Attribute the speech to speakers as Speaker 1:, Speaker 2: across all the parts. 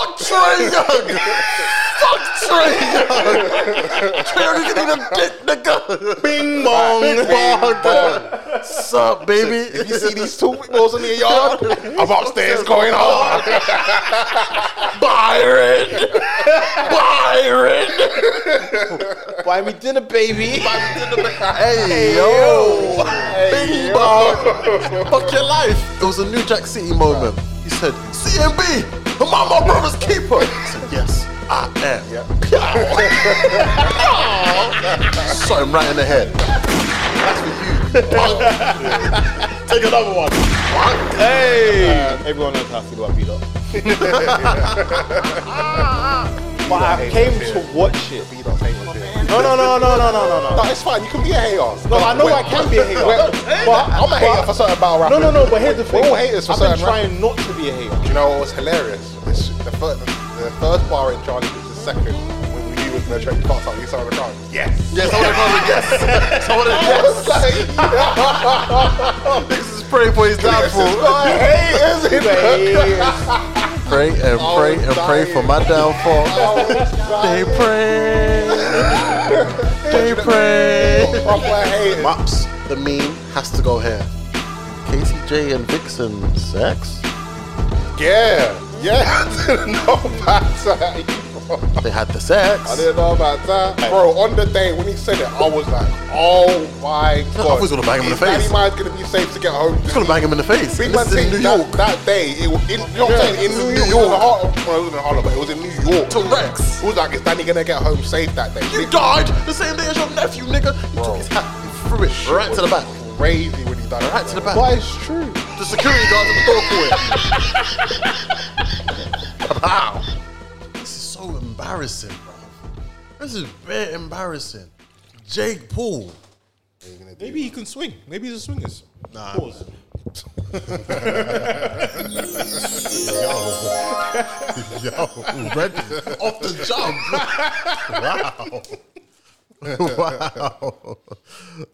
Speaker 1: Trey Young. Fuck Trey Young. Trey Young isn't even bit nigga.
Speaker 2: Bing bong.
Speaker 1: Bing bong.
Speaker 2: bong.
Speaker 1: Sup, baby?
Speaker 2: If you see these two balls in the yard, I'm upstairs going hard.
Speaker 1: Byron. Byron.
Speaker 3: Buy me dinner, baby.
Speaker 1: Hey, yo. Bing bong. Fuck your life. It was a New Jack City moment. He said, CMB, am I my brother's keeper? I said, yes, I am. Pew. Shot him right in the head. That's for you.
Speaker 2: Take another one.
Speaker 3: hey.
Speaker 2: Uh, everyone knows how to do a beat up.
Speaker 3: But I came to watch it.
Speaker 2: Beat up, hate on fear.
Speaker 3: No, no, no, no, no, no, no,
Speaker 2: No,
Speaker 3: no.
Speaker 2: it's fine. You can be a hater.
Speaker 3: No, I know I can be a hater.
Speaker 2: but I'm a hater for certain battle
Speaker 3: No,
Speaker 2: rappers.
Speaker 3: no, no. But here's the thing.
Speaker 2: We're all haters for
Speaker 3: I've been
Speaker 2: certain rappers.
Speaker 3: trying not to be a hater.
Speaker 2: You know what was hilarious? This, the, first, the first bar in Charlie was the second when we was in the train. You can't stop. You saw the crowd. Yes.
Speaker 1: Yeah, someone called yes. Someone
Speaker 2: I
Speaker 1: yes.
Speaker 2: was like,
Speaker 1: This is pray for his
Speaker 2: this is
Speaker 1: downfall.
Speaker 2: why haters in the
Speaker 1: Pray and pray and pray for my downfall. They pray. They pray.
Speaker 2: Proper haters.
Speaker 1: Mops, the meme has to go here. KCJ and Vixen sex?
Speaker 2: Yeah. Yeah. I didn't know about that. bro.
Speaker 1: They had the sex.
Speaker 2: I didn't know about that. Bro, on the day when he said it, I was like, oh my god.
Speaker 1: I was gonna bang him in the
Speaker 2: Is Daddy
Speaker 1: face.
Speaker 2: Mine's gonna be safe to get home.
Speaker 1: Just gonna bang him in the face.
Speaker 2: Big man
Speaker 1: this is
Speaker 2: thing
Speaker 1: in New
Speaker 2: that,
Speaker 1: York.
Speaker 2: that day, it was in, you know what I'm saying? In
Speaker 1: This is
Speaker 2: New,
Speaker 1: New
Speaker 2: York.
Speaker 1: York.
Speaker 2: It was in Harlem. Well, it wasn't in Harlem, but it was in New York.
Speaker 1: To Rex.
Speaker 2: It was like, is Danny gonna get home safe that day?
Speaker 1: You
Speaker 2: Big-
Speaker 1: died the same day as your nephew, nigga. You took
Speaker 2: Bro.
Speaker 1: his hat and threw it right to the back.
Speaker 2: Crazy when he done it.
Speaker 1: Right to the back.
Speaker 3: But it's true.
Speaker 1: The security guards at the door for it. wow. This is so embarrassing, bro. This is very embarrassing. Jake Paul.
Speaker 4: Maybe he can swing. Maybe he's a swingers.
Speaker 1: Nah,
Speaker 4: Pause.
Speaker 1: Yo, red off the jump. wow. wow.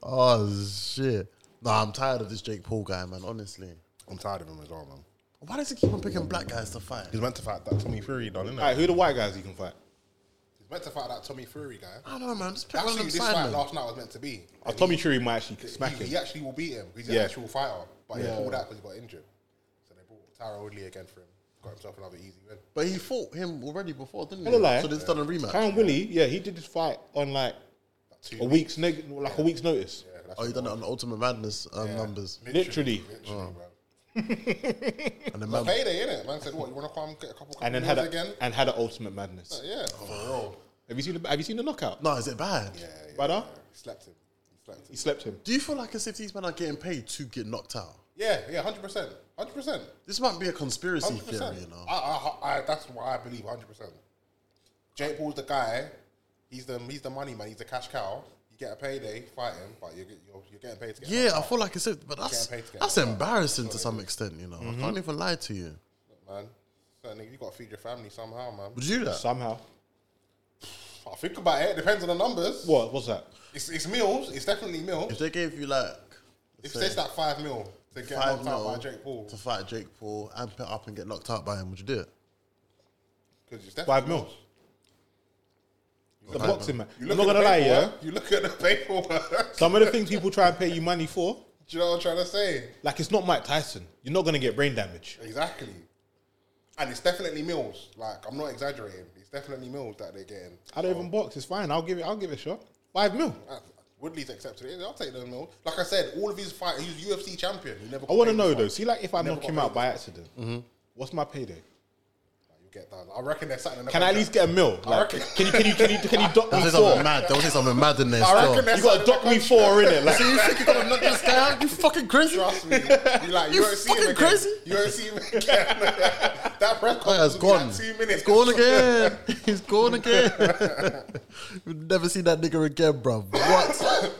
Speaker 1: Oh, shit. Nah, I'm tired of this Jake Paul guy, man, honestly.
Speaker 2: I'm tired of him as well, man.
Speaker 1: Why does he keep on picking black guys to fight?
Speaker 2: He's meant to fight that Tommy Fury, done, isn't
Speaker 4: All right, who the white guys he can fight?
Speaker 2: He's meant to fight that Tommy Fury guy.
Speaker 1: I don't know, man. Just pick one of
Speaker 2: Actually,
Speaker 1: them
Speaker 2: this fight
Speaker 1: side men.
Speaker 2: last night was meant to be.
Speaker 4: Oh, Tommy Fury might actually smack
Speaker 2: he,
Speaker 4: him.
Speaker 2: he actually will beat him. He's an
Speaker 4: Yeah.
Speaker 2: actual fighter, but he pulled out because he got injured. So they brought Tyra Woodley again for him. Got himself another easy win.
Speaker 1: But he fought him already before, didn't he?
Speaker 4: Hell lie.
Speaker 1: So they've done a rematch.
Speaker 4: Karen Willie, yeah, he did his fight on like
Speaker 2: Two
Speaker 4: a week's neg- like a week's notice.
Speaker 1: Oh, you done it on Ultimate Madness um, numbers.
Speaker 4: Literally. Oh.
Speaker 2: Literally, bro.
Speaker 1: And the
Speaker 2: It's a
Speaker 1: man
Speaker 2: payday, innit? Man said, what, you want to come get a couple
Speaker 4: And then
Speaker 2: couple
Speaker 4: had
Speaker 2: meals
Speaker 4: a,
Speaker 2: again?
Speaker 4: and had an ultimate madness.
Speaker 2: Yeah, for real.
Speaker 4: Have you seen the have you seen the knockout?
Speaker 1: No, is it bad?
Speaker 2: Yeah, yeah,
Speaker 4: Brother?
Speaker 2: yeah. He Slapped him. He Slapped him.
Speaker 4: He slept him.
Speaker 1: Do you feel like as if these men are getting paid to get knocked out?
Speaker 2: Yeah, yeah, 100%. 100%.
Speaker 1: This might be a conspiracy
Speaker 2: 100%.
Speaker 1: theory, you know.
Speaker 2: I, I, I, that's what I believe, 100%. Jake Paul's the guy. He's the, he's the money man. He's the cash cow. You get a payday, fight him, but you're, get- you're, you're getting paid to get
Speaker 1: yeah, I feel like it's it, but that's
Speaker 2: paid to get
Speaker 1: that's
Speaker 2: knocked out.
Speaker 1: embarrassing to some extent, you know. I can't even lie to you.
Speaker 2: Look, man. So, nigga, you got to feed your family somehow, man.
Speaker 1: Would you do that?
Speaker 4: Somehow.
Speaker 2: I think about it. It depends on the numbers.
Speaker 4: What what's that?
Speaker 2: It's, it's meals. It's definitely meals.
Speaker 1: If they gave you like
Speaker 2: If
Speaker 1: say,
Speaker 2: it's that five mil to get
Speaker 1: five
Speaker 2: knocked out
Speaker 1: mil
Speaker 2: by Jake Paul,
Speaker 1: to fight Jake Paul and put up and get knocked out by him, would you do it?
Speaker 2: because it's definitely
Speaker 4: Five mils. The boxing man.
Speaker 2: You
Speaker 4: I'm
Speaker 2: look
Speaker 4: not gonna
Speaker 2: at the
Speaker 4: lie, yeah.
Speaker 2: paperwork, You look at the paperwork.
Speaker 4: Some of the things people try and pay you money for,
Speaker 2: Do you know what I'm trying to say?
Speaker 4: like it's not Mike Tyson. You're not gonna get brain damage.
Speaker 2: Exactly. And it's definitely Mills. Like I'm not exaggerating. It's definitely Mills that they're getting.
Speaker 4: I don't even box, it's fine, I'll give it I'll give it a shot. Five mil.
Speaker 2: Uh, Woodley's accepted it. I'll take those Mills. Like I said, all of his fight, he's UFC champion. He never.
Speaker 4: I
Speaker 2: got
Speaker 4: wanna
Speaker 2: paid
Speaker 4: know
Speaker 2: before.
Speaker 4: though, see like if I
Speaker 2: Never
Speaker 4: knock
Speaker 2: got
Speaker 4: him
Speaker 2: paid
Speaker 4: out by accident, what's my payday?
Speaker 2: Like, you get that. I reckon they're sat in the.
Speaker 4: Can I at least get a mil? Like,
Speaker 2: reckon-
Speaker 4: can you can you can you can you dock
Speaker 1: They'll
Speaker 4: me
Speaker 1: say something
Speaker 4: four?
Speaker 1: mad. They'll say something mad in there
Speaker 2: I
Speaker 1: still.
Speaker 2: reckon
Speaker 1: You
Speaker 2: they're
Speaker 4: You
Speaker 2: sat
Speaker 4: gotta
Speaker 2: in
Speaker 4: dock
Speaker 2: the
Speaker 4: me
Speaker 2: country.
Speaker 4: four in it. Like
Speaker 1: think you're gonna knock this guy out? You fucking crazy.
Speaker 2: Trust me. You like you,
Speaker 1: You
Speaker 2: won't see him
Speaker 1: fucking
Speaker 2: again.
Speaker 1: crazy.
Speaker 2: You won't see him again. that press
Speaker 1: Oh,
Speaker 2: conference
Speaker 1: it's
Speaker 2: was
Speaker 1: gone.
Speaker 2: Like two minutes.
Speaker 1: It's gone again. He's gone again. You'll never see that nigga again, bro. What?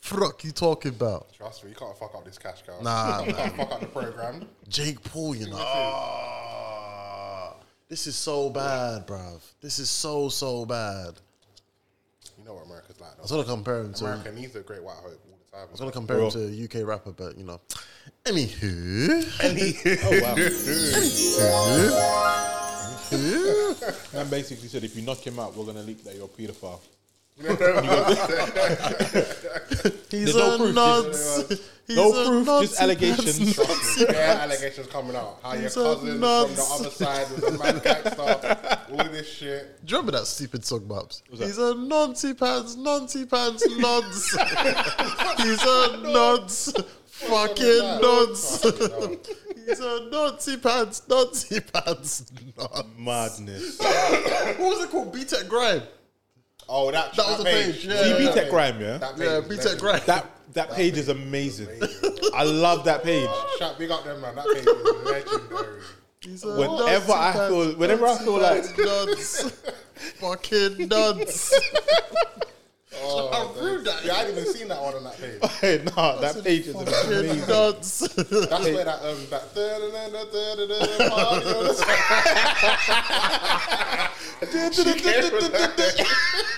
Speaker 1: Fuck you talking about?
Speaker 2: Trust me. You can't fuck up this cash cow.
Speaker 1: Nah,
Speaker 2: You can't fuck up the program.
Speaker 1: Jake Paul, you know.
Speaker 2: Uh,
Speaker 1: Ah, this is so bad, bruv. This is so, so bad.
Speaker 2: You know what America's like.
Speaker 1: I was
Speaker 2: Though.
Speaker 1: going to compare him to... I
Speaker 2: America needs a great white hope all the time.
Speaker 1: was going to compare him to a UK rapper, but, you know. Anywho.
Speaker 4: oh wow.
Speaker 1: Anywho.
Speaker 3: Man basically said, if you knock him out, we're gonna leak that you're a paedophile.
Speaker 1: He's
Speaker 3: There's no
Speaker 1: a
Speaker 3: proof,
Speaker 1: nonce. He's
Speaker 3: No
Speaker 1: a
Speaker 3: proof,
Speaker 1: nonce.
Speaker 3: just allegations.
Speaker 2: Yeah, allegations coming out. How your
Speaker 1: He's a
Speaker 2: cousin from the
Speaker 1: nuts.
Speaker 2: other side was a mad gangster. All this shit.
Speaker 1: Do you remember that stupid song, Babs? He's a noncy pants, noncy pants, nods. He's a nods. Fucking nods. He's a noncy pants, noncy pants, nods.
Speaker 3: Madness.
Speaker 1: What was it called? B-Tech Grime.
Speaker 2: Oh, that
Speaker 1: That was a
Speaker 2: page.
Speaker 1: page, yeah.
Speaker 3: See,
Speaker 1: Yeah,
Speaker 3: B
Speaker 1: yeah,
Speaker 3: Tech Grime, yeah.
Speaker 2: That page
Speaker 1: Yeah,
Speaker 2: is
Speaker 1: B-Tech
Speaker 2: legendary.
Speaker 1: Grime.
Speaker 3: That that page is amazing. I love that page.
Speaker 2: Shout, big up them man. That page is legendary.
Speaker 1: He's a
Speaker 3: Whenever
Speaker 1: noncy
Speaker 3: I
Speaker 1: pants,
Speaker 3: feel- whenever I
Speaker 1: noncy
Speaker 3: feel like-
Speaker 1: pants, nods. Fucking nods.
Speaker 2: Oh,
Speaker 1: How rude that
Speaker 2: yeah,
Speaker 1: is.
Speaker 2: I hadn't even seen that one on that page.
Speaker 3: nah, that page is
Speaker 1: Fucking
Speaker 3: amazing.
Speaker 1: nods.
Speaker 2: That's where that um that da-da-da-da-da-da-da party was.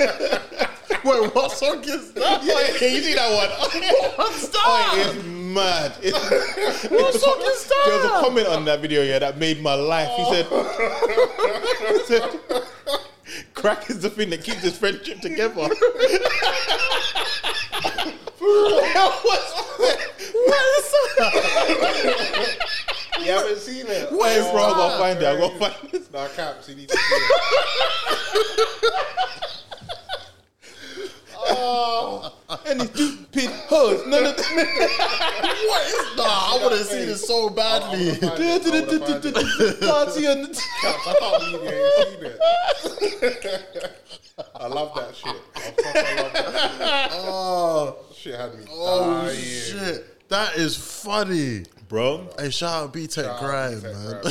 Speaker 1: Wait, what song is that?
Speaker 3: Can you do that one?
Speaker 1: What's
Speaker 3: Oh,
Speaker 1: that?
Speaker 3: it's mad. It's,
Speaker 1: What song is that?
Speaker 3: there was a comment on that video, yeah, that made my life. He said, he said, "Crack is the thing that keeps this friendship together."
Speaker 2: You haven't seen it.
Speaker 3: Wait,
Speaker 2: Oh,
Speaker 3: bro, I'm gonna find it. I'm gonna find this.
Speaker 2: Nah, caps. You need to see it.
Speaker 3: Any stupid hoes, none of them.
Speaker 1: What is nah? I would have seen it so badly.
Speaker 2: I wanna find it. I wanna find it.
Speaker 3: Party on the.
Speaker 2: Caps, I can't believe you ain't seen it. I love that shit. I fucking love that shit.
Speaker 1: Oh,
Speaker 2: Shit had me
Speaker 1: oh
Speaker 2: dying.
Speaker 1: shit, that is funny.
Speaker 3: Bro,
Speaker 1: Hey, shout out B Tech Grime, man.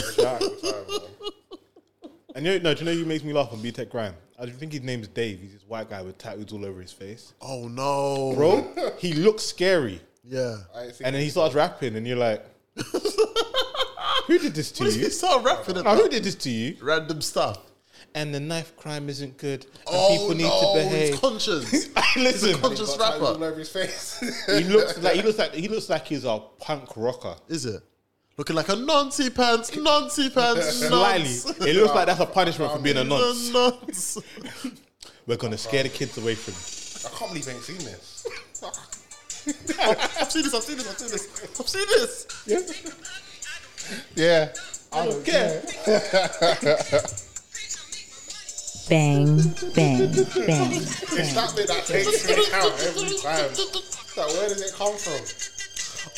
Speaker 3: and you know, no, do you know who makes me laugh on B Tech Grime? I think his name's Dave. He's this white guy with tattoos all over his face.
Speaker 1: Oh no,
Speaker 3: Bro, he looks scary.
Speaker 1: Yeah.
Speaker 3: And then he starts rapping, and you're like, "Who did this to
Speaker 1: He
Speaker 3: you?
Speaker 1: started rapping
Speaker 3: Now,
Speaker 1: about
Speaker 3: who did this to you?"
Speaker 1: random stuff.
Speaker 3: And the knife crime isn't good. And
Speaker 1: Oh
Speaker 3: people need
Speaker 1: no,
Speaker 3: to behave.
Speaker 1: he's conscious.
Speaker 3: Listen,
Speaker 1: Conscious
Speaker 2: all
Speaker 1: rapper,
Speaker 2: over his face.
Speaker 3: he looks like he looks like he looks like he's a punk rocker.
Speaker 1: is it? Looking like a noncy pants, noncy pants, nonce.
Speaker 3: Slightly, it looks like that's a punishment for being a
Speaker 1: The
Speaker 3: nonce.
Speaker 1: nonce.
Speaker 3: We're gonna scare the kids away from you.
Speaker 2: I can't believe I ain't seen this.
Speaker 1: I've seen this. I've seen this. I've seen this. I've seen this.
Speaker 2: Yeah.
Speaker 5: bang, bang, bang.
Speaker 2: It's that bit that takes me out every time. It's like, where does it come from?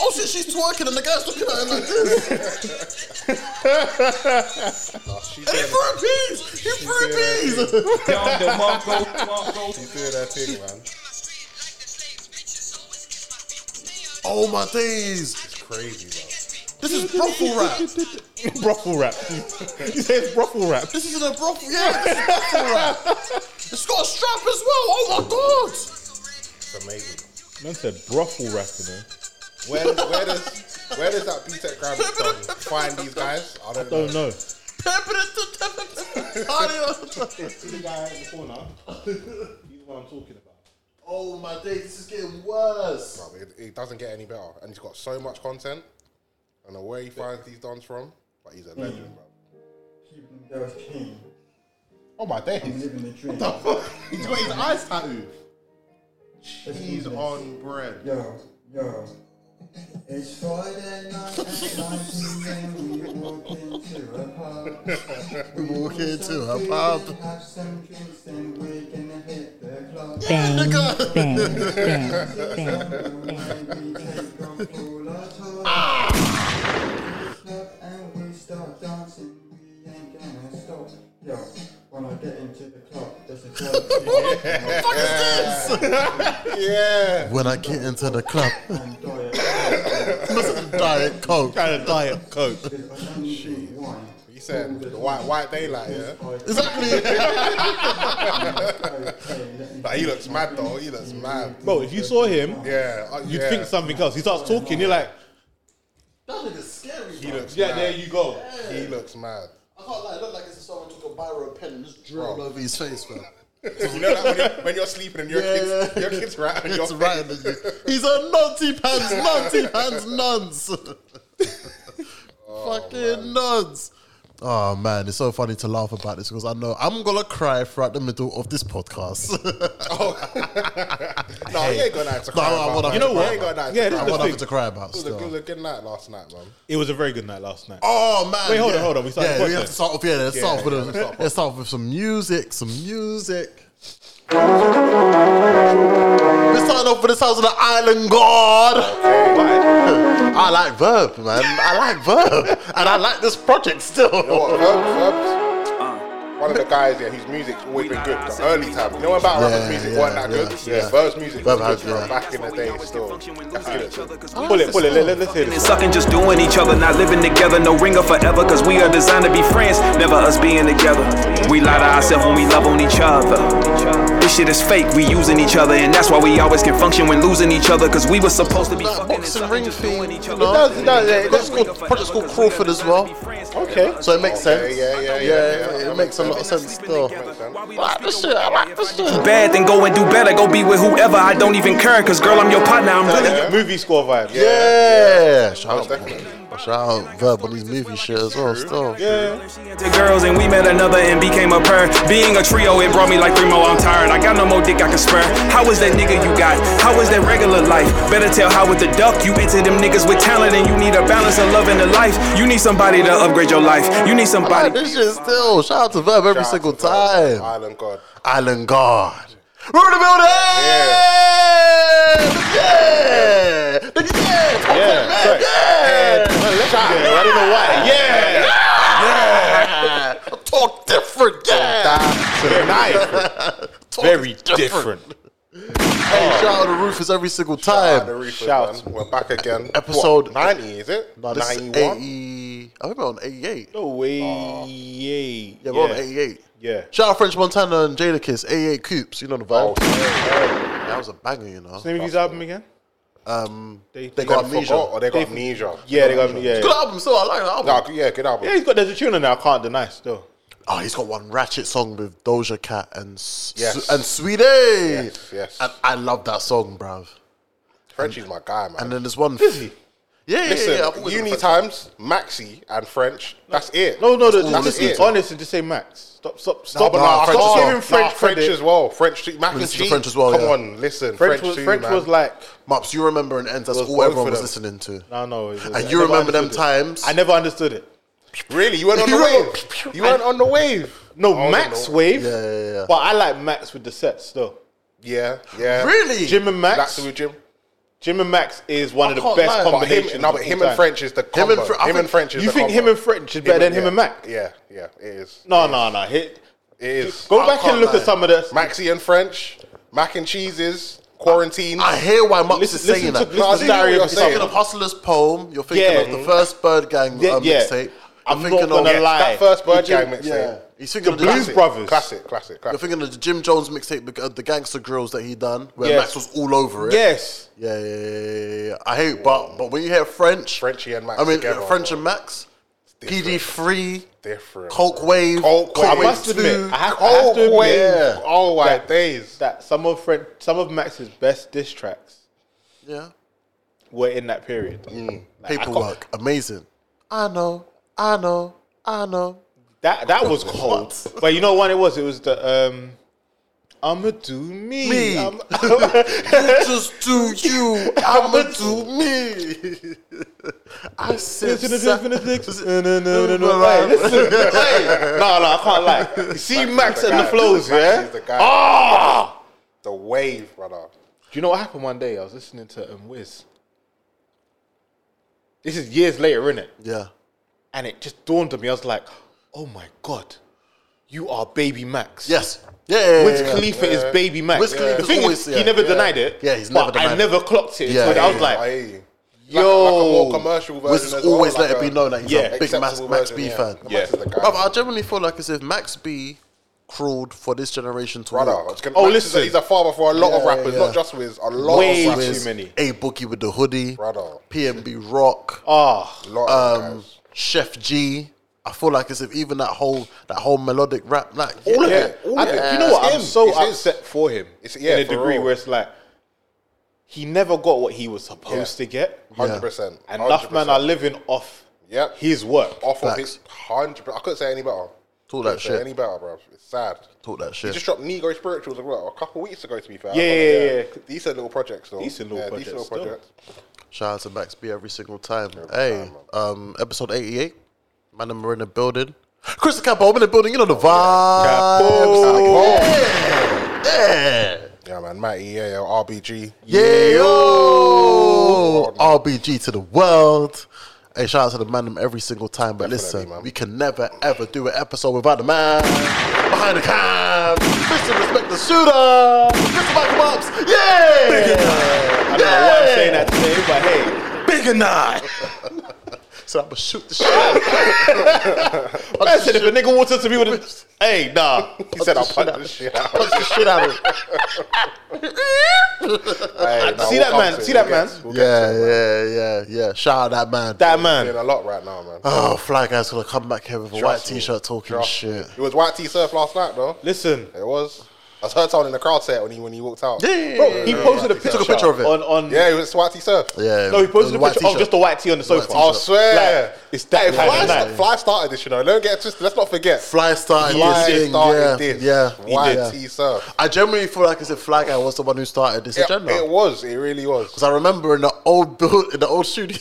Speaker 1: Oh shit, she's twerking and the guy's looking at her like this.
Speaker 3: Oh,
Speaker 2: Nah, she's
Speaker 1: And he
Speaker 2: doing it.
Speaker 1: threw a peas. He threw a peas.
Speaker 2: She's doing her thing, man.
Speaker 1: Oh my days.
Speaker 2: It's crazy, bro.
Speaker 1: This is brothel rap.
Speaker 3: brothel rap. he says brothel rap.
Speaker 1: This is a brothel. Yeah, this is brothel rap. It's got a strap as well. Oh my god.
Speaker 2: It's amazing.
Speaker 3: Man said brothel rap, you know.
Speaker 2: Where does where does where does that B-Tech grab from? Find these guys? I don't know.
Speaker 3: Don't know. the guy in the corner. He's what I'm talking about.
Speaker 1: Oh my days, this is getting worse.
Speaker 2: It, it doesn't get any better, and he's got so much content. I don't know where he finds these dons from, but he's a legend, bro.
Speaker 6: Keep them girls keen.
Speaker 2: Oh my days!
Speaker 6: I'm living the dream.
Speaker 2: He's got his eyes tattooed. He's
Speaker 6: He's
Speaker 2: on bread.
Speaker 6: Yo, yo. It's Friday night at 19 and we walk into a pub.
Speaker 1: We walk into
Speaker 6: Some
Speaker 1: a
Speaker 6: food
Speaker 1: pub.
Speaker 6: and Have some drinks and we're gonna hit the club.
Speaker 5: Bang, bang, bang, bang.
Speaker 6: Ah! And we start dancing, we ain't gonna stop. Yo, when I get into the club, there's a club.
Speaker 1: Fuck is this?
Speaker 2: Yeah.
Speaker 1: When I get into the club,
Speaker 6: and diet.
Speaker 1: Diet Coke.
Speaker 3: Trying to diet coke.
Speaker 6: Because I only drink wine.
Speaker 2: He said the white white daylight, yeah.
Speaker 1: Exactly.
Speaker 2: But he looks mad though. He looks mad.
Speaker 3: Bro, if you saw him,
Speaker 2: Yeah. uh,
Speaker 3: you'd
Speaker 2: yeah.
Speaker 3: think something else. He starts talking, you're like,
Speaker 1: That nigga's scary.
Speaker 2: He looks
Speaker 3: yeah,
Speaker 2: mad.
Speaker 3: there you go.
Speaker 2: He looks mad.
Speaker 1: I can't lie, it looked like it's someone took a biro and pen and just drew all
Speaker 2: Bro.
Speaker 1: over his face, man.
Speaker 2: you know that when you're, when you're sleeping and your
Speaker 1: Yeah,
Speaker 2: kids,
Speaker 1: yeah.
Speaker 2: your kids right on your
Speaker 1: It's right in the- He's a naughty pants, naughty pants, nuns. Fucking nuns. Oh man, it's so funny to laugh about this because I know I'm gonna cry throughout the middle of this podcast.
Speaker 2: Oh. No, you ain't got nothing to
Speaker 1: No,
Speaker 2: cry
Speaker 1: I
Speaker 2: about.
Speaker 1: wanna-
Speaker 2: man.
Speaker 1: you know
Speaker 2: You
Speaker 1: what?
Speaker 2: ain't got nothing
Speaker 4: Yeah,
Speaker 2: to
Speaker 4: this is
Speaker 1: I
Speaker 2: cry
Speaker 4: thing.
Speaker 1: want
Speaker 2: about.
Speaker 1: nothing to cry about.
Speaker 2: It was a- it
Speaker 1: Still.
Speaker 2: was a good night last night, man.
Speaker 4: It was a very good night last night.
Speaker 1: Oh man!
Speaker 4: Wait, hold on,
Speaker 1: yeah.
Speaker 4: hold on. We started
Speaker 1: yeah,
Speaker 4: the
Speaker 1: we have
Speaker 4: podcast.
Speaker 1: to start off. Yeah, let's start off
Speaker 2: yeah,
Speaker 1: with a, let's start off with some music. Some music. We're starting off with the sounds of the Island God. I like Verb, man. I like Verb, and I like this project still.
Speaker 2: What, Herbs, Herbs? One of the guys, yeah, whose music's always been good. The early time. You know about
Speaker 1: Yeah,
Speaker 2: Rubbers music
Speaker 1: yeah,
Speaker 2: wasn't that
Speaker 1: yeah,
Speaker 2: good?
Speaker 1: yeah.
Speaker 2: Yeah, Verb's music
Speaker 1: Verb has,
Speaker 2: was good from
Speaker 1: yeah.
Speaker 2: back in the day still. That's good.
Speaker 3: Pull it, pull it. Let, us hear
Speaker 7: And
Speaker 3: this.
Speaker 7: sucking, just doing each other, not living together. No ringer forever, cause we are designed to be friends, never us being together. We lie to ourselves when we love on each other. This shit is fake, we using each other, and that's why we always can function when losing each other, cause we were supposed to be
Speaker 1: That
Speaker 7: fucking and
Speaker 1: boxing
Speaker 7: sucking,
Speaker 1: ring
Speaker 7: just
Speaker 1: thing,
Speaker 7: doing each
Speaker 1: you
Speaker 7: other.
Speaker 1: know?
Speaker 3: That's- that- yeah,
Speaker 1: It got called, project called Crawford as well,
Speaker 3: Okay.
Speaker 1: so it makes
Speaker 2: Okay,
Speaker 1: sense.
Speaker 2: yeah, yeah, yeah,
Speaker 1: it,
Speaker 2: yeah.
Speaker 1: makes a lot of sense still. Like this shit, I like this shit.
Speaker 7: Bad, then go and do better. Go be with whoever. I don't even care, cause girl, I'm your partner. I'm really
Speaker 3: Movie score vibe.
Speaker 1: Yeah, shout,
Speaker 2: definitely.
Speaker 1: out, shout out Verb on these movie shit as well. Still,
Speaker 3: Yeah.
Speaker 7: To girls and we met another and became a pair. Being a trio, it brought me like three more. I'm tired. I got no more dick I can spare. How is that nigga you got? How is that regular life? Better tell how with the duck. You into them niggas with talent and you need a balance of love in the life. You need somebody to upgrade your life. You need
Speaker 1: like
Speaker 7: somebody.
Speaker 1: this shit still. Shout out to Verb every
Speaker 2: Shout out
Speaker 1: single
Speaker 2: to Verb,
Speaker 1: time.
Speaker 2: Island God.
Speaker 1: Island Guard. We're in the building. Yeah. Yeah. Yeah.
Speaker 3: Yeah. Sorry. I don't know why. Yeah.
Speaker 1: Talk different. Yeah. Talk
Speaker 3: Very different.
Speaker 1: Hey, shout out to Rufus every single
Speaker 2: Shout out to
Speaker 1: time.
Speaker 2: Reefers,
Speaker 3: Shout.
Speaker 2: man. We're back again.
Speaker 1: Episode-
Speaker 2: What, 90, is E. it?
Speaker 1: Nah, this is
Speaker 2: 91?
Speaker 1: 80. I think we're on 88.
Speaker 3: No way. Yeah.
Speaker 1: Yeah, we're on 88.
Speaker 3: Yeah.
Speaker 1: Shout out French Montana and Jada Kiss, 88 Coops. You know the vibe.
Speaker 2: Oh, yeah,
Speaker 1: That was a banger, you know.
Speaker 3: Name of his album again?
Speaker 1: Um,
Speaker 3: They,
Speaker 1: they got
Speaker 2: yeah.
Speaker 1: amnesia.
Speaker 2: Forgot, or they got
Speaker 3: They've-
Speaker 2: amnesia.
Speaker 3: Yeah, they got. Yeah.
Speaker 1: Good album, so I like that album.
Speaker 2: Nah, good- yeah, good album.
Speaker 3: Yeah, he's got. There's a tune on there. I can't deny. Still.
Speaker 1: Oh, he's got one ratchet song with Doja Cat and S-
Speaker 2: Yes.
Speaker 1: and Sweetie.
Speaker 2: Yes, yes.
Speaker 1: And I love that song, bruv.
Speaker 2: Frenchie's my guy, man.
Speaker 1: And then there's one.
Speaker 3: Is he?
Speaker 1: Yeah, yeah,
Speaker 2: Listen,
Speaker 1: yeah. I've always
Speaker 2: uni
Speaker 1: been a-
Speaker 2: times, Maxi and French. That's it.
Speaker 3: No, no.
Speaker 2: all
Speaker 3: Just
Speaker 2: this
Speaker 3: listen.
Speaker 2: is.
Speaker 3: Honestly, just say Max. Stop. Stop. Stop.
Speaker 1: but nah,
Speaker 3: Stop
Speaker 1: French is-
Speaker 3: giving French
Speaker 2: nah, French
Speaker 3: credit.
Speaker 2: as well. French mac
Speaker 1: Listen
Speaker 2: and
Speaker 1: to
Speaker 2: cheese.
Speaker 1: French as well,
Speaker 2: Come
Speaker 1: yeah.
Speaker 2: on, listen.
Speaker 3: French
Speaker 2: French,
Speaker 3: was
Speaker 2: too,
Speaker 3: French
Speaker 2: man.
Speaker 3: was like.
Speaker 1: Mups, you remember and ends. That's
Speaker 2: was
Speaker 1: all
Speaker 2: both
Speaker 1: everyone was
Speaker 2: of them.
Speaker 1: listening to.
Speaker 3: No, no. it was-
Speaker 1: And
Speaker 3: I
Speaker 1: you
Speaker 3: never
Speaker 1: remember them
Speaker 3: understood it.
Speaker 1: times?
Speaker 3: I never understood it.
Speaker 2: really you weren't on
Speaker 1: You
Speaker 2: the
Speaker 1: remember-
Speaker 2: wave. You weren't on the wave.
Speaker 3: No,
Speaker 1: Oh,
Speaker 2: I wasn't
Speaker 3: Max
Speaker 2: on-
Speaker 3: Wave.
Speaker 1: Yeah, yeah, yeah.
Speaker 3: But I like Max with the sets though.
Speaker 2: Yeah, yeah.
Speaker 1: Really?
Speaker 3: Jim and
Speaker 2: That's
Speaker 3: Max.
Speaker 2: with Jim.
Speaker 3: Jim and Max is one of the
Speaker 1: can't
Speaker 3: best
Speaker 1: lie. But him-
Speaker 2: But
Speaker 3: combinations.
Speaker 2: him, no,
Speaker 3: of
Speaker 2: but
Speaker 3: all
Speaker 2: him and
Speaker 3: time.
Speaker 2: French is the
Speaker 1: and
Speaker 2: combo. Him and,
Speaker 1: Fr- I think-
Speaker 2: French is
Speaker 3: You
Speaker 2: the
Speaker 3: think
Speaker 2: combo.
Speaker 3: him and French is better than him
Speaker 2: yeah.
Speaker 3: and Max?
Speaker 2: Yeah, yeah, it is.
Speaker 3: No, no, no. Hit.
Speaker 2: It is.
Speaker 3: Go
Speaker 1: I
Speaker 3: back
Speaker 1: can't
Speaker 3: and look
Speaker 1: lie.
Speaker 3: at some of the.
Speaker 2: Maxi and French, mac and cheeses, quarantine.
Speaker 1: I hear why Mups
Speaker 3: Listen-
Speaker 1: is saying
Speaker 3: listen
Speaker 1: that.
Speaker 3: to- listen
Speaker 1: You're
Speaker 3: to Diary of a
Speaker 1: thinking
Speaker 3: Summer.
Speaker 1: of Hustler's poem. You're thinking
Speaker 3: Yeah.
Speaker 1: of the first Bird Gang
Speaker 3: Yeah,
Speaker 1: uh,
Speaker 3: yeah.
Speaker 1: mixtape.
Speaker 3: I'm
Speaker 1: You're thinking
Speaker 3: not gonna
Speaker 1: of-
Speaker 3: lie.
Speaker 2: that first Bird Gang
Speaker 1: Yeah.
Speaker 2: mixtape.
Speaker 1: He's thinking of the
Speaker 3: Blues
Speaker 1: classic.
Speaker 3: Brothers.
Speaker 2: Classic, classic,
Speaker 1: You're
Speaker 2: classic.
Speaker 1: thinking of the Jim Jones mixtape, uh, the Gangster Grills that he done, where
Speaker 3: Yes.
Speaker 1: Max was all over it.
Speaker 3: Yes.
Speaker 1: Yeah, yeah, yeah, yeah, yeah. I hate, but but when you hear French,
Speaker 2: Frenchie and Max
Speaker 1: I mean
Speaker 2: together,
Speaker 1: uh, French and Max, PD three,
Speaker 2: Different.
Speaker 1: Coke Wave,
Speaker 2: Coke Wave.
Speaker 3: I must
Speaker 1: two.
Speaker 3: admit, I have, I have
Speaker 2: Cold
Speaker 3: to admit
Speaker 2: wave.
Speaker 1: yeah.
Speaker 2: Oh my days.
Speaker 3: that some of French, some of Max's best diss tracks
Speaker 1: yeah,
Speaker 3: were in that period.
Speaker 1: Mm.
Speaker 3: Like, I can't-
Speaker 1: paperwork, amazing. I know, I know, I know.
Speaker 3: That that was cold.
Speaker 1: What?
Speaker 3: But you know what it was? It was the um I'ma do me.
Speaker 1: Me.
Speaker 3: I'm-
Speaker 1: Just do you, I'ma do me. I said,
Speaker 3: Listen to this, listen to this. No, no, no, no, no. Hey,
Speaker 1: Right.
Speaker 3: listen. Hey. No, no, I can't lie. You see Max and the flows, yeah?
Speaker 2: He's the guy.
Speaker 3: Ah!
Speaker 2: The wave, brother.
Speaker 3: Do you know what happened one day? I was listening to um, Wiz. This is years later, innit?
Speaker 1: Yeah,
Speaker 3: And it just dawned on me. I was like, oh my God, you are Baby Max.
Speaker 1: yes, yeah, yeah, yeah,
Speaker 3: Wiz
Speaker 1: yeah.
Speaker 3: Khalifa is Baby Max.
Speaker 1: Wiz Khalifa's
Speaker 3: The thing
Speaker 1: always-
Speaker 3: is,
Speaker 1: yeah.
Speaker 3: he never
Speaker 1: Yeah.
Speaker 3: denied it.
Speaker 1: Yeah, he's
Speaker 3: but
Speaker 1: never denied
Speaker 3: I
Speaker 1: it.
Speaker 3: never clocked it.
Speaker 1: Yeah,
Speaker 3: until
Speaker 1: yeah,
Speaker 3: I was
Speaker 1: yeah.
Speaker 3: like,
Speaker 2: Aye. like, like a
Speaker 3: yo.
Speaker 2: more commercial version.
Speaker 1: Wiz has
Speaker 2: as
Speaker 1: always
Speaker 2: well,
Speaker 1: let
Speaker 2: like
Speaker 1: it
Speaker 2: a
Speaker 1: be known that he's
Speaker 3: yeah,
Speaker 1: a big Max,
Speaker 2: acceptable
Speaker 1: Max
Speaker 2: version,
Speaker 1: B
Speaker 2: yeah.
Speaker 1: fan.
Speaker 2: Yeah. Max is the guy.
Speaker 1: Brother, I generally feel like as if Max B crawled for this generation to
Speaker 2: Brother,
Speaker 1: walk.
Speaker 2: it's gonna-
Speaker 3: Oh,
Speaker 2: Max is a-
Speaker 3: listen.
Speaker 2: he's a father for a lot of
Speaker 1: Yeah,
Speaker 2: rappers,
Speaker 1: yeah.
Speaker 2: not just Wiz. A lot
Speaker 3: Way
Speaker 2: of
Speaker 3: too
Speaker 2: rappers.
Speaker 1: Wiz,
Speaker 3: many.
Speaker 1: A Boogie with the hoodie,
Speaker 2: Brother.
Speaker 1: PMB Rock,
Speaker 3: Ah,
Speaker 2: A lot
Speaker 1: um,
Speaker 2: of guys.
Speaker 1: Chef G. I feel like as if even that whole that whole melodic rap, like
Speaker 3: all of
Speaker 2: Yeah.
Speaker 3: it.
Speaker 2: All
Speaker 3: I-
Speaker 2: of it.
Speaker 3: You know what?
Speaker 2: It's
Speaker 3: I'm
Speaker 2: him.
Speaker 3: so
Speaker 2: It's his.
Speaker 3: upset for him
Speaker 2: It's- yeah,
Speaker 3: in a
Speaker 2: for
Speaker 3: degree
Speaker 2: real.
Speaker 3: where it's like he never got what he was supposed
Speaker 2: Yeah.
Speaker 3: to get.
Speaker 1: Yeah.
Speaker 2: 100%.
Speaker 3: And enough men
Speaker 2: 100%.
Speaker 3: are living off
Speaker 2: Yep.
Speaker 3: His work.
Speaker 2: off of
Speaker 1: Facts.
Speaker 2: his hundred. I couldn't say any better.
Speaker 1: Talk that
Speaker 2: Couldn't say
Speaker 1: shit.
Speaker 2: Any better, bro? It's sad.
Speaker 1: Talk that
Speaker 2: He
Speaker 1: shit.
Speaker 2: just dropped Nego Spirituals as well a couple weeks ago. To be fair,
Speaker 3: Yeah, yeah, yeah, yeah.
Speaker 2: Decent little projects, though.
Speaker 3: Decent little
Speaker 2: yeah, Decent
Speaker 3: projects
Speaker 2: little projects.
Speaker 1: Shout out to Max B every single time. hey, um, episode 88. Man, and we're in the building. Chris Capo, I'm in the building. You know the vibe. Yeah.
Speaker 2: Yeah, man. Matty, yeah, yeah, RBG.
Speaker 1: Yeah. yo. RBG to the world. Hey, shout out to the man them every single time. But listen,
Speaker 2: man.
Speaker 1: we can never ever do an episode without the man behind the cam. Mr. Respect the Shooter. Mr. Michael Mops. Yeah.
Speaker 3: I don't know why I'm saying that today, but hey,
Speaker 7: Bigger nine.
Speaker 1: So I'm gonna shoot the shit.
Speaker 3: I said if a nigga wants us to be with him, hey, nah.
Speaker 2: He said, "I'll punch this shit out."
Speaker 1: punch the shit out of it.
Speaker 2: Hey, nah,
Speaker 3: See
Speaker 2: we'll
Speaker 3: that
Speaker 2: come
Speaker 3: man,
Speaker 2: to it.
Speaker 3: see that
Speaker 2: We'll get
Speaker 3: man.
Speaker 2: to it. We'll get
Speaker 1: Yeah,
Speaker 2: to it, man.
Speaker 1: yeah, yeah, yeah. Shout out that man.
Speaker 3: That
Speaker 2: We're
Speaker 3: man.
Speaker 2: Doing a lot right now, man.
Speaker 1: oh, Fly Guy's gonna come back here with a white
Speaker 2: Trust me.
Speaker 1: t-shirt talking
Speaker 2: Trust me.
Speaker 1: shit.
Speaker 2: It was white T surf last night, though.
Speaker 3: Listen,
Speaker 2: It was. I heard someone in the crowd say it when he when he walked out.
Speaker 1: Yeah,
Speaker 3: bro, he posted a
Speaker 1: Took
Speaker 3: picture,
Speaker 1: a picture of it.
Speaker 3: on on.
Speaker 2: Yeah, it was white T surf.
Speaker 1: yeah.
Speaker 3: No, he
Speaker 1: it was
Speaker 3: posted a
Speaker 1: white
Speaker 3: picture of
Speaker 1: t-shirt.
Speaker 3: just the white tee on the sofa.
Speaker 1: White
Speaker 2: I swear.
Speaker 3: Like, it's that
Speaker 2: hey,
Speaker 3: kind
Speaker 2: fly,
Speaker 3: of night.
Speaker 2: Fly started this, you know. Don't get it twisted. Let's not forget.
Speaker 1: Fly started
Speaker 2: Fly
Speaker 1: this thing.
Speaker 2: started
Speaker 1: yeah,
Speaker 2: this.
Speaker 1: yeah.
Speaker 2: White
Speaker 1: yeah.
Speaker 2: T surf.
Speaker 1: I generally feel like as if Fly Guy was the one who started this
Speaker 2: It,
Speaker 1: agenda.
Speaker 2: it was. It really was.
Speaker 1: Because I remember in the old build, in the old studio,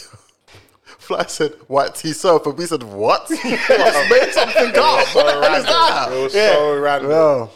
Speaker 1: Fly said white t surf, and we said what? I just made something up. What the hell is
Speaker 2: It
Speaker 1: that?
Speaker 2: was so random.
Speaker 1: No.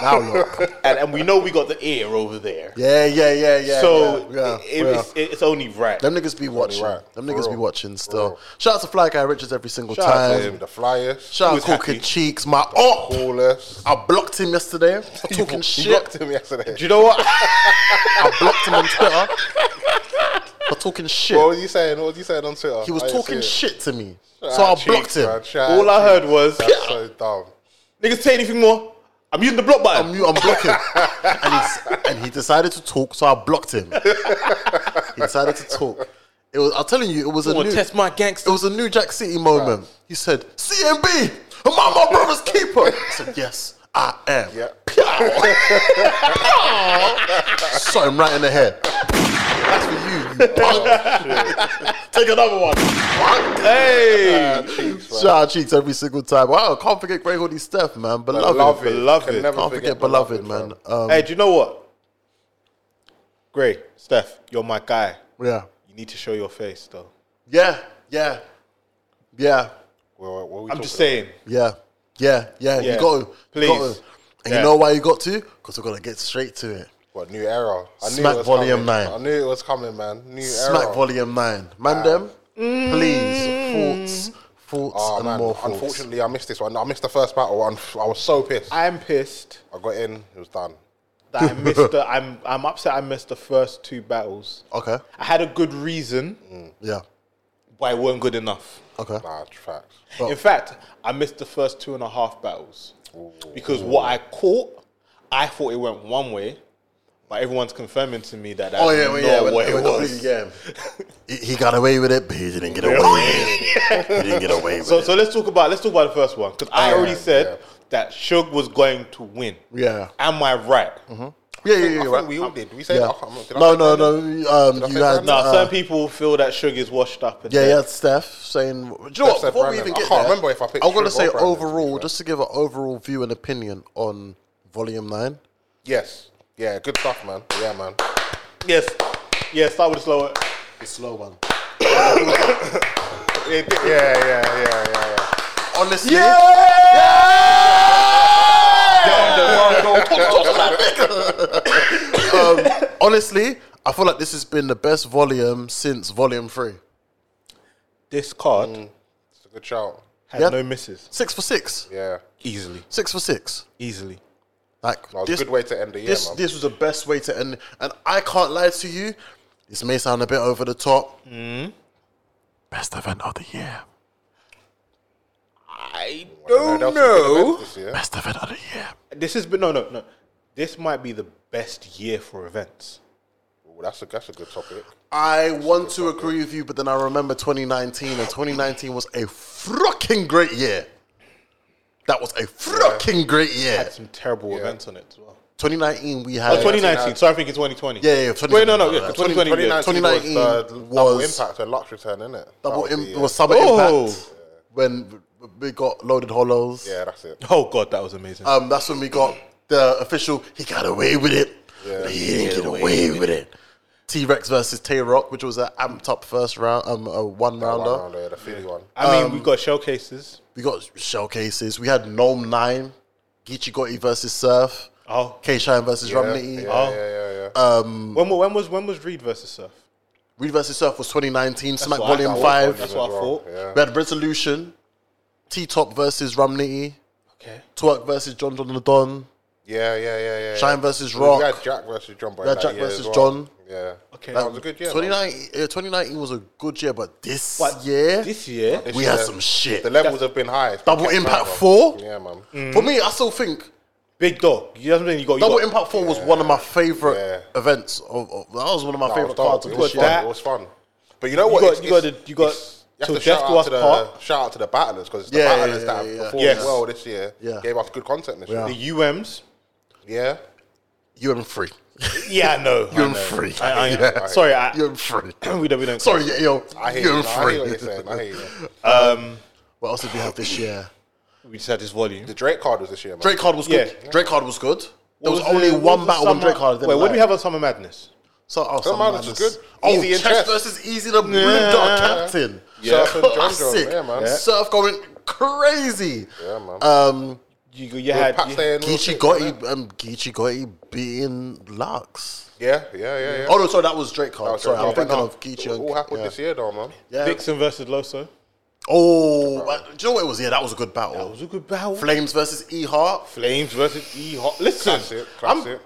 Speaker 1: Now look.
Speaker 3: and, and we know we got the ear over there.
Speaker 1: Yeah, yeah, yeah, yeah. yeah,
Speaker 3: so it-
Speaker 1: yeah,
Speaker 3: it-
Speaker 1: yeah.
Speaker 3: It's, it's only right.
Speaker 1: Them niggas be watching.
Speaker 2: right.
Speaker 1: Them
Speaker 2: For
Speaker 1: niggas be
Speaker 2: real.
Speaker 1: watching still.
Speaker 2: real.
Speaker 1: Shout out to Fly Guy Richards every single
Speaker 3: Shout out to
Speaker 1: time.
Speaker 2: Him, the flyers.
Speaker 1: Shout out
Speaker 3: was
Speaker 1: to Talking
Speaker 3: happy.
Speaker 1: Cheeks, my oh.
Speaker 2: Coolest.
Speaker 1: I blocked him yesterday. for talking
Speaker 2: He
Speaker 1: shit.
Speaker 2: blocked him yesterday.
Speaker 3: Do you know what?
Speaker 1: I blocked him on Twitter for talking shit.
Speaker 2: What was he saying? What was he saying on Twitter?
Speaker 1: he was
Speaker 2: I didn't
Speaker 1: talking
Speaker 2: see
Speaker 1: shit to me,
Speaker 2: it.
Speaker 1: so I
Speaker 2: Shout out
Speaker 1: blocked
Speaker 2: Cheeks,
Speaker 1: him.
Speaker 2: man. Shout
Speaker 3: All
Speaker 2: out
Speaker 3: I heard was
Speaker 2: Cheeks. That's so dumb.
Speaker 3: niggas say anything more. I'm using the block button.
Speaker 1: I'm, I'm blocking, and, he's, and he decided to talk, so I blocked him. he decided to talk. It was. I'm telling you, it was a
Speaker 3: Wanna
Speaker 1: new,
Speaker 3: test my
Speaker 1: It
Speaker 3: gangster?
Speaker 1: was a New Jack City moment. He said, CMB, am I my brother's keeper? I said, yes, I am.
Speaker 2: Yeah.
Speaker 1: Shot him right in the head. That's for you, you punk. Take another one.
Speaker 3: Hey,
Speaker 1: Shout out Ah, Cheeks every single time. Wow, can't forget Grey Hoodie Steph, man. Beloved.
Speaker 2: Love it.
Speaker 3: Beloved.
Speaker 2: Can never
Speaker 1: Can't forget Beloved, man. Um,
Speaker 3: hey, do you know what? Great, Steph, you're my guy.
Speaker 1: Um, Yeah.
Speaker 3: You need to show your face though.
Speaker 1: Yeah, yeah, yeah,
Speaker 2: Well, what are we
Speaker 3: I'm
Speaker 2: talking
Speaker 3: just saying.
Speaker 1: yeah, yeah, yeah. You
Speaker 3: Yeah.
Speaker 1: got to.
Speaker 3: Please.
Speaker 1: You got to. And
Speaker 3: Yeah.
Speaker 1: you know why you got to? Because we're going to get straight to it.
Speaker 2: What new era? I
Speaker 1: Smack Volume
Speaker 2: coming.
Speaker 1: 9.
Speaker 2: I knew it was coming, man. New
Speaker 1: Smack
Speaker 2: era.
Speaker 1: Volume 9. Mandem, please, thoughts, thoughts,
Speaker 2: Oh
Speaker 1: and
Speaker 2: man!
Speaker 1: more thoughts.
Speaker 2: Unfortunately, I missed this one. I missed the first battle. I'm- I was so pissed. I
Speaker 3: I'm pissed
Speaker 2: got in. It was done.
Speaker 3: that I missed. the, I'm I'm upset. I missed the first two battles.
Speaker 1: Okay, Mm.
Speaker 3: I had a good reason,
Speaker 1: yeah,
Speaker 3: but it weren't good enough.
Speaker 1: okay.
Speaker 2: Nah, facts.
Speaker 3: In fact, I missed the first two and a half battles because what I caught, I thought it went one way, but everyone's confirming to me that that's
Speaker 1: Oh yeah, well, yeah,
Speaker 3: not
Speaker 1: well,
Speaker 3: what it
Speaker 1: well,
Speaker 3: was.
Speaker 1: yeah. he, he got away with it, but he didn't get away with it. He didn't get away with
Speaker 3: So,
Speaker 1: it.
Speaker 3: so let's talk about let's talk about the first one because I
Speaker 2: Yeah,
Speaker 3: already said
Speaker 2: yeah.
Speaker 3: that Suge was going to win.
Speaker 1: Yeah. Mm-hmm.
Speaker 3: Am I right?
Speaker 1: yeah, yeah, yeah,
Speaker 2: I
Speaker 1: yeah.
Speaker 2: think
Speaker 1: right.
Speaker 2: we all did. We said
Speaker 1: Yeah.
Speaker 2: I can't remember. Did I
Speaker 1: No,
Speaker 2: say
Speaker 1: no,
Speaker 2: that?
Speaker 1: no. Um,
Speaker 2: I say
Speaker 1: you had
Speaker 2: Brandon?
Speaker 3: Now,
Speaker 1: uh,
Speaker 3: some people feel that Suge is washed up. And
Speaker 1: yeah,
Speaker 3: dead.
Speaker 1: yeah. Steph saying, do you know what?
Speaker 2: said
Speaker 1: Before we
Speaker 2: Brandon.
Speaker 1: even
Speaker 2: I
Speaker 1: get
Speaker 2: can't
Speaker 1: there,
Speaker 2: remember if I picked
Speaker 1: I'm gonna
Speaker 2: Suge or
Speaker 1: say
Speaker 2: Brandon, to be
Speaker 1: overall,
Speaker 2: fair.
Speaker 1: just to give an overall view and opinion on Volume Nine.
Speaker 2: Yes. Yeah. Good stuff, man. Yeah, man.
Speaker 3: Yes. Yeah. Start with the slower.
Speaker 1: The slow one.
Speaker 2: It did- yeah, yeah, yeah, yeah, yeah.
Speaker 1: Honestly. Yeah. um, honestly, I feel like this has been the best volume since Volume Three.
Speaker 3: This card
Speaker 2: It's a good shout.
Speaker 3: had
Speaker 1: Mm. Yeah.
Speaker 3: no misses.
Speaker 1: Six for six.
Speaker 2: Yeah.
Speaker 3: Easily.
Speaker 1: Six for six.
Speaker 3: Easily.
Speaker 1: Like
Speaker 2: No, it's
Speaker 1: this,
Speaker 2: a good way to end the year,
Speaker 1: this,
Speaker 2: man.
Speaker 1: this was the best way to end. And I can't lie to you. This may sound a bit over the top. Best event of the year.
Speaker 3: I
Speaker 2: No, there was some good
Speaker 3: don't know.
Speaker 2: events this year.
Speaker 1: Best event of the year.
Speaker 3: This has been no, no, no. This might be the best year for events.
Speaker 2: Ooh, that's a that's a good topic.
Speaker 1: I want to agree with you, but then I remember 2019, and 2019 was a fucking great year. That was a fucking great year.
Speaker 3: Had some terrible events on it as well.
Speaker 1: 2019, we
Speaker 3: Oh,
Speaker 1: had.
Speaker 3: 2019. Sorry, I think it's 2020.
Speaker 1: Yeah, yeah,
Speaker 3: Wait, no, no, yeah,
Speaker 1: 2020.
Speaker 3: 2020. yeah.
Speaker 2: 2019 was, the
Speaker 1: 2019
Speaker 2: double
Speaker 1: was-
Speaker 2: impact, a lux return, isn't it?
Speaker 1: uh, Double
Speaker 2: was the
Speaker 1: Im-
Speaker 2: year.
Speaker 1: was Summer
Speaker 3: Oh.
Speaker 1: Impact when we got Loaded Hollows.
Speaker 2: Yeah, that's it.
Speaker 3: Oh god, that was amazing.
Speaker 1: Um, that's when we got the official. He got away with it. but he didn't get away with it. T Rex versus Tay Rock, which was an amped up first round, um, a one rounder.
Speaker 2: One round there, the Philly one.
Speaker 3: I mean, we
Speaker 1: Um,
Speaker 3: got showcases.
Speaker 1: We got showcases. We had Gnome Nine, Geechee Gotti versus Surf,
Speaker 3: Oh.
Speaker 1: K Shine versus
Speaker 2: Yeah,
Speaker 1: Romney.
Speaker 2: yeah,
Speaker 3: Oh.
Speaker 2: yeah, yeah, yeah.
Speaker 1: Mm.
Speaker 3: When, wa- when was when was Reed versus Surf?
Speaker 1: Reed versus Surf was 2019, Smack
Speaker 3: what I
Speaker 1: Volume
Speaker 3: thought.
Speaker 1: Five.
Speaker 3: That's what I thought.
Speaker 2: Yeah.
Speaker 1: We had Resolution, T Top versus Romney,
Speaker 3: Okay.
Speaker 1: Twerk versus John John the Don,
Speaker 2: yeah, yeah, yeah, yeah, yeah.
Speaker 1: Shine versus
Speaker 2: We
Speaker 1: Rock.
Speaker 2: had Jack versus John. We
Speaker 1: had Jack versus John.
Speaker 2: Yeah.
Speaker 3: Okay.
Speaker 2: That was a good year. man.
Speaker 1: 2019, uh, 2019 was a good year, but this
Speaker 3: But
Speaker 1: year,
Speaker 3: This year.
Speaker 2: This
Speaker 1: we had
Speaker 2: year,
Speaker 1: some shit.
Speaker 2: The levels have been high. It's
Speaker 1: Double
Speaker 2: been
Speaker 1: Impact
Speaker 2: man.
Speaker 1: 4?
Speaker 2: Yeah, man.
Speaker 1: For me, I still think
Speaker 3: Big dog. You know what I mean? You got, you
Speaker 1: Double
Speaker 3: got-
Speaker 1: Impact 4 was one of my favorite
Speaker 2: Yeah.
Speaker 1: events. Of, of- that was one of my
Speaker 2: That was
Speaker 1: favorite cards
Speaker 2: dope.
Speaker 1: of
Speaker 2: It was
Speaker 1: this
Speaker 2: fun.
Speaker 1: year.
Speaker 3: that-
Speaker 2: It was fun. But you know
Speaker 3: You
Speaker 2: what?
Speaker 3: got
Speaker 2: It's-
Speaker 3: you got
Speaker 2: it's-
Speaker 3: the, you got
Speaker 2: it's- you have
Speaker 3: till
Speaker 2: to shout
Speaker 3: death do
Speaker 2: out
Speaker 3: us
Speaker 2: to the
Speaker 3: part.
Speaker 2: shout out to the battlers because the
Speaker 1: Yeah, yeah,
Speaker 2: battlers
Speaker 1: yeah,
Speaker 2: that have
Speaker 1: yeah, yeah.
Speaker 2: performed
Speaker 3: Yes.
Speaker 2: well this year
Speaker 1: Yeah.
Speaker 2: gave us good content this
Speaker 1: Yeah.
Speaker 2: year.
Speaker 3: The UMs.
Speaker 2: Yeah,
Speaker 1: You're in free.
Speaker 3: Yeah, I know.
Speaker 1: You're in free.
Speaker 3: I, I,
Speaker 1: Yeah.
Speaker 3: Sorry, I,
Speaker 1: You're in free.
Speaker 3: we don't. We don't
Speaker 1: Sorry, yeah, yo.
Speaker 2: I hear
Speaker 1: You're
Speaker 2: you.
Speaker 1: in
Speaker 2: No, I hear what
Speaker 1: free.
Speaker 2: you're saying. I hear you.
Speaker 1: What else did we have this year?
Speaker 3: We just had this volume.
Speaker 2: The Drake card was this year, man.
Speaker 1: Drake Card was good.
Speaker 3: Yeah.
Speaker 1: Drake Card was good. There was,
Speaker 3: What
Speaker 1: only
Speaker 3: the-
Speaker 1: one
Speaker 3: what was the
Speaker 1: battle on
Speaker 3: summer-
Speaker 1: Drake Card.
Speaker 3: Wait, what do we have on Summer Madness?
Speaker 1: So, oh, some
Speaker 2: Madness
Speaker 1: madness.
Speaker 2: was good.
Speaker 1: Oh,
Speaker 2: Easy and
Speaker 1: Chess
Speaker 2: Chess.
Speaker 1: versus Easy the Blue Dog Captain.
Speaker 2: Yeah. Surf and John John,
Speaker 1: Classic.
Speaker 2: yeah, man. Yeah.
Speaker 1: Surf going crazy.
Speaker 2: Yeah, man.
Speaker 1: Um,
Speaker 3: You, you had
Speaker 2: Pac
Speaker 3: you,
Speaker 2: staying real
Speaker 1: Geechee
Speaker 2: sick, wasn't it?
Speaker 1: Gotti, um, Geechee Gotti beating Lux.
Speaker 2: Yeah, yeah, yeah, yeah.
Speaker 1: Oh no, sorry, that was Drake Card.
Speaker 2: That was
Speaker 1: sorry,
Speaker 2: Drake
Speaker 1: I'm
Speaker 2: Card.
Speaker 1: thinking
Speaker 2: No,
Speaker 1: of Geechee.
Speaker 2: It all happened this year, though, man.
Speaker 1: Yeah.
Speaker 3: Vixen versus Loso.
Speaker 1: Oh, but do you know what it was? Yeah, that was a good battle.
Speaker 3: That was a good battle.
Speaker 1: Flames versus E Heart.
Speaker 3: Flames versus E Hot. Listen,
Speaker 2: Classic, classic.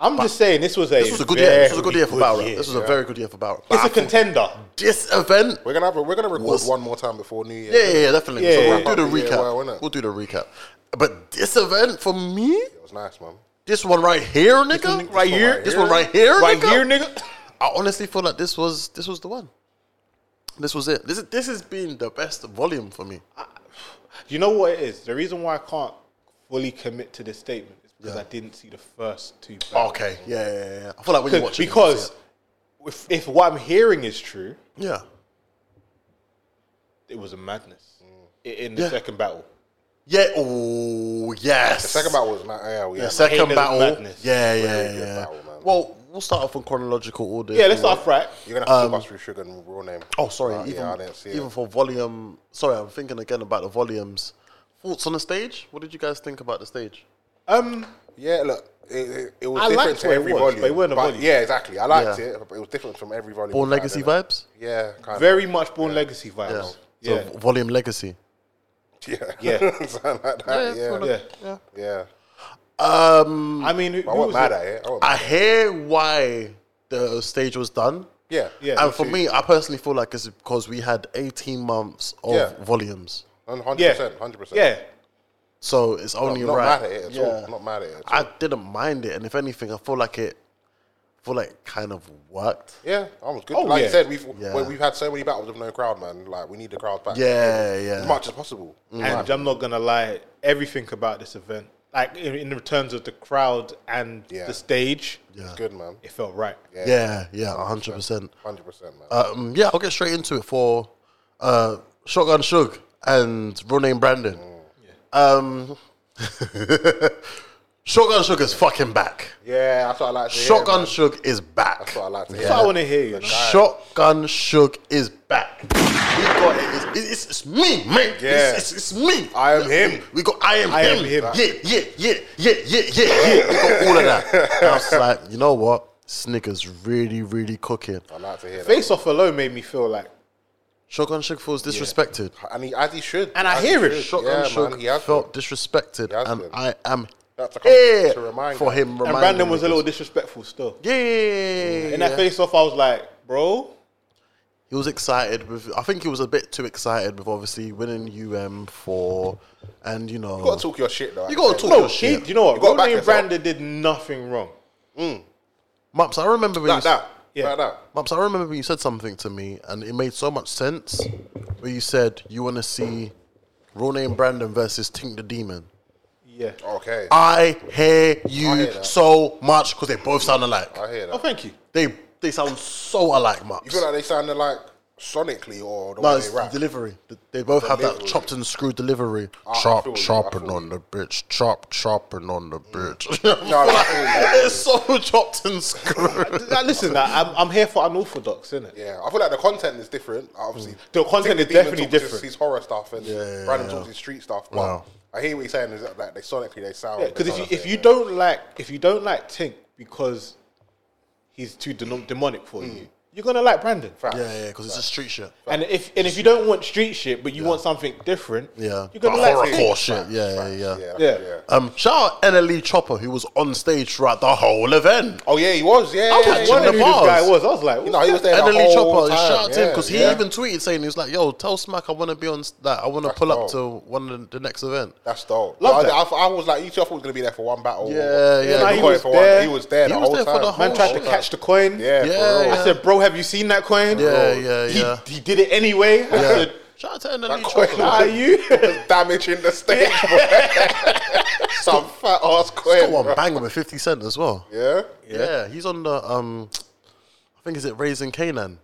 Speaker 3: I'm, I'm just saying this was a
Speaker 1: This was a good year. This was a
Speaker 3: very
Speaker 1: good year for Barra.
Speaker 3: year.
Speaker 1: This was a very good year for Barra.
Speaker 3: it's a contender.
Speaker 1: This event,
Speaker 2: We're gonna have a, we're gonna record
Speaker 1: Was-
Speaker 2: one more time before New Year.
Speaker 1: yeah, yeah, yeah definitely.
Speaker 3: Yeah,
Speaker 1: so
Speaker 3: yeah,
Speaker 1: we'll
Speaker 2: yeah.
Speaker 1: do the
Speaker 2: Yeah,
Speaker 1: recap.
Speaker 2: well, innit?
Speaker 1: we'll do the recap. But this event for me,
Speaker 2: It was nice, man.
Speaker 1: this one right here, nigga,
Speaker 3: right here?
Speaker 1: this one right here,
Speaker 3: Right
Speaker 1: nigga?
Speaker 3: here, nigga.
Speaker 1: I honestly feel like this was this was the one. This was it. This is this has been the best volume for me.
Speaker 3: You know what it is? The reason why I can't fully commit to this statement is because I didn't see the first two. battles.
Speaker 1: Okay, yeah, yeah, yeah, yeah. I feel like when Oh, you watch it, you can
Speaker 3: because
Speaker 1: see
Speaker 3: if, if what I'm hearing is true,
Speaker 1: it. yeah,
Speaker 3: it was a madness i- in the
Speaker 1: Mm. Yeah.
Speaker 3: second battle.
Speaker 1: yeah, oh yes.
Speaker 2: The second battle was not. Yeah, yeah.
Speaker 1: The
Speaker 2: man.
Speaker 1: second
Speaker 3: Haters
Speaker 1: battle.
Speaker 3: Madness.
Speaker 1: Yeah, yeah,
Speaker 2: Really good
Speaker 1: yeah.
Speaker 2: battle, man.
Speaker 1: well, we'll start off in chronological order.
Speaker 3: Yeah, let's start off right.
Speaker 2: You're gonna have to bust through Sugar and real name.
Speaker 1: um, Oh, sorry.
Speaker 2: Uh,
Speaker 1: even
Speaker 2: yeah, I didn't see
Speaker 1: even
Speaker 2: it.
Speaker 1: for volume. Sorry, I'm thinking again about the volumes. Thoughts on the stage? What did you guys think about the stage?
Speaker 3: Um,
Speaker 2: Yeah, look, it, it, it was
Speaker 3: I
Speaker 2: different
Speaker 3: liked
Speaker 2: to
Speaker 3: what it
Speaker 2: every
Speaker 3: was,
Speaker 2: volume.
Speaker 3: but it wasn't a volume.
Speaker 2: Yeah, exactly. I liked
Speaker 1: Yeah.
Speaker 2: it, but it was different from every volume.
Speaker 1: Born
Speaker 2: we've had,
Speaker 1: Legacy
Speaker 2: innit?
Speaker 1: vibes.
Speaker 2: Yeah, kind
Speaker 3: very much Born Legacy
Speaker 1: Yeah.
Speaker 3: vibes.
Speaker 1: So
Speaker 3: Yeah, yeah.
Speaker 1: v- volume legacy.
Speaker 2: of. Yeah,
Speaker 3: Yeah.
Speaker 2: something like that. Yeah, yeah.
Speaker 1: Um,
Speaker 3: I mean, who,
Speaker 2: But I
Speaker 3: who
Speaker 2: wasn't
Speaker 3: was
Speaker 2: mad
Speaker 3: it?
Speaker 2: at it. I wasn't-
Speaker 1: I hear why the stage was done.
Speaker 2: yeah,
Speaker 3: Yeah.
Speaker 1: and for me, I personally feel like it's because we had 18 months of
Speaker 2: Yeah.
Speaker 1: volumes.
Speaker 2: hundred
Speaker 3: Yeah,
Speaker 2: percent, hundred percent.
Speaker 3: yeah.
Speaker 1: So it's only
Speaker 2: not
Speaker 1: right.
Speaker 2: mad at it at all. Not mad at it. At all.
Speaker 1: I didn't mind it, and if anything, I feel like it, I feel like it kind of worked.
Speaker 2: yeah, I was good.
Speaker 3: Oh,
Speaker 2: like
Speaker 3: yeah.
Speaker 2: you said, we've
Speaker 1: Yeah.
Speaker 2: well, we've had so many battles with no crowd, man. Like we need the crowd back.
Speaker 1: Yeah,
Speaker 2: as
Speaker 1: yeah,
Speaker 2: much as possible.
Speaker 3: And I'm not gonna lie, everything about this event, like in, in terms of the crowd and
Speaker 2: Yeah.
Speaker 3: the stage,
Speaker 1: yeah,
Speaker 2: Good man,
Speaker 3: it felt right.
Speaker 1: yeah, yeah, hundred percent.
Speaker 2: hundred percent, man.
Speaker 1: Um, yeah, I'll get straight into it for uh, Shotgun Shug and real name Brandon. Um, Shotgun Shug is fucking back.
Speaker 2: yeah, that's what I like to hear.
Speaker 1: Shotgun
Speaker 2: man.
Speaker 1: Shug is back.
Speaker 2: That's what I like to hear.
Speaker 3: That's what I want to hear. You know?
Speaker 1: Shotgun Shug is back. We got it. It's, it's, it's me, man.
Speaker 2: Yeah.
Speaker 1: It's, it's, it's me.
Speaker 2: I am him.
Speaker 1: We got I am
Speaker 3: I
Speaker 1: him.
Speaker 3: am him.
Speaker 1: Yeah, yeah, yeah, yeah, yeah, yeah, yeah. we got all of that. And I was like, you know what? Snickers really, really cooking.
Speaker 2: I like to hear that.
Speaker 3: Face off alone made me feel like
Speaker 1: Shotgun Shug feels disrespected.
Speaker 2: And he, as he should.
Speaker 3: And I
Speaker 2: As he
Speaker 3: hear it.
Speaker 2: should.
Speaker 1: Shotgun
Speaker 2: yeah,
Speaker 1: Shug
Speaker 2: man, he has
Speaker 1: felt
Speaker 2: been.
Speaker 1: disrespected,
Speaker 2: He has
Speaker 1: and
Speaker 2: been.
Speaker 1: I am
Speaker 2: That's a con-
Speaker 1: here
Speaker 2: to remind
Speaker 1: for
Speaker 2: him.
Speaker 1: him.
Speaker 3: and
Speaker 1: reminding
Speaker 3: Brandon was a
Speaker 1: niggas.
Speaker 3: little disrespectful still.
Speaker 1: Yeah, yeah,
Speaker 3: In
Speaker 1: yeah.
Speaker 3: that face off, I was like, bro,
Speaker 1: he was excited with. I think he was a bit too excited with obviously winning UM four, and you know
Speaker 2: You gotta talk your shit though.
Speaker 1: You gotta talk
Speaker 3: no,
Speaker 1: your
Speaker 3: he,
Speaker 1: shit.
Speaker 3: you know what?
Speaker 2: got
Speaker 3: Real
Speaker 2: back
Speaker 3: name
Speaker 2: yourself.
Speaker 3: Brandon did nothing wrong.
Speaker 1: Maps, I remember when
Speaker 2: Like
Speaker 1: you, s-
Speaker 2: that.
Speaker 3: Yeah.
Speaker 2: Like that.
Speaker 1: Maps, I remember when you said something to me, and it made so much sense. Where you said you want to see Ronan Brandon versus Tink the Demon.
Speaker 3: Yeah.
Speaker 2: Okay.
Speaker 1: I hear you
Speaker 2: hear that.
Speaker 1: so much because they both sound alike.
Speaker 2: I hear that.
Speaker 3: Oh, thank you.
Speaker 1: They they sound so alike, Mark.
Speaker 2: You feel like they sounded like sonically or the
Speaker 1: No,
Speaker 2: way
Speaker 1: it's
Speaker 2: they rap.
Speaker 1: delivery. Th- They both have that
Speaker 2: Delivery. Ah,
Speaker 1: chopped and screwed delivery.
Speaker 2: I feel
Speaker 1: chop,
Speaker 2: you, I
Speaker 1: chopping
Speaker 2: feel
Speaker 1: on the bitch. Chop, chopping on the bitch.
Speaker 2: No, I feel you, I feel
Speaker 1: it's so chopped and screwed.
Speaker 3: Now, listen, now, I'm, I'm here for unorthodox, isn't it?
Speaker 2: yeah, I feel like the content is different. Obviously,
Speaker 3: The content
Speaker 2: Think
Speaker 3: is
Speaker 2: Demon
Speaker 3: definitely
Speaker 2: talks his-
Speaker 3: different.
Speaker 2: His horror stuff and
Speaker 1: yeah,
Speaker 2: Brandon
Speaker 1: yeah.
Speaker 2: talks his street stuff. But
Speaker 1: Wow.
Speaker 2: I hear what you're saying is that like, they sonically they sound.
Speaker 3: Because
Speaker 2: they
Speaker 3: if
Speaker 2: sound like
Speaker 3: you if
Speaker 2: it,
Speaker 3: you
Speaker 2: yeah.
Speaker 3: don't like if you don't like Tink because he's too denom- demonic for
Speaker 2: Mm.
Speaker 3: you, you're gonna like Brandon.
Speaker 1: yeah, yeah, because it's a street shit.
Speaker 3: And if and if you don't want street shit, but you want something different,
Speaker 1: Yeah,
Speaker 3: you're
Speaker 1: But
Speaker 3: gonna like
Speaker 1: horrorcore
Speaker 3: Tink.
Speaker 1: shit. Yeah, yeah, yeah.
Speaker 2: yeah,
Speaker 3: Yeah.
Speaker 2: yeah. yeah.
Speaker 1: Um, shout out Anna Lee Chopper, who was on stage throughout the whole event.
Speaker 2: Oh yeah, he was. Yeah,
Speaker 1: I was
Speaker 2: yeah,
Speaker 1: watching
Speaker 2: yeah.
Speaker 1: the
Speaker 3: I knew this
Speaker 1: bars.
Speaker 3: guy was. I was like,
Speaker 2: You know, he was there
Speaker 1: Anna
Speaker 2: the
Speaker 1: Lee
Speaker 2: whole
Speaker 1: E Chopper,
Speaker 2: time.
Speaker 1: shout out to him
Speaker 2: yeah,
Speaker 1: because
Speaker 2: yeah.
Speaker 1: he even tweeted saying he was like, "Yo, tell Smack I want to be on that. I want to
Speaker 2: That's
Speaker 1: pull up
Speaker 2: dope.
Speaker 1: to one of the next event."
Speaker 2: That's dope.
Speaker 3: Love
Speaker 2: I,
Speaker 3: that.
Speaker 2: I, I was like, you two, I thought he was gonna be there for one battle.
Speaker 1: Yeah, yeah.
Speaker 2: He,
Speaker 1: Nah,
Speaker 3: he
Speaker 2: was
Speaker 3: was
Speaker 2: for one-
Speaker 3: there.
Speaker 2: he was there.
Speaker 1: He
Speaker 2: the
Speaker 1: was
Speaker 2: whole
Speaker 1: there for the
Speaker 2: time.
Speaker 1: whole
Speaker 3: Man tried to
Speaker 1: Hold on.
Speaker 3: catch the coin.
Speaker 2: Yeah, for
Speaker 1: Yeah,
Speaker 2: real.
Speaker 1: yeah.
Speaker 3: I said, bro, have you seen that coin?
Speaker 1: Yeah, yeah,
Speaker 3: He-
Speaker 1: yeah.
Speaker 3: He, did it anyway. I said,
Speaker 1: Shout out to Anna Lee
Speaker 2: That
Speaker 1: Chopper.
Speaker 2: coin
Speaker 3: are you?
Speaker 2: damage in the stage. bro. Some fat ass
Speaker 1: Got
Speaker 2: queen.
Speaker 1: one
Speaker 2: bro.
Speaker 1: banger with Fifty Cent as well.
Speaker 2: Yeah.
Speaker 1: Yeah, he's on the um, I think is it Raising Canaan.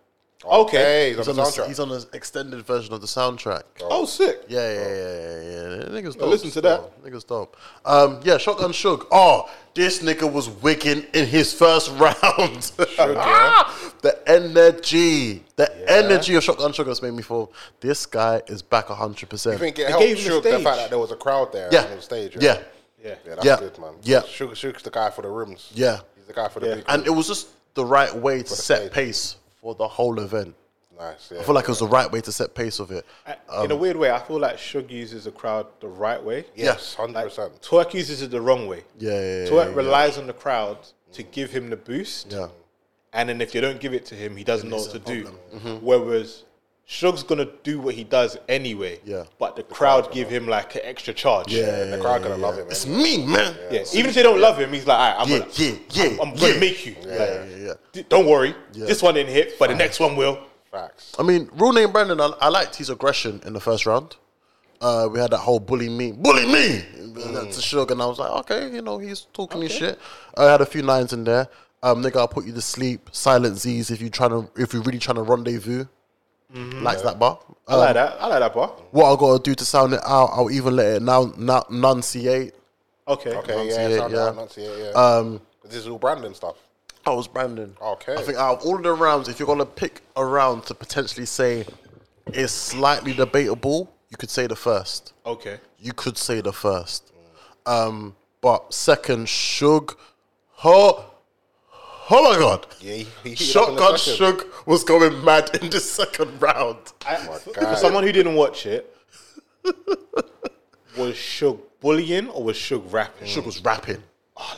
Speaker 3: okay.
Speaker 2: Hey, he's
Speaker 1: He's
Speaker 2: on
Speaker 1: on,
Speaker 2: the
Speaker 1: the,
Speaker 2: soundtrack.
Speaker 1: he's on the extended version of the soundtrack.
Speaker 3: Oh, sick.
Speaker 1: Yeah, yeah, yeah, yeah, yeah. That Nigga's dope.
Speaker 3: listen to that.
Speaker 1: still. Nigga's dope. Um, yeah, Shotgun Shug. Oh, this nigga was wicked in his first round. Ah! the energy, the energy of Shotgun Shug has made me feel this guy is back hundred
Speaker 2: I
Speaker 1: percent.
Speaker 2: think it
Speaker 3: They
Speaker 2: helped
Speaker 3: gave him the
Speaker 2: Suge the
Speaker 3: stage.
Speaker 2: fact that there was a crowd there
Speaker 1: Yeah,
Speaker 2: on the stage.
Speaker 1: yeah.
Speaker 3: Yeah.
Speaker 2: Yeah, that's
Speaker 1: Yeah.
Speaker 2: good, man.
Speaker 1: Yeah.
Speaker 2: Suge, Suge's the guy for the rooms.
Speaker 1: Yeah.
Speaker 2: He's the guy for the big
Speaker 1: and it was just the right way to set
Speaker 2: stage.
Speaker 1: pace for the whole event.
Speaker 2: Nice. Yeah.
Speaker 1: I feel like it was the right way to set pace of it. Um,
Speaker 3: In a weird way, I feel like Shug uses the crowd the right way.
Speaker 2: yes, 100%.
Speaker 3: Twerk uses it the wrong way.
Speaker 1: Yeah, yeah, yeah,
Speaker 3: Twerk
Speaker 1: yeah.
Speaker 3: relies on the crowd to give him the boost.
Speaker 1: Yeah.
Speaker 3: And then if they don't give it to him, he doesn't know what to do. Whereas Shug's gonna do what he does anyway.
Speaker 1: Yeah.
Speaker 3: But the, crowd give him like an extra charge.
Speaker 1: Yeah,
Speaker 2: the crowd gonna love him.
Speaker 1: It's
Speaker 2: man.
Speaker 1: me, man.
Speaker 3: Yeah. Even if they don't love him, he's like, All right, I'm
Speaker 1: Yeah,
Speaker 3: gonna,
Speaker 1: yeah, yeah,
Speaker 3: I'm, I'm gonna
Speaker 1: yeah.
Speaker 3: make you. Like,
Speaker 1: Yeah, yeah, yeah.
Speaker 3: "D- Don't worry. This one didn't hit, but the next one will.
Speaker 2: Facts.
Speaker 1: I mean, real name Brandon, I, I liked his aggression in the first round. Uh, we had that whole bully me, bully me to Sugar, and I was like, okay, you know, he's talking his shit. I had a few lines in there. Um, nigga, I'll put you to sleep. Silent Z's if you trying to, if you're really trying to rendezvous. Likes that bar.
Speaker 3: I
Speaker 1: Um,
Speaker 3: like that. I like that bar.
Speaker 1: What I gotta do to sound it out, I'll even let it now, now enunciate.
Speaker 3: Okay.
Speaker 2: Okay, yeah,
Speaker 1: Enunciate,
Speaker 2: sound
Speaker 1: yeah.
Speaker 2: yeah. yeah, yeah. Um, this is all Brandon stuff.
Speaker 1: I was Brandon.
Speaker 2: Okay.
Speaker 1: I think out of all of the rounds, if you're gonna pick a round to potentially say is slightly debatable, you could say the first.
Speaker 3: Okay.
Speaker 1: You could say the first. Um, but second, Shug. Oh, oh my god.
Speaker 2: Yeah, he- he heated up in the
Speaker 1: Shotgun
Speaker 2: second.
Speaker 1: Shug was going mad in the second round.
Speaker 3: I-
Speaker 2: Oh God.
Speaker 3: for someone who didn't watch it, was Shug bullying or was Shug rapping?
Speaker 1: Shug was rapping.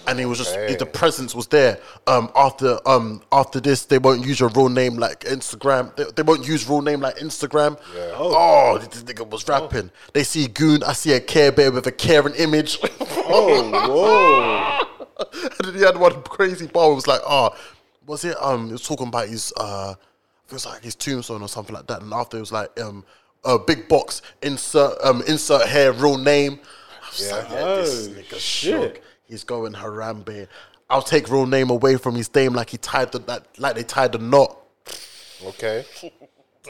Speaker 1: And he was just the presence was there. Um, after um, after this, they won't use your real name like Instagram. They, they won't use real name like Instagram. Oh, this nigga was rapping. They see goon. I see a Care Bear with a Karen image.
Speaker 3: Oh, whoa.
Speaker 1: and then he had one crazy bar. It was like, oh, was it? Um, it was talking about his, uh, it was like his tombstone or something like that. And after it was like, um, a big box insert, um, insert hair, real name. I was like, yeah, this
Speaker 3: Oh,
Speaker 1: nigga
Speaker 3: shit.
Speaker 1: shook. He's going Harambe. I'll take real name away from his name, like he tied the that, like they tied the knot.
Speaker 2: Okay.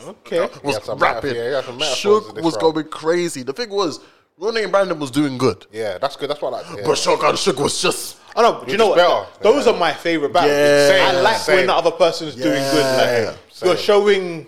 Speaker 3: Okay.
Speaker 1: Was
Speaker 2: had some
Speaker 1: rapping.
Speaker 2: metaphor- yeah, he had some metaphors
Speaker 1: Shook
Speaker 2: in this
Speaker 1: was
Speaker 2: round.
Speaker 1: going crazy. The thing was, real name Brandon was doing good,
Speaker 2: Yeah, that's good. That's what I like to hear.
Speaker 1: but Shotgun Shook was just
Speaker 3: I know. Oh, Do you know
Speaker 2: better.
Speaker 3: what? Those are my favorite battles.
Speaker 1: Yeah. Same,
Speaker 3: I like
Speaker 2: same.
Speaker 3: when the other person's doing good. Like
Speaker 2: Same.
Speaker 3: you're showing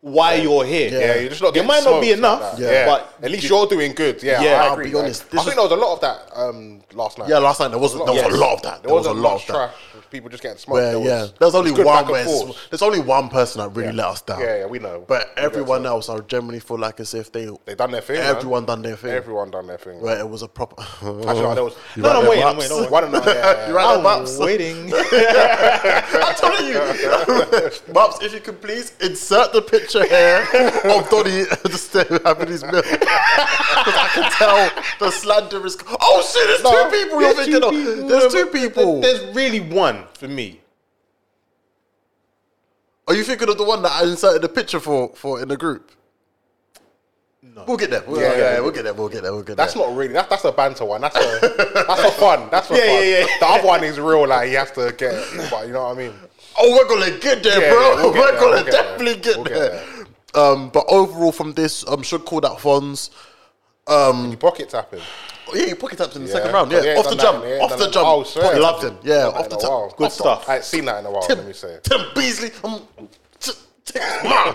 Speaker 3: why you're here.
Speaker 1: Yeah,
Speaker 2: Yeah, you're just not
Speaker 3: It
Speaker 2: getting
Speaker 3: might not
Speaker 2: smoked
Speaker 3: be
Speaker 2: like
Speaker 3: enough,
Speaker 2: that. Yeah.
Speaker 3: but
Speaker 2: at least you're doing good. Yeah,
Speaker 3: Yeah,
Speaker 2: I
Speaker 3: I'll
Speaker 2: agree.
Speaker 1: be
Speaker 2: like,
Speaker 1: honest,
Speaker 2: I
Speaker 1: this
Speaker 2: think
Speaker 1: was-
Speaker 2: there was a lot of that um, last night.
Speaker 1: yeah. Last night there wasn't there was
Speaker 3: Yes.
Speaker 1: a lot of that.
Speaker 2: there was a
Speaker 1: lot
Speaker 2: lot
Speaker 1: of that.
Speaker 2: trash. People just getting smoked.
Speaker 1: Where,
Speaker 2: there was,
Speaker 1: yeah, there's only
Speaker 2: it was good
Speaker 1: one
Speaker 2: back and
Speaker 1: where it's-
Speaker 2: forth.
Speaker 1: there's only one person that really let us down.
Speaker 2: Yeah, yeah, we know.
Speaker 1: But
Speaker 2: We
Speaker 1: everyone
Speaker 2: know.
Speaker 1: else, I generally feel like as if they
Speaker 2: They done their thing, man.
Speaker 1: Everyone done their thing.
Speaker 2: Everyone done their thing.
Speaker 1: Where it was a proper.
Speaker 2: Actually, no, there was.
Speaker 1: You
Speaker 3: No,
Speaker 1: right
Speaker 3: no,
Speaker 1: there,
Speaker 3: wait,
Speaker 1: Babs?
Speaker 3: wait, no, wait.
Speaker 2: Why don't know? Yeah, Oh,
Speaker 1: You
Speaker 2: yeah,
Speaker 1: right there,
Speaker 3: I'm
Speaker 1: Babs?
Speaker 3: waiting.
Speaker 1: I'm telling you, Babs, if you could please insert the picture here of Donny just there having his milk. 'Cause I can tell the slander is. Oh shit! There's
Speaker 3: No,
Speaker 1: two people you're
Speaker 3: there's
Speaker 1: thinking
Speaker 3: two
Speaker 1: of.
Speaker 3: people.
Speaker 1: There's two
Speaker 3: There-
Speaker 1: people.
Speaker 3: There's really one for me.
Speaker 1: Are you thinking of the one that I inserted the picture for for in the group? We'll get there. We'll, yeah,
Speaker 2: Yeah,
Speaker 1: yeah,
Speaker 2: yeah,
Speaker 1: we'll get there. We'll get there. We'll get
Speaker 2: That's
Speaker 1: there.
Speaker 2: not really. That's that's a banter one. That's a that's a fun. That's for
Speaker 3: Yeah,
Speaker 2: fun.
Speaker 3: yeah, yeah.
Speaker 2: The other one is real. Like you have to get. It, but you know what I mean.
Speaker 1: Oh, we're gonna get there,
Speaker 2: Yeah,
Speaker 1: bro.
Speaker 2: yeah, we'll
Speaker 1: we
Speaker 2: get
Speaker 1: are
Speaker 2: there,
Speaker 1: gonna
Speaker 2: we'll get
Speaker 1: definitely
Speaker 2: there.
Speaker 1: get
Speaker 2: We'll get
Speaker 1: there. Um, but overall, from this, um, should call that Fonz.
Speaker 2: You pocket tapping.
Speaker 1: Oh, yeah, he pocket taps in the
Speaker 2: Yeah.
Speaker 1: second round.
Speaker 2: Oh,
Speaker 1: Yeah,
Speaker 2: yeah,
Speaker 1: off the
Speaker 2: done
Speaker 1: jump,
Speaker 2: that, yeah,
Speaker 1: off
Speaker 2: done
Speaker 1: the
Speaker 2: that.
Speaker 1: jump.
Speaker 2: Oh, swear.
Speaker 1: Pocket loved him. Yeah,
Speaker 2: Done that
Speaker 1: off
Speaker 2: in
Speaker 1: the
Speaker 2: a while.
Speaker 1: top.
Speaker 2: Good
Speaker 1: Off the
Speaker 3: stuff.
Speaker 1: top.
Speaker 2: I ain't seen that in a while. Let me say.
Speaker 1: Tim Beasley. I'm, t- t- man.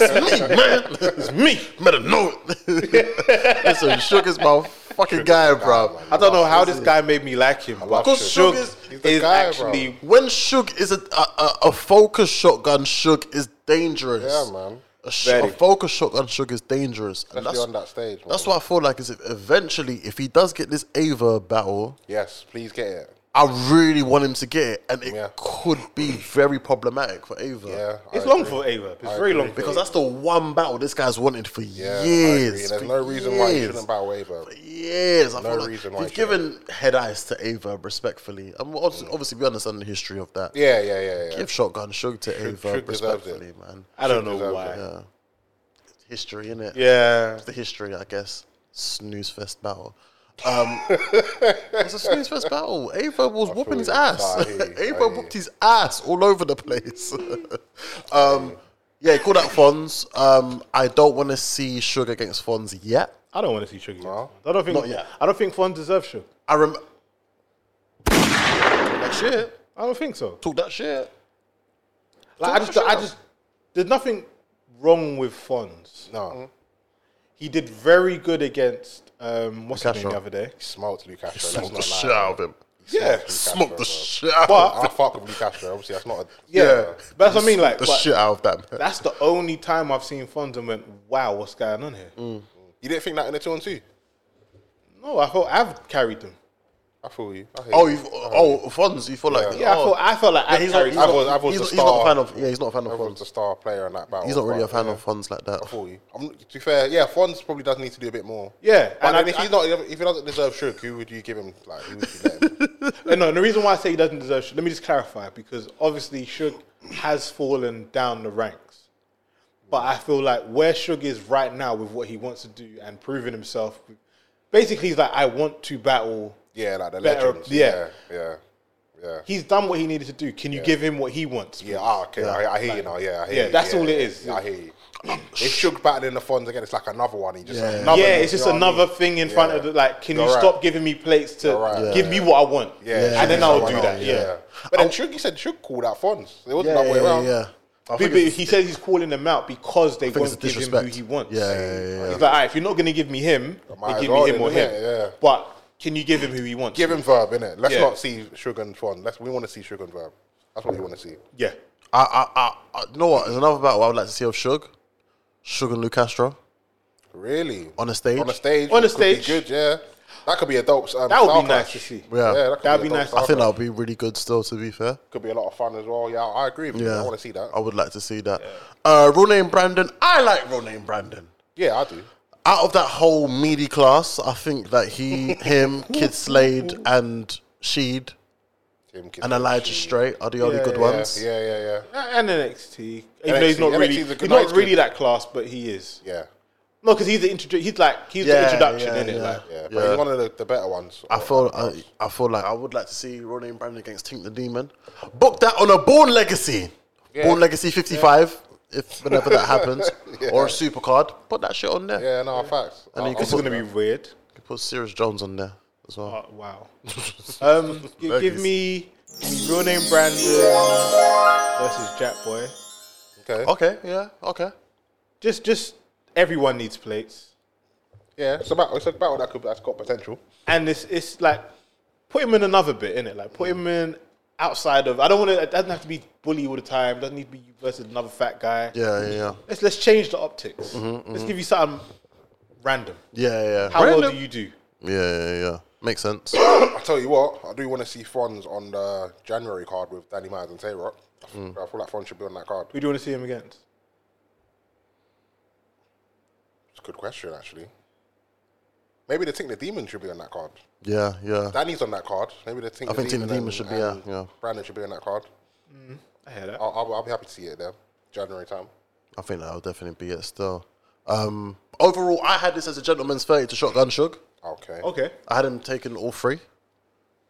Speaker 1: It's me, man. It's me. Better know it. Listen, Suge is my fucking guy, bro.
Speaker 3: I don't know how this guy made me like him, but
Speaker 1: Because Suge
Speaker 3: Suge
Speaker 1: is-
Speaker 3: is,
Speaker 2: he's the guy,
Speaker 3: actually
Speaker 1: When Suge is a, a, a, a focus shotgun, Suge is dangerous.
Speaker 2: Yeah, man.
Speaker 1: A, sh-
Speaker 3: Very.
Speaker 1: a focus shotgun, Suge is dangerous. And
Speaker 2: Especially
Speaker 1: that's,
Speaker 2: on that stage. Man.
Speaker 1: that's what I feel like is if eventually, if he does get this Ava battle,
Speaker 2: Yes, please get it.
Speaker 1: I really want him to get it. And it
Speaker 2: Yeah.
Speaker 1: could be very problematic for Ava.
Speaker 2: Yeah, I
Speaker 3: it's long
Speaker 2: agree.
Speaker 3: for Ava. It's very long.
Speaker 1: Because that's the one battle this guy's wanted for
Speaker 2: Yeah, I agree.
Speaker 1: years.
Speaker 2: There's
Speaker 1: for
Speaker 2: no reason why you
Speaker 1: years.
Speaker 2: shouldn't battle Ava.
Speaker 1: For years. I
Speaker 2: No
Speaker 1: feel like
Speaker 2: reason why
Speaker 1: we've
Speaker 2: he shouldn't.
Speaker 1: given head eyes to Ava respectfully. And we- obviously, obviously we understand the history of that.
Speaker 2: Yeah, yeah, yeah, yeah.
Speaker 1: Give shotgun Suge to Ava
Speaker 2: Suge deserves
Speaker 1: respectfully, man.
Speaker 3: I don't know
Speaker 2: deserves
Speaker 3: why.
Speaker 1: Yeah. History, innit?
Speaker 3: Yeah.
Speaker 1: It's the history, I guess. Snooze fest battle. Um, it was a snooze fest battle. Ava was whooping his
Speaker 2: you.
Speaker 1: ass.
Speaker 2: Nah, I hear you. I hear
Speaker 1: Ava
Speaker 2: you.
Speaker 1: whooped his ass all over the place. um, yeah, call that Fonz. Um, I don't want to see Sugar against Fonz yet.
Speaker 3: I don't want to see Suge. I don't think.
Speaker 1: Not yet.
Speaker 3: I don't think Fon deserves Suge.
Speaker 1: I rem. That shit.
Speaker 3: I don't think so.
Speaker 1: Talk that shit.
Speaker 3: Like, I just, I just, there's nothing wrong with Fonz.
Speaker 2: No,
Speaker 1: Mm-hmm.
Speaker 3: He did very good against um, what's his name
Speaker 1: Castro.
Speaker 3: the other day.
Speaker 2: he smoked Luke Castro.
Speaker 1: Smoke the
Speaker 2: let's not
Speaker 1: shit
Speaker 2: lie.
Speaker 1: out of him.
Speaker 3: Yeah,
Speaker 2: Luke
Speaker 1: Smoke
Speaker 2: Castro,
Speaker 1: the
Speaker 2: bro.
Speaker 1: shit out
Speaker 3: But-
Speaker 1: of
Speaker 2: I fuck with Luke Castro. Obviously, that's not. A,
Speaker 3: Yeah,
Speaker 1: Yeah.
Speaker 3: but that's what I mean. Like,
Speaker 1: The
Speaker 3: but
Speaker 1: shit out of that man.
Speaker 3: that's the only time I've seen Fonz and went, "Wow, what's going on here?"
Speaker 1: Mm.
Speaker 2: You didn't think that in the two on two.
Speaker 3: No, I felt I've carried him.
Speaker 2: I feel you. I hear
Speaker 1: Oh,
Speaker 2: you.
Speaker 1: you oh, Fonz, you feel like
Speaker 3: Yeah,
Speaker 1: oh.
Speaker 3: I felt, I felt like
Speaker 1: Yeah,
Speaker 3: I've
Speaker 1: he's not,
Speaker 3: carried
Speaker 1: he's,
Speaker 3: him.
Speaker 1: not,
Speaker 2: was- I was
Speaker 1: he's,
Speaker 2: the
Speaker 1: he's not a
Speaker 2: star.
Speaker 1: fan of. Yeah, he's not a fan of
Speaker 2: I was the
Speaker 1: Fonz.
Speaker 2: star player in that battle.
Speaker 1: He's not really
Speaker 2: but,
Speaker 1: a fan
Speaker 2: yeah,
Speaker 1: of Fonz like that.
Speaker 2: I feel you. I'm, to be fair, yeah, Fonz probably does need to do a bit more.
Speaker 3: Yeah,
Speaker 2: but
Speaker 3: and
Speaker 2: then
Speaker 3: I-
Speaker 2: if he's not, if he doesn't deserve Shook, who would you give him? Like, who would you let him?
Speaker 3: Uh, No, and the reason why I say he doesn't deserve, Suge- let me just clarify, because obviously Suge has fallen down the ranks. But I feel like where Suge is right now with what he wants to do and proving himself, basically he's like, I want to battle.
Speaker 2: Yeah, like the
Speaker 3: Better-
Speaker 2: legends.
Speaker 3: yeah.
Speaker 2: yeah, yeah, yeah.
Speaker 3: He's done what he needed to do. Can you give him what he wants?
Speaker 2: Yeah, ah, okay, I, I hear you now. Yeah, I hear
Speaker 3: Yeah,
Speaker 2: you.
Speaker 3: that's all it is.
Speaker 2: I hear you. If Suge battling the funds again, it's like another one. He just
Speaker 1: Yeah.
Speaker 2: another
Speaker 3: yeah,
Speaker 2: one,
Speaker 3: it's just
Speaker 2: you know what I
Speaker 3: another
Speaker 2: mean?
Speaker 3: thing in front
Speaker 2: Yeah.
Speaker 3: of the, like, can
Speaker 2: You're
Speaker 3: you
Speaker 2: right.
Speaker 3: stop giving me plates to
Speaker 2: You're right.
Speaker 3: give me what I want?
Speaker 2: Yeah,
Speaker 3: and then
Speaker 2: Suge
Speaker 3: I'll
Speaker 2: went
Speaker 3: do
Speaker 2: on,
Speaker 3: that. Yeah.
Speaker 2: But then Suge, he said Suge called out funds. It wasn't
Speaker 1: yeah,
Speaker 2: that way
Speaker 1: yeah,
Speaker 2: around.
Speaker 1: yeah. I
Speaker 3: But-
Speaker 1: think
Speaker 3: but
Speaker 1: it's-
Speaker 3: he says he's calling them out because they
Speaker 1: think it's
Speaker 3: won't
Speaker 1: a
Speaker 3: give him who
Speaker 1: disrespect.
Speaker 3: he wants.
Speaker 1: Yeah, yeah, yeah, yeah.
Speaker 3: He's like, all right, if you're not going to give me him,
Speaker 2: might
Speaker 3: then
Speaker 2: as
Speaker 3: give
Speaker 2: well
Speaker 3: me him
Speaker 2: then,
Speaker 3: or him.
Speaker 2: innit? Yeah.
Speaker 3: But can you give him who he wants?
Speaker 2: Give him verb, innit? Let's
Speaker 3: Yeah.
Speaker 2: not see Suge and Fon. Let's we want to see Suge and verb. That's what we want to see.
Speaker 3: Yeah.
Speaker 1: I, I, I, I, you know what? There's another battle I would like to see of Suge, Suge and Luke Castro
Speaker 2: Really
Speaker 1: on a stage.
Speaker 2: on a stage,
Speaker 3: On a
Speaker 2: it could be
Speaker 3: stage.
Speaker 2: good. Yeah, that could be a dope. Um,
Speaker 3: That would
Speaker 2: style
Speaker 3: be
Speaker 2: clash.
Speaker 3: nice to see.
Speaker 1: Yeah.
Speaker 2: that could
Speaker 3: That'd
Speaker 2: be,
Speaker 3: be
Speaker 2: a
Speaker 3: nice.
Speaker 2: Dope
Speaker 3: I
Speaker 1: I think that
Speaker 2: that
Speaker 1: would be really good. Still, to be fair,
Speaker 2: could be a lot of fun as well. Yeah, I agree with you.
Speaker 1: yeah, Oh.
Speaker 2: I want to see that.
Speaker 1: I would like to see that. Uh, real name Brandon. I like real name Brandon.
Speaker 2: Yeah, I do.
Speaker 1: Out of that whole meaty class, I think that he, him, Kid Slade, and Sheed
Speaker 2: Tim Kidd.
Speaker 1: and Elijah Straight are the only good
Speaker 2: Yeah,
Speaker 1: ones.
Speaker 2: yeah, yeah, yeah.
Speaker 3: And NXT, even though he's
Speaker 2: NXT
Speaker 3: not really,
Speaker 2: is a
Speaker 3: he's
Speaker 2: good-
Speaker 3: not
Speaker 2: nice
Speaker 3: really
Speaker 2: kid.
Speaker 3: that class, but he is.
Speaker 2: Yeah,
Speaker 3: No, because he's the intro. He's like he's
Speaker 1: Yeah,
Speaker 3: the introduction
Speaker 1: yeah,
Speaker 3: in it.
Speaker 1: yeah.
Speaker 3: Like,
Speaker 2: yeah. But
Speaker 1: Yeah.
Speaker 2: he's one of the, the better ones.
Speaker 1: I feel I, I feel like I would like to see Ronnie and Brandon against Tink the Demon. Book that on a Born Legacy. Born Legacy 55, if whenever that happens. Or a super card. Put that shit on there.
Speaker 2: Yeah, no, facts. Uh,
Speaker 1: And you
Speaker 2: I-
Speaker 1: can
Speaker 3: this is
Speaker 1: put-
Speaker 3: going to be weird.
Speaker 1: You put Sirius Jones on there as well.
Speaker 3: Oh, wow. um, g- give
Speaker 1: Vegas.
Speaker 3: me, give me real name Brandon versus Jack Boy.
Speaker 2: okay.
Speaker 1: Okay, yeah, okay.
Speaker 3: Just, just everyone needs plates.
Speaker 2: Yeah, it's a battle. It's a battle that could that's got potential.
Speaker 3: and it's it's like put him in another bit in it like put him in outside of i don't want to it doesn't have to be bully all the time doesn't need to be you versus another fat guy
Speaker 1: Yeah, Mm-hmm, yeah, yeah.
Speaker 3: let's let's change the optics let's give you something random
Speaker 1: Yeah, yeah.
Speaker 3: how well
Speaker 1: Random.
Speaker 3: do you do
Speaker 1: Yeah, yeah, yeah. Makes sense.
Speaker 2: I tell you what, I do want to see Fonz on the January card with Danny Myers and Tay Rock.
Speaker 1: Mm.
Speaker 2: I feel like Fonz should be on that card.
Speaker 3: who do you want to see him against
Speaker 2: It's a good question, actually. Maybe they think the Demon should be on that card.
Speaker 1: Yeah, yeah.
Speaker 2: Danny's on that card. Maybe they think
Speaker 1: I think Team
Speaker 2: Demon
Speaker 1: Demon
Speaker 2: and-
Speaker 1: should be,
Speaker 2: and
Speaker 1: yeah, yeah.
Speaker 2: Brandon should be on that card.
Speaker 3: i hear that
Speaker 1: Oh.
Speaker 2: I'll, I'll, I'll be happy to see it there, January time.
Speaker 1: I think that'll definitely be it still. Um, overall, I had this as a gentleman's 30 to shotgun shug.
Speaker 2: Okay.
Speaker 3: Okay.
Speaker 1: I had him taking all three.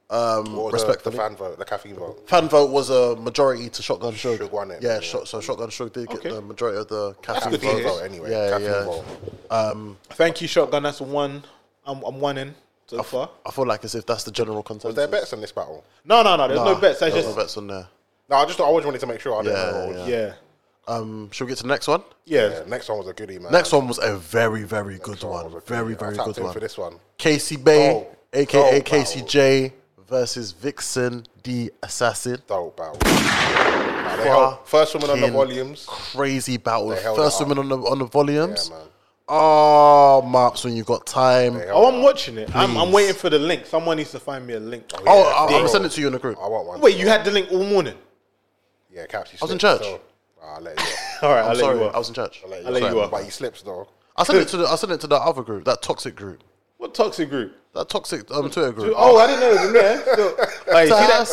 Speaker 2: What was the,
Speaker 1: respectfully.
Speaker 2: the fan vote, the caffeine vote.
Speaker 1: Fan vote was a majority to Shotgun Shug.
Speaker 2: Shug won it.
Speaker 1: Yeah, Shot, so Shotgun Shug did get
Speaker 3: Okay.
Speaker 1: the majority of the caffeine
Speaker 2: Caffeine
Speaker 3: good
Speaker 1: vote.
Speaker 3: to
Speaker 2: vote,
Speaker 3: hear.
Speaker 2: anyway.
Speaker 1: Yeah,
Speaker 2: caffeine
Speaker 1: yeah.
Speaker 2: vote.
Speaker 3: Thank you, Shotgun. That's one. I'm, I'm one in
Speaker 1: Oh.
Speaker 3: so far.
Speaker 1: I feel like as if that's the general consensus.
Speaker 2: Was there bets on this battle?
Speaker 3: No, no, no. There's
Speaker 1: Nah,
Speaker 3: no bets. I
Speaker 1: there was
Speaker 3: just
Speaker 1: no bets on there.
Speaker 2: No, I just I always wanted to make sure I didn't
Speaker 1: Yeah,
Speaker 2: know. what
Speaker 1: yeah.
Speaker 2: was-
Speaker 3: yeah,
Speaker 1: Um, should we get to the next one?
Speaker 3: yeah.
Speaker 2: Yeah, Next one was a goodie, man.
Speaker 1: Next one was a very, very good
Speaker 2: Next
Speaker 1: one.
Speaker 2: was a goodie.
Speaker 1: Very,
Speaker 2: I
Speaker 1: very
Speaker 2: tapped
Speaker 1: good
Speaker 2: in
Speaker 1: one.
Speaker 2: for this one.
Speaker 1: Casey Bay,
Speaker 2: Dope.
Speaker 1: aka
Speaker 2: Dope battle.
Speaker 1: Casey J, versus Vixen the Assassin.
Speaker 2: Dope battle. Nah, they held, first woman on the
Speaker 1: Fucking
Speaker 2: volumes.
Speaker 1: Crazy battle.
Speaker 2: They held
Speaker 1: First
Speaker 2: it up.
Speaker 1: woman on the on the volumes.
Speaker 2: Yeah, man.
Speaker 1: oh, Marps, when you got time.
Speaker 2: They held
Speaker 3: Oh,
Speaker 2: it
Speaker 3: I'm
Speaker 2: up.
Speaker 3: watching it. I'm, I'm
Speaker 1: Please.
Speaker 3: waiting for the link. Someone needs to find me a link.
Speaker 1: Oh,
Speaker 2: Yeah,
Speaker 1: I'll,
Speaker 2: bro.
Speaker 1: I'll send it to you in the group.
Speaker 2: I want one.
Speaker 3: Wait, you had the link all morning.
Speaker 2: Yeah, Caps, you
Speaker 1: I was in
Speaker 2: slipped,
Speaker 1: church.
Speaker 2: so- Nah, I'll let you off.
Speaker 3: All right,
Speaker 1: I'm
Speaker 3: I'll
Speaker 1: sorry,
Speaker 3: let you off.
Speaker 1: I was in church.
Speaker 2: I'll
Speaker 3: I'll let you
Speaker 2: off.
Speaker 3: off.
Speaker 2: But you slipped, though.
Speaker 1: I sent it to the I sent it to the other group, that toxic group,
Speaker 3: What toxic group?
Speaker 1: that toxic um, Twitter group.
Speaker 3: Oh, I didn't know it was in there. Still- Hey, see that?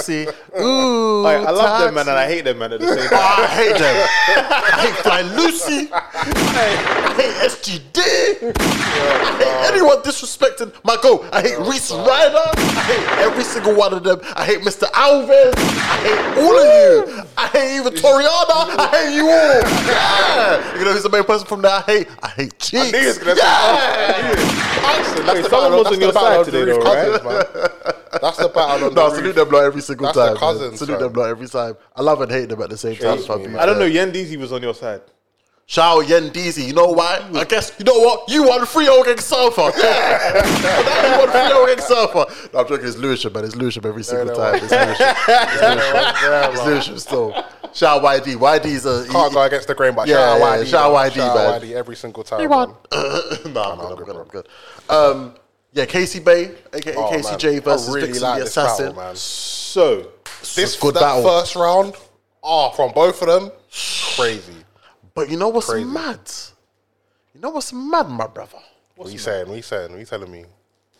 Speaker 1: Tassie. Ooh,
Speaker 3: Hey, I love them, man,
Speaker 1: Tassie.
Speaker 3: and I hate them, man, at the same
Speaker 1: Oh,
Speaker 3: time.
Speaker 1: I hate them. I hate Fly Lucy. I hate SGD. I hate anyone disrespecting my goal. I hate Reese Ryder. I hate every single one of them. I hate Mr. Alves. I hate all of you. I hate even Toriana. I hate you all. Yeah. You know who's the main person from there? I hate. I hate Cheeks.
Speaker 2: niggas gonna say- "Oh,
Speaker 1: yeah.
Speaker 2: That's the
Speaker 3: someone
Speaker 2: battle-
Speaker 3: was
Speaker 2: that's
Speaker 3: on
Speaker 2: the battle
Speaker 3: your side
Speaker 2: of the
Speaker 3: today,
Speaker 2: roof
Speaker 3: though,
Speaker 2: cousins, man. That's the battle on
Speaker 1: No,
Speaker 2: the
Speaker 1: salute
Speaker 2: roof.
Speaker 1: them not every single
Speaker 2: That's the
Speaker 1: time. man.
Speaker 2: cousins,
Speaker 1: salute
Speaker 2: bro.
Speaker 1: them not every time. I love and hate them at the same time. so I'll
Speaker 2: me,
Speaker 1: be
Speaker 2: man.
Speaker 3: I don't know. Yendeezy was on your side.
Speaker 1: Shao Yendizi, you know why? I guess you know what? You won free old gang surfer. Yeah. now you won free old gang surfer. No, I'm joking, it's Lewisham, man. It's Lewisham every single
Speaker 2: no
Speaker 1: time.
Speaker 2: way.
Speaker 1: It's Lewisham. It's Lewisham. It's Lewisham still. Shao YD. YD's a he-
Speaker 2: Can't go against the grain, but
Speaker 1: Yeah,
Speaker 2: shout
Speaker 1: yeah,
Speaker 2: out YD.
Speaker 1: shout
Speaker 2: bro.
Speaker 1: out YD,
Speaker 2: Shout
Speaker 1: man.
Speaker 2: out YD every single time. man.
Speaker 1: nah, I'm good, I'm good, I'm good. Um yeah, Casey Bay, aka
Speaker 2: Oh, man.
Speaker 1: KCJ versus
Speaker 2: I really
Speaker 1: Vixen
Speaker 2: like
Speaker 1: the
Speaker 2: this
Speaker 1: Assassin.
Speaker 2: battle, man.
Speaker 3: So,
Speaker 1: This
Speaker 2: This
Speaker 1: good
Speaker 2: that
Speaker 1: battle.
Speaker 2: first round, ah, from both of them, crazy.
Speaker 1: But you know what's
Speaker 2: Crazy.
Speaker 1: mad? You know what's mad, my brother?
Speaker 2: What you saying? What you saying? What you telling me?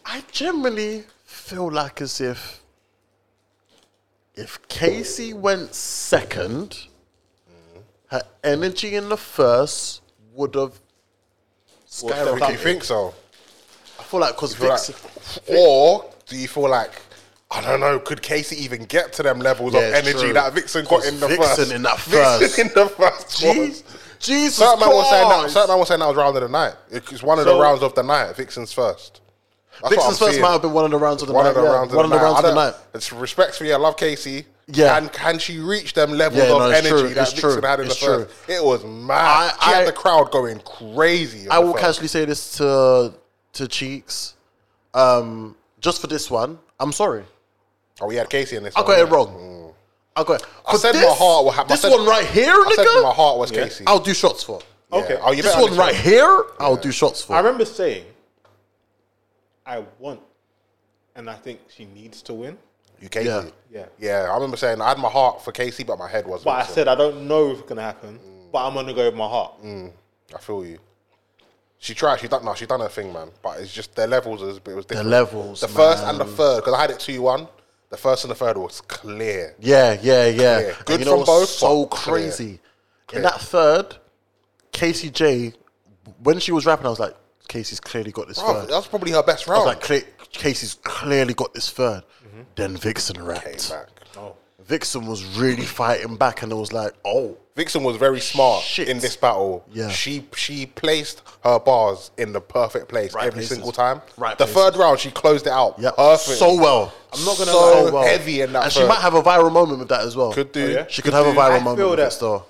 Speaker 1: I generally feel like as if if Casey went second, her energy in the first would have skyrocketed.
Speaker 2: Do you think so?
Speaker 1: I feel like because
Speaker 2: Do you
Speaker 1: Vixen,
Speaker 2: feel like- or do you feel like I don't know? Could Casey even get to them levels
Speaker 1: Yeah,
Speaker 2: of
Speaker 1: it's
Speaker 2: energy
Speaker 1: true.
Speaker 2: that Vixen got
Speaker 1: 'Cause
Speaker 2: in the
Speaker 1: Vixen
Speaker 2: first?
Speaker 1: in that first.
Speaker 2: Vixen in the first.
Speaker 1: Jeez,
Speaker 2: was-
Speaker 1: Jesus
Speaker 2: Certain man was saying that.
Speaker 1: Christ,
Speaker 2: Certain man was saying that was round of the night. It's one of the
Speaker 3: So-
Speaker 2: rounds of the night. Vixen's first. That's what I'm
Speaker 1: Vixen's first
Speaker 2: seeing.
Speaker 1: might have been one of the rounds of the
Speaker 2: one
Speaker 1: night.
Speaker 2: of the
Speaker 1: yeah.
Speaker 2: rounds.
Speaker 1: one of the
Speaker 2: night.
Speaker 1: rounds
Speaker 2: I
Speaker 1: of the
Speaker 2: don't-
Speaker 1: night.
Speaker 2: It's respectfully. I love Casey.
Speaker 1: Yeah.
Speaker 2: and can she reach them levels
Speaker 1: Yeah, no,
Speaker 2: of
Speaker 1: it's
Speaker 2: energy
Speaker 1: true,
Speaker 2: that
Speaker 1: it's
Speaker 2: Vixen
Speaker 1: true,
Speaker 2: had in the
Speaker 1: it's true.
Speaker 2: first? It was mad.
Speaker 1: I-
Speaker 2: she
Speaker 1: I-
Speaker 2: had the crowd going crazy. in
Speaker 1: I
Speaker 2: the
Speaker 1: will
Speaker 2: first.
Speaker 1: casually say this to to Cheeks, um, just for this one. I'm sorry,
Speaker 2: Oh, we had Casey in this.
Speaker 1: I
Speaker 2: one,
Speaker 1: got it
Speaker 2: yeah.
Speaker 1: wrong. I got it.
Speaker 2: I
Speaker 1: For
Speaker 2: said my
Speaker 1: this-
Speaker 2: heart will have.
Speaker 1: This
Speaker 2: I said,
Speaker 1: one right here,
Speaker 2: I said
Speaker 1: nigga.
Speaker 2: my heart was Casey.
Speaker 1: I'll do shots for.
Speaker 2: Yeah.
Speaker 3: Okay.
Speaker 2: Oh, you
Speaker 1: this
Speaker 2: better
Speaker 1: one
Speaker 2: understand.
Speaker 1: right here, I'll do shots for.
Speaker 3: I remember saying, I want, and I think she needs to win.
Speaker 2: You Casey.
Speaker 1: Yeah.
Speaker 2: Yeah.
Speaker 3: Yeah.
Speaker 2: I remember saying I had my heart for Casey, but my head wasn't.
Speaker 3: But I
Speaker 2: so
Speaker 3: said, I don't know if it's going to happen, but I'm going to go with my heart.
Speaker 2: I feel you. She tried. She done. No, she done her thing, man. But it's just their levels. Is, it was different.
Speaker 1: levels,
Speaker 2: The first and the
Speaker 1: man.
Speaker 2: third, because I had it two one. The first and the third was clear.
Speaker 1: yeah, yeah, yeah.
Speaker 2: Clear.
Speaker 1: And
Speaker 2: Good
Speaker 1: you know
Speaker 2: from
Speaker 1: what's
Speaker 2: both,
Speaker 1: So
Speaker 2: but clear.
Speaker 1: crazy.
Speaker 2: Clear.
Speaker 1: In that third, Casey J, when she was rapping, I was like, Casey's clearly got this
Speaker 2: Bruv,
Speaker 1: third.
Speaker 2: that was probably her best
Speaker 1: I was
Speaker 2: round.
Speaker 1: like, "Cle- Casey's clearly got this 3rd Then Vixen rapped.
Speaker 2: Mm-hmm. Back.
Speaker 1: oh. Vixen was really fighting back, and I was like, oh,
Speaker 2: Vixen was very smart
Speaker 1: Shit.
Speaker 2: in this battle.
Speaker 1: Yeah.
Speaker 2: She she placed her bars in the perfect place
Speaker 1: Right
Speaker 2: every
Speaker 1: places.
Speaker 2: single time.
Speaker 1: Right
Speaker 2: the
Speaker 1: places.
Speaker 2: third round, she closed it out.
Speaker 1: yeah,
Speaker 2: perfectly.
Speaker 1: so well.
Speaker 3: I'm not gonna
Speaker 2: So
Speaker 3: lie.
Speaker 1: well.
Speaker 2: heavy in that
Speaker 1: And she
Speaker 2: third.
Speaker 1: might have a viral moment with that as well.
Speaker 2: Could do.
Speaker 3: Oh, yeah?
Speaker 1: She could, have a
Speaker 3: I
Speaker 1: viral
Speaker 3: feel
Speaker 1: moment with
Speaker 3: that.
Speaker 1: that store.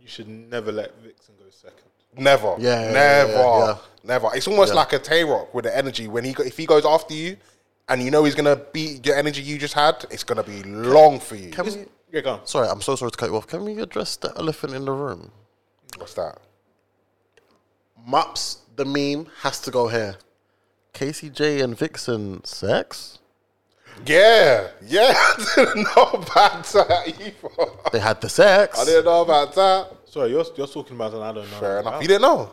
Speaker 3: You should never let Vixen go second.
Speaker 2: Never.
Speaker 1: Yeah, yeah,
Speaker 2: Never.
Speaker 1: yeah, yeah.
Speaker 2: Never. It's almost like a Tay Rock with the energy. When he go, if he goes after you, and you know he's gonna beat your energy you just had, it's gonna be long for you.
Speaker 1: Can we,
Speaker 3: Yeah, go on.
Speaker 1: sorry, I'm so sorry to cut you off. Can we address the elephant in the room?
Speaker 2: What's that?
Speaker 1: Mops, the meme has to go here. Casey J and Vixen sex?
Speaker 2: Yeah. Yeah. I didn't know about that either.
Speaker 1: They had the sex.
Speaker 2: I didn't know about that.
Speaker 3: Sorry, you're, you're talking about an I don't know.
Speaker 2: Fair enough.
Speaker 3: Wow.
Speaker 2: You didn't know.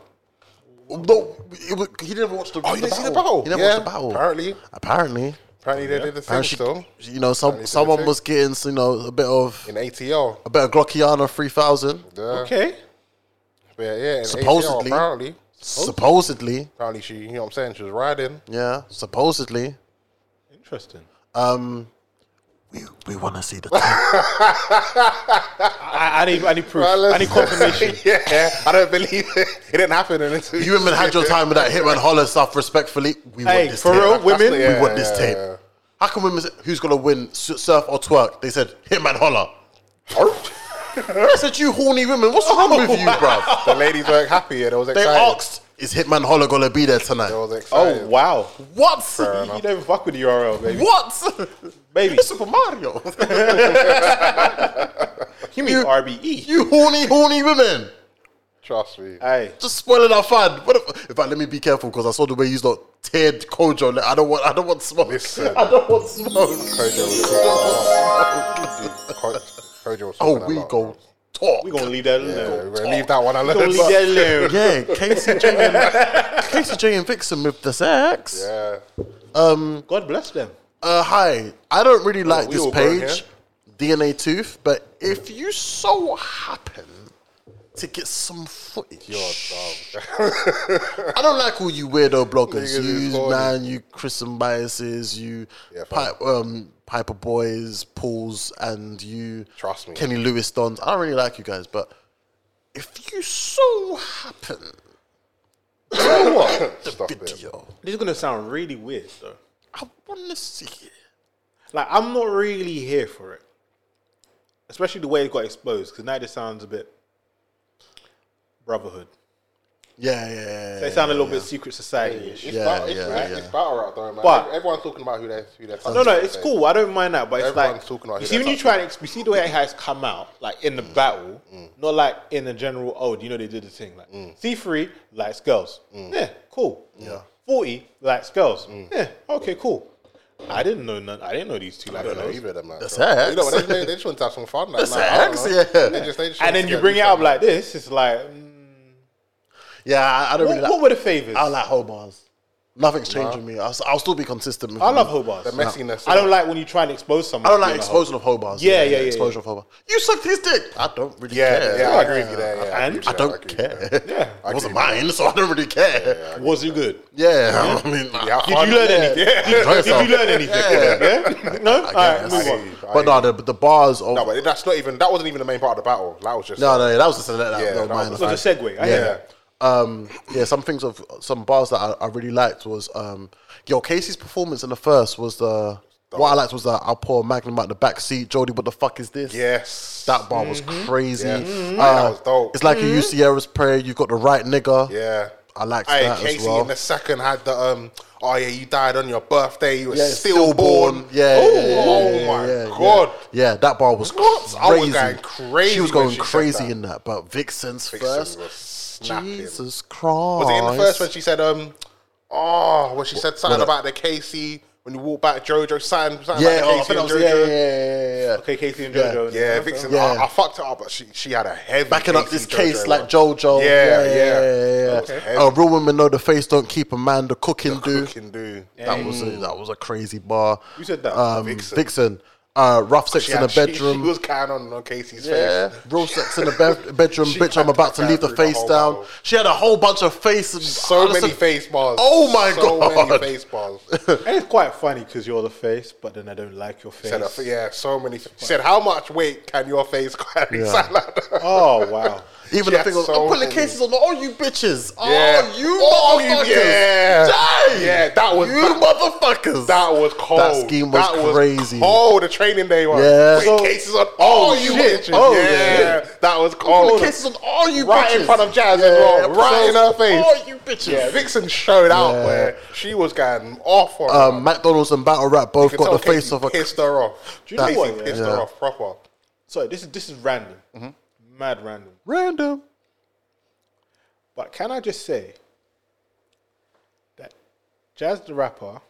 Speaker 1: No, it was, he didn't watch the.
Speaker 2: Oh, you didn't see the battle?
Speaker 1: He didn't
Speaker 2: Yeah,
Speaker 1: watch the battle.
Speaker 2: apparently.
Speaker 1: apparently,
Speaker 2: Apparently they did the same
Speaker 1: Apparently
Speaker 2: still
Speaker 1: she- you know, some
Speaker 2: did the
Speaker 1: someone
Speaker 2: thing.
Speaker 1: was getting, you know, a bit of
Speaker 2: in ATL.
Speaker 1: a bit of Glockiana three thousand.
Speaker 2: Yeah.
Speaker 3: Okay.
Speaker 2: Bit But yeah, yeah, and ACL
Speaker 1: Supposedly.
Speaker 2: apparently,
Speaker 1: Supposedly,
Speaker 2: apparently she, you know what I'm saying, she was riding.
Speaker 1: yeah, supposedly.
Speaker 3: Interesting.
Speaker 1: Um, we we want to see the tape.
Speaker 3: I, I need I need proof. I need confirmation.
Speaker 2: yeah, I don't believe it. It didn't happen. And it's,
Speaker 1: you women had your time with that Hitman Holler stuff. Respectfully, we
Speaker 3: Hey,
Speaker 1: want this
Speaker 3: for
Speaker 1: tape.
Speaker 3: real, women?
Speaker 1: we want this tape. How can women? Say, who's gonna win su- surf or twerk? They said Hitman Holler. I said you horny women. What's wrong with you, bruv?
Speaker 2: The ladies weren't happy. Yeah, they was
Speaker 1: They
Speaker 2: excited.
Speaker 1: asked, is Hitman Holler gonna be there tonight?
Speaker 2: They was excited.
Speaker 3: Oh wow!
Speaker 1: What?
Speaker 3: You, you never fuck with the URL, baby.
Speaker 1: What?
Speaker 3: Baby,
Speaker 1: It's Super Mario.
Speaker 3: you mean E? RBE?
Speaker 1: you horny, horny women.
Speaker 2: Trust me.
Speaker 3: Hey,
Speaker 1: Just spoiling our fun. What if, in fact, let me be careful because I saw the way you lot teared Kojo. Like, I don't want. I don't want smoke.
Speaker 2: Listen.
Speaker 1: I don't want smoke.
Speaker 2: Kojo uh, was talking a lot. Dude, Ko- Kojo was
Speaker 1: Oh,
Speaker 2: talking a
Speaker 1: we
Speaker 2: lot.
Speaker 1: go talk.
Speaker 3: we gonna leave that alone.
Speaker 2: Yeah, we're gonna leave that one alone.
Speaker 3: We're gonna leave that alone.
Speaker 1: Yeah, KCJ and KCJ and Vixen with the sex.
Speaker 2: Yeah.
Speaker 3: God bless them.
Speaker 1: Uh, hi. I don't really like
Speaker 2: Oh, we
Speaker 1: this
Speaker 2: all grown
Speaker 1: page, DNA Tooth, but if you so happen to get some footage, I don't like all you weirdo bloggers.
Speaker 2: Niggas is
Speaker 1: You
Speaker 2: horny.
Speaker 1: man, you Chris and Biases, you
Speaker 2: Yeah, fam.
Speaker 1: Pipe, um, Piper Boys, Pauls, and you.
Speaker 2: Trust me.
Speaker 1: Kenny Lewis Dons. I don't really like you guys, but if you so happen
Speaker 2: Stop it.
Speaker 1: video,
Speaker 3: This is gonna sound really weird though.
Speaker 1: I want to see it.
Speaker 3: Like I'm not really here for it, especially the way it got exposed. Because now this sounds a bit brotherhood.
Speaker 1: Yeah, yeah, yeah.
Speaker 3: They
Speaker 1: yeah.
Speaker 3: sound a little bit secret society.
Speaker 2: It's
Speaker 1: Yeah,
Speaker 2: battle, it's,
Speaker 1: yeah,
Speaker 2: it's
Speaker 1: yeah.
Speaker 2: battle rap though, man.
Speaker 3: But-
Speaker 2: everyone's talking about who they who they're.
Speaker 3: No, no, it's cool. I don't mind that, but it's
Speaker 2: Everyone's
Speaker 3: like
Speaker 2: talking about
Speaker 3: you
Speaker 2: who
Speaker 3: see
Speaker 2: they're
Speaker 3: when you
Speaker 2: fucking
Speaker 3: try to ex- you see the way it has come out, like in the battle, not like in the general. Oh, you know they did the thing. Like C three likes girls. Yeah, cool. Yeah, forty likes girls. Yeah, okay, cool. I didn't know none. I didn't know these two like
Speaker 2: I don't know
Speaker 3: girls.
Speaker 2: either of them, man.
Speaker 1: That's
Speaker 2: So,
Speaker 1: facts.
Speaker 2: You know, they, they, they just want to have some fun. Like,
Speaker 1: That's
Speaker 2: like, I don't
Speaker 1: facts,
Speaker 2: know.
Speaker 1: yeah.
Speaker 2: They just, they just
Speaker 3: And
Speaker 2: want
Speaker 3: then
Speaker 2: to
Speaker 3: you
Speaker 2: get
Speaker 3: bring it
Speaker 2: loose,
Speaker 3: up
Speaker 2: man.
Speaker 3: like this. It's like mm,
Speaker 1: Yeah, I, I don't
Speaker 3: what,
Speaker 1: really like.
Speaker 3: what were the favors?
Speaker 1: I like whole bars. Nothing's changing me. I'll, s- I'll still be consistent. With
Speaker 3: I
Speaker 1: you.
Speaker 3: love Hobart.
Speaker 2: the messiness.
Speaker 3: I don't like when you try and expose someone.
Speaker 1: I don't like exposure of whole bars.
Speaker 3: Yeah, yeah, yeah,
Speaker 1: Exposure
Speaker 3: yeah.
Speaker 1: of whole bars. You sucked his dick. I don't really
Speaker 2: Yeah,
Speaker 1: care.
Speaker 2: yeah, I agree with you there. Yeah,
Speaker 3: And-
Speaker 2: agree with
Speaker 1: I
Speaker 2: you,
Speaker 1: don't
Speaker 2: agree with you.
Speaker 1: care. Yeah, it wasn't mine, so I don't really care.
Speaker 3: Was it good?
Speaker 1: Yeah, I mean, I-
Speaker 3: Did you learn anything?
Speaker 1: Enjoy
Speaker 3: Did
Speaker 1: yourself.
Speaker 3: you learn anything? Yeah. No. All right,
Speaker 1: guess.
Speaker 3: move
Speaker 2: I
Speaker 3: on.
Speaker 2: hear you, I
Speaker 1: But no, the, but the bars of
Speaker 2: No,
Speaker 1: no,
Speaker 2: but that's not even. That wasn't even the main part of the battle. That was just.
Speaker 1: no, no, that was just a that,
Speaker 2: Yeah,
Speaker 1: that was
Speaker 2: that
Speaker 1: minor.
Speaker 2: was
Speaker 3: It was a segue. I hear
Speaker 2: Yeah.
Speaker 3: that.
Speaker 1: um, yeah, some things of some bars that I, I really liked was um, yo Casey's performance in the first was the what I liked was that I'll pour a Magnum out the back seat. Jody, what the fuck is this?
Speaker 2: Yes.
Speaker 1: That bar was crazy.
Speaker 2: Yeah. Mhm.
Speaker 1: Uh,
Speaker 2: That was dope.
Speaker 1: It's like a UCR's prayer. You've got the right nigga.
Speaker 2: Mm, Yeah.
Speaker 1: I liked
Speaker 2: Hey,
Speaker 1: that
Speaker 2: Casey
Speaker 1: as well.
Speaker 2: in the second had the um. Oh yeah, you died on your birthday. You were
Speaker 1: Yeah,
Speaker 2: stillborn.
Speaker 1: Yeah.
Speaker 2: Oh,
Speaker 1: yeah, yeah,
Speaker 2: oh
Speaker 1: yeah,
Speaker 2: my
Speaker 1: yeah, yeah.
Speaker 2: god.
Speaker 1: Yeah. that bar was
Speaker 2: What?
Speaker 1: crazy.
Speaker 2: I was going crazy
Speaker 1: She was
Speaker 2: when
Speaker 1: going
Speaker 2: she said
Speaker 1: crazy
Speaker 2: that.
Speaker 1: in that. But Vixen's
Speaker 2: Vixen
Speaker 1: first.
Speaker 2: was snapping.
Speaker 1: Jesus Christ.
Speaker 2: Was it in the first when she said um? Oh, when she said something
Speaker 1: what-
Speaker 2: about the Casey when you walk back JoJo something, something
Speaker 1: Yeah, oh, I
Speaker 2: about the
Speaker 1: think that
Speaker 2: Casey and
Speaker 1: was,
Speaker 2: JoJo.
Speaker 1: yeah, yeah, yeah, yeah, yeah.
Speaker 3: Okay, Casey and
Speaker 1: Yeah.
Speaker 3: JoJo. and-
Speaker 2: Yeah, Vixen,
Speaker 1: Yeah.
Speaker 2: I, I fucked her up, but she, she had a heavy
Speaker 1: Backing up
Speaker 2: Casey
Speaker 1: this case
Speaker 2: JoJo
Speaker 1: like
Speaker 2: run.
Speaker 1: JoJo.
Speaker 2: Yeah, yeah.
Speaker 1: yeah,
Speaker 2: That was
Speaker 1: yeah.
Speaker 2: heavy.
Speaker 1: Uh, real women know the face don't keep a man, the cooking do.
Speaker 2: Fucking do.
Speaker 1: That was a, that was a crazy bar.
Speaker 3: You said that.
Speaker 1: Um,
Speaker 2: Vixen.
Speaker 1: Vixen. Uh, rough sex
Speaker 2: She
Speaker 1: in the
Speaker 2: had- she-
Speaker 1: bedroom.
Speaker 2: She, was carrying on on Casey's
Speaker 1: Yeah,
Speaker 2: face.
Speaker 1: real sex in the be- bedroom,
Speaker 2: She
Speaker 1: bitch. I'm about to
Speaker 2: had
Speaker 1: leave the
Speaker 2: through the
Speaker 1: face
Speaker 2: whole
Speaker 1: down.
Speaker 2: bottle.
Speaker 1: She had a whole bunch of face and
Speaker 2: So
Speaker 1: Honestly,
Speaker 2: many face bars.
Speaker 1: Oh my
Speaker 2: so
Speaker 1: god!
Speaker 2: many face bars.
Speaker 3: And it's quite funny because you're the face, but then I don't like your face.
Speaker 2: Said, uh, yeah, so many. She said, how much weight can your face carry? Something like that.
Speaker 3: Oh wow.
Speaker 1: Even
Speaker 2: She
Speaker 1: the
Speaker 2: had
Speaker 1: thing was,
Speaker 2: so
Speaker 1: I'm putting the
Speaker 2: many.
Speaker 1: cases on. All you bitches!
Speaker 2: Yeah.
Speaker 1: Oh, you
Speaker 2: Oh, you-
Speaker 1: motherfuckers!
Speaker 2: yeah.
Speaker 1: Dang!
Speaker 2: Yeah, that was-
Speaker 1: you
Speaker 2: that-
Speaker 1: motherfuckers.
Speaker 2: That was cold.
Speaker 1: That scheme was
Speaker 2: That
Speaker 1: crazy.
Speaker 2: cold. The training day one.
Speaker 1: Yeah.
Speaker 2: Wait,
Speaker 1: So-
Speaker 2: cases on all you
Speaker 1: shit.
Speaker 2: bitches.
Speaker 1: Oh,
Speaker 2: yeah.
Speaker 1: yeah.
Speaker 2: That was
Speaker 1: Putting
Speaker 2: cold.
Speaker 1: the cases on all you
Speaker 2: Right
Speaker 1: bitches
Speaker 2: in front of Jazz as well. Right in her face.
Speaker 1: All you bitches.
Speaker 2: Yeah, Vixen showed out where she was getting off on. her.
Speaker 1: um, McDonald's and Battle Rap both
Speaker 2: You
Speaker 1: got
Speaker 2: could
Speaker 1: the
Speaker 2: tell
Speaker 1: face
Speaker 2: Casey
Speaker 1: of a.
Speaker 2: pissed her off.
Speaker 3: Do you know
Speaker 2: Casey
Speaker 3: what, yeah?
Speaker 2: Pissed
Speaker 1: Yeah.
Speaker 2: her off proper.
Speaker 3: Sorry, this is this is random,
Speaker 2: Mm-hmm.
Speaker 3: mad random.
Speaker 1: Random.
Speaker 3: But can I just say that Jazz the rapper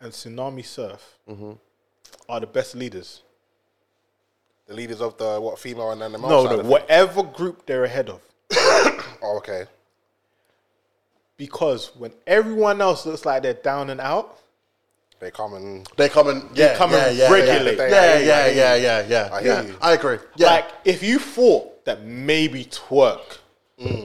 Speaker 3: and Tsunami Surf
Speaker 2: Mm-hmm.
Speaker 3: are the best leaders.
Speaker 2: The leaders of the what female and then the male
Speaker 3: No,
Speaker 2: side
Speaker 3: no,
Speaker 2: of
Speaker 3: whatever group they're ahead of,
Speaker 2: it. Oh, okay.
Speaker 3: because when everyone else looks like they're down and out,
Speaker 2: They come and
Speaker 1: They come and yeah,
Speaker 3: come
Speaker 1: yeah,
Speaker 3: and
Speaker 1: yeah,
Speaker 3: regulate.
Speaker 1: Yeah,
Speaker 2: I
Speaker 1: yeah,
Speaker 2: hear
Speaker 1: yeah,
Speaker 2: you.
Speaker 1: yeah, yeah. yeah.
Speaker 2: I hear
Speaker 1: Yeah.
Speaker 2: you.
Speaker 1: I agree. Yeah.
Speaker 3: like if you thought that maybe twerk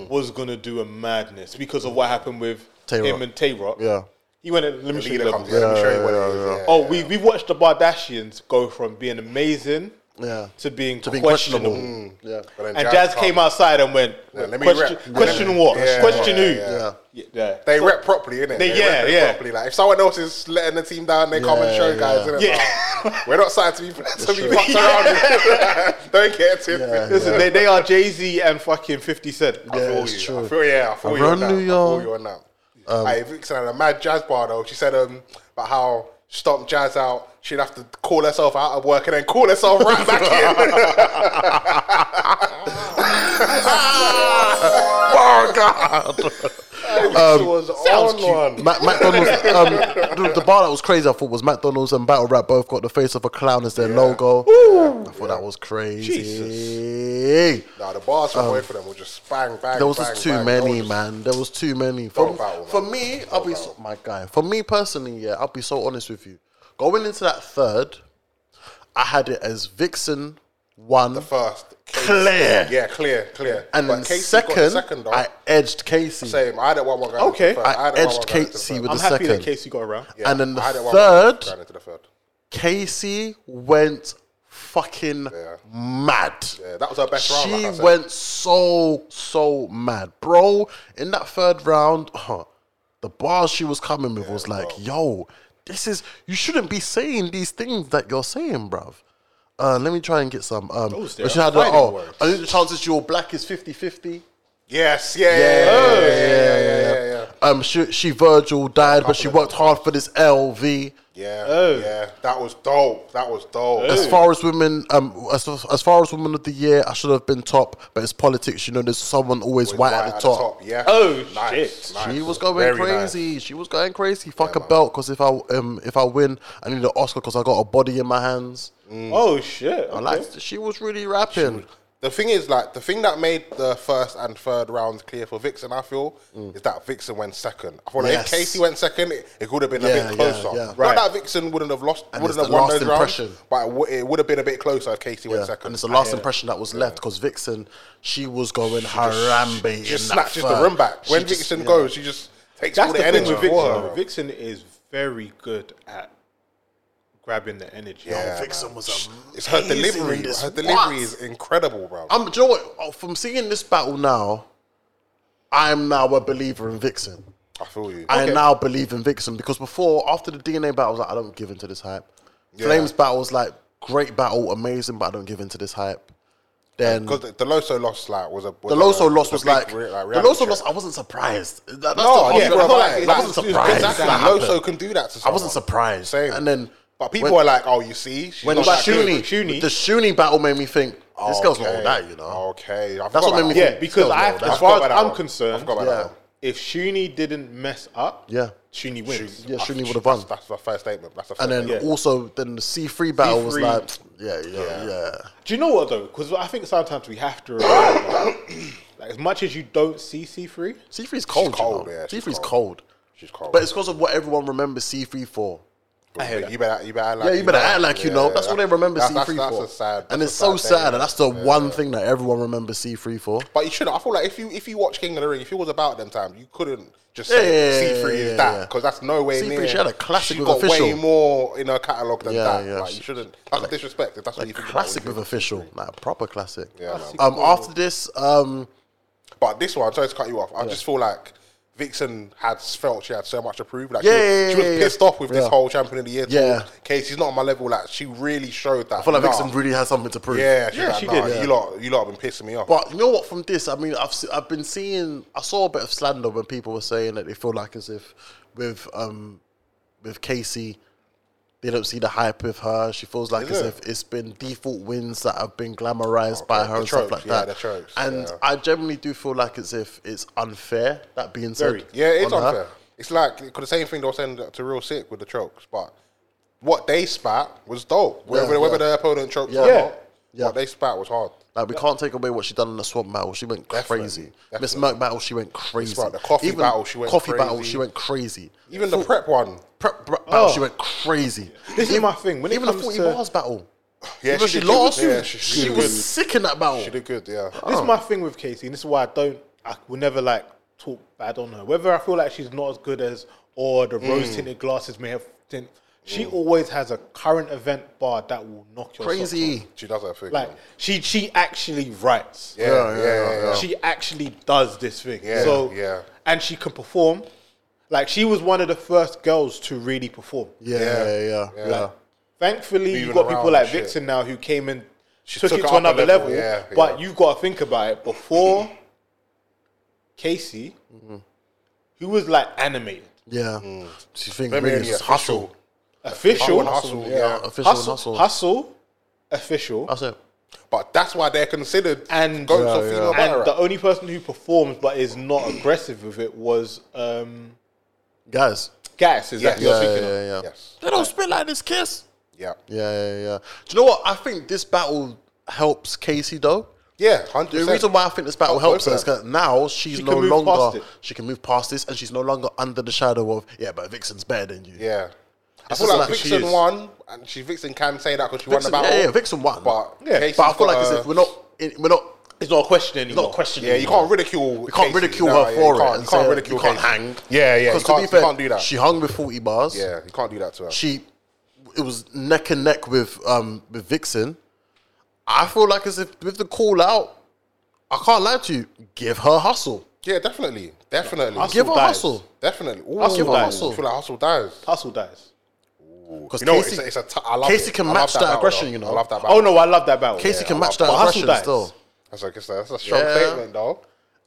Speaker 3: was gonna do a madness because of what happened with
Speaker 1: Tay
Speaker 3: him
Speaker 1: Rock.
Speaker 3: and Tay Rock.
Speaker 1: Yeah.
Speaker 3: He went and let me show you
Speaker 2: Leader
Speaker 3: levels.
Speaker 2: comes in, let me show you what
Speaker 1: yeah,
Speaker 2: it is.
Speaker 1: yeah.
Speaker 2: Yeah.
Speaker 3: Oh, we we watched the Bardashians go from being amazing
Speaker 1: Yeah.
Speaker 3: to being
Speaker 1: To being
Speaker 3: questionable.
Speaker 1: questionable. Mm. Yeah.
Speaker 2: But then
Speaker 3: And Jazz,
Speaker 2: come.
Speaker 3: came outside and went,
Speaker 2: Yeah, let me
Speaker 3: question,
Speaker 2: rep.
Speaker 3: question
Speaker 2: Yeah.
Speaker 3: what?
Speaker 2: Yeah,
Speaker 3: question
Speaker 2: yeah,
Speaker 3: who?
Speaker 2: yeah.
Speaker 3: Yeah. yeah.
Speaker 2: They rep properly, innit?
Speaker 3: They-
Speaker 2: They
Speaker 3: yeah,
Speaker 2: rep it
Speaker 3: yeah.
Speaker 2: Properly. Like if someone else is letting the team down, they come and
Speaker 1: Yeah,
Speaker 2: show guys.
Speaker 1: yeah.
Speaker 2: innit?
Speaker 3: Yeah.
Speaker 2: Like, we're not signed to be to be fucked around. with. Don't get to
Speaker 1: Yeah,
Speaker 2: it.
Speaker 3: Listen, They, they are Jay Z and fucking 50 Cent.
Speaker 1: Yeah,
Speaker 2: feel
Speaker 1: it's
Speaker 2: you.
Speaker 1: true.
Speaker 2: I feel yeah. I feel you
Speaker 1: run
Speaker 2: on that. I
Speaker 1: New
Speaker 2: feel
Speaker 1: York. um,
Speaker 2: you on that. Aye, Vixen had a mad jazz bar though. She said um about how she stomped jazz out. She'd have to call herself out of work and then call herself right back in.
Speaker 1: Oh God!
Speaker 2: She was on one.
Speaker 1: Ma- McDonald's. Um, the, the bar that was crazy, I thought, was McDonald's and Battle Rap both got the face of a clown as their logo. I thought that was crazy.
Speaker 2: Nah, the bars from away for them were just bang bang.
Speaker 1: Um, There was
Speaker 2: bang,
Speaker 1: just too
Speaker 2: bang.
Speaker 1: many,
Speaker 2: They were just-
Speaker 1: man. There was too many. For,
Speaker 2: Don't battle,
Speaker 1: for
Speaker 2: man.
Speaker 1: me,
Speaker 2: Don't
Speaker 1: I'll be so,
Speaker 2: battle.
Speaker 1: my guy. For me personally, yeah, I'll be so honest with you. Going into that third, I had it as Vixen one,
Speaker 2: First,
Speaker 1: clear,
Speaker 2: yeah, clear, clear.
Speaker 1: and
Speaker 2: But
Speaker 1: then
Speaker 2: Casey
Speaker 1: second,
Speaker 2: got the second though.
Speaker 1: I edged Casey.
Speaker 2: Same. I had it one more guy.
Speaker 3: Okay.
Speaker 2: into the third.
Speaker 1: I
Speaker 2: had it one more
Speaker 1: edged
Speaker 2: guy into the
Speaker 1: Casey
Speaker 2: third.
Speaker 1: with
Speaker 3: I'm
Speaker 1: the
Speaker 3: happy
Speaker 1: second.
Speaker 3: that Casey got around.
Speaker 2: Yeah,
Speaker 1: and then the
Speaker 2: I had it one more
Speaker 1: third-
Speaker 2: guy into the third.
Speaker 1: Casey went fucking mad.
Speaker 2: Yeah, that was her best round,
Speaker 1: she
Speaker 2: like I said.
Speaker 1: went so so mad, bro. In that third round, huh, the bars she was coming with was like, yo, this is you shouldn't be saying these things that you're saying, bruv. Uh, let me try and get some. Um,
Speaker 3: Those
Speaker 1: but she
Speaker 3: there
Speaker 1: had like,
Speaker 3: fighting
Speaker 1: oh,
Speaker 3: words.
Speaker 1: I think the chances you're black is 50 50.
Speaker 2: Yes. Yeah. Yeah. Yeah. Yeah. Yeah. yeah, yeah, yeah, yeah, yeah.
Speaker 1: Um, she, she Virgil died, but she worked hard for this LV.
Speaker 2: Yeah, yeah, that was dope. That was dope.
Speaker 1: Oh. As far as women, um, as, as far as women of the year, I should have been top, but it's politics. You know, there's someone always
Speaker 2: With
Speaker 1: white, at, the top.
Speaker 2: Yeah.
Speaker 3: Oh,
Speaker 2: nice.
Speaker 3: shit.
Speaker 2: nice.
Speaker 1: She was going
Speaker 2: Very nice.
Speaker 1: crazy. She was going crazy. Fuck a belt, because if I um if I win, I need an Oscar because I got a body in my hands.
Speaker 2: Mm.
Speaker 3: Oh, shit.
Speaker 1: I
Speaker 3: Okay.
Speaker 1: like. She was really rapping.
Speaker 2: The thing is, like, the thing that made the first and third rounds clear for Vixen, I feel, is that Vixen went second. I feel like
Speaker 1: Mm. Yes.
Speaker 2: if Casey went second, it, it could have been
Speaker 1: Yeah,
Speaker 2: a
Speaker 1: yeah,
Speaker 2: bit closer.
Speaker 1: yeah.
Speaker 3: Right.
Speaker 2: Not that Vixen wouldn't have lost,
Speaker 1: And
Speaker 2: wouldn't
Speaker 1: it's
Speaker 2: have
Speaker 1: the
Speaker 2: won
Speaker 1: last
Speaker 2: those rounds,
Speaker 1: impression.
Speaker 2: but it, w- it would have been a bit closer if Casey
Speaker 1: Yeah,
Speaker 2: went second.
Speaker 1: And it's the last impression that was left because Vixen, she was going harambe. in
Speaker 2: just
Speaker 1: that
Speaker 2: snatches
Speaker 1: third.
Speaker 2: the room back.
Speaker 1: She
Speaker 2: When
Speaker 1: just-
Speaker 2: Vixen
Speaker 1: yeah.
Speaker 2: goes, she just takes
Speaker 3: That's
Speaker 2: all
Speaker 3: the,
Speaker 2: the,
Speaker 3: thing
Speaker 2: energy.
Speaker 3: with Vixen.
Speaker 2: for her.
Speaker 3: though. Vixen is very good at grabbing the energy.
Speaker 2: Yeah,
Speaker 1: Vixen
Speaker 2: man.
Speaker 1: was a.
Speaker 2: It's her delivery. Her delivery is incredible, bro.
Speaker 1: I'm do you know what? Oh, from seeing this battle now, I'm now a believer in Vixen.
Speaker 2: I feel you.
Speaker 1: I now believe in Vixen because before, after the DNA battle, I was like, I don't give into this hype. Flames battle was like, great battle, amazing, but I don't give into this hype. Then
Speaker 2: Because the, the Loso loss like was a was
Speaker 1: the
Speaker 2: a-
Speaker 1: Loso loss
Speaker 2: a
Speaker 1: was
Speaker 2: big
Speaker 1: like,
Speaker 2: re-
Speaker 1: the
Speaker 2: reality
Speaker 1: Loso
Speaker 2: check.
Speaker 1: loss, I wasn't surprised. That- that's
Speaker 2: No,
Speaker 1: the
Speaker 2: yeah,
Speaker 1: argument.
Speaker 2: but
Speaker 1: I
Speaker 2: like, like,
Speaker 1: wasn't surprised.
Speaker 2: Exactly.
Speaker 1: that happened.
Speaker 2: Loso can do that to
Speaker 1: I
Speaker 2: someone.
Speaker 1: wasn't surprised.
Speaker 2: Same.
Speaker 1: And then
Speaker 2: but people
Speaker 1: when,
Speaker 2: are like, oh, you see, she's
Speaker 1: when
Speaker 2: not
Speaker 1: the
Speaker 2: that good.
Speaker 1: Shuni,
Speaker 3: Shuni-
Speaker 1: the Shuni battle made me think oh, this girl's not all
Speaker 2: Okay. Oh,
Speaker 1: that, you know.
Speaker 2: Okay, I
Speaker 1: That's what made me
Speaker 3: Yeah,
Speaker 1: think.
Speaker 3: because
Speaker 1: Still,
Speaker 3: I,
Speaker 1: no,
Speaker 3: as
Speaker 1: that's-
Speaker 3: far
Speaker 2: I forgot
Speaker 3: as
Speaker 2: about that
Speaker 3: I'm
Speaker 2: one. I
Speaker 3: concerned,
Speaker 2: forgot about
Speaker 1: Yeah.
Speaker 2: that. one.
Speaker 3: if Shuni didn't mess up,
Speaker 1: Yeah.
Speaker 3: Shuni wins.
Speaker 1: Yeah, Shuni would have won.
Speaker 2: That's the first statement. That's the first
Speaker 1: And then
Speaker 2: statement.
Speaker 1: also, then the C3 battle was
Speaker 3: C3.
Speaker 1: like, yeah, yeah, yeah.
Speaker 3: Do you know what though? Because I think sometimes we have to remember, like as much as you don't see C three,
Speaker 1: C3's cold,
Speaker 2: cold,
Speaker 1: you know.
Speaker 2: yeah, she's
Speaker 1: C3's cold.
Speaker 2: cold. she's cold.
Speaker 1: But it's because of what everyone remembers C3 for.
Speaker 2: I hear you better, you better, act like
Speaker 1: Yeah, you better act like you know.
Speaker 2: Yeah,
Speaker 1: That's what they remember
Speaker 2: that's-
Speaker 1: C3
Speaker 2: that's-
Speaker 1: for.
Speaker 2: That's a sad.
Speaker 1: and
Speaker 2: that's
Speaker 1: it's
Speaker 2: a
Speaker 1: so sad,
Speaker 2: thing.
Speaker 1: and that's the one thing that everyone remembers C3 for.
Speaker 2: But you should. I feel like if you if you watch King of the Ring, if it was about them times, you couldn't just
Speaker 1: Yeah,
Speaker 2: say
Speaker 1: yeah,
Speaker 2: C three
Speaker 1: yeah, yeah,
Speaker 2: is that
Speaker 1: yeah.
Speaker 2: because that's no way
Speaker 1: C3,
Speaker 2: near.
Speaker 1: she had a classic
Speaker 2: She
Speaker 1: with
Speaker 2: got way
Speaker 1: Official.
Speaker 2: more in her catalog than
Speaker 1: Yeah,
Speaker 2: that.
Speaker 1: yeah,
Speaker 2: like,
Speaker 1: she-
Speaker 2: you shouldn't. That's disrespect. If that's what
Speaker 1: A
Speaker 2: you think
Speaker 1: classic
Speaker 2: about.
Speaker 1: with official, like a proper classic.
Speaker 2: Yeah, man.
Speaker 1: um, after this, um,
Speaker 2: But this one, I'm sorry to cut you off. I just feel like Vixen had felt she had so much approved. Like
Speaker 1: Yeah,
Speaker 2: she,
Speaker 1: yeah,
Speaker 2: she
Speaker 1: yeah,
Speaker 2: was
Speaker 1: yeah.
Speaker 2: pissed off with this
Speaker 1: Yeah.
Speaker 2: whole Champion of the Year.
Speaker 1: Yeah.
Speaker 2: talk. Casey's not on my level. Like she really showed that.
Speaker 1: I feel like
Speaker 2: nah.
Speaker 1: Vixen really has something to prove.
Speaker 2: Yeah, she,
Speaker 3: Yeah,
Speaker 2: like,
Speaker 3: she
Speaker 2: nah,
Speaker 3: did, yeah.
Speaker 2: You lot, you lot have been pissing me off.
Speaker 1: But you know what? From this, I mean, I've se- I've been seeing. I saw a bit of slander when people were saying that they feel like as if with um with Casey, they don't see the hype with her. She feels like as
Speaker 2: it?
Speaker 1: if it's been default wins that have been glamorized by
Speaker 2: Okay,
Speaker 1: her
Speaker 2: the
Speaker 1: and stuff
Speaker 2: tropes,
Speaker 1: like
Speaker 2: Oh, yeah, the
Speaker 1: that.
Speaker 2: tropes,
Speaker 1: and
Speaker 2: yeah.
Speaker 1: I generally do feel like as if it's unfair. That being said,
Speaker 3: Very.
Speaker 2: Yeah, it's
Speaker 1: on her.
Speaker 2: unfair. It's like cause the same thing they were saying to Real Sick with the chokes, but what they spat was dope. Whether,
Speaker 1: Yeah,
Speaker 2: whether
Speaker 1: yeah.
Speaker 2: the opponent choked
Speaker 1: Yeah.
Speaker 2: or
Speaker 1: Yeah.
Speaker 2: not,
Speaker 1: Yeah.
Speaker 2: what they spat was hard.
Speaker 1: Like we can't take away what she done in the swamp battle. She went
Speaker 2: Definitely,
Speaker 1: crazy. Miss
Speaker 2: definitely.
Speaker 1: Merck battle, she went crazy.
Speaker 2: right, the coffee battle, she went
Speaker 1: coffee battle,
Speaker 2: crazy.
Speaker 1: she went crazy.
Speaker 2: Even the prep one,
Speaker 1: prep, prep battle, she went crazy.
Speaker 3: This is
Speaker 1: Even-
Speaker 3: my thing, when it
Speaker 1: even the
Speaker 3: comes
Speaker 1: 40
Speaker 3: to-
Speaker 1: bars battle,
Speaker 2: yeah,
Speaker 1: even
Speaker 2: she,
Speaker 1: she,
Speaker 2: did
Speaker 1: lost,
Speaker 2: Good. Yeah,
Speaker 1: she,
Speaker 2: she, she, did
Speaker 1: was
Speaker 2: good.
Speaker 1: sick in that battle.
Speaker 2: She did good. Yeah, Oh.
Speaker 3: this is my thing with Casey, and this is why I don't I will never like talk bad on her. Whether I feel like she's not as good as or
Speaker 2: Mm.
Speaker 3: the rose tinted glasses may have tint, she always has a current event bar that will knock your socks off.
Speaker 1: Crazy.
Speaker 2: She does her thing.
Speaker 3: Like she she actually writes.
Speaker 2: yeah, yeah, yeah. yeah,
Speaker 3: She actually does this thing.
Speaker 2: Yeah,
Speaker 3: so
Speaker 2: yeah.
Speaker 3: and she can perform. Like she was one of the first girls to really perform.
Speaker 1: Yeah, yeah, yeah.
Speaker 3: Like, thankfully,
Speaker 2: Moving
Speaker 3: you've got people
Speaker 2: around
Speaker 3: like
Speaker 2: and shit.
Speaker 3: Vixen now who came and took,
Speaker 2: took
Speaker 3: it
Speaker 2: it
Speaker 3: to
Speaker 2: up a
Speaker 3: another level.
Speaker 2: level, yeah,
Speaker 3: But
Speaker 2: yeah.
Speaker 3: you've got to think about it. Before Casey, who was like animated,
Speaker 1: Yeah. She think
Speaker 2: Maybe
Speaker 1: really
Speaker 2: it's
Speaker 1: hustle.
Speaker 2: official. Hustle,
Speaker 3: official,
Speaker 2: Oh, hustle, yeah.
Speaker 1: Official and
Speaker 3: hustle,
Speaker 1: hustle.
Speaker 3: hustle, official,
Speaker 1: That's it.
Speaker 2: But that's why they're considered
Speaker 3: and
Speaker 2: goats of female battle
Speaker 3: and
Speaker 2: rap.
Speaker 3: the only person who performs but is not aggressive with it was um,
Speaker 1: Guys.
Speaker 3: Gas. Is
Speaker 2: Yes.
Speaker 3: that who you're
Speaker 2: Yeah,
Speaker 3: speaking
Speaker 1: Yeah,
Speaker 3: of?
Speaker 1: yeah, yeah.
Speaker 2: Yes.
Speaker 1: They don't spit like this, kiss.
Speaker 2: Yeah.
Speaker 1: Yeah, yeah, yeah. Do you know what? I think this battle helps Casey though.
Speaker 2: Yeah,
Speaker 1: The
Speaker 2: hundred percent.
Speaker 1: reason why I think this battle
Speaker 2: Help
Speaker 1: helps her
Speaker 2: both
Speaker 1: is
Speaker 2: of
Speaker 1: because
Speaker 2: them.
Speaker 1: now she's
Speaker 3: She
Speaker 1: no
Speaker 3: can move past
Speaker 1: longer
Speaker 3: it.
Speaker 1: she can move past this, and she's no longer under the shadow of yeah, but Vixen's better than you.
Speaker 2: Yeah. I
Speaker 1: It's
Speaker 2: feel
Speaker 1: just
Speaker 2: like,
Speaker 1: like she
Speaker 2: Vixen
Speaker 1: is.
Speaker 2: won, and she Vixen can say that because she
Speaker 1: Vixen,
Speaker 2: won the battle.
Speaker 1: yeah, yeah, Vixen won,
Speaker 2: But
Speaker 1: yeah,
Speaker 2: Casey's
Speaker 1: but I feel
Speaker 2: got
Speaker 1: like as
Speaker 2: a-
Speaker 1: if we're not in, we're not
Speaker 3: It's not a question anymore.
Speaker 1: not questioning.
Speaker 2: Yeah, you can't ridicule.
Speaker 1: You can't
Speaker 2: Casey.
Speaker 1: ridicule
Speaker 2: No,
Speaker 1: her
Speaker 2: yeah,
Speaker 1: for
Speaker 2: you
Speaker 1: it.
Speaker 2: Can't,
Speaker 1: and
Speaker 2: you
Speaker 1: say
Speaker 2: can't ridicule.
Speaker 1: You can't
Speaker 2: Casey.
Speaker 1: hang.
Speaker 2: Yeah, yeah. You
Speaker 1: Because to
Speaker 2: can't,
Speaker 1: be
Speaker 2: you
Speaker 1: fair,
Speaker 2: can't do that.
Speaker 1: she hung with forty bars.
Speaker 2: yeah, you can't do that to her.
Speaker 1: she it was neck and neck with um with Vixen. I feel like as if with the call out, I can't lie to you. Give her hustle.
Speaker 2: yeah, definitely, definitely,
Speaker 1: give her
Speaker 3: dies.
Speaker 1: hustle.
Speaker 2: definitely. Ooh,
Speaker 1: Hustle
Speaker 2: I
Speaker 1: dies.
Speaker 2: feel like hustle dies.
Speaker 3: Hustle dies.
Speaker 1: Because
Speaker 2: You know,
Speaker 1: Casey,
Speaker 2: it's a, it's a t- I love
Speaker 1: Casey
Speaker 2: it.
Speaker 1: can
Speaker 2: I love
Speaker 1: match that
Speaker 2: battle,
Speaker 1: aggression,
Speaker 2: though.
Speaker 1: you know.
Speaker 2: I love that.
Speaker 3: Oh
Speaker 2: Battle.
Speaker 3: no, I love that battle.
Speaker 1: Casey
Speaker 3: Yeah.
Speaker 1: can
Speaker 2: I
Speaker 1: match
Speaker 2: love
Speaker 1: that
Speaker 3: that.
Speaker 1: aggression
Speaker 3: Hustle dies.
Speaker 1: still.
Speaker 2: That's a, that's a, that's a strong
Speaker 1: Yeah.
Speaker 2: statement, though.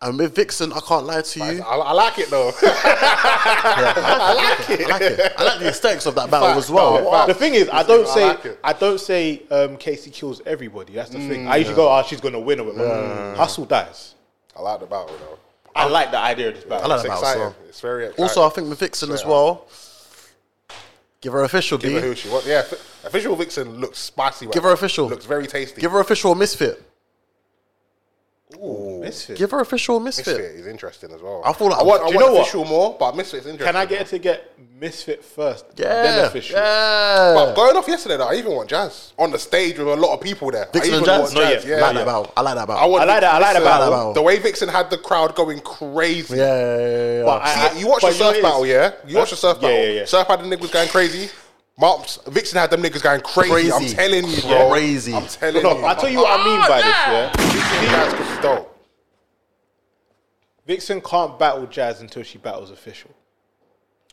Speaker 1: And with Vixen, I can't lie to
Speaker 2: I,
Speaker 1: you.
Speaker 2: I like it though. I like it.
Speaker 1: I like it. I like the aesthetics of that battle
Speaker 2: Fact,
Speaker 1: as well.
Speaker 2: no, fact.
Speaker 3: The thing is, I
Speaker 2: Listen,
Speaker 3: don't
Speaker 2: I
Speaker 3: say I,
Speaker 2: like it.
Speaker 3: don't say um, Casey kills everybody. That's the thing. I usually
Speaker 1: Mm.
Speaker 3: go, "Ah, she's gonna win or whatever." Hustle dies.
Speaker 2: I like the battle though.
Speaker 3: I like the idea of this battle.
Speaker 1: I like
Speaker 2: It's
Speaker 1: the battle.
Speaker 2: exciting.
Speaker 1: So.
Speaker 2: It's very exciting.
Speaker 1: Also, I think with Vixen as well. Give her official
Speaker 2: Give her
Speaker 1: B.
Speaker 2: who she wants. Yeah, f- official vixen looks spicy. Right
Speaker 1: Give her
Speaker 2: now.
Speaker 1: official.
Speaker 2: Looks very tasty.
Speaker 1: Give her official misfit.
Speaker 3: Misfit.
Speaker 1: Give her official misfit.
Speaker 2: Misfit is interesting as well.
Speaker 1: I feel like-
Speaker 2: I want, I
Speaker 1: Do
Speaker 3: you
Speaker 2: want
Speaker 3: know what?
Speaker 2: official more, but Misfit's interesting.
Speaker 3: Can I get to get Misfit first? Then
Speaker 1: Yeah.
Speaker 3: official.
Speaker 1: Yeah.
Speaker 2: But going off yesterday, though, I even want Jazz on the stage with a lot of people there.
Speaker 1: Vixen
Speaker 2: I
Speaker 1: and
Speaker 2: even
Speaker 1: Jazz.
Speaker 2: want Jazz.
Speaker 3: yeah.
Speaker 1: I like that battle. I like that battle.
Speaker 2: I, want
Speaker 3: I like that- I like that
Speaker 2: Vixen-
Speaker 3: battle.
Speaker 1: battle.
Speaker 2: The way Vixen had the crowd going crazy.
Speaker 1: yeah, yeah, yeah, yeah.
Speaker 3: But I-
Speaker 2: See, you watch
Speaker 3: but
Speaker 2: the
Speaker 3: you know
Speaker 2: surf
Speaker 3: it
Speaker 2: battle,
Speaker 3: is-
Speaker 2: yeah? You watch the surf
Speaker 3: Yeah,
Speaker 2: battle.
Speaker 3: yeah, yeah.
Speaker 2: Surf had the niggas going crazy. Marks, Vixen had them niggas going crazy. I'm
Speaker 1: Crazy.
Speaker 2: telling you, bro.
Speaker 1: Crazy.
Speaker 2: I'm telling
Speaker 3: No,
Speaker 2: you.
Speaker 3: I tell you what I mean by
Speaker 1: Oh,
Speaker 3: this. Yeah,
Speaker 2: Jazz was dope.
Speaker 3: Vixen can't battle Jazz until she battles official.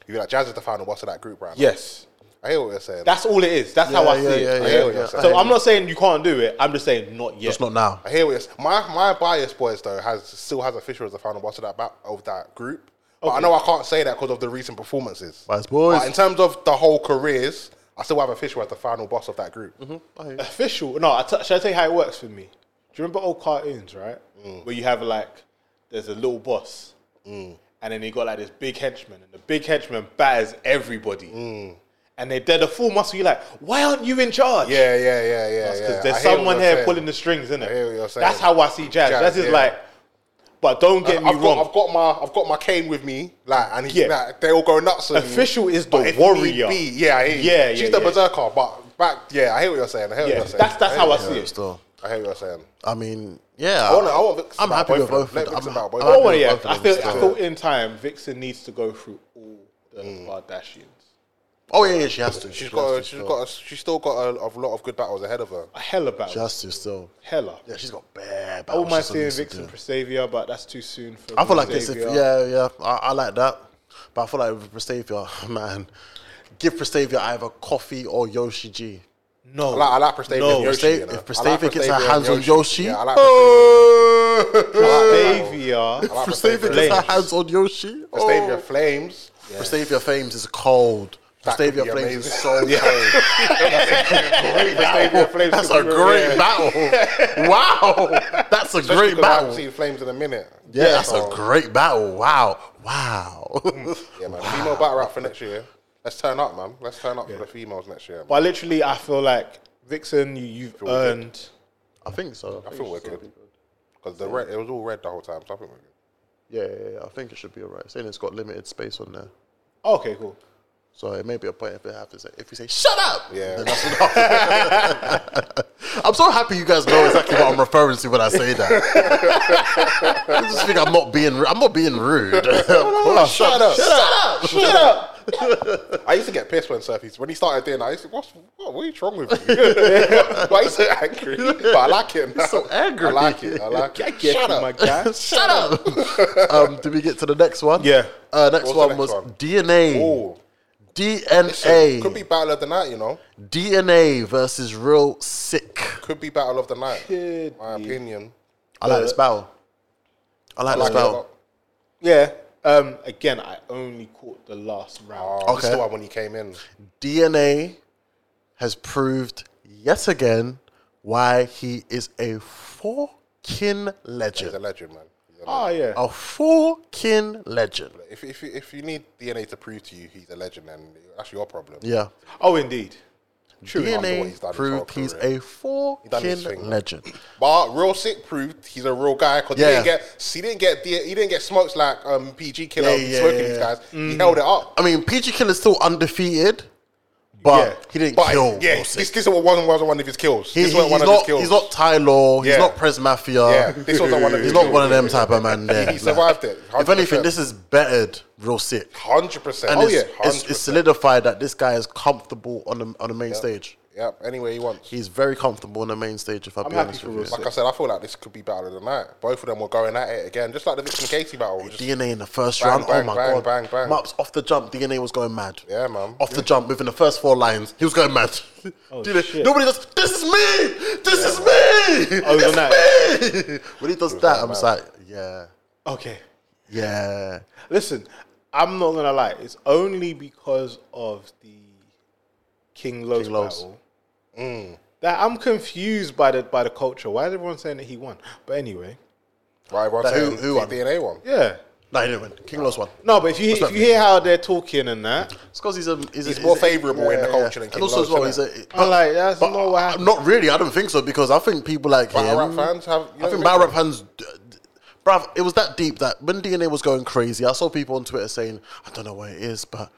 Speaker 2: You like Jazz is the final boss of that group, right? now.
Speaker 3: Yes,
Speaker 2: I hear what you're saying.
Speaker 3: that's all it is. That's how I see
Speaker 1: yeah, yeah,
Speaker 3: it.
Speaker 1: yeah,
Speaker 2: I hear what you're
Speaker 1: yeah.
Speaker 2: saying.
Speaker 3: So I'm not saying you can't do it. I'm just saying not yet.
Speaker 1: It's not now.
Speaker 2: I hear what you're saying. My my bias boys though has still has official as the final boss of that ba- of that group. But I know I can't say that because of the recent performances.
Speaker 1: Bias boys.
Speaker 2: But in terms of the whole careers, I still have official as the final boss of that group.
Speaker 3: Mm-hmm. official. No, I t- should I tell you how it works for me? Do you remember old cartoons, right?
Speaker 2: Mm.
Speaker 3: Where you have like, there's a little boss, and then you got like this big henchman, and the big henchman batters everybody,
Speaker 2: Mm.
Speaker 3: and they they're the full muscle. You're like, why aren't you in charge?
Speaker 2: Yeah, yeah, yeah, yeah.
Speaker 3: because
Speaker 2: yeah. I
Speaker 3: there's
Speaker 2: hear what
Speaker 3: someone
Speaker 2: you're
Speaker 3: here
Speaker 2: saying.
Speaker 3: pulling the strings, isn't
Speaker 2: I hear what you're
Speaker 3: it?
Speaker 2: saying.
Speaker 3: That's how I see jazz.
Speaker 2: Jazz,
Speaker 3: That's just
Speaker 2: yeah.
Speaker 3: like, but don't get
Speaker 2: I've
Speaker 3: me
Speaker 2: got,
Speaker 3: wrong.
Speaker 2: I've got my I've got my cane with me, like, and he,
Speaker 3: Yeah.
Speaker 2: like, they all go nuts. on me.
Speaker 3: Official is the
Speaker 2: But if need
Speaker 3: warrior.
Speaker 2: be- yeah, I hear you.
Speaker 3: Yeah, yeah,
Speaker 2: She's the
Speaker 3: yeah.
Speaker 2: berserker, but back, yeah, I hear what you're saying. I hear what
Speaker 3: yeah,
Speaker 2: you're saying.
Speaker 3: that's that's
Speaker 2: I hear
Speaker 3: how I
Speaker 2: what
Speaker 3: see
Speaker 2: you're
Speaker 3: it.
Speaker 1: Still,
Speaker 2: saying. I hear what you're saying.
Speaker 1: I mean, yeah.
Speaker 2: I want, I want Vixen
Speaker 1: I'm
Speaker 2: about
Speaker 1: happy with
Speaker 2: both
Speaker 1: both
Speaker 2: of
Speaker 1: of
Speaker 2: them.
Speaker 1: them. I'm-
Speaker 2: Let Vixen about both
Speaker 1: I'm
Speaker 2: of
Speaker 3: Oh
Speaker 2: them.
Speaker 1: happy with
Speaker 3: yeah,
Speaker 1: both of
Speaker 3: I
Speaker 1: them
Speaker 3: feel I
Speaker 1: still.
Speaker 3: feel in time, Vixen needs to go through all the
Speaker 2: Mm.
Speaker 3: Kardashians.
Speaker 1: Oh yeah, yeah, she has to.
Speaker 2: She's
Speaker 1: She
Speaker 2: got,
Speaker 1: has
Speaker 2: a,
Speaker 1: to
Speaker 2: she's
Speaker 1: still.
Speaker 2: got, a, she's still got a, a lot of good battles ahead of her.
Speaker 3: A hella
Speaker 1: She
Speaker 3: battle.
Speaker 1: has to still.
Speaker 3: Hella.
Speaker 1: Yeah, she's got bad.
Speaker 3: I
Speaker 1: battles
Speaker 3: wouldn't mind
Speaker 1: she's
Speaker 3: seeing
Speaker 1: needs to
Speaker 3: Vixen
Speaker 1: do.
Speaker 3: Presavia, but that's too soon for
Speaker 1: I feel like this. If,
Speaker 3: Presavia.
Speaker 1: yeah, yeah, I, I like that. But I feel like with Prestavia, man, give Prestavia either coffee or Yoshi G.
Speaker 3: No.
Speaker 2: I like, I like Prestavia.
Speaker 3: No.
Speaker 2: and Yoshi,
Speaker 1: Presta-
Speaker 2: you know.
Speaker 1: if
Speaker 2: I like
Speaker 1: Prestavia gets her
Speaker 2: and
Speaker 1: hands on Yoshi-
Speaker 2: yeah, I like Prestavia. I
Speaker 3: Presavia.
Speaker 2: like
Speaker 1: Prestavia
Speaker 2: Prestavia.
Speaker 1: gets her hands on Yoshi. Oh.
Speaker 2: Prestavia flames.
Speaker 1: Prestavia Flames is cold.
Speaker 2: That could
Speaker 1: Prestavia
Speaker 2: be
Speaker 1: Flames is so
Speaker 2: amazing.
Speaker 1: cold.
Speaker 2: Prestavia flames.
Speaker 1: That's
Speaker 2: could
Speaker 1: a
Speaker 2: be real.
Speaker 1: great
Speaker 2: Yeah.
Speaker 1: battle. Wow. That's a
Speaker 2: Especially
Speaker 1: great
Speaker 2: 'cause I
Speaker 1: battle.
Speaker 2: haven't seen flames in a minute.
Speaker 1: Yeah, that's
Speaker 2: So,
Speaker 1: a great battle. Wow. Wow.
Speaker 2: Mm. Yeah, man. Female battle rap for next year. Let's turn up, man. Let's turn up for the females next year. Man.
Speaker 3: But literally, I feel like Vixen, you, you've earned.
Speaker 1: I think so.
Speaker 2: I think we're good because the red, it was all red the whole time. So I think we're good.
Speaker 1: Yeah, yeah, yeah. I think it should be all right. Saying it's got limited space on there.
Speaker 3: Oh, Okay, cool.
Speaker 1: So it may be a point if you have to say, if you say, shut up!
Speaker 2: Yeah.
Speaker 1: then that's enough. I'm so happy you guys know exactly what I'm referring to when I say that. I just think I'm not being, I'm not being rude.
Speaker 2: Shut up.
Speaker 1: Shut up!
Speaker 2: Shut up. I used to get pissed when Surfies, when he started doing that, I used to, what's, what, what is wrong with you? Why are you so angry? But I like it now.
Speaker 1: so angry.
Speaker 2: I like it. I like it. Shut up.
Speaker 3: my guy.
Speaker 1: Shut up! um, did we get to the next one?
Speaker 3: Yeah.
Speaker 1: Uh, next
Speaker 2: What's the
Speaker 1: one
Speaker 2: next
Speaker 1: was
Speaker 2: one?
Speaker 1: DNA.
Speaker 2: Oh,
Speaker 1: DNA.
Speaker 2: could be Battle of the Night, you know?
Speaker 1: DNA versus real sick.
Speaker 2: Could be Battle of the Night. my opinion.
Speaker 1: I like this battle. I like,
Speaker 2: Uh, I like
Speaker 1: this
Speaker 2: it a
Speaker 1: battle.
Speaker 2: lot.
Speaker 3: Yeah. Um, again, I only caught the last round.
Speaker 2: Oh, This is
Speaker 1: Okay.
Speaker 2: the one when he came in.
Speaker 1: DNA has proved yet again why he is a fucking
Speaker 2: He's a
Speaker 1: legend.
Speaker 2: legend, man. He's
Speaker 1: Ah.
Speaker 2: a
Speaker 3: Oh, yeah.
Speaker 1: A fucking legend.
Speaker 2: legend. If, if, if you need DNA to prove to you he's a legend, then that's your problem.
Speaker 1: Yeah.
Speaker 3: Oh, indeed.
Speaker 2: after what he's done
Speaker 1: DNA
Speaker 2: his
Speaker 1: proved
Speaker 2: whole
Speaker 1: he's
Speaker 2: career.
Speaker 1: a
Speaker 2: done his
Speaker 1: fucking
Speaker 2: thing.
Speaker 1: legend.
Speaker 2: But real sick proved he's a real guy because
Speaker 1: Yeah.
Speaker 2: he didn't get he didn't get he didn't get smokes like um, PG Killer
Speaker 1: Yeah, yeah,
Speaker 2: smoking
Speaker 1: yeah, Mm.
Speaker 2: these
Speaker 1: yeah.
Speaker 2: guys. He held it up.
Speaker 1: I mean, PG Killer's still undefeated, but
Speaker 3: Yeah.
Speaker 1: he didn't
Speaker 2: But
Speaker 1: kill.
Speaker 2: yeah,
Speaker 1: Wilson.
Speaker 2: this this was one wasn't one of his kills.
Speaker 1: He-
Speaker 2: this
Speaker 1: he- he's,
Speaker 2: wasn't one of his
Speaker 1: not,
Speaker 2: kills.
Speaker 1: he's not Ty Law.
Speaker 2: Yeah.
Speaker 1: He's not Prez Mafia.
Speaker 2: yeah, this wasn't one of his.
Speaker 1: He's not one of them type of man there.
Speaker 2: He survived it,
Speaker 1: If anything,
Speaker 2: 100%.
Speaker 1: this is bettered real sick.
Speaker 2: Hundred percent.
Speaker 1: And
Speaker 2: Oh
Speaker 1: it's,
Speaker 2: yeah,
Speaker 1: it's,
Speaker 2: hundred
Speaker 1: it's
Speaker 2: percent.
Speaker 1: solidified that this guy is comfortable on the on the main stage.
Speaker 2: Yep. Anyway, he wants.
Speaker 1: He's very comfortable on the main stage. If I'm be
Speaker 3: happy
Speaker 1: honest
Speaker 3: for
Speaker 1: with
Speaker 3: real
Speaker 1: you,
Speaker 2: Like I said, I feel like this could be battle of the night. Both of them were going at it again, just like the Vixen Katie battle. Just,
Speaker 1: DNA in the first
Speaker 2: Bang,
Speaker 1: round.
Speaker 2: bang,
Speaker 1: oh my
Speaker 2: bang,
Speaker 1: god!
Speaker 2: bang, bang.
Speaker 1: Maps off the jump. DNA was going mad.
Speaker 2: Yeah, man.
Speaker 1: Off the jump, within the first four lines, he was going mad. DNA
Speaker 3: Oh, shit.
Speaker 1: Nobody does. This is me. This is me.
Speaker 3: Oh,
Speaker 1: this
Speaker 3: you're
Speaker 1: is me. when he does that, I'm just like, yeah,
Speaker 3: Okay.
Speaker 1: yeah.
Speaker 3: Listen, I'm not gonna lie. It's only because of the King Los
Speaker 1: King Los.
Speaker 3: battle that I'm confused by the by the culture. Why is everyone saying that he won? But anyway,
Speaker 2: Right, everyone's
Speaker 1: Like, who-
Speaker 2: saying
Speaker 1: who
Speaker 2: the
Speaker 1: won?
Speaker 2: DNA one.
Speaker 3: yeah.
Speaker 1: No, he didn't win. King lost one.
Speaker 3: No, but if you if
Speaker 1: that
Speaker 3: you hear how they're talking and that,
Speaker 1: It's because he's a he's, a-
Speaker 2: He's more
Speaker 1: a-
Speaker 2: favourable in the culture than
Speaker 1: and
Speaker 2: King
Speaker 1: also as
Speaker 2: Los,
Speaker 1: well, he's
Speaker 2: isn't
Speaker 1: a.
Speaker 3: I'm like, that's not what happened.
Speaker 1: uh, Not really. I don't think so because I think people like
Speaker 2: Battle
Speaker 1: him.
Speaker 2: rap fans have-
Speaker 1: I
Speaker 2: you don't
Speaker 1: think
Speaker 2: think
Speaker 1: battle
Speaker 2: so?
Speaker 1: rap fans. d- d- Bruv, it was that deep that when DNA was going crazy, I saw people on Twitter saying, "I don't know what it is, but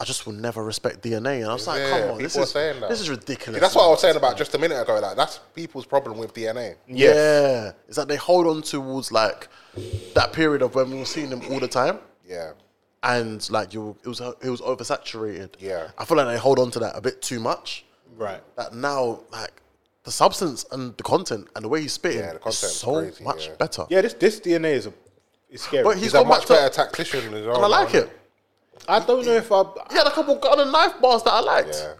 Speaker 1: I just will never respect DNA." And I was like,
Speaker 2: Yeah,
Speaker 1: "Come on, this
Speaker 2: people are
Speaker 1: is
Speaker 2: saying that.
Speaker 1: this is
Speaker 2: See,
Speaker 1: ridiculous."
Speaker 2: that's what I
Speaker 1: man."
Speaker 2: was saying about just a minute ago. Like that's people's problem with DNA.
Speaker 1: Yeah, is that they hold on towards like that period of when we were seeing them all the time,
Speaker 2: Yeah,
Speaker 1: and like you, it was it was oversaturated.
Speaker 2: Yeah.
Speaker 1: I feel like they hold on to that a bit too much.
Speaker 3: right?
Speaker 1: that now like the substance and the content and the way he's spitting
Speaker 2: Yeah, the
Speaker 1: is
Speaker 2: content's
Speaker 1: so
Speaker 2: crazy,
Speaker 1: much
Speaker 2: yeah.
Speaker 1: better.
Speaker 3: Yeah, this this DNA is a is scary.
Speaker 1: but
Speaker 2: he's
Speaker 1: he's
Speaker 2: a
Speaker 1: got
Speaker 2: much
Speaker 1: much
Speaker 2: better
Speaker 1: better.
Speaker 2: tactician. As well,
Speaker 1: And I like
Speaker 2: man.
Speaker 1: it.
Speaker 3: I don't know if I.
Speaker 1: He had a couple gun and knife bars that I liked,
Speaker 2: Yeah.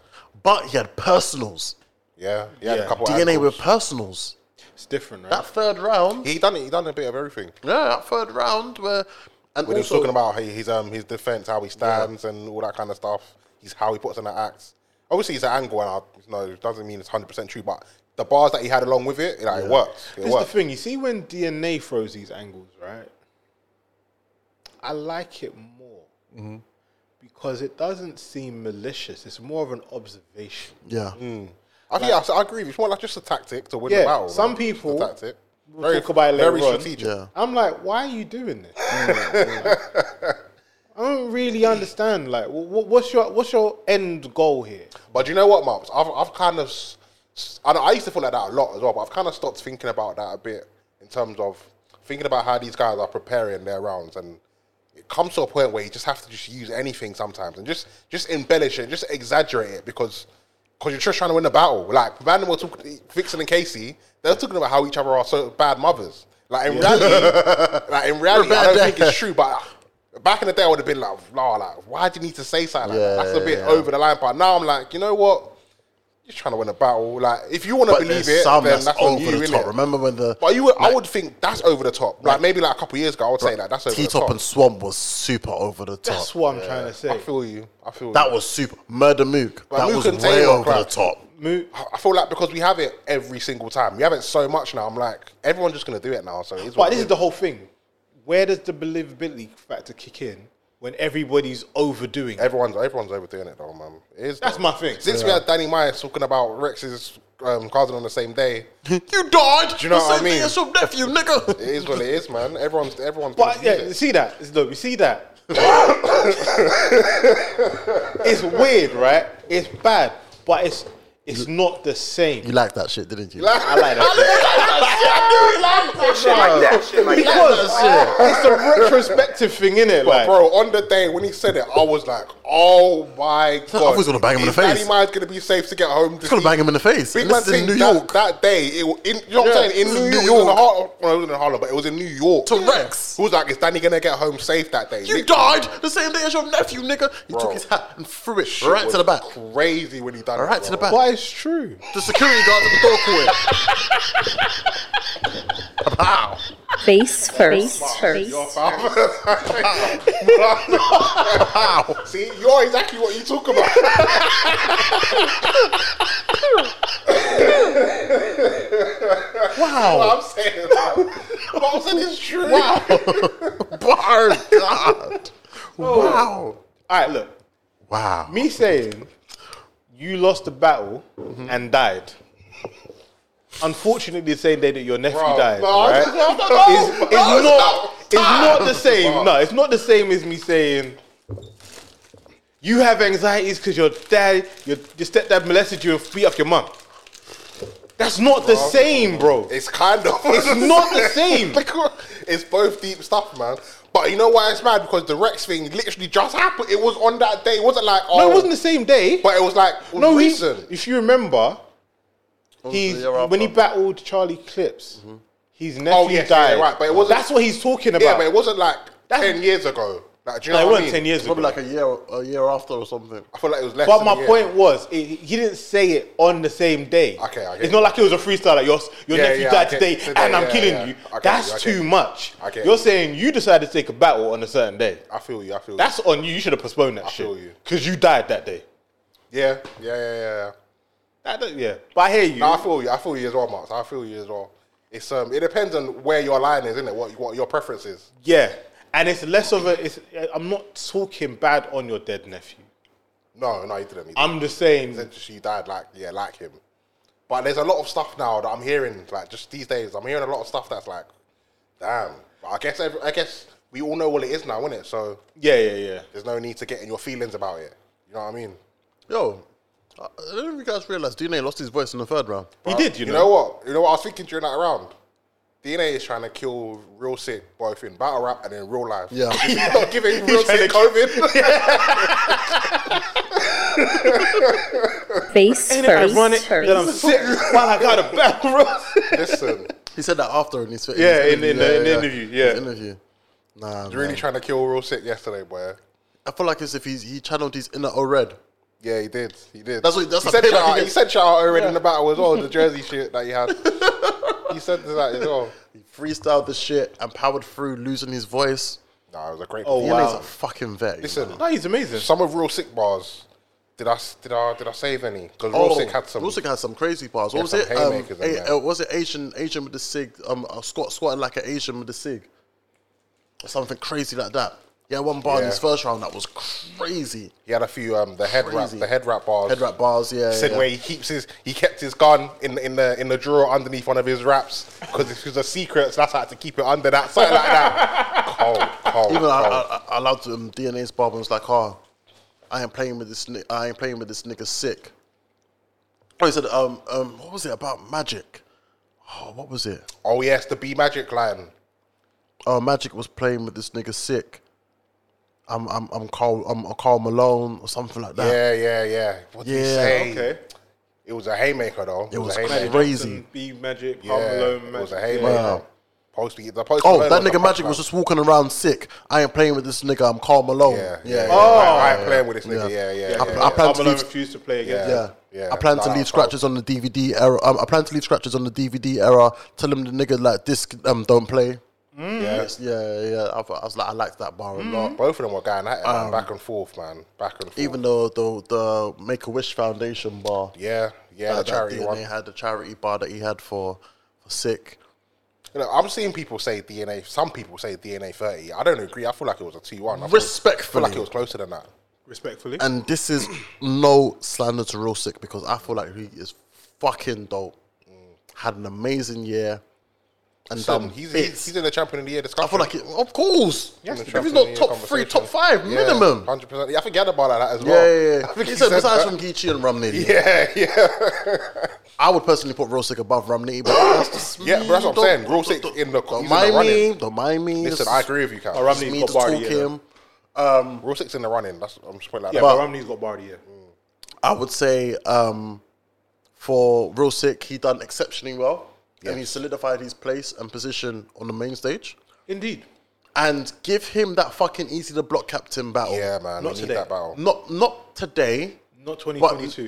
Speaker 1: but he had personals.
Speaker 2: Yeah, he had a
Speaker 3: Yeah.
Speaker 2: couple
Speaker 1: DNA
Speaker 2: angles.
Speaker 1: with personals.
Speaker 3: It's different, right?
Speaker 1: That third round,
Speaker 2: he done it. He done a bit of everything.
Speaker 1: yeah, that third round where and
Speaker 2: When he was
Speaker 1: also,
Speaker 2: talking about his um his defense, how he stands and all that kind of stuff. He's how he puts on the acts. Obviously, it's an angle, and I, no, it doesn't mean it's hundred percent true. But the bars that he had along with it, like, it works. It
Speaker 3: This is the
Speaker 2: works.
Speaker 3: thing. You see, when DNA throws these angles, right? I like it more
Speaker 2: Mm-hmm.
Speaker 3: because it doesn't seem malicious. It's more of an observation.
Speaker 1: yeah,
Speaker 2: Mm, I think I, I agree. with you. It's more like just a tactic to win
Speaker 3: Yeah,
Speaker 2: the battle.
Speaker 3: some
Speaker 2: man. Just a
Speaker 3: people
Speaker 2: tactic.
Speaker 3: we'll talk about it later
Speaker 2: very
Speaker 3: on.
Speaker 2: strategic.
Speaker 1: yeah,
Speaker 3: I'm like, why are you doing this?
Speaker 2: Mm,
Speaker 3: I don't really understand. Like, wh- wh- what's your what's your end goal here?
Speaker 2: But you know what, Marks? I've, I've kind of, s- s- I, know, I used to feel like that a lot as well, but I've kind of stopped thinking about that a bit in terms of thinking about how these guys are preparing their rounds. And it comes to a point where you just have to just use anything sometimes and just just embellish it, just exaggerate it because because you're just trying to win the battle. Like, Van were talking, Vixen and Casey, they were talking about how each other are so bad mothers. Like, in reality, like, in reality I don't think it's true, but. Back in the day, I would have been like, "Nah, like, why do you need to say something like that?
Speaker 1: Yeah,
Speaker 2: That's a
Speaker 1: yeah,
Speaker 2: bit
Speaker 1: yeah.
Speaker 2: over the line." But now I'm like, you know what? You're trying to win a battle. Like, if you want to
Speaker 1: but
Speaker 2: believe
Speaker 1: there's
Speaker 2: it,
Speaker 1: some
Speaker 2: then
Speaker 1: that's,
Speaker 2: that's, on
Speaker 1: over
Speaker 2: you,
Speaker 1: the
Speaker 2: innit?
Speaker 1: top. Remember when the
Speaker 2: But you, would, I would think that's over the top. Like, maybe like a couple of years ago, I would say that that's over
Speaker 1: T
Speaker 2: the top.
Speaker 1: Top and Swamp was super over the top.
Speaker 3: That's what I'm trying to
Speaker 2: I
Speaker 3: say.
Speaker 2: feel you. I feel
Speaker 1: that
Speaker 2: you.
Speaker 1: was super murder Mook.
Speaker 2: But
Speaker 1: that
Speaker 2: Mook
Speaker 1: was
Speaker 2: and
Speaker 1: way
Speaker 2: Taylor
Speaker 1: over the
Speaker 2: crap.
Speaker 1: top.
Speaker 3: Mo-
Speaker 2: I I feel like because we have it every single time, we have it so much now. I'm like, everyone's just gonna do it now. So it's.
Speaker 3: But this is the whole thing. Where does the believability factor kick in when everybody's overdoing? it?
Speaker 2: everyone's everyone's overdoing it though, man. It is.
Speaker 3: That's
Speaker 2: though.
Speaker 3: my thing.
Speaker 2: Since we had Danny Myers talking about Rex's um, cousin on the same day,
Speaker 1: You died.
Speaker 2: you know
Speaker 1: the
Speaker 2: what I
Speaker 1: same thing
Speaker 2: mean?
Speaker 1: as your nephew, nigga.
Speaker 2: it is what it is, man. Everyone's everyone's.
Speaker 3: But
Speaker 2: gonna
Speaker 3: yeah,
Speaker 2: use
Speaker 3: you
Speaker 2: it.
Speaker 3: see that. Look, we see that. it's weird, right? It's bad, but it's it's not the same.
Speaker 1: You liked that shit, didn't you?
Speaker 3: I like that.
Speaker 7: Shit like that. Shit like that.
Speaker 3: because it's a retrospective thing, innit? Like,
Speaker 2: Bro, on the day when he said it, I was like, "Oh my god!"
Speaker 1: was gonna bang him in the
Speaker 2: Is
Speaker 1: face.
Speaker 2: Danny Mine's gonna be safe to get home.
Speaker 1: It's gonna bang him in the face.
Speaker 2: Big
Speaker 1: And this
Speaker 2: man
Speaker 1: is in
Speaker 2: thing
Speaker 1: New
Speaker 2: that,
Speaker 1: York.
Speaker 2: that day. It, wa- in, you know what
Speaker 1: Yeah.
Speaker 2: I'm saying? In
Speaker 1: This is
Speaker 2: New,
Speaker 1: New
Speaker 2: York,
Speaker 1: York.
Speaker 2: Har- well, it was in Harlem, but it was in New York.
Speaker 1: To Rex.
Speaker 2: Who was like, "Is Danny gonna get home safe that day?"
Speaker 1: You
Speaker 2: Nick
Speaker 1: died the same day as your nephew, nigga. He
Speaker 2: Bro.
Speaker 1: took his hat and threw it
Speaker 2: shit
Speaker 1: right
Speaker 2: was
Speaker 1: to the back.
Speaker 2: Crazy when he done. it,
Speaker 1: Right to the
Speaker 2: bro.
Speaker 1: back.
Speaker 3: but it's true.
Speaker 1: The security guard at the door called it. Wow.
Speaker 8: Face first.
Speaker 2: Your father. See, you're exactly what you talk about. wow. What I'm saying. bro. What I'm saying is true. Wow.
Speaker 1: Bar Oh, God. Wow.
Speaker 3: All right, look.
Speaker 1: Wow.
Speaker 3: Me saying you lost the battle
Speaker 2: Mm-hmm.
Speaker 3: and died. Unfortunately, the same day that your nephew
Speaker 2: Bro,
Speaker 3: died,
Speaker 2: no, I
Speaker 3: right?
Speaker 2: don't know.
Speaker 3: It's, it's
Speaker 2: No, it's
Speaker 3: not.
Speaker 2: not.
Speaker 3: It's not the same. No, it's not the same as me saying you have anxieties because your dad, your, your stepdad molested you and beat up your mum. That's not the same, bro.
Speaker 2: It's kind of.
Speaker 3: It's not the same.
Speaker 2: it's both deep stuff, man. But you know why it's mad? Because the Rex thing literally just happened. It was on that day. It wasn't like oh,
Speaker 3: No, it wasn't the same day.
Speaker 2: But it was like it was
Speaker 3: No, he,
Speaker 2: recent.
Speaker 3: if you remember, he's
Speaker 1: year
Speaker 3: when he
Speaker 1: after.
Speaker 3: battled Charlie Clips, his nephew
Speaker 2: Mm-hmm. Oh, yes, yeah,
Speaker 3: died.
Speaker 2: yeah, right, but it wasn't-
Speaker 3: That's what he's talking about.
Speaker 2: yeah, but it wasn't like
Speaker 3: That's-
Speaker 2: ten years ago. Like, do you
Speaker 3: No,
Speaker 2: know
Speaker 3: it
Speaker 2: what I
Speaker 3: wasn't
Speaker 2: mean?
Speaker 3: ten years ago.
Speaker 1: Probably like a year, a year after or something.
Speaker 2: I feel like it was less.
Speaker 3: but
Speaker 2: than
Speaker 3: my
Speaker 2: a year.
Speaker 3: point was, it, he didn't say it on the same day.
Speaker 2: Okay, I get you.
Speaker 3: it's not like it was a freestyle. Like your your
Speaker 2: Yeah,
Speaker 3: nephew
Speaker 2: yeah,
Speaker 3: died
Speaker 2: I get-
Speaker 3: today,
Speaker 2: today,
Speaker 3: and I'm
Speaker 2: yeah,
Speaker 3: killing
Speaker 2: yeah.
Speaker 3: you.
Speaker 2: I get
Speaker 3: That's
Speaker 2: you, I get
Speaker 3: too
Speaker 2: you.
Speaker 3: much.
Speaker 2: I get
Speaker 3: You're
Speaker 2: you.
Speaker 3: saying you decided to take a battle on a certain day.
Speaker 2: I feel you. I feel
Speaker 3: That's on you. You should have postponed that
Speaker 2: feel
Speaker 3: shit
Speaker 2: you.
Speaker 3: because you died that day.
Speaker 2: you. Yeah, yeah, yeah, yeah. yeah.
Speaker 3: That, that- yeah, but I hear you.
Speaker 2: No, I feel you. I feel you as well, Marks. I feel you as well. It's um, it depends on where your line is, isn't it? What what your preference is.
Speaker 3: Yeah, and it's less of a. It's, uh, I'm not talking bad on your dead nephew.
Speaker 2: No, no, you didn't. You
Speaker 3: I'm just saying.
Speaker 2: didn't. She died like yeah, like him. But there's a lot of stuff now that I'm hearing like just these days. I'm hearing a lot of stuff that's like, damn. But I guess every, I guess we all know what it is now, isn't it? So
Speaker 3: Yeah, yeah, yeah.
Speaker 2: there's no need to get in your feelings about it. You know what I mean?
Speaker 1: Yo, I I don't know if you guys realize DNA lost his voice in the third round.
Speaker 3: He did, you,
Speaker 2: You
Speaker 3: know.
Speaker 2: know what? You know what I was thinking during that round. DNA is trying to kill real sick both in battle rap and in real life.
Speaker 1: Yeah.
Speaker 2: He's not giving real sick COVID.
Speaker 8: Face
Speaker 3: Ain't it
Speaker 8: first.
Speaker 3: ironic that I'm sick while I got a battle roast?
Speaker 2: Listen,
Speaker 1: He said that after in his in his
Speaker 3: Yeah, in- in the- in the
Speaker 1: yeah.
Speaker 3: interview, yeah.
Speaker 1: His interview. Nah,
Speaker 2: you're really
Speaker 1: man.
Speaker 2: trying to kill real sick yesterday, boy.
Speaker 1: I feel like as if he's, he channeled his inner O-Red.
Speaker 2: Yeah, he did. He did.
Speaker 1: That's what- that's
Speaker 2: he
Speaker 1: the
Speaker 2: said.
Speaker 1: thing, like,
Speaker 2: Shout out,
Speaker 1: he
Speaker 2: he
Speaker 1: just-
Speaker 2: said shout out already in the battle as well. The jersey shit that he had. he said that as well.
Speaker 1: He freestyled the shit and powered through, losing his voice.
Speaker 2: Nah, it was a great.
Speaker 3: Oh,
Speaker 1: DNA's
Speaker 3: wow.
Speaker 1: a fucking vet. you
Speaker 2: Listen,
Speaker 1: know.
Speaker 3: no, he's amazing.
Speaker 2: some of real sick bars. Did I did I did I save any? Because real
Speaker 3: Oh,
Speaker 2: sick had some.
Speaker 1: Real Sick Oh, had some crazy bars. What
Speaker 2: Yeah,
Speaker 1: was
Speaker 2: some
Speaker 1: it? Um,
Speaker 2: haymakers in
Speaker 1: A-
Speaker 2: there.
Speaker 1: uh, was it Asian Asian with the sig? Um, uh, squat squatting like an Asian with the sig, or something crazy like that. Yeah, one bar in his
Speaker 2: Yeah.
Speaker 1: first round that was crazy.
Speaker 2: He had a few um the head wrap
Speaker 1: Crazy.
Speaker 2: the head wrap bars.
Speaker 1: Head wrap bars. Yeah,
Speaker 2: said
Speaker 1: yeah.
Speaker 2: where he keeps his he kept his gun in the in the in the drawer underneath one of his wraps because it was a secret, so that's how I had to keep it under that side like that. Cold, cold,
Speaker 1: Even I,
Speaker 2: cold.
Speaker 1: I, I I loved um, DNA's barber and was like, "Oh, I ain't playing with this. ni- I ain't playing with this nigga sick." Oh, he said, um, um, what was it about magic? Oh, what was it?
Speaker 2: oh yes, the B Magic line.
Speaker 1: oh, Magic was playing with this nigga sick. I'm I'm I'm Carl I'm a Carl Malone or something like that.
Speaker 2: Yeah, yeah, yeah. What did he
Speaker 1: Yeah.
Speaker 2: say?
Speaker 3: Okay.
Speaker 2: It was a haymaker though.
Speaker 1: It was
Speaker 2: a haymaker.
Speaker 1: crazy.
Speaker 3: B Magic,
Speaker 2: Yeah,
Speaker 3: Carl Malone,
Speaker 2: it was a
Speaker 3: Magic.
Speaker 2: haymaker.
Speaker 1: Wow.
Speaker 2: Posty, the post
Speaker 1: Oh,
Speaker 2: Malone
Speaker 1: that
Speaker 2: the
Speaker 1: nigga Magic
Speaker 2: punchline.
Speaker 1: was just walking around sick. I ain't playing with this nigga. I'm Carl Malone.
Speaker 2: yeah,
Speaker 1: Yeah,
Speaker 2: yeah. yeah.
Speaker 1: yeah.
Speaker 2: Oh.
Speaker 1: Oh.
Speaker 2: I, I ain't playing with this nigga.
Speaker 1: Yeah.
Speaker 2: Yeah, yeah. yeah,
Speaker 1: I-
Speaker 2: yeah,
Speaker 1: I plan
Speaker 3: Carl
Speaker 1: to
Speaker 3: Malone
Speaker 1: leave-
Speaker 3: refused to play
Speaker 2: Yeah.
Speaker 3: against.
Speaker 1: yeah.
Speaker 2: Yeah.
Speaker 1: I plan to
Speaker 2: Nah,
Speaker 1: leave
Speaker 2: nah,
Speaker 1: scratches on the DVD era. Um, I plan to leave scratches on the DVD era. Tell him the nigga like this um don't play.
Speaker 2: yeah.
Speaker 1: Yes, yeah, yeah. yeah. I, thought- I was like, I liked that bar a lot.
Speaker 2: Both of them were going at it, man. back and forth, man. Back and forth.
Speaker 1: Um, Even though the the Make a Wish Foundation bar,
Speaker 2: yeah, yeah,
Speaker 1: that,
Speaker 2: the charity
Speaker 1: that DNA
Speaker 2: one.
Speaker 1: had the charity bar that he had for for sick.
Speaker 2: You know, I'm seeing people say DNA. Some people say DNA 30. I don't agree. I feel like it was a T1. I feel-
Speaker 1: Respectfully.
Speaker 2: I feel like it was closer than that.
Speaker 3: Respectfully.
Speaker 1: and this is no slander to real sick Mm. because I feel like he is fucking dope. Had an amazing year. and
Speaker 2: Listen,
Speaker 1: dumb
Speaker 2: he's,
Speaker 1: bits.
Speaker 2: he's, he's in the champion of the year
Speaker 1: I
Speaker 2: discussion.
Speaker 1: feel like it, of course.
Speaker 2: In the
Speaker 1: If
Speaker 2: Champion
Speaker 1: he's
Speaker 2: of
Speaker 1: not
Speaker 2: the Year
Speaker 1: top three,
Speaker 2: conversation.
Speaker 1: top five
Speaker 2: Yeah,
Speaker 1: minimum.
Speaker 2: 100%. Yeah, I forget about that as
Speaker 1: Yeah,
Speaker 2: well.
Speaker 1: yeah, yeah.
Speaker 2: I think
Speaker 1: he said besides
Speaker 2: that.
Speaker 1: from Geechee and Romney,
Speaker 2: Yeah, yeah.
Speaker 1: I would personally put Rosick above Romney, but that's just
Speaker 2: Yeah, but that's what I'm
Speaker 1: Don't-
Speaker 2: saying. Rosick's
Speaker 1: don't-
Speaker 2: in the-
Speaker 1: don't
Speaker 2: he's in the
Speaker 1: mind me.
Speaker 2: running.
Speaker 1: Don't mind me.
Speaker 2: Listen,
Speaker 1: This-
Speaker 2: I agree with you, Cal.
Speaker 3: Oh,
Speaker 1: this
Speaker 3: Romney's
Speaker 1: me
Speaker 3: got
Speaker 1: to
Speaker 3: Bardi,
Speaker 1: talk
Speaker 3: yeah,
Speaker 1: him.
Speaker 2: Rule six in the running. That's I'm just putting it like
Speaker 3: Yeah,
Speaker 2: that.
Speaker 3: but Romney's got Bardi, yeah.
Speaker 1: I would say um, for Rosick, he done exceptionally well, and he solidified his place and position on the main stage.
Speaker 3: Indeed.
Speaker 1: And give him that fucking easy to block captain battle.
Speaker 2: yeah, man.
Speaker 3: Not
Speaker 2: we
Speaker 3: today.
Speaker 2: need that battle.
Speaker 1: Not not today.
Speaker 3: Not 2022.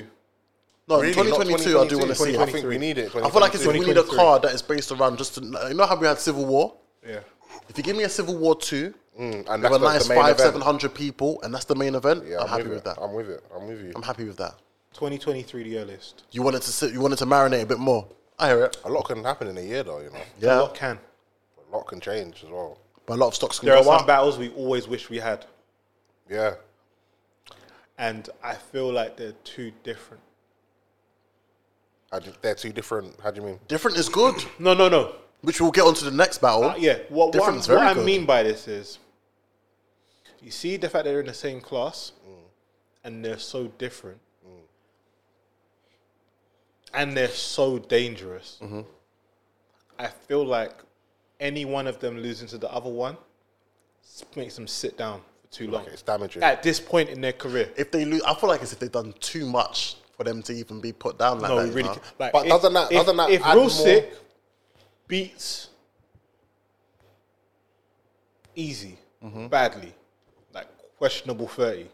Speaker 1: No,
Speaker 2: Really, not
Speaker 1: 2022, I do want to see. it.
Speaker 2: I think we need it.
Speaker 1: I feel like it's, we need a
Speaker 3: 2023.
Speaker 1: card that is based around just to, you know how we had Civil War.
Speaker 3: yeah.
Speaker 1: If you give me a Civil War two,
Speaker 2: and
Speaker 1: with a
Speaker 2: Mm, that's the-
Speaker 1: nice
Speaker 2: the main
Speaker 1: five,
Speaker 2: event.
Speaker 1: seven hundred people, and that's the main event,
Speaker 2: Yeah,
Speaker 1: I'm, happy
Speaker 2: with
Speaker 1: with
Speaker 2: it.
Speaker 1: that. I'm,
Speaker 2: I'm with it. I'm with you.
Speaker 1: happy with that.
Speaker 3: 2023 the earliest.
Speaker 1: You wanted to sit, you wanted to marinate a bit more. I hear it.
Speaker 2: A lot can happen in a year, though. You know,
Speaker 1: Yeah,
Speaker 3: What can?
Speaker 2: a lot can change as well.
Speaker 1: but a lot of stocks can
Speaker 3: There are
Speaker 1: go
Speaker 3: some
Speaker 1: up.
Speaker 3: battles we always wish we had.
Speaker 2: Yeah,
Speaker 3: And I feel like they're too different.
Speaker 2: I ju- they're two different. How do you mean?
Speaker 1: Different is good,
Speaker 3: No, no, no.
Speaker 1: which we'll get onto the next battle.
Speaker 3: Uh, yeah. What, what, I'm-
Speaker 1: Difference, very
Speaker 3: what I
Speaker 1: good.
Speaker 3: mean by this is, you see the fact that they're in the same class, and they're so different, and they're so dangerous. I feel like any one of them losing to the other one s- makes them sit down for too long.
Speaker 2: It's damaging.
Speaker 3: At this point in their career,
Speaker 1: If they lose, I feel like as if they've done too much for them to even be put down like
Speaker 3: no,
Speaker 1: that.
Speaker 3: we
Speaker 1: you
Speaker 3: really.
Speaker 1: know?
Speaker 3: Can, like,
Speaker 2: But
Speaker 3: if,
Speaker 2: doesn't that-
Speaker 3: if,
Speaker 2: doesn't that
Speaker 3: if
Speaker 2: add
Speaker 3: real
Speaker 2: more-
Speaker 3: sick beats easy
Speaker 1: Mm-hmm.
Speaker 3: badly, like questionable thirty,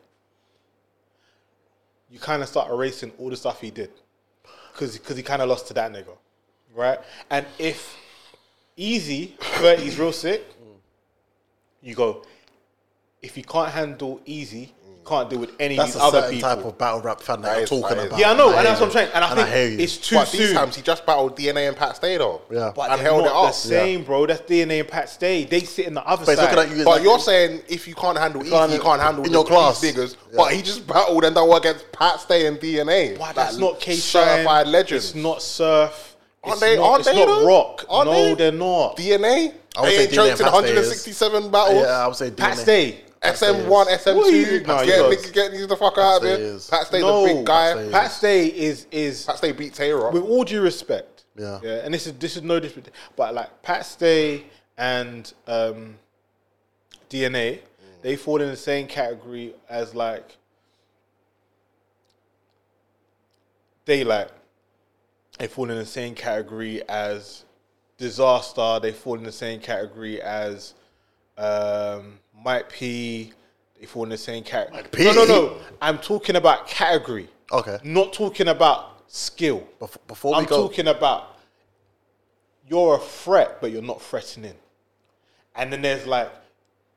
Speaker 3: you kind of start erasing all the stuff he did because because he kind of lost to that nigga, right? And if easy thirty's real sick, you go. If you can't handle easy, you can't deal with any of
Speaker 1: Mm. That's
Speaker 3: these
Speaker 1: a
Speaker 3: other
Speaker 1: certain
Speaker 3: people.
Speaker 1: type of battle rap fan that,
Speaker 2: That
Speaker 1: you're
Speaker 2: is-
Speaker 1: talking
Speaker 2: that is.
Speaker 1: about.
Speaker 3: Yeah, I know,
Speaker 1: hear
Speaker 3: and that's
Speaker 1: you.
Speaker 3: what I'm saying. And I think
Speaker 1: hear you.
Speaker 3: it's too
Speaker 2: But
Speaker 3: soon.
Speaker 2: these times he just battled DNA and Pat Stay though.
Speaker 1: Yeah.
Speaker 3: but
Speaker 2: and
Speaker 3: they're
Speaker 2: held it
Speaker 3: not
Speaker 2: up.
Speaker 3: the same, bro. That's DNA and Pat Stay. They sit in the other
Speaker 1: But he's
Speaker 3: side.
Speaker 1: looking at you.
Speaker 2: But
Speaker 1: like-
Speaker 2: you're saying if you can't handle easy,
Speaker 1: can't-
Speaker 2: you can't handle
Speaker 1: in your
Speaker 2: these
Speaker 1: class.
Speaker 2: niggas. But he just battled and that were against Pat Stay and DNA.
Speaker 3: Why that's
Speaker 2: Like,
Speaker 3: not K
Speaker 2: certified legends.
Speaker 3: It's not surf.
Speaker 2: Aren't
Speaker 3: it's
Speaker 2: they-
Speaker 3: Not,
Speaker 2: aren't
Speaker 3: it's
Speaker 2: they
Speaker 3: not
Speaker 2: though?
Speaker 3: rock.
Speaker 2: Aren't
Speaker 3: no,
Speaker 2: they?
Speaker 3: are not.
Speaker 2: DNA.
Speaker 1: I would
Speaker 2: They
Speaker 1: say
Speaker 2: ain't
Speaker 1: DNA
Speaker 2: choked in
Speaker 1: Pat Stay is-
Speaker 2: 167 battles.
Speaker 1: yeah, I would say
Speaker 3: Pat
Speaker 1: DNA.
Speaker 3: Stay.
Speaker 2: SM1,
Speaker 3: What are you-
Speaker 2: SM2,
Speaker 3: Nah,
Speaker 2: get,
Speaker 3: you
Speaker 2: nigga, get these the fuck out of
Speaker 1: Pat
Speaker 2: here.
Speaker 1: Stay
Speaker 2: Pat Stay's
Speaker 3: no,
Speaker 2: a big guy.
Speaker 1: Pat
Speaker 2: Pat
Speaker 1: Stay
Speaker 2: Stay,
Speaker 3: Pat Stay is is
Speaker 2: beat Taylor.
Speaker 3: with all due respect.
Speaker 1: Yeah.
Speaker 3: Yeah. And this is this is no disrespect, but like Pat Stay and um, DNA,
Speaker 1: Mm.
Speaker 3: they fall in the same category as like they like they fall in the same category as disaster. They fall in the same category as um, Mike P. They fall in the same category.
Speaker 1: P? Oh.
Speaker 3: No, no, no. I'm talking about category.
Speaker 1: Okay.
Speaker 3: Not talking about skill.
Speaker 1: Bef- before we
Speaker 3: I'm
Speaker 1: go-
Speaker 3: talking about you're a threat, but you're not threatening. And then there's like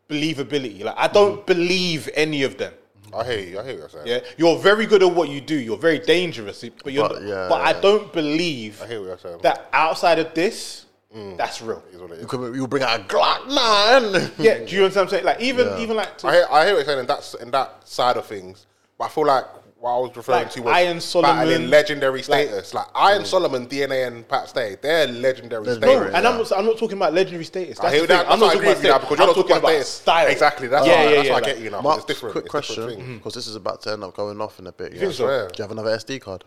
Speaker 3: believability. Like I don't
Speaker 2: Mm-hmm.
Speaker 3: believe any of them.
Speaker 2: I hear you. I hear you. Saying.
Speaker 3: Yeah, you're very good at what you do. You're very dangerous, but you're.
Speaker 1: But,
Speaker 3: But,
Speaker 1: yeah,
Speaker 3: but I
Speaker 1: yeah.
Speaker 3: don't believe
Speaker 2: I hear Mm. what you're saying.
Speaker 3: that outside of this, that's real.
Speaker 2: Is what it
Speaker 1: You
Speaker 2: is.
Speaker 1: could- you bring out a Glock nine.
Speaker 3: Yeah, do you understand what I'm saying? Like even even like to,
Speaker 2: I hear, I hear what you're saying in that, in that side of things. But I feel like what I was referring
Speaker 3: Like
Speaker 2: to was
Speaker 3: Iron Solomon,
Speaker 2: battling legendary
Speaker 3: like- Mm.
Speaker 2: status. Like, Iron Solomon, DNA, and Pat Stay, they're legendary
Speaker 1: Legendary,
Speaker 2: status.
Speaker 1: yeah.
Speaker 3: and I'm not, I'm not talking about legendary status. That's
Speaker 2: I hear
Speaker 3: the thing.
Speaker 2: that.
Speaker 3: I'm
Speaker 2: That's why
Speaker 3: not
Speaker 2: I
Speaker 3: talking
Speaker 2: agree
Speaker 3: about
Speaker 2: with you now
Speaker 3: status.
Speaker 2: because
Speaker 3: I'm
Speaker 2: you're not talking about status.
Speaker 3: style.
Speaker 2: Exactly. That's
Speaker 3: yeah,
Speaker 2: why,
Speaker 3: yeah,
Speaker 2: that's why
Speaker 3: yeah.
Speaker 2: I
Speaker 3: like-
Speaker 2: get you now.
Speaker 1: Mark,
Speaker 2: it's different.
Speaker 1: quick
Speaker 2: it's Different
Speaker 1: question,
Speaker 3: Mm.
Speaker 2: thing.
Speaker 1: because this is about to end up going off in a bit. Yeah.
Speaker 2: think so? Yeah.
Speaker 1: Do you have another SD card?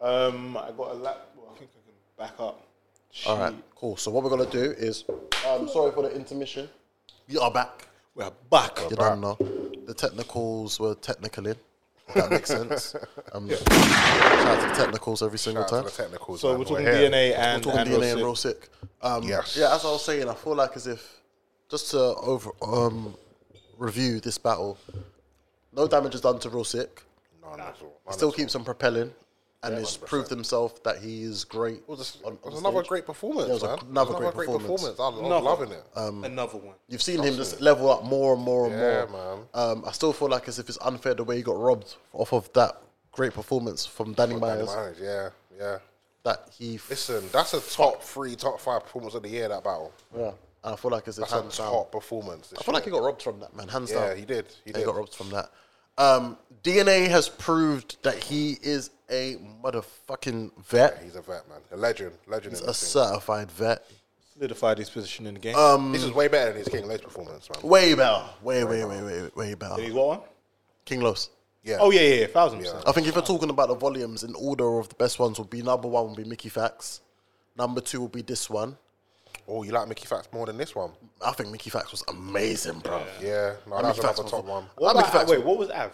Speaker 3: Um, I got a lap. Well, I think I can back up.
Speaker 1: All right, cool. So what we're gonna do is, um, sorry for the intermission. You are back.
Speaker 3: We're back.
Speaker 1: You don't know. The technicals were technical in. If That makes sense. Um, Shout out to the technicals every single
Speaker 2: Shout out
Speaker 1: time.
Speaker 2: to the technicals,
Speaker 3: So
Speaker 2: man,
Speaker 3: we're talking
Speaker 2: here.
Speaker 3: DNA and
Speaker 1: Talking
Speaker 3: and
Speaker 1: DNA and
Speaker 3: Rossick.
Speaker 1: real sick. Um,
Speaker 2: Yes.
Speaker 1: Yeah, as I was saying, I feel like as if just to over um, review this battle, no damage is done to real sick.
Speaker 2: No, no, it's all- no,
Speaker 1: Still
Speaker 2: no,
Speaker 1: keeps him propelling, and has proved himself that he is great.
Speaker 2: It was, a,
Speaker 1: on-
Speaker 2: it
Speaker 1: on
Speaker 2: was another
Speaker 1: stage.
Speaker 2: great performance,
Speaker 1: Yeah, it was a-
Speaker 2: man.
Speaker 1: another great performance. Uh,
Speaker 2: I was- I was loving it.
Speaker 3: Another one.
Speaker 1: You've seen him just level up more and more and
Speaker 2: Yeah,
Speaker 1: more.
Speaker 2: man.
Speaker 1: Um, I still feel like as if it's unfair the way he got robbed off of that great performance from Danny
Speaker 2: Danny
Speaker 1: Myers.
Speaker 2: Myers, yeah, yeah.
Speaker 1: That he, f-
Speaker 2: Listen, that's a top three, top five performance of the year. That battle.
Speaker 1: yeah. And I feel like it's a
Speaker 2: That's a
Speaker 1: hands down.
Speaker 2: top performance. this
Speaker 1: I feel like he
Speaker 2: year.
Speaker 1: got robbed from that man, hands
Speaker 2: Yeah,
Speaker 1: down.
Speaker 2: he did. He did.
Speaker 1: got robbed from that. Um, DNA has proved that he is a motherfucking vet,
Speaker 2: He's a vet, man. A legend. Legend. in
Speaker 1: a
Speaker 2: this thing.
Speaker 1: certified vet.
Speaker 3: solidified his position in the game.
Speaker 2: This is way better than his King Lowe's performance, man.
Speaker 1: Way better. Way, way, way, way, way better.
Speaker 3: He's what one?
Speaker 1: King Los.
Speaker 2: Yeah.
Speaker 3: Oh yeah, yeah, yeah, thousand percent.
Speaker 1: I think if you're talking about the volumes in order of the best ones, will be number one will be Mickey Fax, number two will be this one.
Speaker 2: Oh, you like Mickey Facts more than this one?
Speaker 1: I think Mickey Fax was amazing, bro.
Speaker 2: Yeah. No, that was
Speaker 1: Mickey Fax
Speaker 2: another
Speaker 1: was-
Speaker 2: top one.
Speaker 1: I
Speaker 3: What
Speaker 1: like
Speaker 3: about,
Speaker 1: Facts.
Speaker 3: wait, what was Av?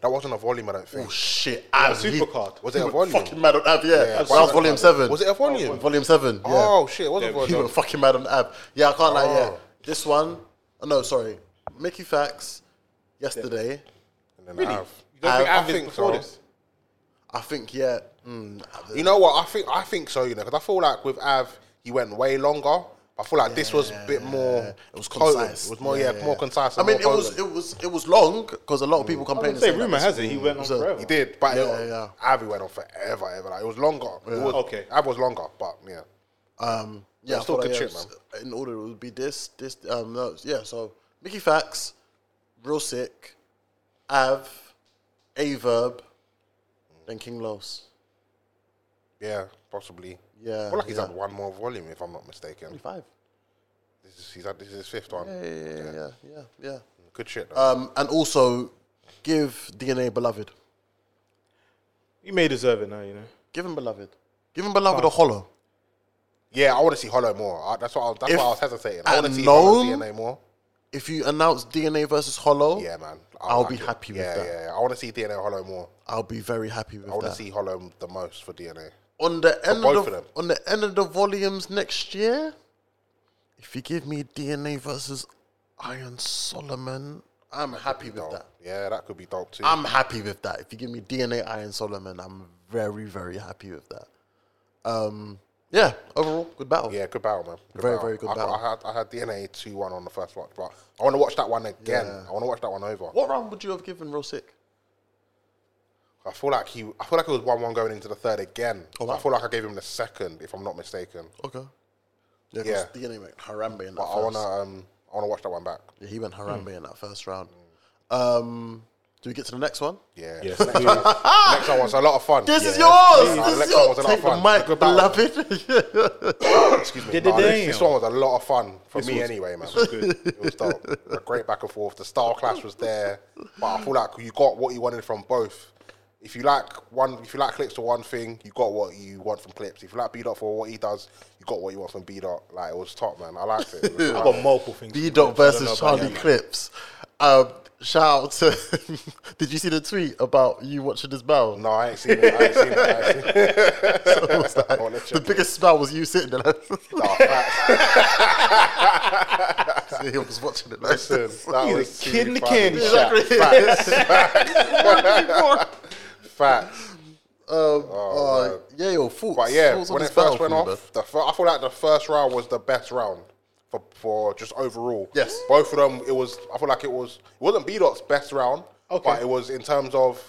Speaker 2: That wasn't a volume, I don't think.
Speaker 1: Oh shit! Yeah,
Speaker 3: Supercard.
Speaker 2: Was it a volume?
Speaker 1: Fucking mad on Ab, yeah. that was volume seven.
Speaker 2: Was it a volume?
Speaker 1: Volume seven. Yeah.
Speaker 2: Oh shit, it wasn't a
Speaker 1: he
Speaker 2: volume.
Speaker 1: went fucking mad on Ab. Yeah, I can't lie. Yeah,
Speaker 2: Oh.
Speaker 1: this one. Oh, no, sorry, Mickey Fax. Yesterday,
Speaker 2: And then Av.
Speaker 3: You don't
Speaker 1: Av-
Speaker 3: think
Speaker 1: I
Speaker 3: Av is
Speaker 2: think
Speaker 3: before
Speaker 2: so.
Speaker 3: this?
Speaker 1: I think. Yeah. Mm,
Speaker 2: You know what? I think I think so. You know, because I feel like with Av, he went way longer. I feel like this was a bit more.
Speaker 1: It was
Speaker 2: potent.
Speaker 1: concise.
Speaker 2: It was more, yeah, more concise.
Speaker 1: I
Speaker 2: and
Speaker 1: mean, it
Speaker 2: more Mm.
Speaker 1: was
Speaker 2: potent.
Speaker 1: it was it was long because a lot of people
Speaker 3: I
Speaker 1: complained. and
Speaker 3: would say
Speaker 1: said that
Speaker 3: rumor
Speaker 1: this-
Speaker 3: has it he went on
Speaker 1: so-
Speaker 3: forever.
Speaker 2: He did, but
Speaker 1: Yeah,
Speaker 2: it,
Speaker 1: yeah.
Speaker 2: Av went on forever, ever. Like, it was longer. It was,
Speaker 3: Okay.
Speaker 2: Av was longer, but yeah.
Speaker 1: Um, yeah,
Speaker 2: It's still
Speaker 1: I thought,
Speaker 2: good
Speaker 1: yeah,
Speaker 2: shit,
Speaker 1: it was- In order, it would be this, this, um, no, it's- yeah. So Mickey Fax, Real Sick, Av, Averb, then King Los.
Speaker 2: Yeah, possibly.
Speaker 1: Yeah,
Speaker 2: I feel like he's
Speaker 1: yeah.
Speaker 2: had one more volume, if I'm not mistaken.
Speaker 1: Five.
Speaker 2: This is, he's had, this is his fifth one.
Speaker 1: Yeah, yeah, yeah, yeah, yeah.
Speaker 2: Good shit, though.
Speaker 1: Um, and also, give DNA Beloved.
Speaker 3: He may deserve it now, you know.
Speaker 1: Give him Beloved. Give him Beloved a hollow.
Speaker 2: yeah, I want to see Hollow more. I, that's what I, was- that's
Speaker 1: If
Speaker 2: what I was hesitating. I want to see Hollow
Speaker 1: unknown-
Speaker 2: DNA more.
Speaker 1: If you announce DNA versus Hollow,
Speaker 2: Yeah, man. I
Speaker 1: I'll
Speaker 2: like
Speaker 1: be
Speaker 2: it.
Speaker 1: happy with
Speaker 2: yeah,
Speaker 1: that.
Speaker 2: Yeah, yeah. I want to see DNA Hollow more.
Speaker 1: I'll be very happy with
Speaker 2: I want
Speaker 1: that.
Speaker 2: to see Hollow the most for DNA.
Speaker 1: on the end
Speaker 2: both
Speaker 1: of,
Speaker 2: of
Speaker 1: the,
Speaker 2: them.
Speaker 1: on the end of the volumes next year, if you give me DNA versus Iron Solomon, I'm happy with
Speaker 2: Dope.
Speaker 1: that. Um,
Speaker 2: Yeah, that could be dope too.
Speaker 1: I'm happy with that. If you give me DNA Iron Solomon, I'm very very happy with that. Um, yeah, overall good battle.
Speaker 2: yeah, good battle, man. Good
Speaker 1: Very,
Speaker 2: battle.
Speaker 1: very good
Speaker 2: I,
Speaker 1: battle.
Speaker 2: I had, I had DNA 2 1 on the first watch, but I want to watch that one again.
Speaker 1: Yeah.
Speaker 2: I want to watch that one over.
Speaker 1: What round would you have given Real Sick?
Speaker 2: I feel like he, I feel like it was one one going into the third again.
Speaker 1: Oh, wow.
Speaker 2: I feel like I gave him the second, if I'm not mistaken.
Speaker 1: Okay. Yeah, 'cause
Speaker 2: Yeah.
Speaker 1: DNA went Harambe in that
Speaker 2: But I
Speaker 1: first.
Speaker 2: wanna, Hmm. um, I wanna watch that one back.
Speaker 1: yeah, he went Harambe in that first round. Um, do we get to the next one?
Speaker 2: Yeah. Next, one, next one was a lot of fun.
Speaker 1: This is
Speaker 2: Yeah.
Speaker 1: yours.
Speaker 2: Uh,
Speaker 1: This is
Speaker 2: next one
Speaker 1: yours.
Speaker 2: was a lot
Speaker 1: Take
Speaker 2: of
Speaker 1: the
Speaker 2: fun.
Speaker 1: mic,
Speaker 2: Good battle.
Speaker 1: beloved.
Speaker 2: Excuse me. Nah, this, this one was a lot of fun for me anyway, man. It was dope. A great back and forth. The style clash was there, but I feel like you got what you wanted from both. If you like one, if you like clips to one thing, you got what you want from clips. If you like B dot for what he does, you got what you want from B dot. Like it was top, man. I liked it. it was
Speaker 3: I've
Speaker 2: top.
Speaker 3: got multiple things.
Speaker 1: B Dot versus Charlie Clips. Um, shout out to. did you see the tweet about you watching this battle?
Speaker 2: no, I ain't seen it. I ain't seen it. I ain't seen it.
Speaker 1: It was like,
Speaker 2: I wanna check
Speaker 1: the biggest smile was you sitting there. Like,
Speaker 2: Nah, facts.
Speaker 1: he was watching it. Like,
Speaker 2: Listen, that was too
Speaker 3: kid in the
Speaker 2: funny.
Speaker 3: candy shop.
Speaker 1: Exactly. Um,
Speaker 2: Facts.
Speaker 1: Uh, yeah, yo, thoughts.
Speaker 2: Oh, But yeah,
Speaker 1: thoughts on
Speaker 2: when
Speaker 1: this
Speaker 2: it
Speaker 1: battle
Speaker 2: first went
Speaker 1: for you,
Speaker 2: off,
Speaker 1: man?
Speaker 2: the fir- I feel like the first round was the best round for for just overall.
Speaker 1: Yes.
Speaker 2: both of them. It was. I feel like it was. It wasn't B Dot's best round, but it was in terms of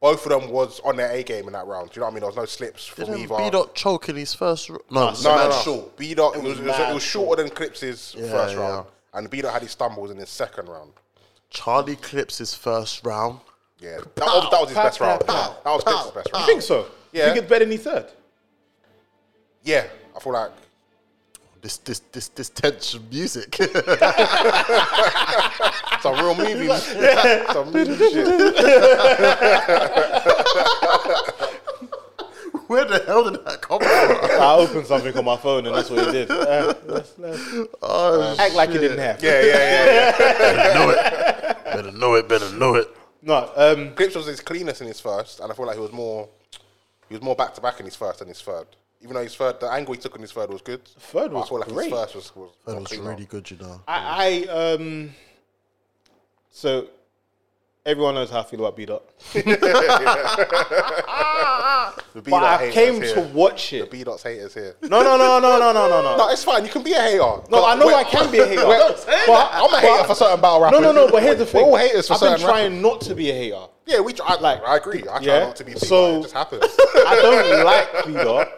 Speaker 2: both of them was on their A game in that round. Do you know what I mean? There was no slips from
Speaker 1: Didn't
Speaker 2: either.
Speaker 1: B Dot choke in his first. ro- No,
Speaker 2: no, no,
Speaker 1: mad
Speaker 2: no.
Speaker 1: short.
Speaker 2: B Dot. It was, it was, it
Speaker 3: mad
Speaker 2: was shorter than Clips's
Speaker 1: Yeah,
Speaker 2: first
Speaker 1: yeah.
Speaker 2: round, and B Dot had his stumbles in his second round.
Speaker 1: Charlie Clips' his first round.
Speaker 2: Yeah, that, was, that was his
Speaker 3: pow,
Speaker 2: best round.
Speaker 3: pow,
Speaker 2: Yeah, that was Clips's best
Speaker 3: I
Speaker 2: round.
Speaker 3: think so.
Speaker 2: Yeah.
Speaker 3: Think it's better than he third.
Speaker 2: Yeah, I feel like.
Speaker 1: This, this, this, this tension music.
Speaker 2: Some real movie. Some movie shit.
Speaker 1: Where the hell did that come from?
Speaker 3: I opened something on my phone and that's what he did. Uh, let's- let's
Speaker 1: Oh,
Speaker 3: act like it didn't happen.
Speaker 2: Yeah, yeah, yeah, yeah.
Speaker 1: better know it. Better know it.
Speaker 3: No, um,
Speaker 2: Clips was his cleanest in his first, and I feel like he was more he was more back to back in his first than his third. Even though his third, the angle he took in his third was good.
Speaker 3: Third
Speaker 2: but
Speaker 3: was
Speaker 2: I feel like
Speaker 3: great.
Speaker 2: his first was was,
Speaker 1: That
Speaker 2: was
Speaker 1: was
Speaker 2: cleaner.
Speaker 1: really good, you know.
Speaker 2: Oh,
Speaker 3: I, I um, so everyone knows how I feel about B dot,
Speaker 2: The
Speaker 3: but
Speaker 2: B-Dot
Speaker 3: I
Speaker 2: haters
Speaker 3: came
Speaker 2: here.
Speaker 3: to watch
Speaker 2: the
Speaker 3: it.
Speaker 2: B dot's haters here.
Speaker 3: No, no, no, no, no, no, no, no.
Speaker 2: No, it's fine. You can be a hater.
Speaker 3: No, I know
Speaker 2: Wait,
Speaker 3: I can be a hater.
Speaker 2: wait,
Speaker 3: but
Speaker 2: I'm a hater for certain battle
Speaker 3: No,
Speaker 2: rappers.
Speaker 3: no, no. But here's the
Speaker 2: We're
Speaker 3: thing.
Speaker 2: all haters for
Speaker 3: I've been
Speaker 2: certain
Speaker 3: trying
Speaker 2: rappers.
Speaker 3: not to be a hater.
Speaker 2: Yeah, we. I, like, I agree. I try
Speaker 3: yeah.
Speaker 2: not to be. So
Speaker 3: So-
Speaker 2: it just happens.
Speaker 3: I don't like B dot,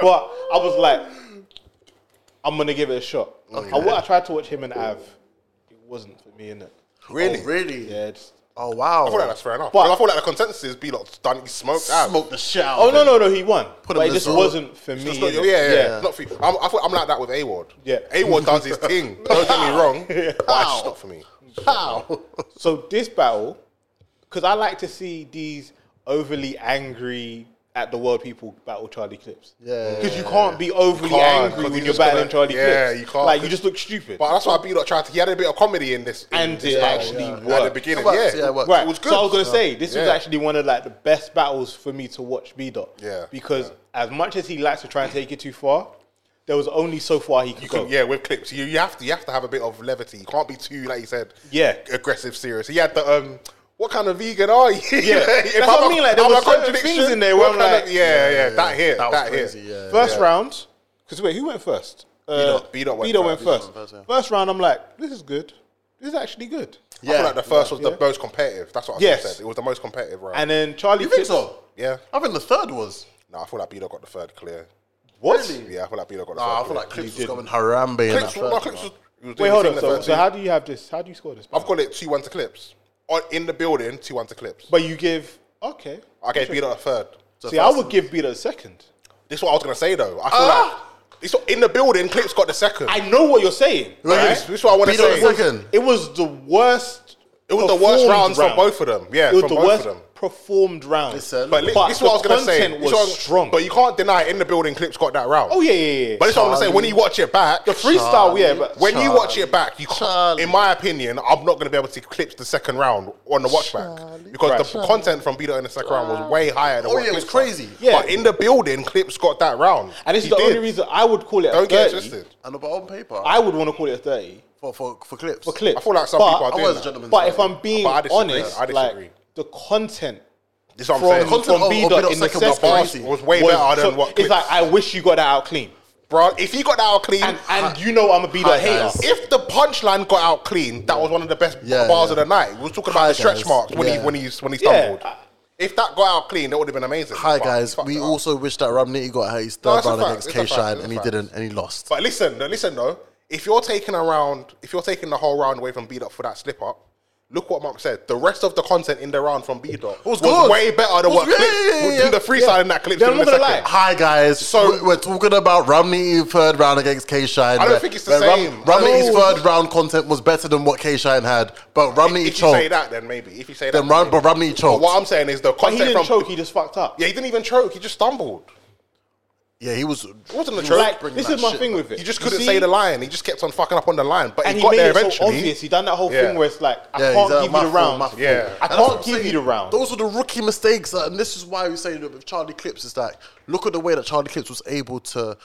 Speaker 3: but I was like, I'm gonna give it a shot. I, I tried to watch him and Av. It wasn't for me, innit?
Speaker 1: Oh, Really? really?
Speaker 3: Yeah, just,
Speaker 1: Oh
Speaker 2: I feel like
Speaker 1: wow.
Speaker 2: that's fair enough.
Speaker 3: But-
Speaker 2: But I feel like the consensus is B lot done. He smoked out.
Speaker 1: Smoke the shit out.
Speaker 3: Oh
Speaker 1: of
Speaker 3: no
Speaker 1: it.
Speaker 3: no no, he won.
Speaker 1: Put
Speaker 3: Put
Speaker 1: him
Speaker 3: but
Speaker 1: in
Speaker 3: it
Speaker 1: the
Speaker 3: just
Speaker 1: zone.
Speaker 3: wasn't for me.
Speaker 2: It's not- yeah,
Speaker 3: innit?
Speaker 2: yeah,
Speaker 3: yeah.
Speaker 2: Not for you. I'm, I feel, I'm like that with A Ward.
Speaker 3: Yeah.
Speaker 2: A Ward does his thing. Don't get me wrong. But it's just not for me.
Speaker 1: How?
Speaker 3: So this battle, because I like to see these overly angry at the world people battle Charlie Clips.
Speaker 1: Yeah,
Speaker 3: Because you can't be overly
Speaker 2: Can't, 'cause
Speaker 3: angry
Speaker 2: you
Speaker 3: when you're
Speaker 2: just
Speaker 3: battling
Speaker 2: gotta-
Speaker 3: Charlie
Speaker 2: yeah,
Speaker 3: Clips.
Speaker 2: you can't.
Speaker 3: Like you just look stupid.
Speaker 2: But that's why B lot tried to. He had a bit of comedy in this. in
Speaker 3: And
Speaker 2: this
Speaker 3: it
Speaker 2: battle.
Speaker 3: actually
Speaker 2: At the
Speaker 3: worked.
Speaker 2: beginning,
Speaker 1: It worked,
Speaker 2: yeah.
Speaker 1: yeah, it worked.
Speaker 3: Right.
Speaker 2: It was good.
Speaker 3: So I was gonna say this was
Speaker 2: Yeah.
Speaker 3: actually one of like the best battles for me to watch B Dot.
Speaker 2: Yeah.
Speaker 3: Because as much as he likes to try and take it too far, there was only so far he could
Speaker 2: You
Speaker 3: go.
Speaker 2: can, yeah, with clips, you, you have to you have to have a bit of levity. You can't be too, like you said,
Speaker 3: Yeah.
Speaker 2: aggressive, serious. He had the um, what kind of vegan are you?
Speaker 3: Yeah. That's
Speaker 2: If
Speaker 3: what I
Speaker 2: I'm a-
Speaker 3: mean, like, there
Speaker 2: I'm
Speaker 3: were
Speaker 2: a
Speaker 3: certain
Speaker 2: contradiction,
Speaker 3: things in there where
Speaker 2: what
Speaker 3: I'm
Speaker 2: kind
Speaker 3: like-
Speaker 2: of- yeah, yeah, that hit,
Speaker 1: That was
Speaker 2: that, hit.
Speaker 1: crazy, yeah.
Speaker 3: First round, because wait, who went first? Uh,
Speaker 2: B-Dot- B-Dot went
Speaker 3: went
Speaker 2: first.
Speaker 3: first.
Speaker 1: B-Dot went first,
Speaker 3: First round, I'm like, this is good. This is actually good.
Speaker 2: I feel like the first was
Speaker 3: Yeah.
Speaker 2: the most competitive. That's what I
Speaker 3: Yes.
Speaker 2: said. It was the most competitive round.
Speaker 3: And then Charlie.
Speaker 1: You think
Speaker 3: Clips-
Speaker 1: so?
Speaker 2: yeah,
Speaker 1: I think the third was.
Speaker 2: no, I feel like Beto got the third clear.
Speaker 3: What?
Speaker 2: Yeah, Ah, I feel like Beto got the
Speaker 1: Nah, I
Speaker 2: third.
Speaker 1: feel like
Speaker 2: clear.
Speaker 1: Clips was going Harambe. in that
Speaker 2: Clips, no,
Speaker 1: first
Speaker 2: clips was,
Speaker 1: round.
Speaker 2: he was doing
Speaker 3: Wait,
Speaker 2: the
Speaker 3: hold
Speaker 2: thing
Speaker 3: on.
Speaker 2: the
Speaker 3: So,
Speaker 2: first
Speaker 3: so
Speaker 2: two.
Speaker 3: how do you have this? How do you score this?
Speaker 2: I've got it two one to clips on in the building two one to clips.
Speaker 3: But you give okay.
Speaker 2: I gave Beto a third.
Speaker 3: See, I would give Beto a second.
Speaker 2: This is what I was gonna say though. I feel like it's in the building. Clips got the second.
Speaker 3: I know what you're saying.
Speaker 2: Like,
Speaker 3: right?
Speaker 2: this, this is what I want to
Speaker 1: Beat on
Speaker 2: say.
Speaker 1: the second.
Speaker 3: It was the worst.
Speaker 2: It was the worst
Speaker 3: performed
Speaker 2: rounds
Speaker 3: round.
Speaker 2: for both of them. Yeah,
Speaker 3: It was
Speaker 2: from
Speaker 3: the
Speaker 2: both
Speaker 3: worst
Speaker 2: of them.
Speaker 3: performed round.
Speaker 1: Listen,
Speaker 2: But, li- this is what I was
Speaker 3: the
Speaker 2: gonna say.
Speaker 3: content
Speaker 2: This is what I
Speaker 3: was
Speaker 2: was-
Speaker 3: strong.
Speaker 2: But you can't deny in the building. Clips got that round.
Speaker 3: oh yeah, yeah, yeah.
Speaker 2: But this is what I'm gonna say. When you watch it back,
Speaker 3: the freestyle, yeah, but
Speaker 2: When you watch it back, you can't,
Speaker 1: Charlie.
Speaker 2: in my opinion, I'm not going to be able to eclipse the second round on the watch back because the content from Beto in the second round was way higher. Than
Speaker 1: Oh,
Speaker 2: what
Speaker 1: yeah, it was
Speaker 2: Clips
Speaker 1: crazy.
Speaker 2: got.
Speaker 3: Yeah.
Speaker 2: but in the building, Clips got that round,
Speaker 3: and this
Speaker 2: He
Speaker 3: is the
Speaker 2: did.
Speaker 3: only reason I would call it.
Speaker 2: Don't
Speaker 3: a
Speaker 2: get
Speaker 3: 30.
Speaker 2: twisted.
Speaker 1: And but on paper,
Speaker 3: I would want to call it a thirty
Speaker 1: for, for for Clips.
Speaker 3: for clip.
Speaker 2: I feel like some
Speaker 3: but,
Speaker 2: people are
Speaker 1: I
Speaker 2: doing
Speaker 1: was a
Speaker 2: that.
Speaker 1: gentleman.
Speaker 3: But if I'm being
Speaker 2: But I disagree.
Speaker 3: honest,
Speaker 2: I disagree.
Speaker 3: like the content
Speaker 2: This is what I'm
Speaker 3: from,
Speaker 2: saying.
Speaker 1: content
Speaker 3: from
Speaker 1: of- of
Speaker 3: B
Speaker 1: B-Dot
Speaker 3: dot in the
Speaker 1: second was
Speaker 3: second round
Speaker 1: crazy.
Speaker 2: was way better than
Speaker 3: so
Speaker 2: what
Speaker 3: It's
Speaker 2: Clips.
Speaker 3: like I wish you got that out clean,
Speaker 2: bro. If he got that out clean,
Speaker 3: and and you know I'm a B dot hater.
Speaker 1: guys.
Speaker 2: if the punchline got out clean, that was one of the best
Speaker 1: Yeah,
Speaker 2: bars
Speaker 1: yeah.
Speaker 2: of the night. We were talking about the stretch
Speaker 1: guys.
Speaker 2: marks when
Speaker 1: Yeah.
Speaker 2: he when he's when he
Speaker 3: Yeah.
Speaker 2: stumbled. If that got out clean, that would have been amazing.
Speaker 1: Hi
Speaker 2: But
Speaker 1: guys,
Speaker 2: fuck
Speaker 1: we
Speaker 2: that.
Speaker 1: also wish that Ramniti got his
Speaker 2: No,
Speaker 1: third
Speaker 2: it's a
Speaker 1: round
Speaker 2: fact,
Speaker 1: against
Speaker 2: it's
Speaker 1: K
Speaker 2: a fact,
Speaker 1: Shine
Speaker 2: it's a
Speaker 1: and he
Speaker 2: fact.
Speaker 1: didn't and he lost.
Speaker 2: But listen, no, listen though. If you're taking around, if you're taking the whole round away from B dot for that slip up, look what Mark said. The rest of the content in the round from B dot was,
Speaker 1: good.
Speaker 2: way better than
Speaker 1: Was-
Speaker 2: what
Speaker 1: yeah,
Speaker 2: clips
Speaker 1: yeah, yeah, yeah.
Speaker 2: the freestyle in that clip.
Speaker 3: Then I'm
Speaker 2: in the
Speaker 3: not gonna
Speaker 2: second.
Speaker 3: lie.
Speaker 1: Hi guys, so we're, we're talking about Ramniti third round against K Shine.
Speaker 2: I don't think it's the same.
Speaker 1: Ramniti's
Speaker 2: No.
Speaker 1: third round content was better than what K Shine had, but Ramniti
Speaker 2: If you say
Speaker 1: choked.
Speaker 2: that, then maybe. If you say
Speaker 1: Then
Speaker 2: that,
Speaker 1: Ram, but Ramniti
Speaker 2: But
Speaker 1: choked.
Speaker 2: what I'm saying is the
Speaker 3: But he
Speaker 2: content
Speaker 3: didn't
Speaker 2: from
Speaker 3: choke. He just fucked up.
Speaker 2: yeah, he didn't even choke. He just stumbled.
Speaker 1: yeah, he was.
Speaker 2: It wasn't a choke.
Speaker 3: Like,
Speaker 1: bringing
Speaker 3: this
Speaker 1: that
Speaker 3: is my
Speaker 1: shit
Speaker 3: thing
Speaker 1: back.
Speaker 3: with it.
Speaker 2: He just
Speaker 3: You
Speaker 2: couldn't
Speaker 3: see?
Speaker 2: say the line. He just kept on fucking up on the line, but
Speaker 3: and
Speaker 2: he
Speaker 3: he
Speaker 2: got
Speaker 3: made
Speaker 2: there
Speaker 3: it so
Speaker 2: eventually.
Speaker 3: obvious. He done that whole
Speaker 2: Yeah.
Speaker 3: thing where it's like, I
Speaker 1: Yeah, he's
Speaker 3: can't
Speaker 1: a
Speaker 3: give you the
Speaker 1: mouthful,
Speaker 3: round.
Speaker 1: mouthful.
Speaker 2: Yeah.
Speaker 3: I
Speaker 1: And that's what
Speaker 3: can't
Speaker 1: I'm
Speaker 3: give you
Speaker 1: saying.
Speaker 3: the round.
Speaker 1: Those are the rookie mistakes, uh, and this is why we say that with Charlie Clips is like, look at the way that Charlie Clips was able to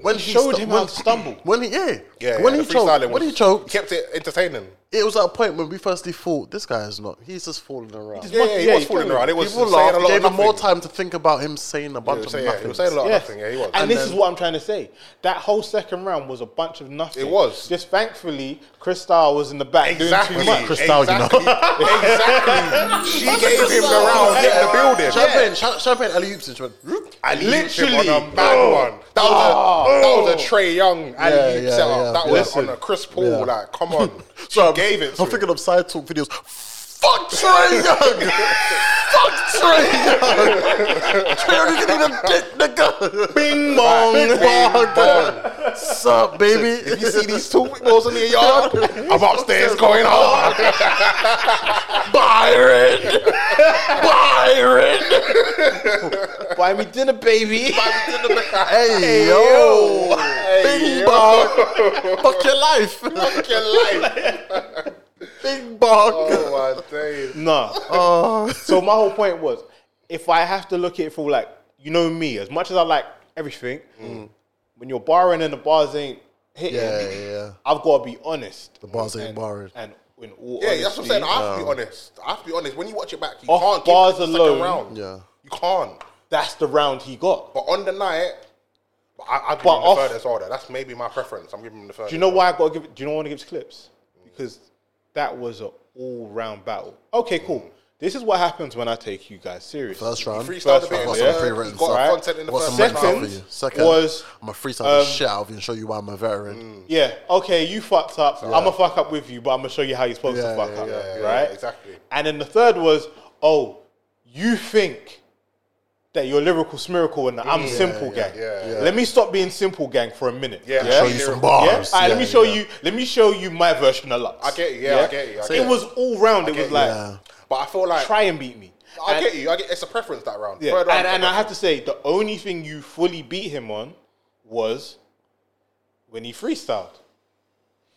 Speaker 1: when he,
Speaker 3: showed
Speaker 1: stu-
Speaker 3: him
Speaker 1: when,
Speaker 3: how to stumble.
Speaker 1: When he yeah,
Speaker 2: Yeah,
Speaker 1: when
Speaker 2: yeah,
Speaker 1: he
Speaker 2: the freestyling
Speaker 1: choked,
Speaker 2: was-
Speaker 1: when he choked,
Speaker 2: kept it entertaining.
Speaker 1: it was at a point when we firstly thought this guy is not. He's just falling around.
Speaker 2: Yeah, yeah, he
Speaker 3: yeah,
Speaker 2: was
Speaker 3: he
Speaker 2: fooling
Speaker 3: couldn't.
Speaker 2: around. It was
Speaker 1: People
Speaker 2: saying
Speaker 1: laughed.
Speaker 2: a lot
Speaker 1: Gave
Speaker 2: of
Speaker 1: him more
Speaker 2: nothing.
Speaker 1: time to think about him saying a
Speaker 2: He
Speaker 1: bunch
Speaker 2: was
Speaker 1: of
Speaker 2: saying-
Speaker 1: nothing.
Speaker 2: he was saying a lot of
Speaker 3: Yes.
Speaker 2: nothing. Yeah, he was.
Speaker 3: And, this
Speaker 1: then-
Speaker 3: is what I'm trying to say. That whole second round was a bunch of nothing.
Speaker 2: It was.
Speaker 3: Just thankfully, Kristal was in the back
Speaker 2: Exactly.
Speaker 3: doing too much.
Speaker 1: Cristal, you know.
Speaker 2: exactly. exactly. She gave him the round in the building.
Speaker 1: Champagne, cha- champagne, alley oops, and she went. "Roop."
Speaker 2: I
Speaker 3: Literally.
Speaker 2: literally on a bad one. That was, a, that was a Trey Young alley oop
Speaker 1: Oh. yeah,
Speaker 2: setup.
Speaker 1: yeah.
Speaker 2: that was
Speaker 1: Listen.
Speaker 2: on a Chris Paul.
Speaker 1: Yeah.
Speaker 2: Like, come on. She
Speaker 1: So I'm-
Speaker 2: gave it. To
Speaker 1: I'm
Speaker 2: him.
Speaker 1: thinking of side talk videos. Fuck Trey Young. Fuck Trey Young. Trey Young is getting a dick, nigga. Bing bong. Bing bong. Sup, baby.
Speaker 2: If you see these two balls in the yard, I'm upstairs going hard.
Speaker 1: Byron. Byron.
Speaker 3: Buy me dinner, baby.
Speaker 1: Hey yo. Bing bong. Fuck your life.
Speaker 2: Fuck your life.
Speaker 1: Bing bong. Uh,
Speaker 2: Oh my days.
Speaker 3: Nah.
Speaker 2: Oh.
Speaker 1: Oh.
Speaker 3: so my whole point was, if I have to look at it for like, you know me, as much as I like everything,
Speaker 2: Mm.
Speaker 3: when you're barring and the bars ain't hitting,
Speaker 1: Yeah, yeah, yeah.
Speaker 3: I've got to be honest. The
Speaker 1: bars ain't barring.
Speaker 3: And in all
Speaker 2: Yeah, that's what I'm saying. I
Speaker 3: honesty,
Speaker 2: have to be honest. I have to be honest. When you watch it back, you
Speaker 3: Off
Speaker 2: can't
Speaker 3: bars
Speaker 2: keep it the
Speaker 3: alone.
Speaker 2: second round.
Speaker 1: Yeah.
Speaker 2: You can't.
Speaker 3: that's the round he got.
Speaker 2: But on the night, I, I'd give
Speaker 3: But
Speaker 2: him
Speaker 3: off-
Speaker 2: the furthest order. That's maybe my preference. I'm giving him the furthest.
Speaker 3: Do you know why I got to give? it- Do you know why I want to give it to clips? Because that was an all-round battle. Okay, cool. This is what happens when I take you guys serious.
Speaker 1: First round.
Speaker 2: Freestyle
Speaker 3: First
Speaker 2: debate.
Speaker 3: round,
Speaker 1: What's
Speaker 3: yeah.
Speaker 1: some pre-written
Speaker 2: Got
Speaker 1: stuff?
Speaker 2: content in the
Speaker 1: What's
Speaker 2: first
Speaker 1: some written
Speaker 2: round.
Speaker 1: stuff for you?
Speaker 3: Second
Speaker 1: Second
Speaker 3: was, um,
Speaker 1: I'm a freestyle the shit out of you and show you why I'm a veteran.
Speaker 3: Yeah, okay, you fucked up. I'm gonna fuck up with you, but I'm gonna show you how you're supposed
Speaker 1: Yeah,
Speaker 3: to fuck
Speaker 1: yeah,
Speaker 3: up,
Speaker 2: yeah, yeah,
Speaker 3: right?
Speaker 2: exactly.
Speaker 3: And then the third was, oh, you think that you're lyrical smiracle and that I'm simple gang.
Speaker 2: yeah, yeah.
Speaker 3: Let me stop being simple gang for a minute.
Speaker 2: Yeah.
Speaker 1: Show you some bars.
Speaker 3: Mm. Yeah? Alright, let
Speaker 1: Yeah,
Speaker 3: me show
Speaker 1: yeah.
Speaker 3: you. Let me show you my version of Lux.
Speaker 2: I get you, yeah, I get you, I get
Speaker 3: it
Speaker 2: you.
Speaker 3: was all round. It was
Speaker 2: you.
Speaker 3: like
Speaker 1: Yeah.
Speaker 2: But I feel like
Speaker 3: try and beat me.
Speaker 2: I
Speaker 3: And-
Speaker 2: get you. I get it's a preference that round.
Speaker 3: yeah,
Speaker 2: Third round,
Speaker 3: and, and I have to say, the only thing you fully beat him on was when he freestyled.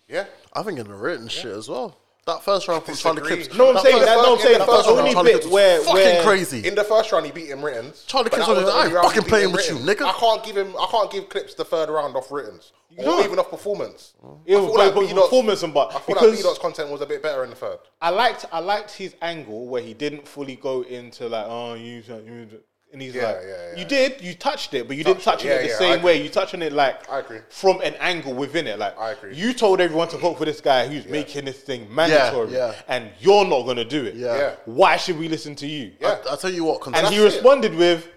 Speaker 2: yeah.
Speaker 1: I think in the written shit as well. That first round from Charlie
Speaker 2: disagree.
Speaker 1: Cribs.
Speaker 3: No, I'm
Speaker 1: that
Speaker 3: saying
Speaker 1: first
Speaker 3: that. No, I'm
Speaker 1: round-
Speaker 3: saying
Speaker 1: that
Speaker 3: the
Speaker 1: first round
Speaker 3: only
Speaker 1: from Charlie
Speaker 3: bit
Speaker 1: Cribs
Speaker 3: where
Speaker 1: was fucking
Speaker 3: where-
Speaker 1: crazy.
Speaker 2: In the first round, he beat him written.
Speaker 1: Charlie
Speaker 2: but
Speaker 1: Clips
Speaker 2: that
Speaker 1: was
Speaker 2: the
Speaker 1: like, "I
Speaker 2: only
Speaker 1: ain't
Speaker 2: round he
Speaker 1: fucking
Speaker 2: beat
Speaker 1: playing
Speaker 2: him
Speaker 1: with you,
Speaker 2: written."
Speaker 1: nigga.
Speaker 2: I can't give him. I can't give clips the third round off written, or
Speaker 3: can't.
Speaker 2: even off performance.
Speaker 3: It was
Speaker 2: I feel
Speaker 3: but, but
Speaker 2: B-Dot's-
Speaker 3: performance and but
Speaker 2: I feel like
Speaker 3: because
Speaker 2: B-Dot's content was a bit better in the third.
Speaker 3: I liked I liked his angle where he didn't fully go into like oh you you- and he's
Speaker 2: Yeah,
Speaker 3: like
Speaker 2: yeah, yeah.
Speaker 3: you did you touched it but you didn't
Speaker 2: Touched
Speaker 3: touch
Speaker 2: it.
Speaker 3: it,
Speaker 2: Yeah,
Speaker 3: the
Speaker 2: yeah, I
Speaker 3: same
Speaker 2: agree.
Speaker 3: way you touch on it like
Speaker 2: I agree.
Speaker 3: from an angle within it like
Speaker 2: I agree.
Speaker 3: you told everyone to vote for this guy who's making this thing mandatory
Speaker 1: yeah.
Speaker 3: and you're not gonna do it
Speaker 1: Yeah.
Speaker 2: Yeah.
Speaker 3: why should we listen to you
Speaker 2: Yeah.
Speaker 1: I, I tell you what,
Speaker 3: and
Speaker 1: contest-
Speaker 3: he
Speaker 2: that's it.
Speaker 3: responded with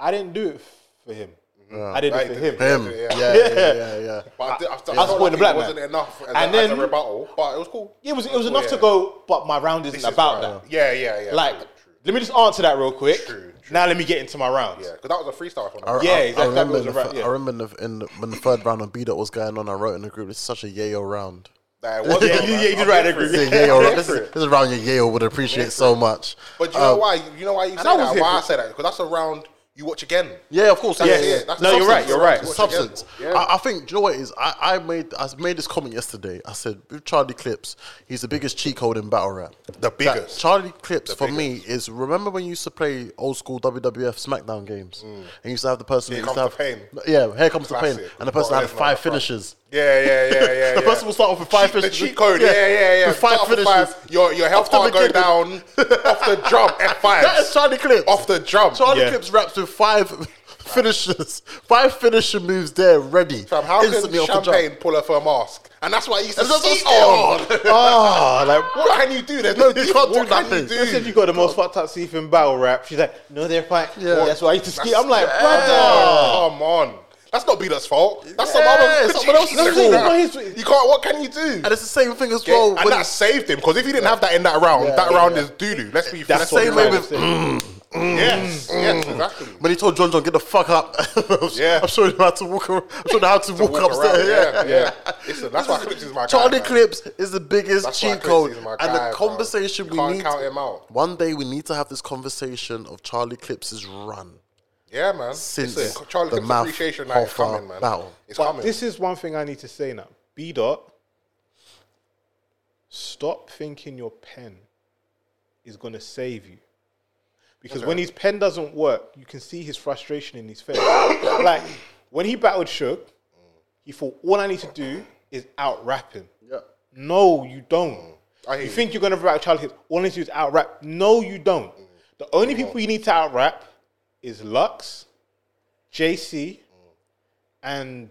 Speaker 3: I didn't do it for him I did
Speaker 2: Right,
Speaker 3: it for
Speaker 1: him.
Speaker 3: him
Speaker 2: Yeah.
Speaker 1: Yeah, yeah, yeah, yeah. yeah.
Speaker 2: But I, did, I, I, felt
Speaker 3: That's
Speaker 2: like
Speaker 3: what the black
Speaker 2: it wasn't
Speaker 3: man.
Speaker 2: enough as,
Speaker 3: And
Speaker 2: a, as a
Speaker 3: then-
Speaker 2: rebuttal, but it was cool.
Speaker 3: it was it was
Speaker 2: cool,
Speaker 3: enough to
Speaker 2: Oh, yeah.
Speaker 3: go but my round isn't
Speaker 2: This is
Speaker 3: about
Speaker 2: right.
Speaker 3: that
Speaker 2: Yeah, yeah, yeah.
Speaker 3: Like,
Speaker 2: true, true.
Speaker 3: let me just answer that real quick.
Speaker 2: True, true.
Speaker 3: Now let me get into my rounds.
Speaker 2: yeah, because that was a freestyle. From
Speaker 1: I,
Speaker 3: Yeah,
Speaker 1: I,
Speaker 3: exactly.
Speaker 1: I remember, in
Speaker 3: That
Speaker 1: the,
Speaker 3: was a
Speaker 1: fir-
Speaker 3: ra- yeah.
Speaker 1: I remember in the, in the, when the third round on B dot was going on, I wrote in the group, this is such a yayo round.
Speaker 2: Nah, it was
Speaker 1: Yeah,
Speaker 2: though,
Speaker 1: you-
Speaker 2: man.
Speaker 3: yeah, you did
Speaker 2: I'm
Speaker 3: right,
Speaker 2: here
Speaker 3: I
Speaker 2: for
Speaker 3: agree.
Speaker 2: it.
Speaker 1: This is a
Speaker 2: I'm
Speaker 1: yayo
Speaker 2: here
Speaker 1: round. This
Speaker 2: for
Speaker 1: is,
Speaker 2: it.
Speaker 1: this is a round your yayo would appreciate so much.
Speaker 2: But you know
Speaker 1: Um,
Speaker 2: why? You know why you say
Speaker 3: I was
Speaker 2: that?
Speaker 3: here
Speaker 2: Why I
Speaker 3: for
Speaker 2: say that? Because that's a round you watch again.
Speaker 1: Yeah, of course.
Speaker 2: That's
Speaker 1: yeah,
Speaker 2: it.
Speaker 1: yeah.
Speaker 2: That's
Speaker 3: No, you're right, you're right.
Speaker 2: Watch
Speaker 1: It's
Speaker 2: again.
Speaker 1: substance.
Speaker 2: Yeah.
Speaker 1: I, I think. Do you know what it is? I, I made I made this comment yesterday. I said with Charlie Clips, he's the biggest cheat code in battle rap.
Speaker 2: The
Speaker 1: That
Speaker 2: biggest.
Speaker 1: Charlie Clips for me is remember when you used to play old school WWF SmackDown games and you used to have the person
Speaker 2: Mm. Here
Speaker 1: who used
Speaker 2: comes
Speaker 1: to
Speaker 2: the
Speaker 1: have
Speaker 2: pain.
Speaker 1: yeah here comes the pain
Speaker 2: Classic.
Speaker 1: and the person
Speaker 2: Bro,
Speaker 1: had
Speaker 2: there's
Speaker 1: five
Speaker 2: no front.
Speaker 1: finishes.
Speaker 2: Yeah, yeah, yeah, yeah.
Speaker 1: The
Speaker 2: yeah.
Speaker 1: person will start off with five
Speaker 2: Cheat- the
Speaker 1: finishes.
Speaker 2: cheat code. Yeah, yeah, yeah.
Speaker 1: With five
Speaker 2: Start off with
Speaker 1: finishes.
Speaker 2: Your your health
Speaker 1: Off the
Speaker 2: bar go
Speaker 1: beginning.
Speaker 2: down off the jump. F
Speaker 1: That is
Speaker 2: five
Speaker 1: Charlie Clips.
Speaker 2: off the jump.
Speaker 1: Charlie
Speaker 3: Yeah.
Speaker 1: Clips raps with five finishers, five finisher moves there ready.
Speaker 2: Fam, how
Speaker 1: instantly
Speaker 2: can
Speaker 1: off the jump.
Speaker 2: champagne pull her for a mask? And that's what he used to
Speaker 1: And that's
Speaker 2: cheat
Speaker 1: what
Speaker 2: on.
Speaker 1: he cheated on. Ah, like,
Speaker 2: what can you do? There's
Speaker 1: No,
Speaker 2: no.
Speaker 1: you can't do
Speaker 2: what can
Speaker 1: nothing.
Speaker 2: you do?
Speaker 3: I said you got the most fucked up Seath in battle rap. She's like, no, they're fine.
Speaker 1: Yeah.
Speaker 3: That's why I used to
Speaker 2: That's-
Speaker 3: ski. I'm like,
Speaker 2: yeah,
Speaker 3: brother.
Speaker 2: Come on. That's not Beatles' fault. That's some
Speaker 1: Yeah,
Speaker 2: other
Speaker 1: someone else's
Speaker 2: Jesus
Speaker 1: fault.
Speaker 2: Christ. You can't. What can you do?
Speaker 1: and it's the same thing as
Speaker 2: Yeah,
Speaker 1: well.
Speaker 2: and
Speaker 1: when-
Speaker 2: that saved him because if he didn't have that in that round, that
Speaker 1: yeah,
Speaker 2: round is doo doo. Let's be let's
Speaker 3: That's what
Speaker 2: be
Speaker 1: same way
Speaker 2: real.
Speaker 3: I'm
Speaker 1: with-
Speaker 3: saying.
Speaker 2: Mm. yes,
Speaker 1: Mm.
Speaker 2: yes, exactly.
Speaker 1: when he told John John, get the fuck up. I'm,
Speaker 2: Yeah.
Speaker 1: I'm showing him how to walk. Around, I'm showing him how to, walk,
Speaker 2: Walk around,
Speaker 1: upstairs. Yeah.
Speaker 2: yeah, yeah. Listen, that's why Clips is my guy,
Speaker 1: Charlie
Speaker 2: man.
Speaker 1: Clips is the biggest
Speaker 2: That's why
Speaker 1: cheat
Speaker 2: Clips
Speaker 1: code,
Speaker 2: is my
Speaker 1: and
Speaker 2: guy,
Speaker 1: the
Speaker 2: bro.
Speaker 1: conversation
Speaker 2: You
Speaker 1: we
Speaker 2: can't
Speaker 1: need.
Speaker 2: count him out.
Speaker 1: One day we need to have this conversation of Charlie Clips's run.
Speaker 2: Yeah, man.
Speaker 1: Since
Speaker 2: Listen, Charlie
Speaker 1: the
Speaker 2: Clips
Speaker 1: mouth
Speaker 2: appreciation night is
Speaker 1: of, uh,
Speaker 2: coming, man.
Speaker 1: battle.
Speaker 2: It's
Speaker 3: But
Speaker 2: coming.
Speaker 3: this is one thing I need to say now. B dot, stop thinking your pen is going to save you. Because when his pen doesn't work, you can see his frustration in his face. like, when he battled Shook, he thought, all I need to do is out rap him. No, you don't.
Speaker 2: I hear
Speaker 3: you
Speaker 2: you.
Speaker 3: think you're going to rap Charlie Hits. All you need to do is out rap. No, you don't. The only people you need to out rap is Lux, JC, and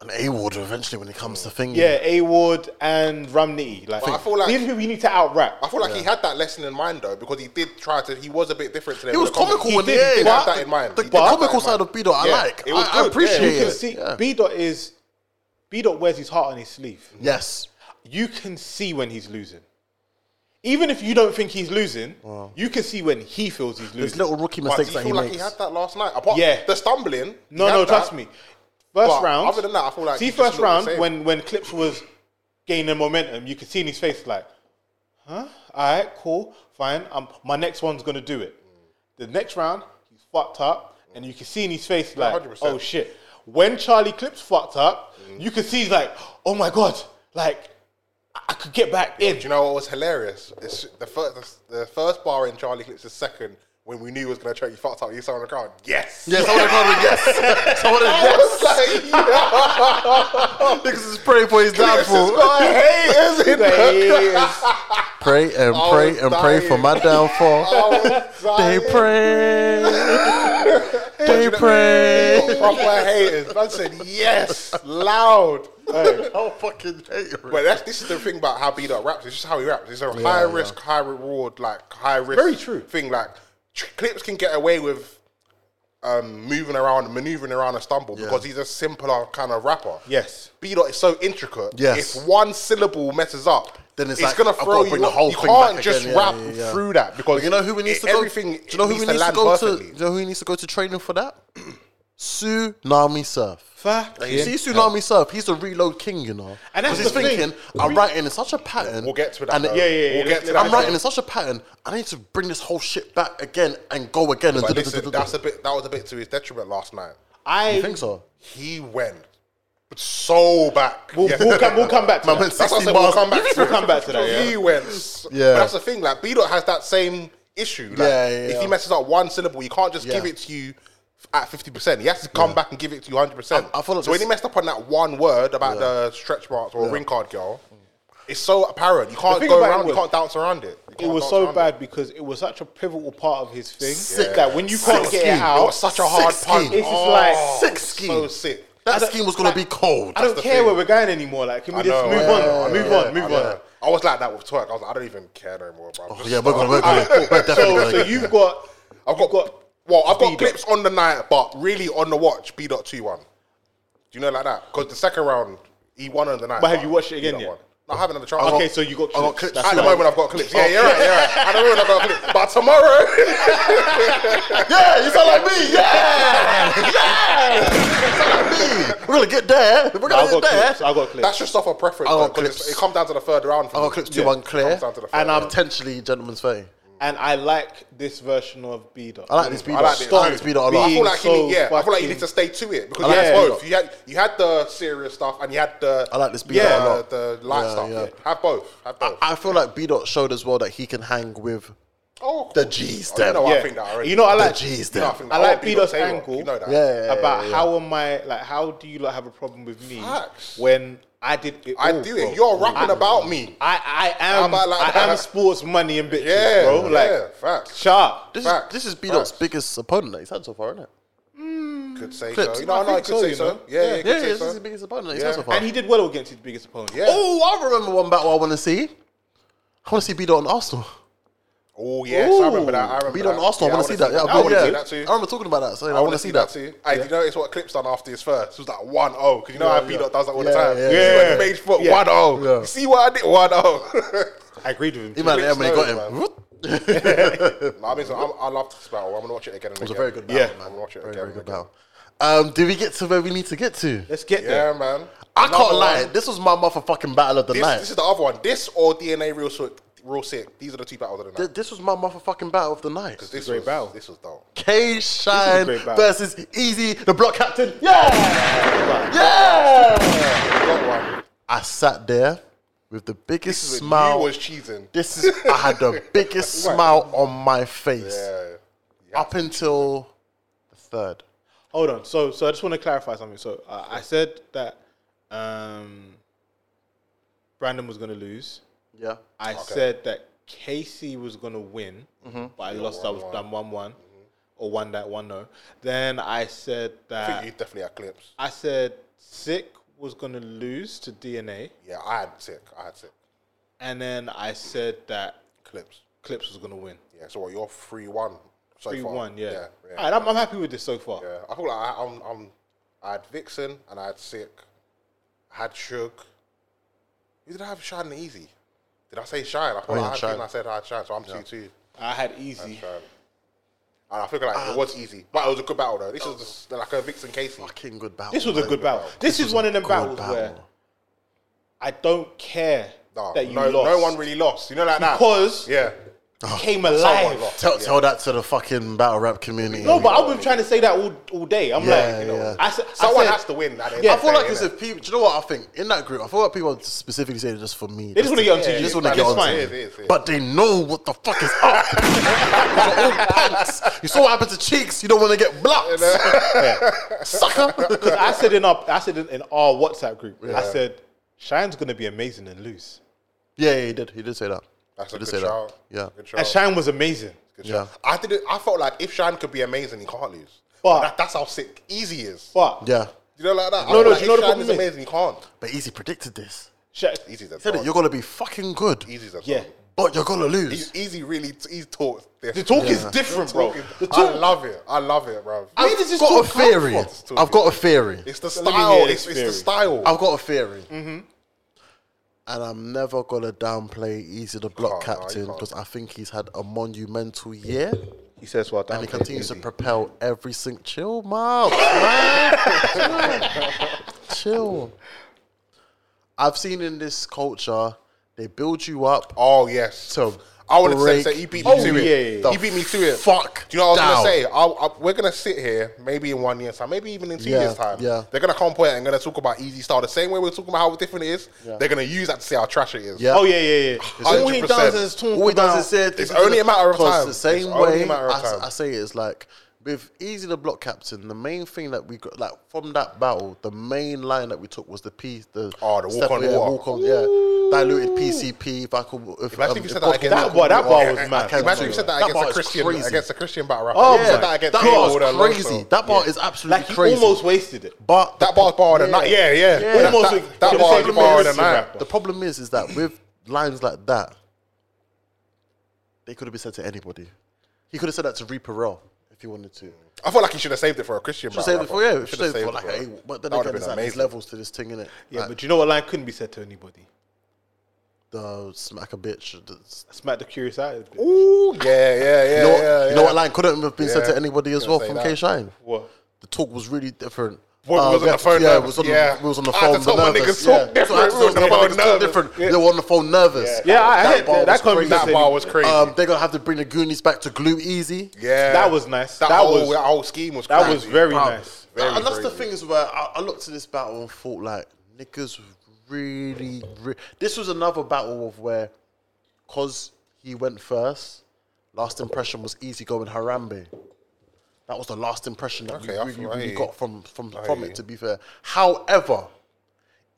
Speaker 1: And A Ward eventually, when it comes to thing,
Speaker 3: yeah, A Ward and Ramnitty. Like,
Speaker 2: But I feel like-
Speaker 3: these are people you need to out rap.
Speaker 2: I feel like he had that lesson in mind though, because he did try to. He was a bit different to them.
Speaker 1: It was
Speaker 2: with the comedy.
Speaker 1: comical
Speaker 2: He
Speaker 1: when
Speaker 2: did,
Speaker 1: yeah,
Speaker 2: he did
Speaker 1: but
Speaker 2: have that in mind.
Speaker 1: The,
Speaker 2: He
Speaker 1: the
Speaker 2: did have that
Speaker 1: comical
Speaker 2: in mind.
Speaker 1: side of B dot I
Speaker 2: Yeah,
Speaker 1: like.
Speaker 2: it was
Speaker 1: I,
Speaker 2: good,
Speaker 1: I
Speaker 2: yeah.
Speaker 1: appreciate
Speaker 3: you can
Speaker 1: it.
Speaker 3: see
Speaker 1: Yeah.
Speaker 3: B Dot is B Dot wears his heart on his sleeve.
Speaker 1: yes.
Speaker 3: You can see when he's losing. Even if you don't think he's losing, you can see when he feels he's losing.
Speaker 1: There's little rookie
Speaker 2: But do
Speaker 1: mistakes
Speaker 2: you
Speaker 1: that
Speaker 2: feel
Speaker 1: he
Speaker 2: like
Speaker 1: makes.
Speaker 2: he had that last night? Apart
Speaker 3: Yeah.
Speaker 2: the stumbling.
Speaker 3: No,
Speaker 2: he had
Speaker 3: no,
Speaker 2: that.
Speaker 3: trust me. First
Speaker 2: But
Speaker 3: round.
Speaker 2: other than that, I feel like
Speaker 3: see
Speaker 2: he just
Speaker 3: first
Speaker 2: looked the
Speaker 3: round
Speaker 2: same.
Speaker 3: when when Clips was gaining momentum, you could see in his face like, huh? All right, cool, fine. Um, my next one's gonna do it. The next round, he's fucked up, and you can see in his face like,
Speaker 2: 100%.
Speaker 3: oh shit. When Charlie Clips fucked up, you could see he's like, oh my god, like I, I could get back in.
Speaker 2: Do you know what was hilarious? It's the first, the, first bar in Charlie Clips is second when we knew he was going to choke. You fucked up. You saw on the crowd. Yes.
Speaker 1: Yes, I would have called him yes. I would have yes.
Speaker 2: It's like,
Speaker 1: Niggas is praying for his downfall.
Speaker 2: yes. Hey, is it?
Speaker 1: Pray and
Speaker 2: I
Speaker 1: pray
Speaker 2: was
Speaker 1: and pray for
Speaker 2: dying.
Speaker 1: my downfall.
Speaker 2: I was
Speaker 1: They
Speaker 2: dying.
Speaker 1: pray. They pray.
Speaker 2: Proper haters. Man said yes, loud. Hey.
Speaker 1: How Oh, fucking hate
Speaker 2: But that's this is the thing about how B Dot raps. It's just how he raps. It's a high risk, high reward, like high risk.
Speaker 3: Very true.
Speaker 2: Thing like tr- clips can get away with um, moving around, maneuvering around a stumble because he's a simpler kind of rapper.
Speaker 3: Yes.
Speaker 2: B Dot is so intricate.
Speaker 1: Yes.
Speaker 2: If one syllable messes up,
Speaker 1: Then it's like,
Speaker 2: gonna
Speaker 1: I've gotta
Speaker 2: throw you.
Speaker 1: bring the
Speaker 2: off.
Speaker 1: whole
Speaker 2: you
Speaker 1: thing
Speaker 2: can't
Speaker 1: back
Speaker 2: just
Speaker 1: again. Yeah,
Speaker 2: rap
Speaker 1: yeah, yeah.
Speaker 2: through that because
Speaker 1: You know who we need
Speaker 2: e-
Speaker 1: to go.
Speaker 2: Everything.
Speaker 1: do you know who
Speaker 2: needs
Speaker 1: we need to
Speaker 2: land
Speaker 1: go to? Do
Speaker 2: perfectly.
Speaker 1: you know who we needs to go to training for that? Tsunami Surf.
Speaker 3: Fuck.
Speaker 1: You see Tsunami Surf, he's a reload king, you know.
Speaker 3: And that's
Speaker 1: 'Cause he's
Speaker 3: the thing.
Speaker 1: thinking, I'm writing in such a pattern.
Speaker 2: We'll get to that.
Speaker 1: and
Speaker 2: though.
Speaker 1: it-
Speaker 3: Yeah, yeah, yeah,
Speaker 2: We'll
Speaker 3: let's-
Speaker 2: get to
Speaker 3: let's-
Speaker 2: that.
Speaker 1: I'm writing in such a pattern. I need to bring this whole shit back again and go again. And
Speaker 2: But
Speaker 1: da- da-
Speaker 2: listen,
Speaker 1: da- da-
Speaker 2: that's a
Speaker 1: da-
Speaker 2: bit. That was a bit to his detriment last night.
Speaker 3: I
Speaker 1: You think so?
Speaker 2: He went so back.
Speaker 3: We'll,
Speaker 2: Yeah.
Speaker 3: we'll, come, we'll come back to
Speaker 1: man
Speaker 3: that.
Speaker 1: said
Speaker 2: That's what
Speaker 1: 16
Speaker 2: I said. We'll
Speaker 1: bars.
Speaker 2: come back.
Speaker 3: We'll come back to that, yeah.
Speaker 2: He went. s-
Speaker 1: Yeah.
Speaker 2: But that's the thing. Like B dot has that same issue. Like,
Speaker 1: Yeah, yeah,
Speaker 2: If
Speaker 1: yeah.
Speaker 2: he messes up one syllable, he can't just
Speaker 1: Yeah.
Speaker 2: give it to you at fifty percent. He has to come back and give it to you hundred percent.
Speaker 1: I- I feel like
Speaker 2: so when
Speaker 1: this-
Speaker 2: he messed up on that one word about the stretch marks or ring card girl, it's so apparent. You can't
Speaker 3: thing
Speaker 2: go
Speaker 3: about it
Speaker 2: around. You
Speaker 3: was-
Speaker 2: can't dance around it. You
Speaker 3: It
Speaker 2: can't
Speaker 3: was
Speaker 2: dance
Speaker 3: so
Speaker 2: around it.
Speaker 3: bad because it was such a pivotal part of his thing
Speaker 1: Sick.
Speaker 3: that when you can't
Speaker 1: Sick
Speaker 3: get it
Speaker 1: scheme.
Speaker 3: out,
Speaker 2: It was such a hard
Speaker 1: Six
Speaker 2: punch.
Speaker 1: scheme.
Speaker 3: It's just
Speaker 2: Oh,
Speaker 3: like-
Speaker 1: Sick scheme.
Speaker 2: So sick.
Speaker 1: That
Speaker 3: don't-
Speaker 1: scheme was going to
Speaker 3: like,
Speaker 1: be cold.
Speaker 3: I don't
Speaker 2: the
Speaker 3: care
Speaker 2: thing.
Speaker 3: where we're going anymore. Like, can we
Speaker 2: I
Speaker 3: just
Speaker 2: know,
Speaker 3: move
Speaker 2: yeah,
Speaker 3: on,
Speaker 2: yeah,
Speaker 3: move
Speaker 2: yeah,
Speaker 3: on, move
Speaker 2: I
Speaker 3: on?
Speaker 2: know. I was like that with twerk. I was like, I don't even care no more. Bro.
Speaker 1: Oh, yeah, we're going to work on it. We're definitely
Speaker 3: So,
Speaker 1: gonna
Speaker 3: so
Speaker 1: get
Speaker 3: you've
Speaker 1: there.
Speaker 3: got,
Speaker 2: I've got,
Speaker 3: got
Speaker 2: well, I've got
Speaker 3: B-dot.
Speaker 2: clips on the night, but really on the watch, B dot two one. Do you know like that? Because the second round, he won on the night.
Speaker 3: But have you watched it again
Speaker 2: B-dot
Speaker 3: yet?
Speaker 2: won. No, I haven't had a chance.
Speaker 3: okay, so you got
Speaker 1: I got
Speaker 3: clips.
Speaker 1: clips.
Speaker 3: That's
Speaker 2: at the
Speaker 3: fine.
Speaker 2: moment I've got clips. Yeah, you're right. You're right. At the moment I've got clips, but tomorrow,
Speaker 1: Yeah, you sound like me. Yeah, yeah. You sound like me. We're gonna get there. We're
Speaker 3: I've
Speaker 1: gonna
Speaker 3: got
Speaker 1: get there.
Speaker 3: clips. I've got clips.
Speaker 2: that's just off a preference.
Speaker 1: I got
Speaker 2: though, 'cause it's-
Speaker 1: clips.
Speaker 2: It comes down to the third round.
Speaker 1: I got clips two one clear,
Speaker 2: Comes down to the third
Speaker 3: And I'm
Speaker 2: round.
Speaker 1: potentially gentleman's thirty.
Speaker 3: and I like this version of B dot.
Speaker 1: I like this beat.
Speaker 2: I
Speaker 1: I
Speaker 2: like
Speaker 1: like
Speaker 2: this.
Speaker 1: this beat a lot.
Speaker 2: I feel like you
Speaker 3: so
Speaker 2: need, yeah, I feel like you
Speaker 3: fucking-
Speaker 2: need to stay to it because
Speaker 1: I
Speaker 2: you
Speaker 1: like
Speaker 2: had
Speaker 1: this
Speaker 2: both.
Speaker 1: beat.
Speaker 2: You had you had the serious stuff and you had the
Speaker 1: I like this beat
Speaker 2: yeah,
Speaker 1: a lot.
Speaker 2: the light
Speaker 1: Yeah,
Speaker 2: stuff.
Speaker 1: yeah.
Speaker 2: Have both. Have both.
Speaker 1: I feel like B dot showed as well that he can hang with.
Speaker 2: oh,
Speaker 1: the
Speaker 2: cool.
Speaker 1: G's,
Speaker 2: Oh, you know
Speaker 1: them.
Speaker 2: what I
Speaker 3: Yeah.
Speaker 2: think that already.
Speaker 3: You know, I
Speaker 1: The
Speaker 3: like.
Speaker 1: G's
Speaker 2: You know,
Speaker 1: there.
Speaker 2: think
Speaker 3: I
Speaker 2: that-
Speaker 3: like
Speaker 2: oh,
Speaker 3: B dot's
Speaker 2: Taylor,
Speaker 3: angle.
Speaker 2: You know that.
Speaker 1: Yeah, yeah, yeah,
Speaker 3: about
Speaker 1: yeah.
Speaker 3: how am I like? How do you lot have a problem with me
Speaker 2: Facts.
Speaker 3: when I did it?
Speaker 2: I
Speaker 3: all,
Speaker 2: do
Speaker 3: bro?
Speaker 2: it. You're rapping about me.
Speaker 3: I I
Speaker 2: How
Speaker 3: am
Speaker 2: about like
Speaker 3: I am
Speaker 2: that?
Speaker 3: sports money and bitches,
Speaker 2: Yeah,
Speaker 3: bro. Like
Speaker 2: yeah, facts.
Speaker 3: sharp.
Speaker 1: This
Speaker 2: Facts.
Speaker 1: is this is B dot's
Speaker 2: Facts.
Speaker 1: biggest opponent that he's had so far, isn't it?
Speaker 2: Could say
Speaker 1: Clips.
Speaker 2: so. You know, I,
Speaker 1: I
Speaker 2: know,
Speaker 1: think
Speaker 2: could
Speaker 1: so,
Speaker 2: say
Speaker 1: you
Speaker 2: so.
Speaker 1: know.
Speaker 2: Yeah, yeah,
Speaker 1: Yeah,
Speaker 2: could
Speaker 1: yeah,
Speaker 2: say
Speaker 1: this
Speaker 2: so.
Speaker 1: is his biggest opponent that he's had so far.
Speaker 3: And he did well against his biggest opponent.
Speaker 2: Yeah.
Speaker 1: Oh, I remember one battle I want to see. I want to see B dot on Arsenal.
Speaker 2: Oh yes, I remember that. I remember
Speaker 1: B dot
Speaker 2: that.
Speaker 1: on Arsenal.
Speaker 2: Yeah,
Speaker 1: I want to see that. Yeah,
Speaker 2: I want to see
Speaker 1: yeah.
Speaker 2: that too.
Speaker 1: I remember talking about that. So yeah,
Speaker 2: I
Speaker 1: I want to see that.
Speaker 2: too. Hey, do you notice what Clips done after his first? It was like 1 0. Because you know how P Dot does that all the
Speaker 1: Yeah,
Speaker 2: time.
Speaker 1: yeah,
Speaker 2: You see
Speaker 1: yeah.
Speaker 2: what he made foot 1
Speaker 3: Yeah.
Speaker 2: 0.
Speaker 1: Yeah.
Speaker 2: oh. You see what I did oh. 1 0.
Speaker 3: I agreed with him.
Speaker 1: He might
Speaker 2: Clips
Speaker 1: have when he got
Speaker 2: knows,
Speaker 1: him.
Speaker 2: man. I mean, so I'm, I love this battle. I'm going to watch it again. And
Speaker 1: It was a
Speaker 2: again.
Speaker 1: very good battle,
Speaker 3: Yeah.
Speaker 1: man.
Speaker 2: I'm going to watch it
Speaker 1: very,
Speaker 2: again.
Speaker 1: very good
Speaker 2: and again.
Speaker 1: battle. Um, do we get to where we need to get to?
Speaker 3: Let's get
Speaker 2: Yeah,
Speaker 3: there.
Speaker 2: man.
Speaker 1: I
Speaker 2: Another
Speaker 1: can't lie.
Speaker 2: one.
Speaker 1: This was my motherfucking battle of the night.
Speaker 2: This, this is the other one. This or DNA Real Sick. Real Sick. These are the two battles of the
Speaker 1: Th-
Speaker 2: night.
Speaker 1: this was my motherfucking battle of the night.
Speaker 2: This
Speaker 3: great
Speaker 2: was,
Speaker 3: battle.
Speaker 2: This was dope.
Speaker 1: K Shine
Speaker 3: great battle.
Speaker 1: versus Easy, the block captain. Yeah! Yeah!
Speaker 2: The other one.
Speaker 1: I sat there with the biggest
Speaker 2: This is when
Speaker 1: smile.
Speaker 2: You was cheesing.
Speaker 1: this is I had the biggest smile on my face
Speaker 2: Yeah.
Speaker 1: up until the third.
Speaker 3: Hold on. So so I just want to clarify something. So uh, I said that um, Brandon was going to lose.
Speaker 1: Yeah.
Speaker 3: I said that Casey was gonna win, but I lost. I was done one one or one that one no. Then I said
Speaker 1: Ah.
Speaker 2: I
Speaker 3: that
Speaker 2: think you definitely had clips.
Speaker 3: I said sick was gonna lose to DNA,
Speaker 2: Yeah, I had sick. I had sick.
Speaker 3: and then I said that
Speaker 2: Clips.
Speaker 3: Clips was gonna win.
Speaker 2: Yeah, so what, you're 3 1 so
Speaker 3: Three
Speaker 2: far.
Speaker 3: one, yeah.
Speaker 2: Yeah, yeah.
Speaker 3: All right, I'm, I'm happy with this so far.
Speaker 2: yeah. I feel like I, I'm, I'm, I had Vixen and I had Sick. I had Shug. You did I have Shine and Easy? Did I say Shine? I thought
Speaker 1: Oh, yeah,
Speaker 2: I had
Speaker 1: Shine.
Speaker 2: Shine. I said I had Shine, so I'm 2 2.
Speaker 3: I had easy.
Speaker 2: Shine. And I feel like
Speaker 1: Um,
Speaker 2: it was easy, but it was a good battle though. This was just like a Vixen Casey.
Speaker 1: Fucking good battle.
Speaker 3: This was a
Speaker 1: man.
Speaker 3: good battle. This, is one of them
Speaker 1: Good
Speaker 3: battles
Speaker 1: battle.
Speaker 3: where I don't care
Speaker 2: No,
Speaker 3: that you
Speaker 2: no,
Speaker 3: lost. Ah.
Speaker 2: no one really lost. You know, like that.
Speaker 3: because
Speaker 2: yeah,
Speaker 3: it came
Speaker 2: someone
Speaker 3: alive.
Speaker 2: lost.
Speaker 1: Tell, tell that to the fucking battle rap community.
Speaker 3: No, but I've been trying to say that all, all day. I'm
Speaker 1: Yeah,
Speaker 3: like, you know,
Speaker 1: yeah.
Speaker 3: I, said- I
Speaker 2: Someone
Speaker 3: said-
Speaker 2: has to win. At the end
Speaker 3: Yeah,
Speaker 1: I
Speaker 2: of the
Speaker 1: feel
Speaker 2: day,
Speaker 1: like it's
Speaker 2: innit?
Speaker 1: if people. Do you know what I think in that group? I feel like people specifically say it just for me.
Speaker 3: They just want to get on TV.
Speaker 1: They
Speaker 3: Yeah,
Speaker 1: just want to
Speaker 2: yeah,
Speaker 1: get
Speaker 2: it's
Speaker 1: on
Speaker 2: fine.
Speaker 1: to
Speaker 2: It
Speaker 1: it.
Speaker 2: is, it is, it is.
Speaker 1: But they know what the fuck is up. You're all punks. You saw what happened to Cheeks. You don't want to get blocked. Sucker.
Speaker 3: I said in our, I said in, in our WhatsApp group, I said, Shine's gonna be amazing and lose,
Speaker 1: Yeah, yeah, he did. He did say that.
Speaker 2: That's
Speaker 1: he
Speaker 2: a
Speaker 1: did
Speaker 2: good
Speaker 1: say
Speaker 2: shout.
Speaker 1: that. Yeah.
Speaker 2: Good
Speaker 3: and
Speaker 2: shout.
Speaker 3: Shine was amazing.
Speaker 2: Yeah. I didn't. I felt like if Shine could be amazing, he can't lose.
Speaker 3: But-
Speaker 2: that, that's how sick Easy is.
Speaker 3: But
Speaker 1: Yeah.
Speaker 2: you know, like that. I
Speaker 3: No,
Speaker 2: feel
Speaker 3: no,
Speaker 2: like
Speaker 3: do you know
Speaker 2: if Shine
Speaker 3: the problem
Speaker 2: is
Speaker 3: is?
Speaker 2: amazing, he can't.
Speaker 1: But Easy predicted this.
Speaker 3: Sha-
Speaker 2: Easy's a
Speaker 1: Said it,
Speaker 2: dog.
Speaker 1: you're gonna be fucking good,
Speaker 2: Easy's a
Speaker 3: yeah,
Speaker 2: dog.
Speaker 1: but you're gonna
Speaker 2: He-
Speaker 1: lose.
Speaker 2: Easy really t- he talks
Speaker 3: the
Speaker 2: different.
Speaker 3: talk is different, bro.
Speaker 2: Talking-
Speaker 3: The
Speaker 2: I
Speaker 3: talk.
Speaker 2: love it. I love it, bro.
Speaker 1: I've
Speaker 3: does this
Speaker 1: got a
Speaker 3: talk come
Speaker 1: theory.
Speaker 2: from? It's talking.
Speaker 1: I've got a theory.
Speaker 2: It's the
Speaker 3: me
Speaker 2: style.
Speaker 3: hear
Speaker 2: It's, it's
Speaker 3: this
Speaker 2: the
Speaker 3: theory.
Speaker 2: style.
Speaker 1: I've got a theory.
Speaker 2: Mm-hmm.
Speaker 1: And I'm never gonna downplay Easy the block
Speaker 2: can't, no, you
Speaker 1: captain
Speaker 2: can't.
Speaker 1: because I think he's had a monumental year
Speaker 3: He says what?
Speaker 1: and he continues to propel every single chill, Mark. man. chill. I've seen in this culture they build you up
Speaker 2: Oh yes.
Speaker 1: to
Speaker 2: I would have
Speaker 1: break
Speaker 2: said he beat me
Speaker 1: you
Speaker 2: to it.
Speaker 1: the
Speaker 2: He beat me to it.
Speaker 1: Fuck.
Speaker 2: Do you know what I
Speaker 1: down.
Speaker 2: was gonna say? I, I, we're gonna sit here maybe in one year's time, maybe even in two
Speaker 1: Yeah,
Speaker 2: years time.
Speaker 1: yeah.
Speaker 2: They're gonna come point and gonna talk about easy style the same way we're talking about how different it is. They're gonna use that to say how trash it is.
Speaker 1: Yeah.
Speaker 3: Oh yeah, yeah, yeah.
Speaker 2: All
Speaker 3: All
Speaker 2: he
Speaker 3: he
Speaker 2: 100%.
Speaker 3: does is talk
Speaker 1: All he
Speaker 3: about.
Speaker 1: does is said
Speaker 2: It's only a matter of time.
Speaker 1: The
Speaker 2: It's
Speaker 1: same
Speaker 2: only
Speaker 1: way
Speaker 2: a matter of
Speaker 1: I, s-
Speaker 2: time.
Speaker 1: I say it is like with Easy the block captain. The main thing that we got like from that battle, the main line that we took was the piece. The
Speaker 2: Oh, the walk
Speaker 1: step-
Speaker 2: on
Speaker 1: yeah,
Speaker 2: water.
Speaker 1: walk on, yeah, diluted PCP. If I could, if,
Speaker 2: Imagine
Speaker 1: um,
Speaker 2: if you
Speaker 1: if
Speaker 2: said that
Speaker 1: God-
Speaker 2: against
Speaker 3: That boy- that boy was mad.
Speaker 2: Imagine if you said that,
Speaker 1: That
Speaker 2: against
Speaker 1: bar
Speaker 2: a
Speaker 1: is
Speaker 2: Christian
Speaker 1: crazy.
Speaker 2: against a Christian battle rapper.
Speaker 1: Oh
Speaker 2: You
Speaker 1: yeah,
Speaker 2: said
Speaker 1: that,
Speaker 2: that against Cable
Speaker 1: bar
Speaker 2: with a
Speaker 1: was
Speaker 2: long
Speaker 1: crazy.
Speaker 2: show.
Speaker 1: That bar is absolutely
Speaker 3: Like he
Speaker 1: crazy.
Speaker 3: almost wasted it.
Speaker 1: but
Speaker 2: that bar's bar of the
Speaker 1: Yeah.
Speaker 2: night. Yeah, yeah.
Speaker 1: Yeah.
Speaker 2: That-
Speaker 3: Almost
Speaker 2: that,
Speaker 3: like-
Speaker 2: that
Speaker 3: the
Speaker 2: bar is the
Speaker 3: same
Speaker 2: bar of the
Speaker 3: as
Speaker 2: night.
Speaker 3: rapper.
Speaker 1: The problem is, is that with lines like that, they could have been said to anybody. He could have said that to Reaper Row if he wanted to.
Speaker 2: I feel like he should have saved it for a Christian
Speaker 1: Should
Speaker 2: battle.
Speaker 1: save it for yeah,
Speaker 2: rapper.
Speaker 1: should save it for like
Speaker 2: it.
Speaker 1: a, but then
Speaker 2: That
Speaker 1: again, it's
Speaker 2: would have
Speaker 1: like
Speaker 2: been
Speaker 1: there's
Speaker 2: amazing.
Speaker 1: levels to this thing, innit?
Speaker 3: Yeah,
Speaker 1: like,
Speaker 3: but you know what line couldn't be said to anybody?
Speaker 1: the smack a bitch. the s-
Speaker 3: Smack the curious eye.
Speaker 2: Ooh, yeah, yeah, yeah.
Speaker 1: you know what?
Speaker 2: yeah,
Speaker 1: you
Speaker 2: yeah.
Speaker 1: know what line couldn't have been said
Speaker 2: Yeah.
Speaker 1: to anybody as
Speaker 2: Gonna
Speaker 1: well
Speaker 2: say
Speaker 1: from
Speaker 2: that.
Speaker 1: K Shine.
Speaker 3: What?
Speaker 1: The talk was really different.
Speaker 2: Well, it was
Speaker 1: we
Speaker 2: on
Speaker 1: had
Speaker 2: the
Speaker 1: to-
Speaker 2: phone,
Speaker 1: Yeah, it
Speaker 2: nervous.
Speaker 1: was on the,
Speaker 2: Yeah.
Speaker 1: it was on the
Speaker 2: I had
Speaker 1: phone.
Speaker 2: to tell my
Speaker 1: the nervous.
Speaker 2: niggas talk
Speaker 1: yeah. So I had to
Speaker 2: different, we was
Speaker 1: tell my
Speaker 2: on the phone
Speaker 1: niggas talk
Speaker 2: nervous.
Speaker 1: different. They were on the phone nervous.
Speaker 3: Yeah, I heard
Speaker 1: bar
Speaker 3: that. That
Speaker 1: was
Speaker 3: can't be
Speaker 1: crazy.
Speaker 3: said
Speaker 2: That bar was crazy.
Speaker 1: Um, they're gonna have to bring the Goonies back to Glue Easy.
Speaker 2: yeah,
Speaker 3: That was nice.
Speaker 2: That,
Speaker 3: That
Speaker 2: whole,
Speaker 3: was-
Speaker 2: that whole scheme was
Speaker 3: That
Speaker 2: crazy.
Speaker 3: was very
Speaker 1: Wow.
Speaker 3: nice.
Speaker 2: Very
Speaker 1: and that's the
Speaker 2: crazy.
Speaker 1: thing is where I, I looked at this battle and thought like niggas really, re- this was another battle of where cause he went first, last impression was easy going Harambe. That was the last impression that we
Speaker 2: Okay, I
Speaker 1: really,
Speaker 2: feel- I
Speaker 1: really
Speaker 2: hear you.
Speaker 1: got from from,
Speaker 2: I
Speaker 1: from
Speaker 2: hear
Speaker 1: it
Speaker 2: you.
Speaker 1: to be fair. However,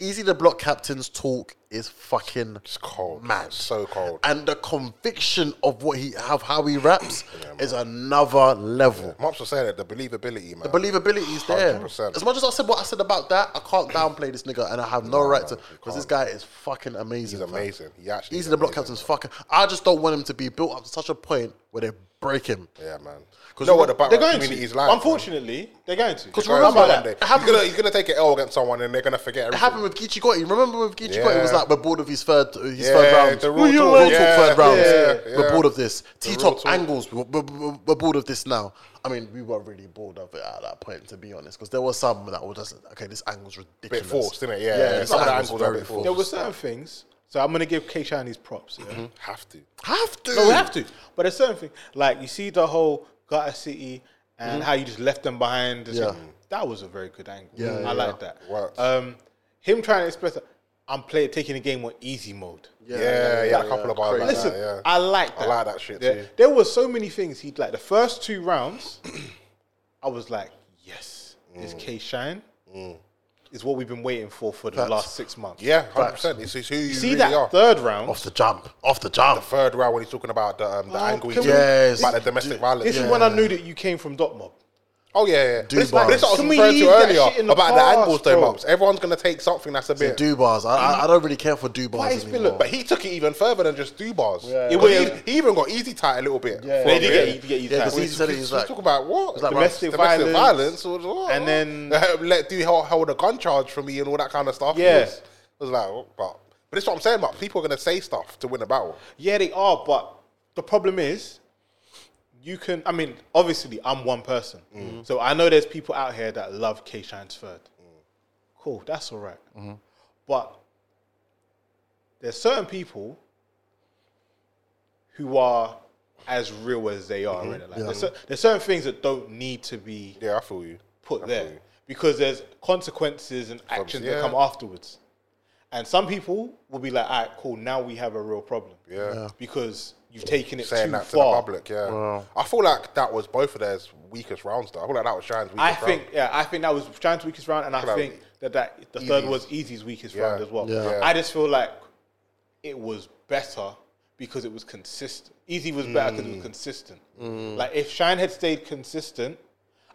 Speaker 1: Easy the Block Captain's talk is fucking
Speaker 2: It's cold.
Speaker 1: mad.
Speaker 2: So cold.
Speaker 1: And the conviction of what he have how he raps is another level.
Speaker 2: Mops was saying it. The believability, man.
Speaker 1: The believability is there.
Speaker 2: 100%.
Speaker 1: As much as I said what I said about that, I can't downplay this nigga, and I have no right to
Speaker 2: you
Speaker 1: because this guy is fucking amazing.
Speaker 2: He's
Speaker 1: fam.
Speaker 2: amazing. He actually
Speaker 1: He's
Speaker 2: is
Speaker 1: the block
Speaker 2: amazing,
Speaker 1: captain's fucking. I just don't want him to be built up to such a point where they break him.
Speaker 2: Yeah, man.
Speaker 1: 'Cause
Speaker 2: Because you know
Speaker 1: you
Speaker 2: what
Speaker 1: know-
Speaker 2: the back
Speaker 3: They're going
Speaker 2: community is
Speaker 3: to.
Speaker 2: like. man.
Speaker 3: Unfortunately, they're going to.
Speaker 1: Because
Speaker 2: They're
Speaker 1: remember
Speaker 2: going to
Speaker 1: that
Speaker 2: one day.
Speaker 1: it happened-
Speaker 2: He's gonna he's gonna take an L against someone and they're gonna forget
Speaker 1: It
Speaker 2: everything.
Speaker 1: happened with Geechee Gotti. Remember with Geechee Gotti, it was
Speaker 2: Yeah.
Speaker 1: like we're bored of his third, uh, his
Speaker 2: Yeah,
Speaker 1: third round.
Speaker 2: the real Who you talk. like? Yeah,
Speaker 1: third round.
Speaker 2: yeah,
Speaker 1: We're
Speaker 2: yeah.
Speaker 1: bored of this. T top
Speaker 2: talk.
Speaker 1: angles. We're, we're- we're- we're bored of this now. I mean, we were really bored of it at that point, to be honest, because there were some that were just okay. This angle's ridiculous.
Speaker 2: forced, innit? Yeah, yeah,
Speaker 1: yeah. This
Speaker 2: some of the
Speaker 1: angle's
Speaker 2: angles are a
Speaker 1: very
Speaker 2: bit forced.
Speaker 3: There were
Speaker 1: forced.
Speaker 3: certain things. So I'm going to give K Shine his props. yeah?
Speaker 2: Have to.
Speaker 1: Have to.
Speaker 3: No, we have to. But there's certain things. Like, you see the whole Gutter City and
Speaker 2: Mm-hmm.
Speaker 3: how you just left them behind. and
Speaker 1: Yeah.
Speaker 3: shit. That was a very good angle.
Speaker 1: Yeah,
Speaker 3: I
Speaker 1: yeah,
Speaker 3: like that.
Speaker 2: Works.
Speaker 3: Um, him trying to express that I'm playing, taking the game on easy mode.
Speaker 2: Yeah, yeah, a couple of bars like
Speaker 3: Listen,
Speaker 2: that. Yeah.
Speaker 3: I like
Speaker 2: I
Speaker 3: that.
Speaker 2: like that shit too.
Speaker 3: There were so many things he'd like. The first two rounds, I was like, yes,
Speaker 2: Mm.
Speaker 3: this K Shine is what we've been waiting for for the last six months.
Speaker 2: Yeah, hundred percent. It's it's who you
Speaker 3: See
Speaker 2: really
Speaker 3: that
Speaker 2: are.
Speaker 3: third round?
Speaker 1: Off the jump. Off the jump.
Speaker 2: Third round when he's talking about the um, the
Speaker 3: Oh,
Speaker 2: angle, he
Speaker 3: can
Speaker 2: took,
Speaker 1: we- Yes.
Speaker 2: about the domestic violence.
Speaker 3: This is when I knew that you came from Dot Mob.
Speaker 2: Oh yeah, yeah. But it's,
Speaker 1: bars.
Speaker 2: but it's what I
Speaker 3: Can
Speaker 2: was
Speaker 3: we
Speaker 2: referring to
Speaker 3: leave that shit
Speaker 2: earlier
Speaker 3: in the
Speaker 2: about
Speaker 3: past,
Speaker 2: the angles, though,
Speaker 3: bro?
Speaker 2: Mops. Everyone's gonna take something that's a bit.
Speaker 1: Do bars. I, I I don't really care for do
Speaker 3: Why
Speaker 1: bars
Speaker 3: is
Speaker 1: anymore.
Speaker 3: Philip-
Speaker 2: but he took it even further than just do bars.
Speaker 3: yeah.
Speaker 2: 'Cause
Speaker 3: Yeah.
Speaker 2: He, he even got easy tight a little bit.
Speaker 1: Yeah.
Speaker 2: for
Speaker 1: They
Speaker 2: a
Speaker 1: did
Speaker 2: bit.
Speaker 3: get- he did get easy
Speaker 1: Yeah,
Speaker 3: tight.
Speaker 1: because he's said it, he's like,
Speaker 2: talk about what?
Speaker 1: like
Speaker 3: Domestic
Speaker 2: domestic
Speaker 3: violence.
Speaker 2: violence. was- oh,
Speaker 3: And then-
Speaker 2: oh. let do held, held a gun charge for me and all that kind of stuff.
Speaker 3: Yeah.
Speaker 2: It was, it was like, oh, but but it's what I'm saying. About people are gonna say stuff to win a battle.
Speaker 3: Yeah, they are, but the problem is, you can. I mean, obviously, I'm one person,
Speaker 1: Mm-hmm.
Speaker 3: so I know there's people out here that love K Shine's third.
Speaker 1: Mm.
Speaker 3: Cool, that's all right.
Speaker 1: Mm-hmm.
Speaker 3: But there's certain people who are as real as they are.
Speaker 1: Mm-hmm.
Speaker 3: innit? Like, there's, cer- there's certain things that don't need to be
Speaker 2: Yeah, I feel you.
Speaker 3: put
Speaker 2: I feel
Speaker 3: there
Speaker 2: you.
Speaker 3: because there's consequences and actions
Speaker 2: yeah.
Speaker 3: that come afterwards. And some people will be like, all right, cool, now we have a real problem.
Speaker 2: Yeah. Yeah.
Speaker 3: Because you've taken it
Speaker 2: Saying
Speaker 3: too
Speaker 2: that to
Speaker 3: far.
Speaker 2: the public, yeah. I feel like that was both of their weakest rounds, though. I feel like that was Shine's weakest
Speaker 3: I
Speaker 2: round.
Speaker 3: think, yeah, I think that was Giants' weakest round, and I
Speaker 2: Clout.
Speaker 3: think that, that the
Speaker 2: Easy.
Speaker 3: third was Easy's weakest
Speaker 2: Yeah.
Speaker 3: round as well.
Speaker 2: Yeah.
Speaker 3: I just feel like it was better because it was consistent. Easy was better because it
Speaker 2: Hmm.
Speaker 3: was consistent. Like if Shine had stayed consistent,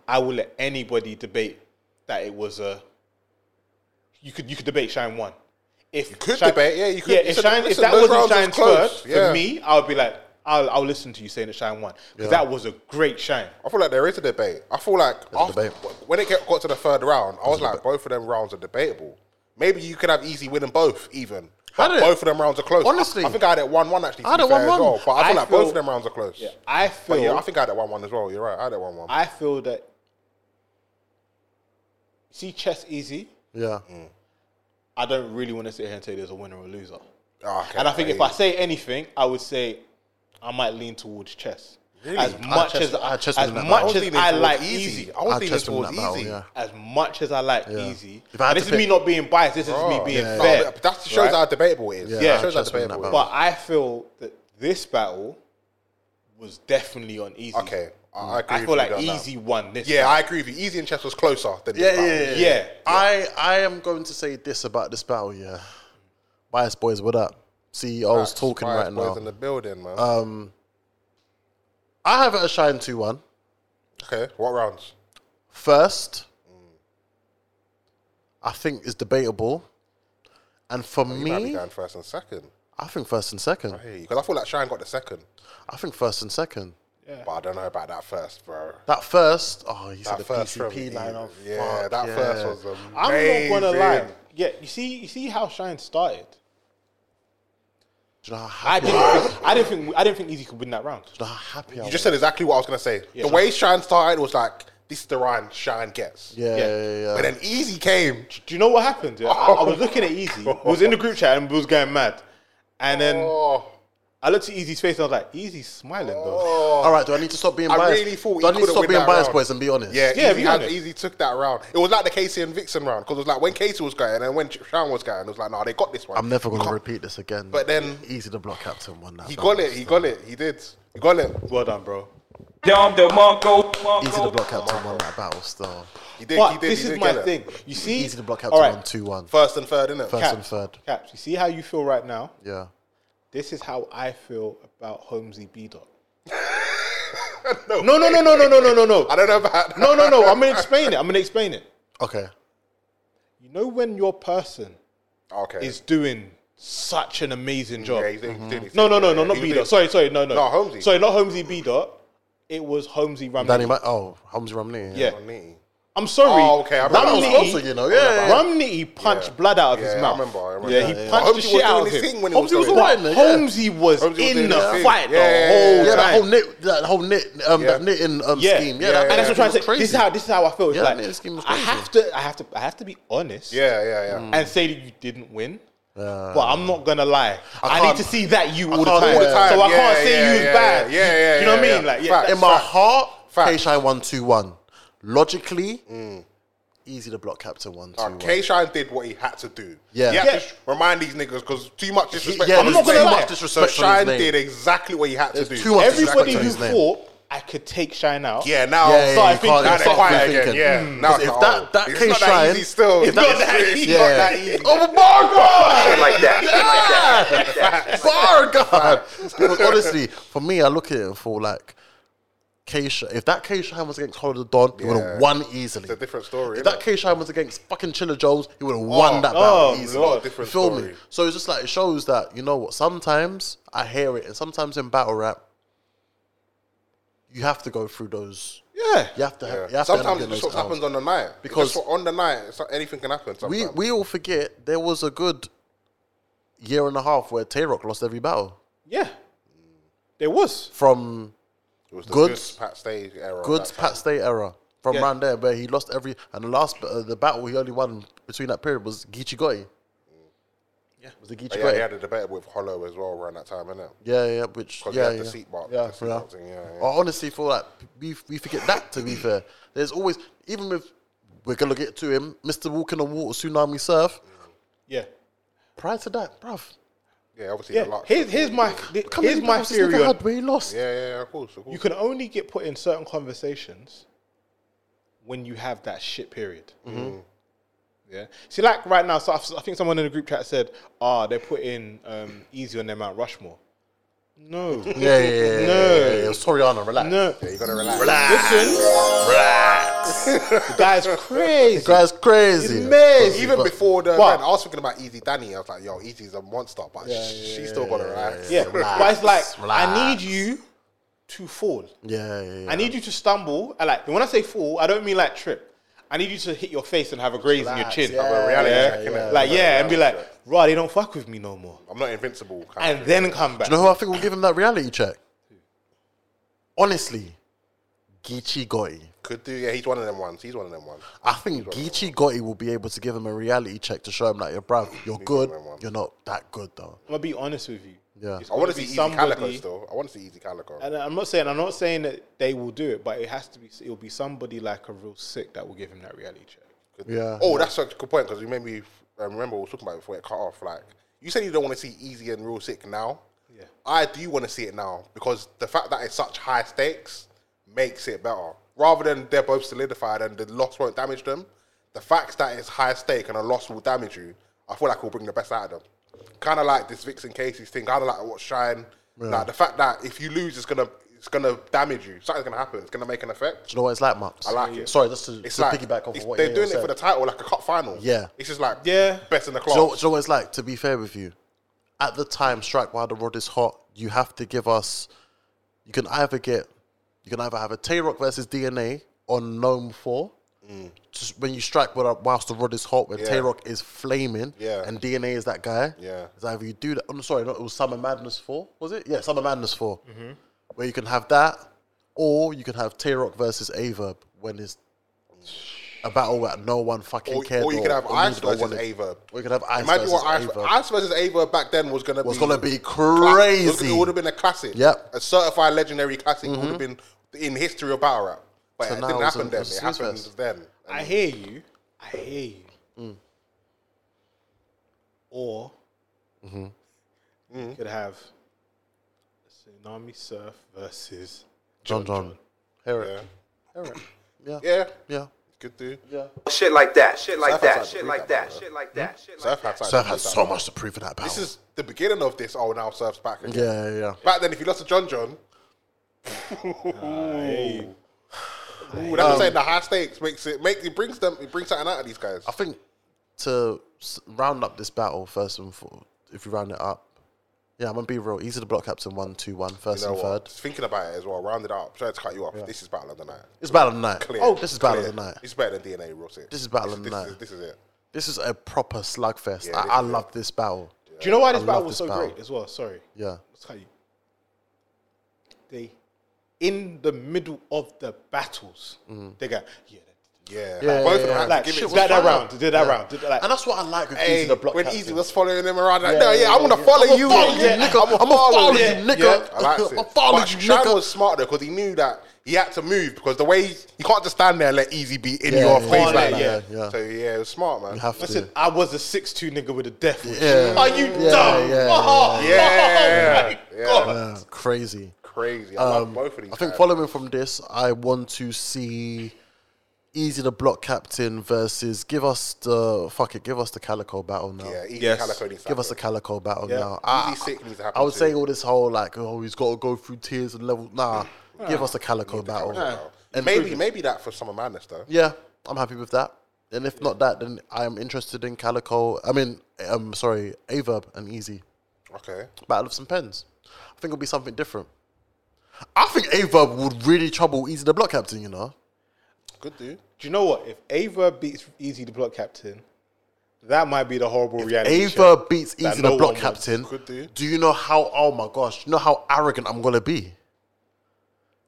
Speaker 3: I would let anybody debate that it was a. You could you could debate Shine one. If you
Speaker 2: could debate, yeah, you could-
Speaker 3: Yeah,
Speaker 2: you
Speaker 3: if,
Speaker 2: said,
Speaker 3: Shine, if
Speaker 2: listen,
Speaker 3: that
Speaker 2: those
Speaker 3: wasn't
Speaker 2: rounds was
Speaker 3: Shine's
Speaker 2: close,
Speaker 3: first
Speaker 2: yeah.
Speaker 3: for me, I would be like, I'll, I'll listen to you saying that Shine won because that was a great Shine.
Speaker 2: I feel like there is a debate. I feel like
Speaker 1: a
Speaker 2: after-
Speaker 1: debate.
Speaker 2: when it get, got to the third round, I was like, both of them rounds are debatable. Maybe you could have easy winning both, even.
Speaker 1: How
Speaker 2: But
Speaker 1: did it-
Speaker 2: both of them rounds are close. I-
Speaker 1: Honestly.
Speaker 2: I, think I had it one one actually. To
Speaker 1: I had
Speaker 2: be
Speaker 1: it
Speaker 2: fair as
Speaker 1: 1-1.
Speaker 2: well, but I feel
Speaker 3: I
Speaker 2: like both
Speaker 3: feel-
Speaker 2: of them rounds are close. Yeah,
Speaker 3: I
Speaker 2: but
Speaker 3: feel
Speaker 2: yeah, I think I had it one one as well. You're right. I had it one one.
Speaker 3: I feel that see chess easy.
Speaker 1: Yeah.
Speaker 3: I don't really want to sit here and say there's a winner or a loser.
Speaker 2: Ah, okay,
Speaker 3: and I think if
Speaker 2: hear
Speaker 3: I say anything, I would say I might lean towards chess. As
Speaker 1: had
Speaker 3: much
Speaker 1: chess-
Speaker 3: as
Speaker 1: I
Speaker 3: I,
Speaker 1: had chess
Speaker 3: as
Speaker 1: winning that
Speaker 2: you.
Speaker 1: I
Speaker 3: much
Speaker 1: was
Speaker 3: as
Speaker 2: leaning
Speaker 3: I
Speaker 2: towards
Speaker 3: like easy,
Speaker 2: I
Speaker 1: I'd
Speaker 2: was leaning
Speaker 1: trust him in
Speaker 2: towards
Speaker 1: that battle,
Speaker 2: easy.
Speaker 1: yeah.
Speaker 3: as much as I like
Speaker 1: Yeah.
Speaker 3: easy,
Speaker 1: If I had
Speaker 3: and this
Speaker 1: to
Speaker 3: is me
Speaker 1: pick-
Speaker 3: not being biased. This is me
Speaker 2: Oh,
Speaker 3: being
Speaker 1: yeah,
Speaker 3: fair.
Speaker 2: But That shows
Speaker 3: right?
Speaker 2: how debatable it is.
Speaker 1: Yeah,
Speaker 2: Yeah,
Speaker 3: I
Speaker 2: shows how
Speaker 1: trust him in
Speaker 2: debatable.
Speaker 1: that
Speaker 2: it is.
Speaker 1: battle.
Speaker 3: But I feel that this battle was definitely on easy.
Speaker 2: okay, I, I agree.
Speaker 3: Mm. I
Speaker 2: with
Speaker 3: feel
Speaker 2: you
Speaker 3: like
Speaker 2: on that.
Speaker 3: easy won this.
Speaker 2: Yeah,
Speaker 3: battle.
Speaker 2: I agree with you. Easy and chess was closer than this
Speaker 1: Yeah,
Speaker 2: battle.
Speaker 1: yeah, yeah,
Speaker 3: Yeah.
Speaker 1: I, I am going to say this about this battle, yeah. Bias boys, what up? CEO's
Speaker 2: Facts.
Speaker 1: talking
Speaker 2: Fires
Speaker 1: right
Speaker 2: boys
Speaker 1: now. Uh,
Speaker 2: in the building, man.
Speaker 1: I have it a shine 2 1.
Speaker 2: okay, what rounds?
Speaker 1: First, I think is debatable. And for
Speaker 2: Oh, You might be
Speaker 1: me,
Speaker 2: going first and second.
Speaker 1: I think first and second.
Speaker 2: Because I feel like Shine got the second,
Speaker 1: I think first and second.
Speaker 2: but I don't know about that first, bro.
Speaker 1: That first, oh, he said
Speaker 2: That
Speaker 1: the
Speaker 2: first from E-
Speaker 1: PCP line oh, up.
Speaker 2: yeah, that first was amazing.
Speaker 3: I'm not gonna lie. Yeah, you see, you see how Shine started.
Speaker 1: Do you know how
Speaker 3: I
Speaker 1: happy,
Speaker 3: didn't, think, I didn't think, I didn't think Easy could win that round.
Speaker 1: do you know how happy I
Speaker 2: You
Speaker 1: was?
Speaker 2: just said exactly what I was gonna say. the way Shine started was like this is the round Shine gets.
Speaker 1: yeah, yeah, yeah, yeah.
Speaker 2: But then Easy came.
Speaker 3: Do you know what happened? Yeah, I, I was looking at Easy. was in the group chat and was going mad, and then
Speaker 2: Oh,
Speaker 3: I looked at Easy's face and I was like, Easy's smiling though.
Speaker 2: Oh.
Speaker 1: All right, do I need to stop being
Speaker 2: I
Speaker 1: biased?
Speaker 2: really thought
Speaker 1: do I need to
Speaker 2: he could've
Speaker 1: stop
Speaker 2: win
Speaker 1: being
Speaker 2: that
Speaker 1: biased,
Speaker 2: round.
Speaker 1: boys, and be honest?
Speaker 2: yeah,
Speaker 3: Yeah,
Speaker 2: Easy,
Speaker 3: be
Speaker 2: had,
Speaker 3: honest.
Speaker 2: Easy took that round. It was like the Casey and Vixen round because it was like when Casey was going and when Shine was going, it was like, nah, they got this one.
Speaker 1: I'm never
Speaker 2: You
Speaker 1: going to
Speaker 2: can't-
Speaker 1: repeat this again.
Speaker 2: But then-
Speaker 1: easy to block captain one that.
Speaker 2: He got it. He got it. He did. He got it.
Speaker 3: Well done, bro.
Speaker 7: Dom DeMarco.
Speaker 1: Easy to block captain one that battle still.
Speaker 2: He did. he
Speaker 3: But
Speaker 2: did.
Speaker 3: this
Speaker 2: he
Speaker 3: is
Speaker 2: did
Speaker 3: my
Speaker 2: get it.
Speaker 3: thing. You see,
Speaker 1: Easy to block
Speaker 3: All
Speaker 1: captain
Speaker 3: right,
Speaker 1: one two one.
Speaker 2: First and third, innit?
Speaker 1: First
Speaker 2: Cap.
Speaker 1: and third.
Speaker 3: Caps, you see how you feel right now.
Speaker 1: Yeah.
Speaker 3: This is how I feel about Holmesy B dot.
Speaker 2: No,
Speaker 3: No, no, no, no, no, no, no, no, no.
Speaker 2: I don't know about that.
Speaker 3: No, no, no. I'm gonna explain it. I'm gonna explain it.
Speaker 1: Okay.
Speaker 3: You know when your person
Speaker 2: Okay.
Speaker 3: is doing such an amazing job.
Speaker 2: yeah, he's doing-
Speaker 1: Mm-hmm.
Speaker 2: he's doing his
Speaker 3: No,
Speaker 2: thing.
Speaker 3: no, no, no,
Speaker 2: Yeah,
Speaker 3: not
Speaker 2: he's
Speaker 3: B
Speaker 2: doing-
Speaker 3: dot. Sorry, sorry, no, no.
Speaker 2: No, Holmesy.
Speaker 3: Sorry, not Holmesy B dot. It was Holmesy Ramney.
Speaker 1: Danny. Ma- oh, Holmes Romney.
Speaker 3: yeah.
Speaker 2: Neat.
Speaker 3: I'm sorry.
Speaker 2: Oh, okay, I remember
Speaker 1: That was
Speaker 2: Romney.
Speaker 1: closer, you know. Yeah. yeah, yeah.
Speaker 3: Romney punched blood out of
Speaker 2: Yeah,
Speaker 3: his
Speaker 2: I
Speaker 3: mouth.
Speaker 2: remember, I remember.
Speaker 3: Yeah, he
Speaker 2: Yeah, yeah.
Speaker 3: punched
Speaker 2: Holmesy
Speaker 3: the
Speaker 2: was
Speaker 3: shit out
Speaker 2: doing
Speaker 3: of
Speaker 2: his
Speaker 3: him.
Speaker 2: thing when he was
Speaker 1: Holmesy was
Speaker 2: doing it.
Speaker 1: alright in it, yeah.
Speaker 3: Holmesy was
Speaker 2: Holmesy was
Speaker 3: in
Speaker 2: doing
Speaker 3: the
Speaker 2: his thing.
Speaker 3: fight
Speaker 2: Yeah, yeah, yeah,
Speaker 3: the whole
Speaker 2: yeah.
Speaker 1: Yeah, that
Speaker 3: time.
Speaker 1: whole knit, that whole knit, um,
Speaker 2: Yeah.
Speaker 1: that knitting um,
Speaker 3: yeah.
Speaker 1: scheme.
Speaker 3: yeah,
Speaker 1: Yeah, that
Speaker 3: and that's what I'm trying to say.
Speaker 1: crazy.
Speaker 3: This is how this is how I feel. It's
Speaker 1: Yeah,
Speaker 3: like
Speaker 1: that scheme was
Speaker 3: I
Speaker 1: crazy.
Speaker 3: have to, I have to, I have to be honest.
Speaker 2: Yeah, yeah, yeah.
Speaker 1: Mm.
Speaker 3: and say that you didn't win. but I'm not gonna lie. I,
Speaker 1: can't-
Speaker 3: need to see that you all the,
Speaker 1: can't
Speaker 3: time.
Speaker 1: all the
Speaker 2: time.
Speaker 3: So I
Speaker 2: Yeah,
Speaker 3: can't say
Speaker 2: yeah,
Speaker 3: you was
Speaker 2: yeah,
Speaker 3: bad.
Speaker 2: yeah, yeah,
Speaker 3: Do you know what
Speaker 2: yeah,
Speaker 3: I mean?
Speaker 2: yeah.
Speaker 3: Like, yeah,
Speaker 2: Fact.
Speaker 1: in my
Speaker 2: Fact.
Speaker 1: heart,
Speaker 2: Fact.
Speaker 1: K Shine one two one. Logically, easy to block captain one two
Speaker 2: Uh,
Speaker 1: one.
Speaker 2: K Shine did what he had to do.
Speaker 1: Yeah.
Speaker 2: He had
Speaker 3: Yeah.
Speaker 2: to sh- remind these niggas because too much disrespect.
Speaker 1: yeah,
Speaker 2: on
Speaker 1: there's
Speaker 2: his
Speaker 3: too
Speaker 2: name.
Speaker 3: much
Speaker 1: disrespect
Speaker 2: But
Speaker 1: on his
Speaker 2: Shine
Speaker 1: name.
Speaker 2: did exactly what he had to do.
Speaker 1: too much
Speaker 3: everybody
Speaker 1: disrespect on
Speaker 3: who
Speaker 1: his name.
Speaker 3: thought I could take Shine out.
Speaker 2: Yeah, now.
Speaker 1: Yeah, yeah,
Speaker 3: So I
Speaker 1: you
Speaker 3: think
Speaker 1: can't-
Speaker 2: now
Speaker 1: you
Speaker 2: they're
Speaker 1: can't
Speaker 2: quiet
Speaker 1: be
Speaker 2: again.
Speaker 1: thinking. Mm.
Speaker 2: Yeah, now
Speaker 1: If
Speaker 2: it's not
Speaker 1: that-
Speaker 2: all.
Speaker 1: that
Speaker 2: it's
Speaker 1: K
Speaker 2: not
Speaker 1: Shine-
Speaker 2: that easy still.
Speaker 1: if
Speaker 2: It's not
Speaker 1: that-
Speaker 2: that easy.
Speaker 1: yeah.
Speaker 2: Not that easy.
Speaker 1: Oh, Bargard! like that. Bargard! Because honestly, for me, I look at it and feel like Keisha, if that Keisha was against Hollow the Don, he would
Speaker 2: Yeah.
Speaker 1: have won easily.
Speaker 2: It's a different story.
Speaker 1: If
Speaker 2: innit?
Speaker 1: that Keisha was against fucking Chilla Jones, he would have won that battle
Speaker 3: oh,
Speaker 1: easily.
Speaker 2: Lord. Different
Speaker 1: Feel me?
Speaker 2: story.
Speaker 1: So it's just like, it shows that, you know what, sometimes I hear it, and sometimes in battle rap, you have to go through those.
Speaker 3: Yeah.
Speaker 1: You have to have. You have
Speaker 2: Yeah.
Speaker 1: to end up
Speaker 2: Sometimes it
Speaker 1: getting
Speaker 2: just
Speaker 1: those Ls.
Speaker 2: happens on the night It
Speaker 1: Because-
Speaker 2: just- on the night it's like anything can happen.
Speaker 1: we
Speaker 2: Sometimes.
Speaker 1: we all forget there was a good year and a half where Tay Rock lost every battle
Speaker 3: Yeah. There was.
Speaker 1: from
Speaker 2: it was the
Speaker 1: Goods-
Speaker 2: goods Pat Stay era. at
Speaker 1: Goods
Speaker 2: that
Speaker 1: Pat State era from
Speaker 3: Yeah.
Speaker 1: round there where he lost every and the last uh, the battle he only won between that period was Geechee Gotti. Yeah, was it Geechee
Speaker 2: time. Mm. Oh, Yeah,
Speaker 1: Gotti?
Speaker 2: he
Speaker 1: Yeah,
Speaker 2: had a debate with Hollow as well around that time, innit?
Speaker 1: yeah, which
Speaker 2: Because
Speaker 1: yeah,
Speaker 2: he had
Speaker 1: yeah.
Speaker 2: the seat mark.
Speaker 1: yeah,
Speaker 2: the seat
Speaker 1: yeah.
Speaker 2: mark thing, yeah, yeah.
Speaker 1: I honestly feel like we we forget that. To be fair, there's always even with we're gonna get to him, Mister Walking on Water, Tsunami Surf.
Speaker 3: Yeah.
Speaker 1: Prior to that, bruv,
Speaker 2: Yeah, obviously.
Speaker 3: Yeah.
Speaker 2: the luck-
Speaker 3: Here's, here's my
Speaker 1: how many
Speaker 3: here's my
Speaker 1: battles this nigga
Speaker 3: theory on
Speaker 1: had where he lost.
Speaker 2: Yeah, yeah, yeah, of course, of course.
Speaker 3: you can only get put in certain conversations when you have that shit period.
Speaker 1: Mm-hmm.
Speaker 3: Mm-hmm. Yeah. See, like right now, so I, I think someone in the group chat said, "Ah, they're putting um, easy on their Mount Rushmore." No.
Speaker 1: Yeah, yeah, yeah. yeah,
Speaker 3: No.
Speaker 1: yeah, yeah. Soriano, relax.
Speaker 3: No.
Speaker 2: Yeah, you gotta relax.
Speaker 1: Relax. Relax.
Speaker 3: The guy's crazy.
Speaker 1: Guy's crazy.
Speaker 3: He's mad.
Speaker 2: Even
Speaker 1: But-
Speaker 2: before the
Speaker 3: But-
Speaker 2: event, I was thinking about Easy Danny. I was like, yo, Easy's a monster, but sh- she's still gotta relax.
Speaker 3: Yeah.
Speaker 1: Relax,
Speaker 3: but it's like, I
Speaker 1: relax.
Speaker 3: need you to fall.
Speaker 1: Yeah, yeah, yeah.
Speaker 3: I need you to stumble. I like when I say fall, I don't mean like trip. I need you to hit your face and have a graze in your
Speaker 1: Relax,
Speaker 3: chin.
Speaker 1: yeah,
Speaker 2: Have a reality
Speaker 3: Yeah.
Speaker 2: check, innit?
Speaker 3: Like
Speaker 2: Have a
Speaker 3: yeah, and be like,
Speaker 2: reality check.
Speaker 3: "Rod, they don't fuck with me no more."
Speaker 2: I'm not invincible. Kind of
Speaker 3: And then come back.
Speaker 1: You know who I think will give him that reality check? Honestly, Geechee Gotti.
Speaker 2: Could do. Yeah, he's one of them ones. He's one of them ones.
Speaker 1: I think Geechee Gotti will be able to give him a reality check to show him that you're bruv, you're good, you're not that good though.
Speaker 3: I'm gonna be honest with you.
Speaker 1: Yeah.
Speaker 2: I want
Speaker 3: gotta
Speaker 2: to see
Speaker 3: be
Speaker 2: Easy
Speaker 3: somebody-
Speaker 2: Calico still. I want to see Easy Calico.
Speaker 3: And I'm not saying I'm not saying that they will do it, but it has to be. It'll be somebody like a real sick that will give him that reality check.
Speaker 1: Yeah.
Speaker 2: Oh, that's such a good point because you made me um, remember we were talking about it before it cut off. Like you said, you don't want to see Easy and Real Sick now. Yeah, I do want to see it now because the fact that it's such high stakes makes it better. Rather than they're both solidified and the loss won't damage them, the fact that it's high stake and a loss will damage you, I feel like will bring the best out of them. Kind of like this Vixen Casey's thing. Kind of like what Shine. Like the fact that if you lose, it's gonna it's gonna damage you. Something's gonna happen. It's gonna make an effect.
Speaker 1: Do you know what it's like, Maps?
Speaker 2: I like it.
Speaker 1: Sorry, just to,
Speaker 2: It's
Speaker 1: to
Speaker 2: like,
Speaker 1: piggyback off
Speaker 2: it's-
Speaker 1: of what
Speaker 2: they're
Speaker 1: Yale
Speaker 2: doing
Speaker 1: said.
Speaker 2: it for the title, like a cup final.
Speaker 1: Yeah.
Speaker 2: it's just like
Speaker 3: Yeah.
Speaker 2: best in the
Speaker 1: Do
Speaker 2: class.
Speaker 1: you, know, do you know what it's like? To be fair with you, at the time, strike while the rod is hot. You have to give us. You can either get, you can either have a Tay Rock versus DNA on Gnome Four.
Speaker 2: Mm.
Speaker 1: Just when you strike while- whilst the rod is hot, when Tay Rock is flaming,
Speaker 2: Yeah.
Speaker 1: and DNA is that guy.
Speaker 2: Yeah.
Speaker 1: it's either you do that. I'm sorry, no, it was Summer Madness Four, was it? Yeah, Summer Madness 4
Speaker 2: Mm-hmm.
Speaker 1: where you can have that, or you can have Tay Rock versus Averb when it's a battle that no one fucking
Speaker 2: or,
Speaker 1: cared.
Speaker 2: or you could have Ice
Speaker 1: nobody
Speaker 2: versus
Speaker 1: wanted.
Speaker 2: Ava.
Speaker 1: We could have Ice
Speaker 2: Imagine what Ice,
Speaker 1: versus Ava.
Speaker 2: Ice versus Ava back then was gonna
Speaker 1: was
Speaker 2: be,
Speaker 1: going to be
Speaker 2: class-
Speaker 1: crazy.
Speaker 2: It, would have been a classic.
Speaker 1: Yep.
Speaker 2: a certified legendary classic would have been in history of battle rap. But
Speaker 1: So
Speaker 2: it
Speaker 1: now
Speaker 2: didn't
Speaker 1: it's
Speaker 2: happen
Speaker 1: a-
Speaker 2: then.
Speaker 1: it's
Speaker 2: It
Speaker 1: a
Speaker 2: happened
Speaker 1: snooze fest.
Speaker 2: then.
Speaker 3: I hear you. I hear you. Mm. Or you could have tsunami surf versus
Speaker 1: John John. Hear it.
Speaker 2: Yeah,
Speaker 1: Yeah. Yeah.
Speaker 2: yeah,
Speaker 1: yeah.
Speaker 2: good dude.
Speaker 9: Shit like that. Shit like
Speaker 2: Surf
Speaker 9: that.
Speaker 2: outside
Speaker 9: Shit
Speaker 2: the breakout,
Speaker 9: like that.
Speaker 2: bro.
Speaker 9: Shit like that. Shit like
Speaker 2: Surf
Speaker 9: that.
Speaker 2: had something
Speaker 1: Surf
Speaker 2: to
Speaker 1: has
Speaker 2: do with
Speaker 1: so
Speaker 2: that.
Speaker 1: much to prove in that battle.
Speaker 2: This is the beginning of this. Oh, now Surf's back again.
Speaker 1: yeah, yeah, yeah.
Speaker 2: Back then, if you lost to John John, ooh, that's what I'm saying. The high stakes makes it makes it brings them it brings something out of these guys.
Speaker 1: Um, I think to s- round up this battle first and for if you round it up, yeah, I'm gonna be real. Easy to block captain one, two, one, first
Speaker 2: You know
Speaker 1: and
Speaker 2: what?
Speaker 1: third.
Speaker 2: Just thinking about it as well. Round it up. Sorry to cut you off. This is battle of the night.
Speaker 1: It's battle of the night.
Speaker 2: Clear.
Speaker 1: Oh, this is battle
Speaker 2: Clear.
Speaker 1: of the night.
Speaker 2: It's better than DNA, Rossi.
Speaker 1: This is battle of the
Speaker 2: this,
Speaker 1: night.
Speaker 2: Is, this is it.
Speaker 1: This is a proper slugfest.
Speaker 2: Yeah,
Speaker 1: I,
Speaker 2: this
Speaker 1: I
Speaker 2: is it.
Speaker 1: love this battle.
Speaker 3: Do you know why this
Speaker 1: I
Speaker 3: battle
Speaker 1: love
Speaker 3: was
Speaker 1: this
Speaker 3: so
Speaker 1: battle.
Speaker 3: great as well? Sorry.
Speaker 1: Yeah,
Speaker 3: Let's cut you. They, in the middle of the battles, they go, yeah.
Speaker 1: Yeah,
Speaker 2: Yeah. both
Speaker 1: yeah,
Speaker 2: of them
Speaker 1: yeah.
Speaker 2: had
Speaker 3: Like,
Speaker 2: to give
Speaker 3: shit,
Speaker 2: it.
Speaker 3: that, that round, did that round. Did, like,
Speaker 1: and that's what I like with
Speaker 2: Hey,
Speaker 1: Easy to block
Speaker 2: when
Speaker 1: captain.
Speaker 2: Easy was following him around, like, no, yeah, I'm gonna follow
Speaker 1: I'ma
Speaker 2: you.
Speaker 1: follow you,
Speaker 2: yeah,
Speaker 1: nigga.
Speaker 2: I'ma
Speaker 1: I'ma follow you, nigga.
Speaker 2: I like it.
Speaker 1: I'ma follow
Speaker 2: But
Speaker 1: you,
Speaker 2: Shine
Speaker 1: nigga.
Speaker 2: was smart though because he knew that he had to move because the way he, you can't just stand there and let Easy be in
Speaker 1: Yeah,
Speaker 2: your
Speaker 1: yeah,
Speaker 2: face
Speaker 1: yeah,
Speaker 2: like
Speaker 1: yeah,
Speaker 2: that.
Speaker 1: yeah.
Speaker 2: So yeah, it was smart, man.
Speaker 1: you have to.
Speaker 3: Listen, I was a 6'2 nigga with a death wish.
Speaker 1: Yeah.
Speaker 3: Are you
Speaker 1: Yeah,
Speaker 3: dumb?
Speaker 1: yeah,
Speaker 3: Oh,
Speaker 2: yeah,
Speaker 3: my
Speaker 2: yeah.
Speaker 3: God.
Speaker 1: Yeah, crazy.
Speaker 2: Crazy. I love
Speaker 1: Um,
Speaker 2: both of these.
Speaker 1: I think
Speaker 2: guys.
Speaker 1: following from this, I want to see easy to block captain versus give us the fuck it, give us the calico battle now.
Speaker 2: Yeah, Easy
Speaker 3: Yes.
Speaker 2: Calico needs to
Speaker 1: Give us the
Speaker 2: happen.
Speaker 1: calico battle
Speaker 3: Yeah.
Speaker 1: now. I,
Speaker 2: Easy sick needs to happen
Speaker 1: I would
Speaker 2: too.
Speaker 1: say all this whole like, oh, he's got to go through tears and level. Nah, give us the calico battle. And
Speaker 2: maybe maybe that for Summer Madness though.
Speaker 1: yeah, I'm happy with that. And if not that, then I am interested in calico. I mean, I'm sorry, Averb and Easy
Speaker 2: Okay.
Speaker 1: battle of some pens. I think it'll be something different. I think Averb would really trouble Easy the block captain. You know.
Speaker 2: Good dude.
Speaker 3: Do you know what? If Ava beats Easy the block captain, that might be the horrible reality.
Speaker 1: Ava
Speaker 3: check
Speaker 1: beats
Speaker 3: that
Speaker 1: Easy
Speaker 3: no
Speaker 1: the block
Speaker 3: one wants.
Speaker 1: captain.
Speaker 2: Could do.
Speaker 1: Do you know how? Oh my gosh! You know how arrogant I'm gonna be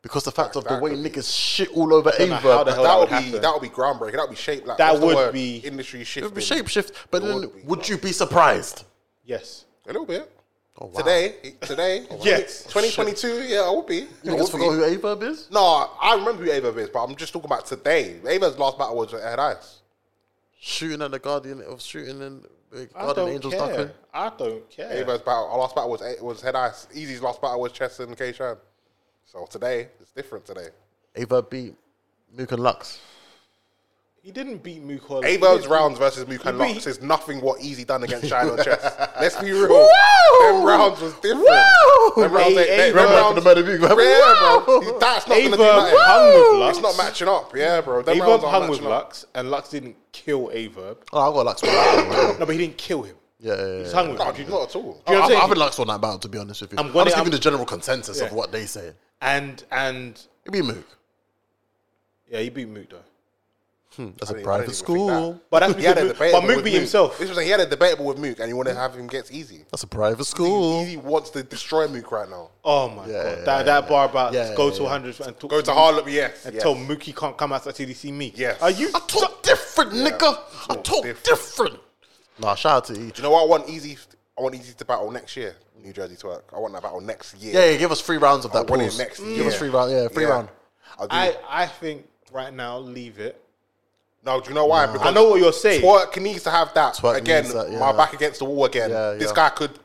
Speaker 1: because the fact of the
Speaker 2: that
Speaker 1: way
Speaker 2: could be-
Speaker 1: niggas shit all over
Speaker 3: don't know how the
Speaker 1: Ava.
Speaker 2: that
Speaker 3: hell that
Speaker 2: would
Speaker 3: would
Speaker 2: be
Speaker 3: happen.
Speaker 2: that would be groundbreaking. That would be shape like
Speaker 3: That
Speaker 2: what's the
Speaker 3: would
Speaker 2: word?
Speaker 3: be-
Speaker 2: industry
Speaker 1: It
Speaker 2: shifting.
Speaker 1: would be shapeshift, but
Speaker 2: It
Speaker 1: then
Speaker 2: would be,
Speaker 1: would you be surprised?
Speaker 3: Yes.
Speaker 2: a little bit.
Speaker 1: Oh,
Speaker 2: Today, today,
Speaker 3: Yes.
Speaker 2: twenty twenty two. Yeah, I would be. I
Speaker 1: Niggas
Speaker 2: would
Speaker 1: forgot
Speaker 2: be.
Speaker 1: who Averb is.
Speaker 2: No, I remember who Ava is, but I'm just talking about today. Ava's last battle was at Ice.
Speaker 1: Shooting at the guardian of shooting and uh,
Speaker 3: I
Speaker 1: guardian
Speaker 3: don't
Speaker 1: angels.
Speaker 3: care.
Speaker 1: Ducking.
Speaker 3: I don't care.
Speaker 2: Ava's battle, our last battle was eh, was Head Ice. Easy's last battle was Chess and K Shan. So today, it's different today.
Speaker 1: Averb beat Nuke and Lux.
Speaker 3: He didn't beat Mukola. He
Speaker 2: Aver's
Speaker 3: didn't-
Speaker 2: rounds versus Mukan
Speaker 3: beat-
Speaker 2: Lux is nothing what Easy done against Shine on chess. Let's be real. Them rounds was different. Them rounds,
Speaker 3: Hey,
Speaker 2: ain't-
Speaker 3: hey,
Speaker 2: them
Speaker 3: bro.
Speaker 2: rounds,
Speaker 1: Remember the better league, man.
Speaker 2: yeah, bro. He- That's not gonna do
Speaker 3: Aver hung
Speaker 2: nothing.
Speaker 3: with Lux.
Speaker 2: It's not matching up, yeah, bro. Them
Speaker 3: Averb
Speaker 2: rounds aren't
Speaker 3: hung with
Speaker 2: matching up.
Speaker 3: Lux, and Lux didn't kill Averb.
Speaker 1: Oh, I got Lux one. yeah,
Speaker 3: No, but he didn't kill him.
Speaker 1: yeah, yeah,
Speaker 3: He's
Speaker 1: yeah.
Speaker 3: hung with
Speaker 2: No,
Speaker 3: him.
Speaker 2: dude, not at all.
Speaker 3: Do you know
Speaker 1: I've,
Speaker 3: what I'm
Speaker 1: I've been
Speaker 3: saying?
Speaker 1: Lux on that battle, to be honest with you.
Speaker 3: I'm
Speaker 1: I'm,
Speaker 3: gonna-
Speaker 1: just
Speaker 3: I'm-
Speaker 1: giving the general consensus of
Speaker 3: Yeah.
Speaker 1: what they say.
Speaker 3: And and
Speaker 1: It'd be Mook.
Speaker 3: yeah, he beat Mook though.
Speaker 1: That's a private
Speaker 2: I didn't even think
Speaker 1: school.
Speaker 3: But that's
Speaker 2: He had
Speaker 3: because
Speaker 2: a
Speaker 3: Mook,
Speaker 2: debatable
Speaker 3: but Mook
Speaker 2: with
Speaker 3: beat himself.
Speaker 2: This was like he had a debatable with Mook, and you want to have him get easy.
Speaker 1: That's a private school.
Speaker 2: Easy wants to destroy Mook right now.
Speaker 3: Oh my
Speaker 1: Yeah,
Speaker 3: god,
Speaker 1: yeah,
Speaker 3: that that bar about
Speaker 1: Yeah,
Speaker 3: go
Speaker 1: yeah,
Speaker 3: to
Speaker 1: yeah.
Speaker 3: 100 and talk
Speaker 2: Go to Harlem, yes.
Speaker 3: and
Speaker 2: yes.
Speaker 3: tell Mookie can't come outside till you see me.
Speaker 2: Yes.
Speaker 3: are you?
Speaker 1: I talk different, nigga. I
Speaker 2: Talk
Speaker 1: talk
Speaker 2: different.
Speaker 1: different. Nah, shout out to E.
Speaker 2: Do you know what I want? Easy. I want Easy to battle next year. New Jersey twerk. I want that battle next year.
Speaker 1: Yeah, yeah, give us three rounds of
Speaker 2: I
Speaker 1: that
Speaker 2: want it
Speaker 1: pause.
Speaker 2: next
Speaker 1: Give
Speaker 2: year.
Speaker 1: us three rounds. Yeah, three
Speaker 2: Yeah.
Speaker 1: round.
Speaker 2: I do.
Speaker 3: I I think right now leave it.
Speaker 2: no, do you know why? Because
Speaker 3: I know what you're saying.
Speaker 2: Twerk needs to have that
Speaker 1: Twerk
Speaker 2: again.
Speaker 1: needs that, yeah.
Speaker 2: My back against the wall again.
Speaker 1: Yeah,
Speaker 2: This
Speaker 1: yeah.
Speaker 2: guy could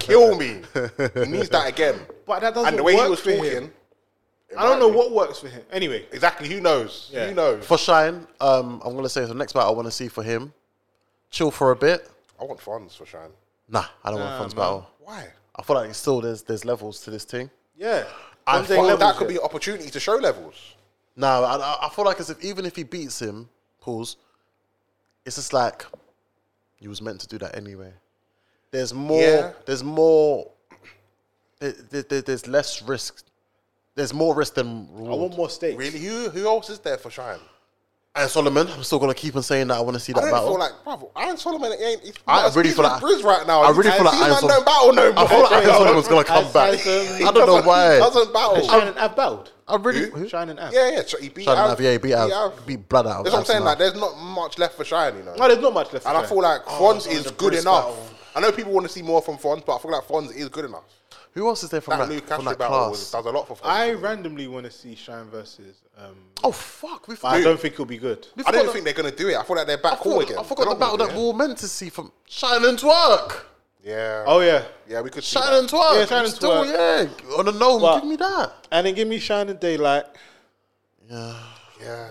Speaker 2: kill me. he needs that again.
Speaker 3: But that doesn't
Speaker 2: And the way
Speaker 3: work
Speaker 2: he was
Speaker 3: for him.
Speaker 2: talking,
Speaker 3: I don't know what works for him. Anyway,
Speaker 2: exactly. Who knows?
Speaker 3: Yeah.
Speaker 2: Who knows?
Speaker 1: For Shine, um, I'm gonna say the next battle I want to see for him, chill for a bit.
Speaker 2: I want funds for Shine.
Speaker 1: Nah, I don't want Fun's battle.
Speaker 2: Why?
Speaker 1: I feel like still there's there's levels to this thing.
Speaker 3: yeah,
Speaker 1: I
Speaker 3: One day
Speaker 1: thought
Speaker 2: Well,
Speaker 3: levels,
Speaker 2: that could
Speaker 3: yeah.
Speaker 2: be an opportunity to show levels.
Speaker 1: No, I, I- I feel like as if even if he beats him, pause. It's just like you was meant to do that anyway. There's more.
Speaker 2: Yeah.
Speaker 1: There's more. There, there- there- there's less risk. There's more risk than reward.
Speaker 3: I want more stakes.
Speaker 2: Really? Who who else is there for Shine?
Speaker 1: and Solomon, I'm still gonna keep on saying that I want to see
Speaker 2: I
Speaker 1: that
Speaker 2: don't
Speaker 1: battle.
Speaker 2: feel like, brother, Iron Solomon ain't. He's
Speaker 1: I
Speaker 2: not as
Speaker 1: really
Speaker 2: big
Speaker 1: feel
Speaker 2: as
Speaker 1: like-
Speaker 2: Briz right now.
Speaker 1: I really
Speaker 2: He's-
Speaker 1: feel like
Speaker 2: these
Speaker 1: Iron
Speaker 2: man
Speaker 1: Solomon-
Speaker 2: don't battle no
Speaker 1: I
Speaker 2: more.
Speaker 1: feel like Iron Solomon's gonna
Speaker 3: I
Speaker 1: come back.
Speaker 3: said, um,
Speaker 1: I don't know
Speaker 2: Doesn't-
Speaker 1: why.
Speaker 2: Doesn't battle.
Speaker 3: Shine and Av battled.
Speaker 1: I really.
Speaker 2: Oh. Who?
Speaker 3: Shine and Av.
Speaker 2: Yeah, yeah. so He beat
Speaker 1: Shine
Speaker 2: out.
Speaker 1: out, yeah, beat out, beat blood out. of
Speaker 2: That's what I'm
Speaker 1: Av
Speaker 2: saying.
Speaker 1: now.
Speaker 2: Like, there's not much left for Shine, you know.
Speaker 3: No, there's not much left.
Speaker 2: And
Speaker 3: for
Speaker 2: I
Speaker 3: Shine.
Speaker 2: feel like Fonz is good
Speaker 1: Briz
Speaker 2: enough.
Speaker 1: battle.
Speaker 2: I know people want to see more from Fonz, but I feel like Fonz is good enough.
Speaker 1: who else is there from
Speaker 2: That
Speaker 1: that,
Speaker 2: Luke
Speaker 1: from
Speaker 2: Castro
Speaker 1: that
Speaker 2: battle was,
Speaker 1: class?
Speaker 2: does a lot for Fonz.
Speaker 3: I randomly want to see Shine versus. Um,
Speaker 1: Oh fuck, we
Speaker 3: but I
Speaker 1: forgot-
Speaker 3: don't think it'll be good.
Speaker 1: we
Speaker 2: I
Speaker 1: forgot
Speaker 2: don't
Speaker 1: the-
Speaker 2: think they're going to do it. I feel like they're
Speaker 1: I
Speaker 2: back cool
Speaker 1: forgot,
Speaker 2: again.
Speaker 1: I forgot the
Speaker 2: They're not
Speaker 1: battle that
Speaker 2: gonna
Speaker 1: we
Speaker 2: do
Speaker 1: were meant to see from Shine and Twerk.
Speaker 2: it. Yeah.
Speaker 3: Oh yeah,
Speaker 2: Yeah, we could see
Speaker 1: Shine
Speaker 2: that.
Speaker 1: and Twerk.
Speaker 3: Yeah, Shine and
Speaker 1: Still,
Speaker 3: Twerk.
Speaker 1: yeah. On the gnome,
Speaker 3: But-
Speaker 1: give me that.
Speaker 3: and then give me Shine and Daylight.
Speaker 2: Yeah.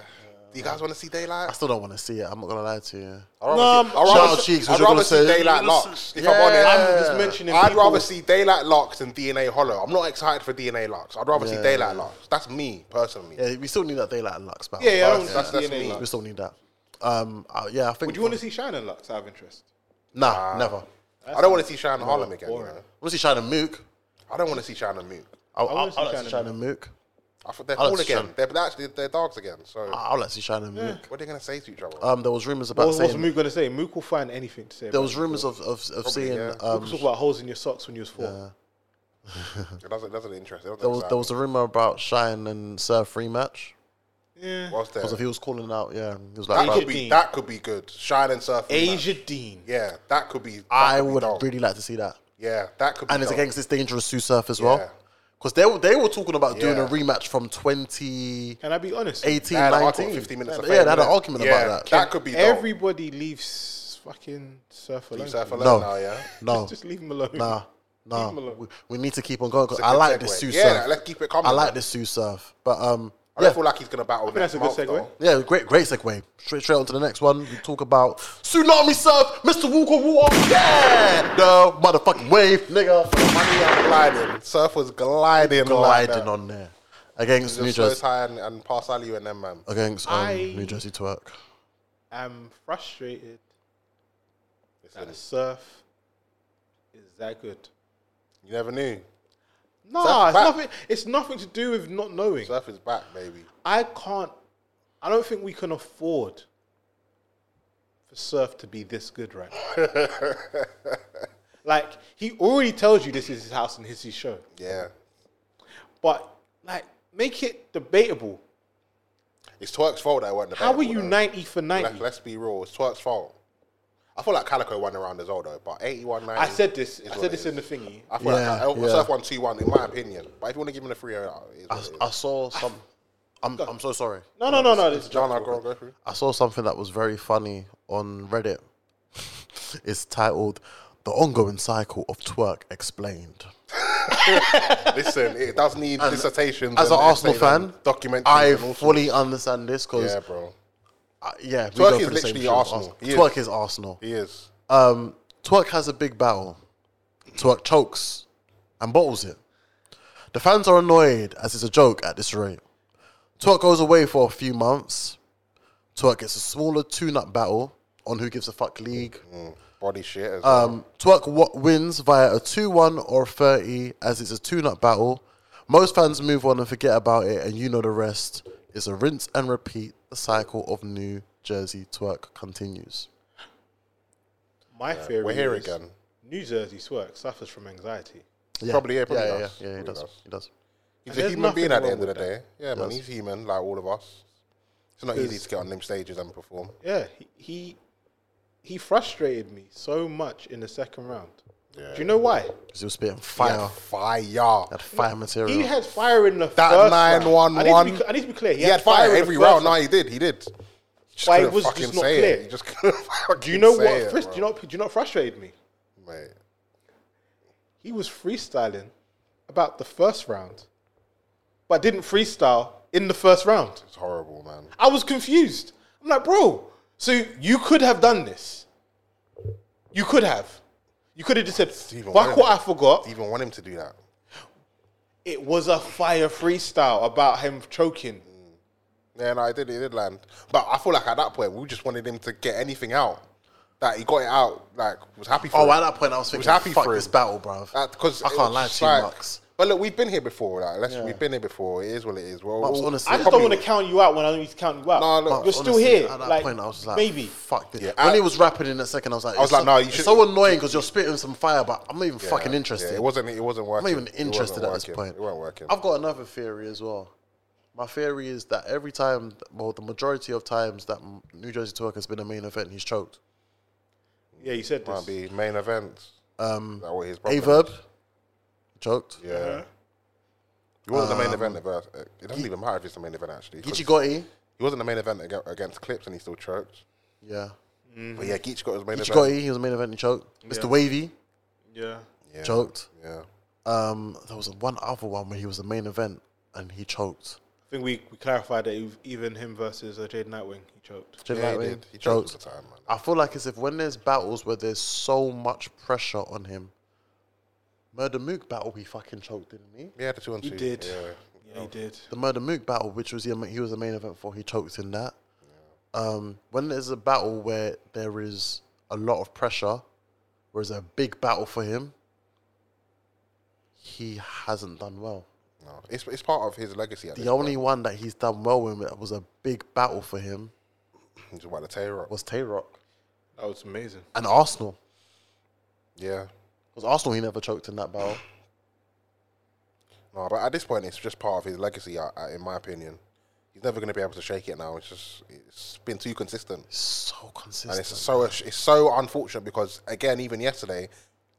Speaker 2: Do you guys want to see Daylight?
Speaker 1: I still don't want to see it. I'm not gonna lie to you.
Speaker 2: I'd rather
Speaker 3: No,
Speaker 2: see- I'd
Speaker 1: Shout
Speaker 2: rather
Speaker 1: out
Speaker 2: see-
Speaker 1: Cheeks,
Speaker 2: I'd
Speaker 1: what you
Speaker 2: rather
Speaker 1: gonna
Speaker 2: see
Speaker 1: say?
Speaker 2: Daylight Locks. If I'm
Speaker 1: Yeah.
Speaker 2: honest,
Speaker 1: I'm
Speaker 3: just mentioning
Speaker 2: I'd
Speaker 3: people.
Speaker 2: rather see Daylight Locks than DNA Hollow. I'm not excited for DNA Locks. I'd rather see Daylight Locks. That's me personally.
Speaker 1: Yeah, we still need that daylight and Lux battle.
Speaker 3: Yeah, yeah, I don't
Speaker 2: That's-
Speaker 3: want to
Speaker 2: that's
Speaker 3: see any.
Speaker 2: me.
Speaker 1: We still need that. Um, uh, yeah, I think.
Speaker 3: Would you want to see Shine and Lux out of interest?
Speaker 1: Nah, never. I want
Speaker 2: I don't want to see Shine and Harlem again. You know?
Speaker 1: to see Shine and Mook.
Speaker 2: I don't want to see Shine and Moot.
Speaker 1: I, I, I,
Speaker 3: wanna
Speaker 1: like
Speaker 3: see Shine
Speaker 1: to see
Speaker 3: and
Speaker 1: Shine and Mook.
Speaker 2: I thought they're
Speaker 1: I like
Speaker 2: cool
Speaker 1: to see
Speaker 2: again.
Speaker 1: Shine.
Speaker 2: They're they're actually they're dogs again. So
Speaker 1: I, I like to see Shine and Mook.
Speaker 2: what are they gonna say to each other?
Speaker 1: Um, there was rumors about
Speaker 3: What, what's
Speaker 1: saying
Speaker 3: Mook going to say? Mook will find anything to say.
Speaker 1: there
Speaker 3: about
Speaker 1: was
Speaker 3: it.
Speaker 1: rumors of of, of seeing
Speaker 2: yeah.
Speaker 1: um,
Speaker 3: Mook talk about holes in your socks when you was four.
Speaker 2: it doesn't doesn't interest. It doesn't
Speaker 1: there was
Speaker 2: excite
Speaker 1: there was a rumor about Shine and Surf rematch
Speaker 2: me. What's there?
Speaker 1: because if he was calling out, yeah, he was like,
Speaker 2: That
Speaker 1: bro,
Speaker 2: could
Speaker 3: Asian
Speaker 2: be
Speaker 3: Dean.
Speaker 2: that could be good. Shine and Surf. rematch.
Speaker 3: Asia Dean.
Speaker 2: Yeah, that could be. that
Speaker 1: I
Speaker 2: could be
Speaker 1: would
Speaker 2: dope.
Speaker 1: really like to see that.
Speaker 2: Yeah, that could. be
Speaker 1: and it's
Speaker 2: dope.
Speaker 1: against this dangerous Sue Surf as well.
Speaker 2: Yeah.
Speaker 1: Because they were, they were talking about doing
Speaker 2: Yeah.
Speaker 1: a rematch from 2018,
Speaker 3: Can I be honest?
Speaker 1: 19.
Speaker 2: They had an argument, 15 minutes of
Speaker 1: yeah, they had an
Speaker 2: fame,
Speaker 1: argument
Speaker 2: innit? Yeah,
Speaker 1: about that.
Speaker 2: That could be dope.
Speaker 3: Everybody leaves fucking Surf alone.
Speaker 2: Leave Surf
Speaker 3: please.
Speaker 2: alone
Speaker 1: No.
Speaker 2: now, yeah.
Speaker 1: No,
Speaker 3: Just, just leave him alone.
Speaker 1: nah,
Speaker 3: Leave him
Speaker 1: nah.
Speaker 3: alone.
Speaker 1: We, we need to keep on going because
Speaker 2: It's a
Speaker 1: I
Speaker 2: good
Speaker 1: like this
Speaker 2: segue.
Speaker 1: Sue
Speaker 2: Yeah,
Speaker 1: Surf.
Speaker 2: let's keep it coming,
Speaker 1: I like
Speaker 2: man.
Speaker 1: this Sue Surf. But, um,
Speaker 2: I
Speaker 1: yeah,
Speaker 2: don't feel like he's gonna battle. I
Speaker 3: think that's a good segue.
Speaker 1: yeah, great, great segue. Straight, straight on to the next one. We talk about Tsunami Surf, Mr. Walker Water. Yeah! The motherfucking wave, nigga.
Speaker 2: Money and gliding. Surf was gliding,
Speaker 1: Gliding
Speaker 2: like
Speaker 1: on there. Against New
Speaker 2: Just slow
Speaker 1: Jersey.
Speaker 2: tie and, and pass alley and them man.
Speaker 1: Against um,
Speaker 3: I-
Speaker 1: New Jersey Twerk.
Speaker 3: I'm frustrated that
Speaker 2: Listen,
Speaker 3: Surf is that good.
Speaker 2: you never knew.
Speaker 3: Nah, it's
Speaker 2: back.
Speaker 3: nothing. It's nothing to do with not knowing.
Speaker 2: Surf is back, baby.
Speaker 3: I can't. I don't think we can afford for Surf to be this good right now. like he already tells you this is his house and this is his show,
Speaker 2: Yeah.
Speaker 3: but like make it debatable.
Speaker 2: It's Twerk's fault that it weren't the
Speaker 3: How
Speaker 2: best,
Speaker 3: are you
Speaker 2: though.
Speaker 3: ninety for ninety?
Speaker 2: Let's, let's be real. It's Twerk's fault. I feel like Calico won the round as well, though. But 81
Speaker 3: I said this.
Speaker 2: is
Speaker 3: I
Speaker 2: what it
Speaker 3: said this
Speaker 2: is.
Speaker 3: in the thingy.
Speaker 2: I feel
Speaker 1: Yeah,
Speaker 2: like Cal-
Speaker 1: yeah.
Speaker 2: Surf won 2 1, in my opinion. But if you want to give him the 3 0, it is
Speaker 1: I,
Speaker 2: what it
Speaker 1: I
Speaker 2: is.
Speaker 1: saw some. I'm, I'm so sorry.
Speaker 3: No, no, no, no. This
Speaker 2: John, I'll go, go through.
Speaker 1: I saw something that was very funny on Reddit. it's titled "The Ongoing Cycle of Twerk Explained."
Speaker 2: Listen, it does need dissertations.
Speaker 1: As an
Speaker 2: and
Speaker 1: Arsenal
Speaker 2: essays and
Speaker 1: fan,
Speaker 2: documentaries
Speaker 1: I
Speaker 2: and all sorts.
Speaker 1: fully understand this because
Speaker 2: Yeah, bro.
Speaker 1: uh, yeah, we
Speaker 2: Twerk
Speaker 1: go
Speaker 2: is
Speaker 1: for the same
Speaker 2: literally
Speaker 1: shit as
Speaker 2: Arsenal. He is.
Speaker 1: Twerk is Arsenal.
Speaker 2: He is.
Speaker 1: Um, Twerk has a big battle. Twerk chokes and bottles it. The fans are annoyed as it's a joke at this rate. Twerk goes away for a few months. Twerk gets a smaller tune-up battle on who gives a fuck league.
Speaker 2: Body shit. As well.
Speaker 1: Um, Twerk wa- wins via a 2 1 or a 30 as it's a tune up battle. Most fans move on and forget about it, and you know the rest. It's a rinse and repeat. The cycle of New Jersey twerk continues.
Speaker 3: My theory
Speaker 2: we're here
Speaker 3: is
Speaker 2: again.
Speaker 3: New Jersey twerk suffers from anxiety.
Speaker 1: Yeah.
Speaker 2: Probably, yeah, probably
Speaker 1: yeah,
Speaker 2: does.
Speaker 1: yeah, yeah, he
Speaker 2: Probably
Speaker 1: does.
Speaker 2: does.
Speaker 1: He does.
Speaker 2: He's
Speaker 3: And
Speaker 2: a
Speaker 3: there's
Speaker 2: human being at the
Speaker 3: nothing
Speaker 2: end of the
Speaker 3: wrong
Speaker 2: day. Yeah, man,
Speaker 1: Yes.
Speaker 2: he's human like all of us. It's not easy to get on them stages and perform.
Speaker 3: Yeah, he, he he frustrated me so much in the second round. Do you know why?
Speaker 1: 'Cause he was spitting
Speaker 2: He
Speaker 1: fire.
Speaker 2: had Fire.
Speaker 1: Had fire material.
Speaker 3: He had fire in the
Speaker 2: That
Speaker 3: first round.
Speaker 2: 911.
Speaker 3: I need to be, I need to be clear. He,
Speaker 2: He had fire
Speaker 3: in
Speaker 2: every
Speaker 3: the first
Speaker 2: round. No, he did. He did. Just
Speaker 3: But it
Speaker 2: couldn't
Speaker 3: was
Speaker 2: fucking
Speaker 3: just not
Speaker 2: say
Speaker 3: clear.
Speaker 2: It. He just couldn't fucking
Speaker 3: Do you know
Speaker 2: say
Speaker 3: what?
Speaker 2: it,
Speaker 3: Chris, do you
Speaker 2: bro.
Speaker 3: not do you not frustrated me?
Speaker 2: Mate.
Speaker 3: He was freestyling about the first round, but didn't freestyle in the first round.
Speaker 2: It's horrible, man.
Speaker 3: I was confused. I'm like, bro, so you could have done this. You could have. You could have just said,
Speaker 2: Stephen,
Speaker 3: fuck
Speaker 2: why-
Speaker 3: what I forgot.
Speaker 2: Do you even want him to do that?
Speaker 3: It was a fire freestyle about him choking.
Speaker 2: Yeah, no, I did. He did land, but I feel like at that point we just wanted him to get anything out. That he got it out, like was happy for.
Speaker 1: oh,
Speaker 2: it.
Speaker 1: at that point, I was
Speaker 2: He
Speaker 1: thinking, happy fuck
Speaker 2: him.
Speaker 1: this battle, bruv.
Speaker 2: Uh, 'cause
Speaker 1: I
Speaker 2: it
Speaker 1: can't
Speaker 2: was
Speaker 1: lie
Speaker 2: just
Speaker 1: to you,
Speaker 2: like-
Speaker 1: Max.
Speaker 2: But look, we've been here before. Like, let's, we've been here before. It is what it is. Well,
Speaker 1: Max,
Speaker 2: well,
Speaker 1: honestly-
Speaker 3: I just don't
Speaker 1: Probably-
Speaker 3: want to count you out when I don't need to count you out.
Speaker 2: No, look,
Speaker 3: You're
Speaker 1: Honestly,
Speaker 3: still here.
Speaker 1: At that
Speaker 3: like,
Speaker 1: point, I was like,
Speaker 3: maybe.
Speaker 1: fuck this.
Speaker 2: Yeah,
Speaker 1: when
Speaker 2: I-
Speaker 1: he was rapping in that second, I was like,
Speaker 2: was
Speaker 1: it's
Speaker 2: like,
Speaker 1: so,
Speaker 2: no, you
Speaker 1: it's
Speaker 2: should-
Speaker 1: so annoying because you're spitting some fire, but I'm not even
Speaker 2: yeah,
Speaker 1: fucking
Speaker 2: yeah,
Speaker 1: interested.
Speaker 2: it wasn't. It wasn't working.
Speaker 1: I'm not even
Speaker 2: It wasn't
Speaker 1: interested at this
Speaker 2: working.
Speaker 1: point.
Speaker 2: It wasn't working.
Speaker 1: I've got another theory as well. My theory is that every time, well, the majority of times that M- New Jersey Twerk has been a main event, he's choked.
Speaker 3: Yeah, you said
Speaker 2: Might be
Speaker 3: this.
Speaker 2: main event. Um, that what his problem is?
Speaker 1: Averb, choked.
Speaker 2: Yeah. He wasn't the main event. of, uh, It doesn't even matter if it's the main event actually. 'cause
Speaker 1: Gichi Gotti,
Speaker 2: he wasn't the main event aga- against Clips, and he still choked.
Speaker 1: yeah.
Speaker 2: But yeah, Geach got his main
Speaker 1: Gichi
Speaker 2: event.
Speaker 1: Gotti, E? he was a main event and choked. Mr. Wavy,
Speaker 3: Yeah.
Speaker 2: yeah.
Speaker 1: choked.
Speaker 2: Yeah.
Speaker 1: Um, there was one other one where he was the main event and he choked.
Speaker 3: I think we, we clarified that ev- even him versus uh, Jade Nightwing, he choked.
Speaker 1: Jim
Speaker 2: Yeah, he
Speaker 1: Lightwing,
Speaker 2: did. He choked all the time, man.
Speaker 1: I feel like as if when there's battles where there's so much pressure on him, Murder Mook battle, he fucking choked, didn't he?
Speaker 2: Yeah, the two on two.
Speaker 3: He did.
Speaker 2: Yeah.
Speaker 3: Yeah, he did.
Speaker 1: the Murder Mook battle, which was the, he was the main event for, he choked in that. Um, when there's a battle where there is a lot of pressure, whereas a big battle for him, he hasn't done well.
Speaker 2: No, it's it's part of his legacy. At
Speaker 1: The
Speaker 2: this
Speaker 1: only one that he's done well in that was a big battle for him
Speaker 2: point. he's about to tear up.
Speaker 1: was Tay Rock
Speaker 3: That was amazing.
Speaker 1: and Arsenal.
Speaker 2: Yeah.
Speaker 1: Because Arsenal, he never choked in that battle.
Speaker 2: No, but at this point, it's just part of his legacy. uh, uh, In my opinion, he's never going to be able to shake it now. It's just it's been too consistent,
Speaker 1: So
Speaker 2: and
Speaker 1: consistent.
Speaker 2: it's so it's so unfortunate because again, even yesterday,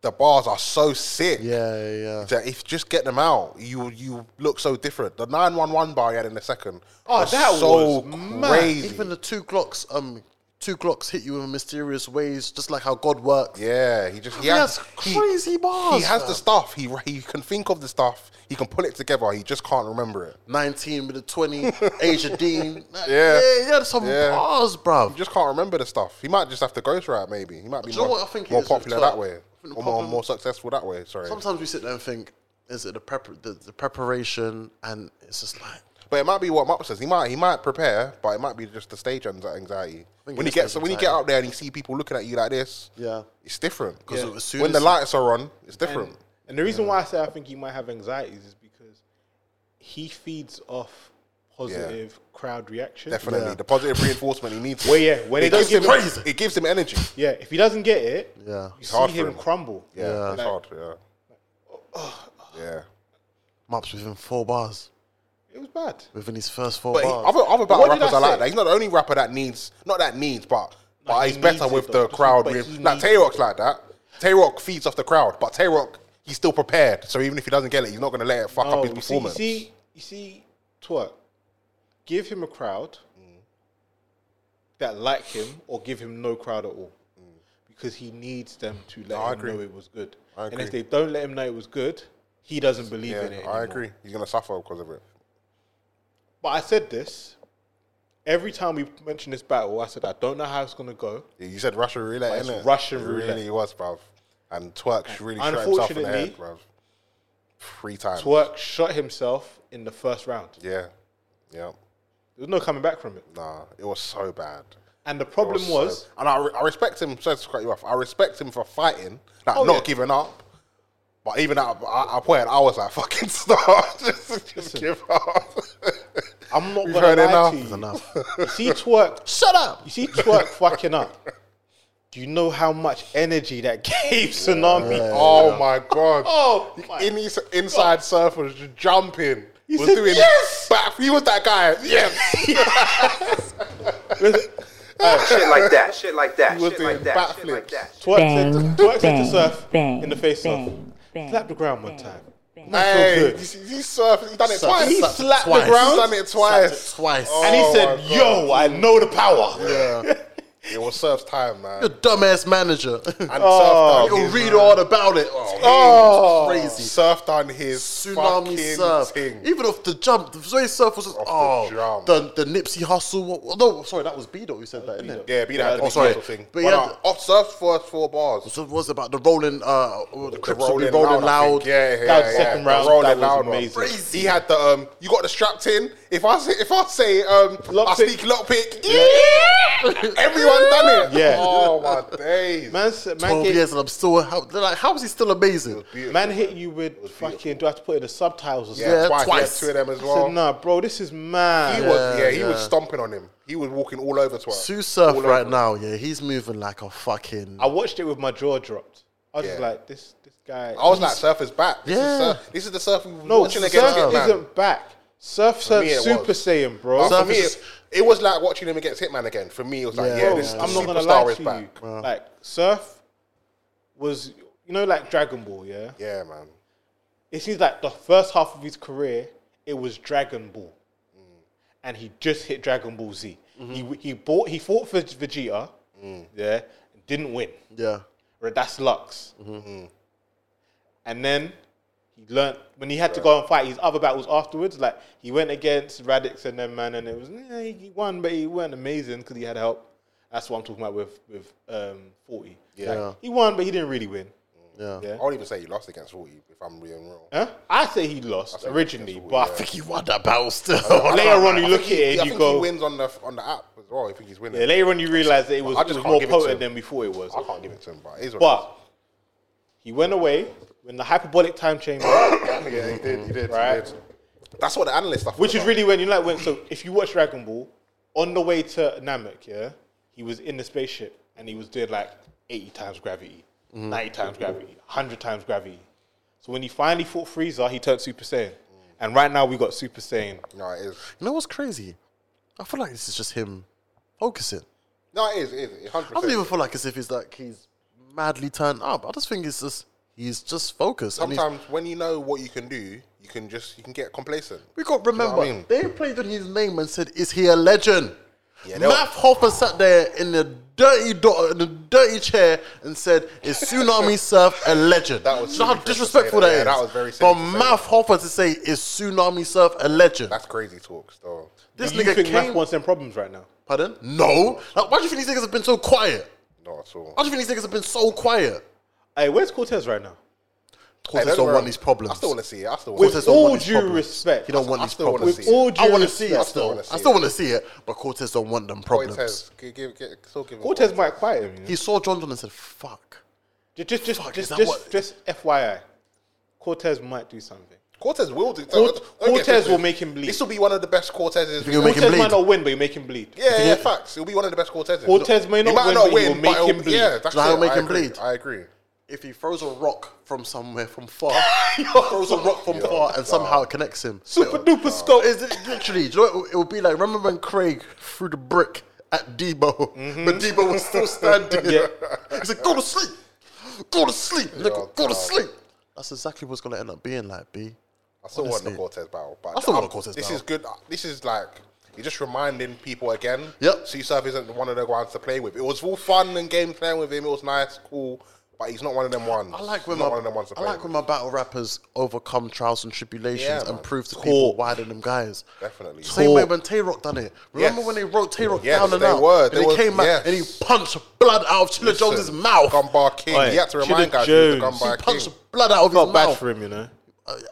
Speaker 2: the bars are so sick.
Speaker 1: yeah, yeah, yeah.
Speaker 2: That if just get them out, you you look so different. The nine one one bar he had in the second.
Speaker 3: Oh,
Speaker 2: was
Speaker 3: that
Speaker 2: so
Speaker 3: was mad.
Speaker 2: crazy.
Speaker 1: Even the two Glocks, um, two Glocks hit you in mysterious ways, just like how God works.
Speaker 2: Yeah, he just he
Speaker 1: mean,
Speaker 2: has
Speaker 1: that's
Speaker 2: he-
Speaker 1: crazy bars,
Speaker 2: He has the
Speaker 1: fam.
Speaker 2: stuff. He he can think of the stuff. He can pull it together. He just can't remember it.
Speaker 1: 19 with a 20, Asia Dean. Like,
Speaker 2: Yeah.
Speaker 1: Yeah, he had some
Speaker 2: Yeah.
Speaker 1: bars, bruv.
Speaker 2: He just can't remember the stuff. He might just have to ghostwrite. Maybe he might be
Speaker 1: Do you know
Speaker 2: more,
Speaker 1: what I think it
Speaker 2: more
Speaker 1: is with
Speaker 2: popular
Speaker 1: Twerk?
Speaker 2: that way,
Speaker 1: I think the
Speaker 2: or more,
Speaker 1: problem-
Speaker 2: more successful that way. Sorry,
Speaker 1: Sometimes we sit there and think, is it the, prep- the, the preparation? And it's just like,
Speaker 2: but it might be what Mop says. He might he might prepare, but it might be just the stage anx- anxiety.
Speaker 1: think
Speaker 2: When
Speaker 1: it
Speaker 2: he
Speaker 1: is
Speaker 2: gets
Speaker 1: stage
Speaker 2: when you get
Speaker 1: anxiety.
Speaker 2: up there and you see people looking at you like this,
Speaker 1: Yeah.
Speaker 2: it's different.
Speaker 1: 'Cause as soon
Speaker 2: when the
Speaker 1: as-
Speaker 2: lights are on, it's different.
Speaker 3: And, and the reason why I say I think he might have anxieties is because he feeds off positive crowd reaction.
Speaker 2: Definitely, the positive reinforcement he needs.
Speaker 3: Well, yeah, when
Speaker 2: it
Speaker 3: it don't
Speaker 2: gives
Speaker 3: get
Speaker 2: him
Speaker 3: crazy.
Speaker 2: it gives him energy.
Speaker 3: Yeah, if he doesn't get it,
Speaker 1: yeah.
Speaker 3: you
Speaker 2: hard
Speaker 3: see
Speaker 2: for
Speaker 3: him,
Speaker 2: him.
Speaker 3: crumble.
Speaker 2: Yeah,
Speaker 1: Yeah.
Speaker 2: it's hard. Yeah, yeah.
Speaker 1: Maps within four bars,
Speaker 3: It was bad.
Speaker 1: within his first four
Speaker 2: But he-
Speaker 1: bars.
Speaker 2: other, other battle
Speaker 3: What did
Speaker 2: rappers
Speaker 3: I
Speaker 2: are like
Speaker 3: say?
Speaker 2: that. He's not the only rapper that needs, not that needs, but but
Speaker 3: he
Speaker 2: he's better
Speaker 3: needs it
Speaker 2: with
Speaker 3: though.
Speaker 2: the crowd.
Speaker 3: But
Speaker 2: With,
Speaker 3: he
Speaker 2: like
Speaker 3: needs
Speaker 2: Tay Rock's like that. Tay Rock feeds off the crowd, but Tay Rock he's still prepared. So even if he doesn't get it, he's not going to let it fuck
Speaker 3: Oh,
Speaker 2: up his
Speaker 3: you see, you
Speaker 2: performance.
Speaker 3: see, you see, twerk. Give him a crowd
Speaker 2: Mm.
Speaker 3: that like him, or give him no crowd at all, because he needs them to let
Speaker 2: Mm. I
Speaker 3: him
Speaker 2: agree.
Speaker 3: know it was good.
Speaker 2: I
Speaker 3: And if
Speaker 2: agree.
Speaker 3: they don't let him know it was good, he doesn't believe
Speaker 2: yeah,
Speaker 3: in it.
Speaker 2: I
Speaker 3: anymore.
Speaker 2: agree. He's going to suffer because of it.
Speaker 3: But I said this. Every time we mention this battle, I said I don't know how it's gonna go.
Speaker 2: You said Russian roulette,
Speaker 3: it's
Speaker 2: innit?
Speaker 3: Russian
Speaker 2: It
Speaker 3: roulette.
Speaker 2: really was, bruv. And Twerk's really shot himself in the head,
Speaker 3: Unfortunately,
Speaker 2: bruv. Three times.
Speaker 3: Twerk shot himself in the first round.
Speaker 2: Yeah. Yeah.
Speaker 3: There's no coming back from it.
Speaker 2: Nah, it was so bad.
Speaker 3: And the problem
Speaker 2: So-
Speaker 3: was,
Speaker 2: and I, re- I respect him. Sorry to cut you off. I respect him for fighting, like
Speaker 3: Oh,
Speaker 2: not
Speaker 3: yeah.
Speaker 2: giving up. But even at a a point, I was like, "Fucking stop! just, just give up."
Speaker 3: I'm not
Speaker 2: We've
Speaker 3: gonna
Speaker 2: heard
Speaker 3: lie
Speaker 2: enough.
Speaker 3: to
Speaker 2: It's
Speaker 3: you.
Speaker 2: enough.
Speaker 3: you see twerk.
Speaker 2: Shut up!
Speaker 3: You see twerk fucking up. Do you know how much energy that gave tsunami?
Speaker 2: Oh my god!
Speaker 3: Oh my
Speaker 2: in his inside surf was just jumping. He was
Speaker 3: said,
Speaker 2: doing
Speaker 3: "Yes!"
Speaker 2: back- He was that guy. Yes,
Speaker 9: Shit like that. Shit like that.
Speaker 2: He was
Speaker 9: Shit
Speaker 2: doing
Speaker 9: like that. Shit like
Speaker 2: backflips.
Speaker 9: that.
Speaker 3: Twerk said,
Speaker 5: Bang,
Speaker 3: twerk said to
Speaker 5: bang,
Speaker 3: surf
Speaker 5: bang,
Speaker 3: in the face
Speaker 5: bang,
Speaker 3: off.
Speaker 5: bang,
Speaker 3: Slap the ground one time.
Speaker 2: hey,
Speaker 3: good.
Speaker 2: he, he surfed. He done it
Speaker 1: Surfed.
Speaker 2: twice.
Speaker 3: He
Speaker 1: Slapped
Speaker 3: slapped
Speaker 1: twice.
Speaker 3: the ground
Speaker 2: He's done it twice.
Speaker 1: Twice.
Speaker 3: and he
Speaker 2: Oh my
Speaker 3: said,
Speaker 2: God.
Speaker 3: "Yo, I know the power."
Speaker 2: It was surf's time, man.
Speaker 1: Your dumbass manager.
Speaker 2: And
Speaker 3: Oh,
Speaker 2: surf
Speaker 1: You'll
Speaker 2: done his,
Speaker 1: read
Speaker 2: man.
Speaker 1: all about it. Oh,
Speaker 2: Oh.
Speaker 1: man, it's crazy.
Speaker 2: Surf done his
Speaker 1: Tsunami
Speaker 2: fucking
Speaker 1: surf.
Speaker 2: thing.
Speaker 1: Even off the jump, the Zoe surf was just,
Speaker 2: Off the
Speaker 1: oh,
Speaker 2: jump.
Speaker 1: the, the, Nipsey Hustle. Oh, no, sorry, that was Beedle who said that, innit?
Speaker 2: Yeah, be that.
Speaker 1: Oh, sorry.
Speaker 2: Thing.
Speaker 1: But
Speaker 2: But
Speaker 1: he
Speaker 2: yeah,
Speaker 1: had-
Speaker 2: off surf for four bars.
Speaker 1: So it was about the rolling, uh, the,
Speaker 2: The
Speaker 1: rolling, rolling
Speaker 2: I think.
Speaker 1: loud.
Speaker 2: Yeah, yeah,
Speaker 3: That was
Speaker 2: yeah.
Speaker 3: second
Speaker 2: The
Speaker 3: round.
Speaker 2: Rolling
Speaker 3: That was
Speaker 2: loud one.
Speaker 3: amazing.
Speaker 1: Crazy.
Speaker 2: He had the um. You got the strapped in. If I say, if I say um, I
Speaker 3: Lockpick.
Speaker 2: sneak lockpick. Everyone done it.
Speaker 3: Yeah.
Speaker 2: Oh my days.
Speaker 3: Man, said- man,
Speaker 1: 12
Speaker 3: gave-
Speaker 1: years and I'm still, how, they're like, how is he still amazing?
Speaker 3: man hit you with fucking. Do I have to put in the subtitles or something?
Speaker 1: Yeah,
Speaker 2: yeah, twice. He had
Speaker 1: twice.
Speaker 2: two of them as
Speaker 3: I
Speaker 2: well.
Speaker 3: said, "Nah, bro, this is
Speaker 2: He
Speaker 3: mad."
Speaker 2: was, yeah, he
Speaker 1: yeah.
Speaker 2: was stomping on him. He was walking all over to us.
Speaker 1: Sue Surf right now, yeah, he's moving like a fucking.
Speaker 3: I watched it with my jaw dropped. I was just
Speaker 2: Yeah.
Speaker 3: like, "This, this guy."
Speaker 2: I was like, surf is back. This,
Speaker 1: Yeah.
Speaker 2: is, surf. this is the surf we were
Speaker 3: No,
Speaker 2: watching
Speaker 3: Surf
Speaker 2: against Hitman.
Speaker 3: isn't back. Surf Surf
Speaker 2: me, it
Speaker 3: Super
Speaker 2: was.
Speaker 3: Saiyan, bro.
Speaker 2: But for
Speaker 1: Surf
Speaker 2: me,
Speaker 1: is-
Speaker 2: it, it was like watching him against Hitman again. For me, it was like,
Speaker 1: Yeah.
Speaker 2: yeah,
Speaker 1: Bro,
Speaker 2: this
Speaker 3: I'm not gonna
Speaker 2: superstar
Speaker 3: lie
Speaker 2: is
Speaker 3: to
Speaker 2: back.
Speaker 3: you. Like Surf was, you know, like Dragon Ball. Yeah,
Speaker 2: Yeah, man.
Speaker 3: it seems like the first half of his career, it was Dragon Ball,
Speaker 2: Mm.
Speaker 3: and he just hit Dragon Ball Z.
Speaker 2: Mm-hmm.
Speaker 3: He he bought he fought for Vegeta.
Speaker 2: Mm.
Speaker 3: Yeah, didn't win.
Speaker 1: yeah.
Speaker 3: Right, That's Lux.
Speaker 2: Mm-hmm.
Speaker 3: And then he learnt when he had to go and fight his other battles afterwards. Like he went against Radix and them man, and it was eh, he won, but he weren't amazing because he had help. That's what I'm talking about with with um, forty.
Speaker 2: Yeah.
Speaker 3: Like, he won, but he didn't really win.
Speaker 1: Yeah.
Speaker 3: Yeah.
Speaker 2: I won't even say he lost against 40, if I'm being real.
Speaker 3: Huh? I say he lost
Speaker 2: say he
Speaker 3: originally,
Speaker 2: lost,
Speaker 3: but
Speaker 2: yeah.
Speaker 1: I think he won that battle still.
Speaker 3: later on you
Speaker 2: I
Speaker 3: look
Speaker 2: think
Speaker 3: at
Speaker 2: he-
Speaker 3: it
Speaker 2: I
Speaker 3: and you
Speaker 2: think
Speaker 3: go.
Speaker 2: he wins on the on the app as well. I think he's winning.
Speaker 3: Yeah, later on you realize that it was,
Speaker 2: I
Speaker 3: it
Speaker 2: just
Speaker 3: was
Speaker 2: can't
Speaker 3: more
Speaker 2: give it to
Speaker 3: potent
Speaker 2: him.
Speaker 3: than we thought it was.
Speaker 2: I can't give it to him, but it is what it
Speaker 3: But he went away in the hyperbolic time chamber,
Speaker 2: is. yeah, he did, he did,
Speaker 3: Right.
Speaker 2: he did. That's what the analyst stuff.
Speaker 3: which is really when you know, like when. So if you watch Dragon Ball, on the way to Namek, yeah, he was in the spaceship and he was doing like eighty times gravity,
Speaker 1: Mm-hmm.
Speaker 3: ninety times gravity, hundred times gravity. So when he finally fought Frieza, he turned Super Saiyan, and right now we got Super Saiyan.
Speaker 2: No, it is.
Speaker 1: You know what's crazy? I feel like this is just him focusing.
Speaker 2: No, it is. It is. 100%.
Speaker 1: I don't even feel like as if it's like he's madly turned up. I just think it's just he's just focused. and he's-
Speaker 2: Sometimes when you know what you can do, you can just you can get complacent.
Speaker 1: we got to remember
Speaker 2: I mean?
Speaker 1: they played on his name and said, "Is he a legend?"
Speaker 2: Yeah, they were-
Speaker 1: Math Hopper sat there in the dirty do- in the dirty chair and said, "Is Tsunami Surf a legend?"
Speaker 2: That was
Speaker 1: you know how
Speaker 2: super tricky to say
Speaker 1: disrespectful
Speaker 2: that.
Speaker 1: that is.
Speaker 2: Yeah, that was very
Speaker 1: For
Speaker 2: simple to say.
Speaker 1: Math Hopper to say, "Is Tsunami Surf a legend?"
Speaker 2: That's crazy talk, though.
Speaker 1: this
Speaker 3: Do you
Speaker 1: nigga
Speaker 3: think
Speaker 1: came.
Speaker 3: Math wants them problems right now?
Speaker 1: Pardon? No. Like, why do you think these niggas have been so quiet?
Speaker 2: Not at all.
Speaker 1: Why do you think these niggas have been so quiet?
Speaker 3: Hey, where's Cortez right now?
Speaker 1: Cortez
Speaker 2: Hey,
Speaker 1: don't
Speaker 2: worry.
Speaker 1: want these problems.
Speaker 2: I still want to see it. I still want
Speaker 3: With
Speaker 1: Cortez
Speaker 2: to see
Speaker 1: don't
Speaker 2: it.
Speaker 1: want
Speaker 3: all
Speaker 1: these
Speaker 3: due
Speaker 1: problems.
Speaker 3: respect,
Speaker 1: He don't want
Speaker 2: I
Speaker 1: these
Speaker 2: still wanna
Speaker 1: problems.
Speaker 2: see
Speaker 3: With all due
Speaker 1: I want to see
Speaker 3: respect,
Speaker 1: it
Speaker 2: still
Speaker 1: still.
Speaker 2: wanna see
Speaker 1: I still
Speaker 2: it.
Speaker 1: want to see it, but Cortez don't want them problems.
Speaker 2: Cortez, give, give, give, still give him
Speaker 3: Cortez
Speaker 2: Cortez.
Speaker 3: might quiet him. You know?
Speaker 1: He saw John John and said, "Fuck."
Speaker 3: Ju- Just, just,
Speaker 1: is
Speaker 3: just,
Speaker 1: that
Speaker 3: just,
Speaker 1: what-
Speaker 3: just, FYI, Cortez might do something.
Speaker 2: Cortez will do. don't
Speaker 3: Cort-
Speaker 2: get
Speaker 3: Cortez
Speaker 2: twisted.
Speaker 3: will make him bleed.
Speaker 2: This will be one of the best Cortezes.
Speaker 1: He'll make him
Speaker 3: Cortez
Speaker 1: bleed.
Speaker 3: might not win, but you make him bleed.
Speaker 2: Yeah, yeah, facts. He'll be one of the best Cortezes.
Speaker 3: Cortez may
Speaker 2: He
Speaker 3: not
Speaker 2: might
Speaker 3: win, but he will make
Speaker 2: he'll-
Speaker 3: him bleed.
Speaker 2: Yeah, that's
Speaker 1: Do you know how
Speaker 2: it.
Speaker 1: he'll make
Speaker 2: I
Speaker 1: him
Speaker 2: agree.
Speaker 1: bleed?
Speaker 2: I agree.
Speaker 1: If he throws a rock from somewhere from far, he throws a rock from far and somehow it connects him.
Speaker 3: Super
Speaker 1: It'll-
Speaker 3: duper scope.
Speaker 1: Is it literally? Do you know what it would be like? Remember when Craig threw the brick at Debo, but Debo was still standing. He said, "Go to sleep, go to sleep, nigga, go to
Speaker 2: God.
Speaker 1: sleep." That's exactly what's gonna end up being like. B.
Speaker 2: I still want the
Speaker 1: Honestly.
Speaker 2: Cortez battle, but
Speaker 1: I still want
Speaker 2: I'm-
Speaker 1: the Cortez
Speaker 2: This
Speaker 1: battle.
Speaker 2: is good. Uh, This is like you're just reminding people again.
Speaker 1: Yep.
Speaker 2: C Surf isn't one of the ones to play with. It was all fun and game playing with him. It was nice, cool. but he's not one of them ones.
Speaker 1: I like when
Speaker 2: not
Speaker 1: my,
Speaker 2: one of them ones. to
Speaker 1: I
Speaker 2: play
Speaker 1: like
Speaker 2: with.
Speaker 1: when my battle rappers overcome trials and tribulations
Speaker 2: Yeah,
Speaker 1: and
Speaker 2: man.
Speaker 1: prove to people why they're them guys.
Speaker 2: Definitely.
Speaker 1: Same way when Tay Rock done it. Remember
Speaker 2: Yes.
Speaker 1: when they wrote Tay Rock
Speaker 2: Yes,
Speaker 1: down and
Speaker 2: they
Speaker 1: out,
Speaker 2: were.
Speaker 1: and
Speaker 2: They
Speaker 1: he
Speaker 2: were-
Speaker 1: came back
Speaker 2: yes.
Speaker 1: and he punched blood out of Chilla
Speaker 2: Listen,
Speaker 1: Jones's mouth.
Speaker 2: Gumbar King.
Speaker 3: Oi,
Speaker 2: he had to remind
Speaker 3: Chidden
Speaker 2: guys he was the
Speaker 3: Jones.
Speaker 1: He
Speaker 2: Gumbar
Speaker 1: punched
Speaker 2: King.
Speaker 1: blood out of
Speaker 3: Felt
Speaker 1: his
Speaker 3: bad
Speaker 1: mouth.
Speaker 3: for him, you know.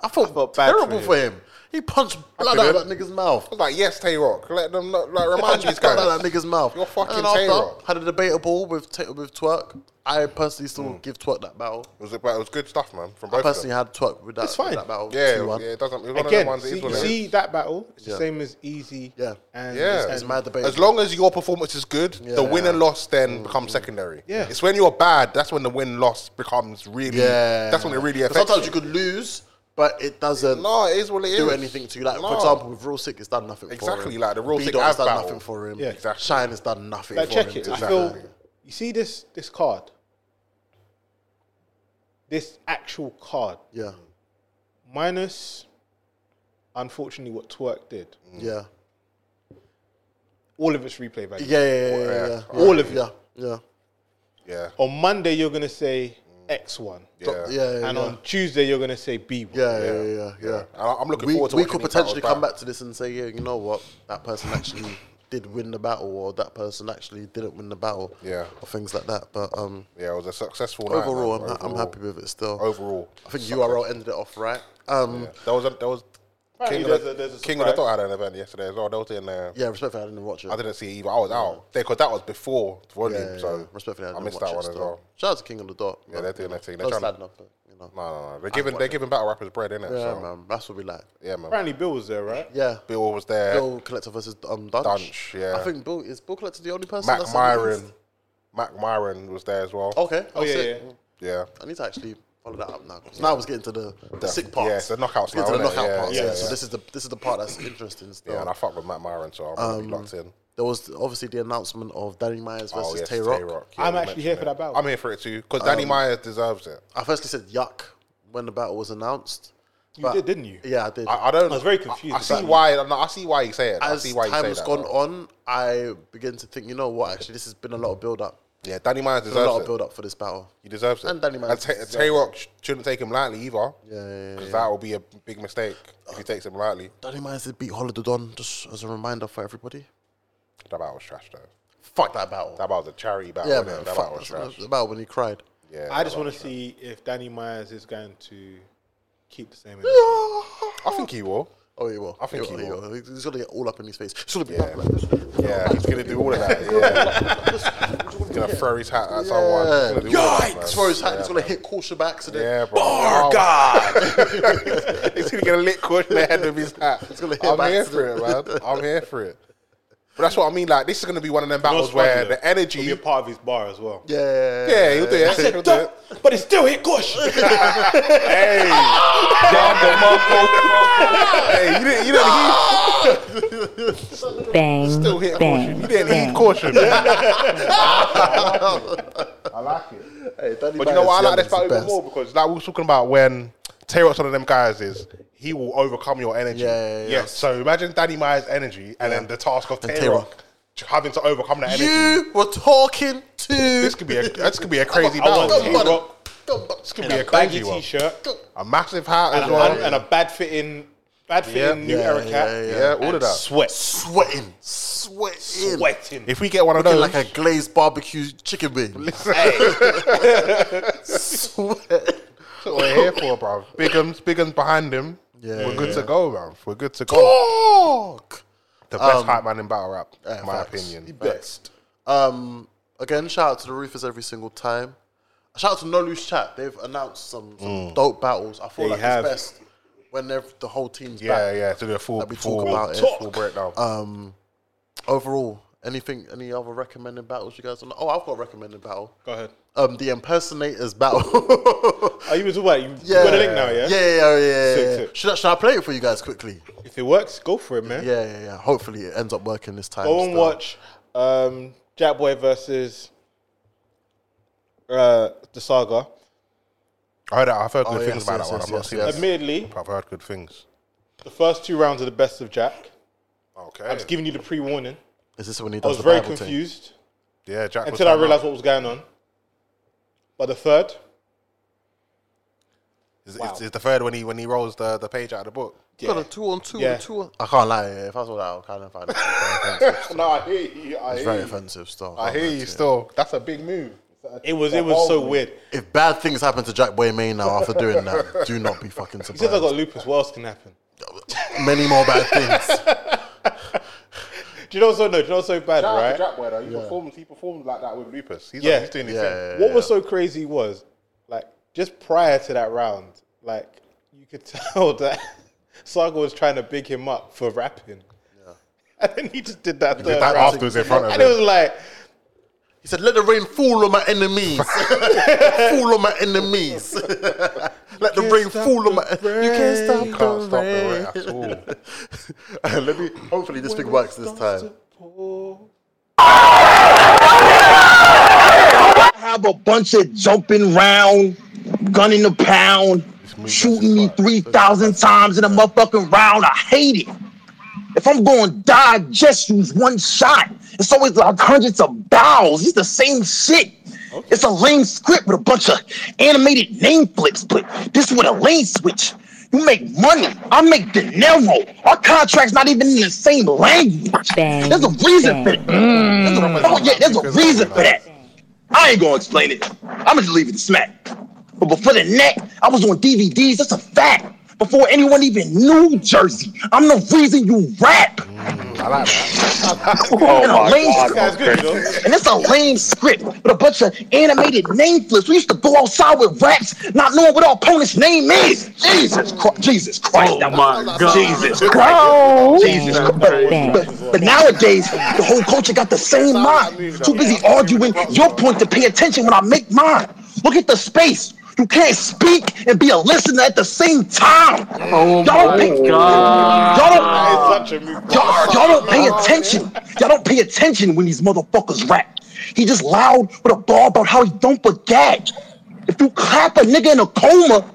Speaker 1: I felt,
Speaker 3: felt bad for
Speaker 1: terrible
Speaker 3: him.
Speaker 1: for him. He punched blood out of that nigga's mouth.
Speaker 2: I was like, yes, Tay Rock. Let them know, like
Speaker 1: I
Speaker 2: remind
Speaker 1: just
Speaker 2: these
Speaker 1: got out
Speaker 2: guys.
Speaker 1: of that nigga's mouth.
Speaker 2: You're fucking
Speaker 1: And after,
Speaker 2: Taylor.
Speaker 1: Had a debatable with t- with Twerk. I personally still give Twerk that battle.
Speaker 2: It was, but it was good stuff, man. From Hmm. both
Speaker 1: I
Speaker 2: of
Speaker 1: personally
Speaker 2: them.
Speaker 1: had Twerk with that,
Speaker 3: It's fine.
Speaker 1: with that battle.
Speaker 2: Yeah,
Speaker 1: 2-1.
Speaker 2: yeah, it doesn't. It was one of the
Speaker 3: Again,
Speaker 2: ones. that is
Speaker 3: see,
Speaker 2: what it is.
Speaker 3: see that battle. It's
Speaker 1: Yeah.
Speaker 3: the same as easy.
Speaker 1: Yeah.
Speaker 3: and
Speaker 2: Yeah.
Speaker 3: and-
Speaker 1: It's my debate.
Speaker 2: As long as your performance is good, the win
Speaker 1: Yeah. Mm.
Speaker 2: and loss then becomes secondary.
Speaker 3: Yeah.
Speaker 2: It's when you're bad, that's when the win loss becomes really.
Speaker 1: yeah,
Speaker 2: That's when it really
Speaker 1: 'Cause
Speaker 2: affects.
Speaker 1: Sometimes you could lose, but it doesn't
Speaker 2: No, it is what it is.
Speaker 1: do anything to you. Like for
Speaker 2: No.
Speaker 1: example, with Real Sick, it's done nothing for him.
Speaker 2: Exactly, like the Real Sick
Speaker 1: B-Dot's done
Speaker 2: Av battle.
Speaker 1: nothing for him.
Speaker 3: Yeah.
Speaker 2: Exactly.
Speaker 1: Shine has done nothing.
Speaker 3: Like,
Speaker 1: for
Speaker 3: check
Speaker 1: him.
Speaker 3: it. I
Speaker 2: Exactly.
Speaker 3: feel you see this this card. This actual card
Speaker 1: Yeah,
Speaker 3: minus, unfortunately, what Twerk did.
Speaker 1: yeah,
Speaker 3: All of it's replay value.
Speaker 1: yeah, yeah, yeah, yeah, yeah.
Speaker 3: All of it.
Speaker 1: Yeah, yeah,
Speaker 2: Yeah.
Speaker 3: On Monday you're gonna say X one,
Speaker 1: Mm. yeah,
Speaker 2: Yeah.
Speaker 1: oh, yeah.
Speaker 3: and
Speaker 1: yeah.
Speaker 3: on Tuesday you're gonna say B one.
Speaker 1: Yeah, yeah, yeah, yeah.
Speaker 2: And I- I'm looking
Speaker 1: we,
Speaker 2: forward to
Speaker 1: We
Speaker 2: watching
Speaker 1: could
Speaker 2: these
Speaker 1: potentially
Speaker 2: battles
Speaker 1: come back to this and say, yeah, you know what, that person actually did win the battle, or that person actually didn't win the battle,
Speaker 2: Yeah.
Speaker 1: or things like that. But um,
Speaker 2: Yeah, it was a successful night,
Speaker 1: overall,
Speaker 2: man.
Speaker 1: I'm, I'm happy with it still.
Speaker 2: Overall.
Speaker 1: I think URL ended it off right. Um, yeah.
Speaker 2: There was a, there was King,
Speaker 3: there's
Speaker 2: of, the,
Speaker 3: a- there's a
Speaker 2: King of the
Speaker 3: surprise.
Speaker 2: Thought had an event yesterday as well. They was in there.
Speaker 1: respectfully, I didn't watch it.
Speaker 2: I didn't see it either. I was out because that was before
Speaker 1: yeah,
Speaker 2: volume,
Speaker 1: yeah, yeah.
Speaker 2: so
Speaker 1: respectfully, I
Speaker 2: I
Speaker 1: didn't
Speaker 2: missed
Speaker 1: watch
Speaker 2: that
Speaker 1: it
Speaker 2: one as
Speaker 1: still.
Speaker 2: well.
Speaker 1: Shout out to King of the Dot.
Speaker 2: Yeah, they're doing their thing. They're
Speaker 1: They're
Speaker 2: trying.
Speaker 1: standing up, but, you know.
Speaker 2: No, no, no. They're giving they're giving battle rappers bread in it.
Speaker 1: Yeah,
Speaker 2: so.
Speaker 1: man, that's what we like.
Speaker 2: Yeah, man.
Speaker 3: Apparently Bill was there, right?
Speaker 1: Yeah.
Speaker 2: Bill was there.
Speaker 1: Bill Collector versus um, Dunch.
Speaker 2: Dunch, yeah.
Speaker 1: I think Bill is Bill Collector the only person.
Speaker 2: Mac
Speaker 1: that's in the
Speaker 2: Myron.
Speaker 1: list?
Speaker 2: Mac Myron was there as well.
Speaker 1: Okay.
Speaker 3: Oh
Speaker 1: that's
Speaker 3: yeah, yeah.
Speaker 1: it.
Speaker 2: Yeah.
Speaker 1: I need to actually follow that up now. 'cause now I was getting to the, the sick parts.
Speaker 2: yeah, it's the knockouts
Speaker 1: Getting to the
Speaker 2: now, innit?
Speaker 1: knockout
Speaker 2: Yeah,
Speaker 1: parts. Yeah,
Speaker 2: yeah,
Speaker 1: So
Speaker 2: yeah.
Speaker 1: this is the this is the part that's interesting. Still.
Speaker 2: Yeah, and I fuck with Mac Myron, so I'm
Speaker 1: Um,
Speaker 2: gonna be locked in.
Speaker 1: there was obviously the announcement of Danny Myers versus
Speaker 2: Oh yes,
Speaker 1: Tay
Speaker 2: Tay
Speaker 1: Rock. Um,
Speaker 2: Rock.
Speaker 3: I'm
Speaker 2: you
Speaker 3: actually
Speaker 2: mentioned
Speaker 3: here for
Speaker 2: it.
Speaker 3: that battle.
Speaker 2: I'm here for it too because Danny Myers deserves it.
Speaker 1: I firstly said yuck when the battle was announced.
Speaker 3: You did, didn't you?
Speaker 1: Yeah, I did.
Speaker 2: I, I don't.
Speaker 3: I was very confused
Speaker 2: I, see
Speaker 3: about
Speaker 2: why. I'm not- I see why you say it. I
Speaker 1: As
Speaker 2: see why you
Speaker 1: time
Speaker 2: say
Speaker 1: has
Speaker 2: that.
Speaker 1: gone
Speaker 2: though.
Speaker 1: on, I begin to think, you know what? Actually, this has been a lot of build up.
Speaker 2: Yeah, Danny
Speaker 1: A lot
Speaker 2: Myers
Speaker 1: of
Speaker 2: deserves it.
Speaker 1: build up for this battle.
Speaker 2: He deserves it.
Speaker 1: And Danny Myers
Speaker 2: Tay-
Speaker 1: deserves
Speaker 2: Tay Rock sh- shouldn't take him lightly either.
Speaker 1: Yeah, yeah, yeah,
Speaker 2: because
Speaker 1: yeah.
Speaker 2: that will be a big mistake if he takes him lightly.
Speaker 1: Danny Myers did beat Holododon. Just as a reminder for everybody.
Speaker 2: That battle was trash though.
Speaker 1: Fuck that battle.
Speaker 2: That battle was a charity battle.
Speaker 1: yeah,
Speaker 2: innit?
Speaker 1: man.
Speaker 2: That
Speaker 1: Fuck
Speaker 2: battle was
Speaker 1: that's
Speaker 2: trash.
Speaker 1: the battle when he cried.
Speaker 2: Yeah,
Speaker 3: I just
Speaker 2: that battle
Speaker 3: want to see if Danny Myers is going to keep the same. energy.
Speaker 2: was- I think he will.
Speaker 1: Oh, he will.
Speaker 2: I think he
Speaker 1: will.
Speaker 2: will.
Speaker 1: He's- He's gonna get all up in his face. He's gonna be
Speaker 2: Yeah.
Speaker 1: up like this.
Speaker 2: Yeah, he's gonna do all of that. Yeah, he's gonna throw his hat at someone. He's gonna do all of that, man.
Speaker 1: Yikes! Throw his hat.
Speaker 2: Yeah,
Speaker 1: He's gonna
Speaker 2: man.
Speaker 1: hit Caution by accident.
Speaker 2: Yeah, bro.
Speaker 1: Bar
Speaker 2: Oh.
Speaker 1: God.
Speaker 2: He's gonna get a lit caught in the head with his hat.
Speaker 1: gonna hit by
Speaker 2: I'm here for it, man. I'm here for it. But that's what I mean. Like this is gonna be one of them
Speaker 3: You know
Speaker 2: battles
Speaker 3: what's
Speaker 2: where
Speaker 3: funny, though?
Speaker 2: the energy.
Speaker 3: It'll be a part of his bar as well.
Speaker 1: Yeah.
Speaker 2: yeah, he'll do it. He'll do it.
Speaker 3: But it still hit caution.
Speaker 2: Hey, down the motherfucker. Hey, you didn't. You didn't hear.
Speaker 5: Bang.
Speaker 2: Still hit caution. You
Speaker 5: Bang.
Speaker 2: didn't
Speaker 5: Bang.
Speaker 2: need caution. man.
Speaker 1: Hey, Danny
Speaker 2: But you know what? I
Speaker 1: Myers,
Speaker 2: like this battle
Speaker 1: yeah,
Speaker 2: even
Speaker 1: he's the
Speaker 2: more because, like we were talking about, when Taylor's one of them guys is. He will overcome your energy.
Speaker 1: Yeah, yeah, yeah.
Speaker 2: Yes. So imagine Danny Myers' energy and then the task of
Speaker 1: And
Speaker 2: Taylor
Speaker 1: Tay-Rock.
Speaker 2: having to overcome that
Speaker 1: best.
Speaker 2: energy.
Speaker 1: You were talking to.
Speaker 2: This could be a this could be a crazy
Speaker 3: I want
Speaker 2: battle.
Speaker 3: Tay Rock
Speaker 1: This could
Speaker 2: be
Speaker 3: a
Speaker 2: a crazy
Speaker 3: baggy
Speaker 2: one.
Speaker 3: t-shirt
Speaker 2: A massive hat
Speaker 3: and
Speaker 2: as
Speaker 3: a,
Speaker 2: well.
Speaker 3: and a bad fitting, bad fitting
Speaker 2: Yeah.
Speaker 3: new
Speaker 1: Yeah,
Speaker 3: era
Speaker 1: yeah,
Speaker 3: cap.
Speaker 1: yeah.
Speaker 2: yeah, all
Speaker 3: And
Speaker 2: of that.
Speaker 3: Sweat,
Speaker 1: sweating, sweating,
Speaker 3: sweating.
Speaker 2: if we get one of
Speaker 1: Looking
Speaker 2: those,
Speaker 1: like a glazed barbecue chicken wing. Sweat.
Speaker 2: that's what we're here for, bro. Bigum's Bigum's behind him.
Speaker 1: Yeah,
Speaker 2: we're good
Speaker 1: yeah.
Speaker 2: to go, bro. We're good to go.
Speaker 1: Dog.
Speaker 2: The best hype man in battle rap, in my
Speaker 1: Facts.
Speaker 2: opinion.
Speaker 1: The best. Um, again, shout out to the Roofers every single time. Shout out to No Loose Chat. They've announced some, some dope battles. I feel
Speaker 3: Mm. They
Speaker 1: like
Speaker 3: have.
Speaker 1: it's best when they're, the whole team's
Speaker 2: Yeah,
Speaker 1: back.
Speaker 2: yeah. To do a full,
Speaker 1: That we
Speaker 2: full,
Speaker 1: talk about it.
Speaker 2: full breakdown.
Speaker 1: Overall, anything, any other recommended battles you guys want? Oh, I've got a recommended battle.
Speaker 3: Go ahead.
Speaker 1: Um, the Impersonators battle.
Speaker 3: Are you talking about you you
Speaker 1: yeah.
Speaker 3: got a link now?
Speaker 1: Yeah,
Speaker 3: Yeah?
Speaker 1: yeah, yeah. yeah,
Speaker 3: Sick,
Speaker 1: yeah.
Speaker 3: sick.
Speaker 1: Should, I, should I play it for you guys quickly?
Speaker 3: If it works, go for it, man.
Speaker 1: Yeah, yeah, yeah. Hopefully it ends up working this time.
Speaker 3: Go and
Speaker 1: still.
Speaker 3: watch um, Jack Boy versus uh, the Saga.
Speaker 2: I heard, I've heard good
Speaker 1: yes,
Speaker 2: things about
Speaker 1: yes,
Speaker 2: that one.
Speaker 1: yes,
Speaker 2: I've not
Speaker 1: yes,
Speaker 2: seen
Speaker 1: yes.
Speaker 2: it.
Speaker 3: Admittedly,
Speaker 2: I've heard good things.
Speaker 3: the first two rounds are the best of Jack.
Speaker 2: Okay.
Speaker 3: Just giving you the pre-warning.
Speaker 1: Is this when he
Speaker 3: I
Speaker 1: does
Speaker 3: was
Speaker 1: the
Speaker 3: very
Speaker 1: Bible thing?
Speaker 3: confused
Speaker 2: Yeah, Jack. was
Speaker 3: until I
Speaker 2: down
Speaker 3: realized
Speaker 2: there.
Speaker 3: what was going on. But the third,
Speaker 2: Is, is, is the third when he when he rolls the, the page out of the book?
Speaker 1: Got a two on two,
Speaker 3: Yeah.
Speaker 1: a two on. I can't lie. eh, If I saw that, I would kind of find it very offensive.
Speaker 2: No, I hear you. I
Speaker 1: It's
Speaker 2: hear
Speaker 1: very
Speaker 2: you.
Speaker 1: offensive still.
Speaker 2: I hear you still. That's a big move.
Speaker 3: it was it was so weird.
Speaker 1: If bad things happen to Jack Boy May now after doing that, do not be fucking
Speaker 3: He says I got
Speaker 1: surprised.
Speaker 3: lupus. What else can happen?
Speaker 1: Many more bad things.
Speaker 3: Do you know what's so no? Do you know what's so bad,
Speaker 2: Shout out
Speaker 3: right?
Speaker 2: to Jack Boy though. He performs. He performs like that with Lupus. He's,
Speaker 3: Yeah.
Speaker 2: he's doing his
Speaker 1: Yeah,
Speaker 2: thing.
Speaker 1: yeah,
Speaker 3: what
Speaker 1: yeah.
Speaker 3: was so crazy was like just prior to that round, like you could tell that Saga was trying to big him up for rapping. And then he just did that. third
Speaker 2: that
Speaker 3: round.
Speaker 2: afterwards in front of
Speaker 3: and
Speaker 2: him.
Speaker 3: it was like,
Speaker 1: He said, "Let the rain fall on my enemies. fall on my enemies. Let the rain fall on my. e-, You can't
Speaker 2: You
Speaker 1: stop
Speaker 2: can't
Speaker 1: the
Speaker 2: stop
Speaker 1: rain."
Speaker 2: the rate at all.
Speaker 1: Let me. Hopefully, this thing works this time.
Speaker 10: have a bunch of jumping round, gunning the pound, shooting me 3,000 times in a motherfucking round. I hate it. If I'm going to die, just use one shot. It's always like hundreds of bows. It's the same shit. It's a lame script with a bunch of animated name flips, but this with a lane switch. You make money. I make dinero. Our contract's not even in the same language.
Speaker 5: Bang,
Speaker 10: There's a reason for that. There's a, oh, yeah, there's a reason for that. I ain't gonna explain it. I'ma just leave it to smack. But before the net, I was on DVDs. That's a fact. Before anyone even knew Jersey, I'm the reason you rap. and, a lame
Speaker 3: that's
Speaker 10: script,
Speaker 3: good, you know?
Speaker 10: and it's a lame script with a bunch of animated name flips. We used to go outside with raps, not knowing what our opponent's name is. Jesus Christ! Jesus Christ! Oh my God! Jesus Christ! Jesus Christ!
Speaker 5: Bang,
Speaker 10: But, but nowadays, the whole culture got the same mind. Too busy arguing your point to pay attention when I make mine. Look at the space. You can't speak and be a listener at the same time. Oh y'all my don't pay, God. Y'all don't,
Speaker 3: That is such a move.
Speaker 10: y'all, y'all don't pay attention. Y'all don't pay attention when these motherfuckers rap. He just loud with a ball about how he don't forget. If you clap a nigga in a coma,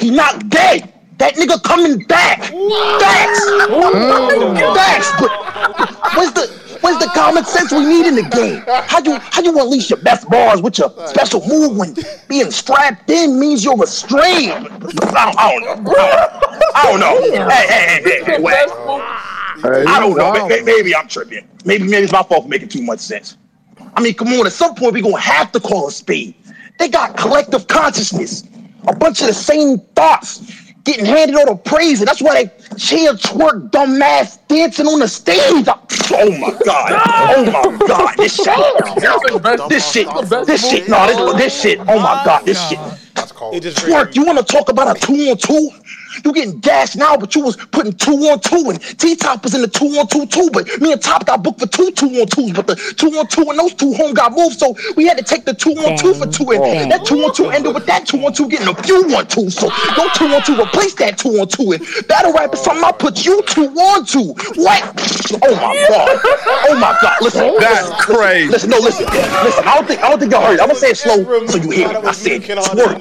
Speaker 10: he not dead. That nigga coming back. Facts. Facts. But where's the where's the common sense we need in the game? How you how you unleash your best bars with your special move when being strapped in means you're restrained? I don't, I don't know. I don't know. Hey, hey, hey, hey, hey, Wax. I don't know. May- may- Maybe I'm tripping. Maybe maybe it's my fault for making too much sense. I mean, come on. At some point, we're gonna have to call a spade. They got collective consciousness, a bunch of the same thoughts getting handed all the praise, and that's why they cheer, twerk, dumbass dancing on the stage. I- oh my god! Oh my god! This shit! This shit! This shit! No, this, this shit! Oh my god! This shit!
Speaker 2: That's cold.
Speaker 3: It just
Speaker 10: Twerk, you want to talk about a two on two? You getting gashed now, but you was putting two on two, and T Top was in the two on two too. But me and Top got booked for two two on twos, but the two on two and those two home got moved, so we had to take the two on two for two, and that two on two ended with that two on two getting a few on two. So your two on two replaced that two on two, and battle rap is something I put you two on two. What? Oh my god! Oh my god! Listen,
Speaker 11: That's
Speaker 10: listen,
Speaker 11: crazy.
Speaker 10: Listen, listen, no, listen, listen. I don't think I don't think y'all heard. it. I'm gonna say it slow so you hear. it. I said, twerk.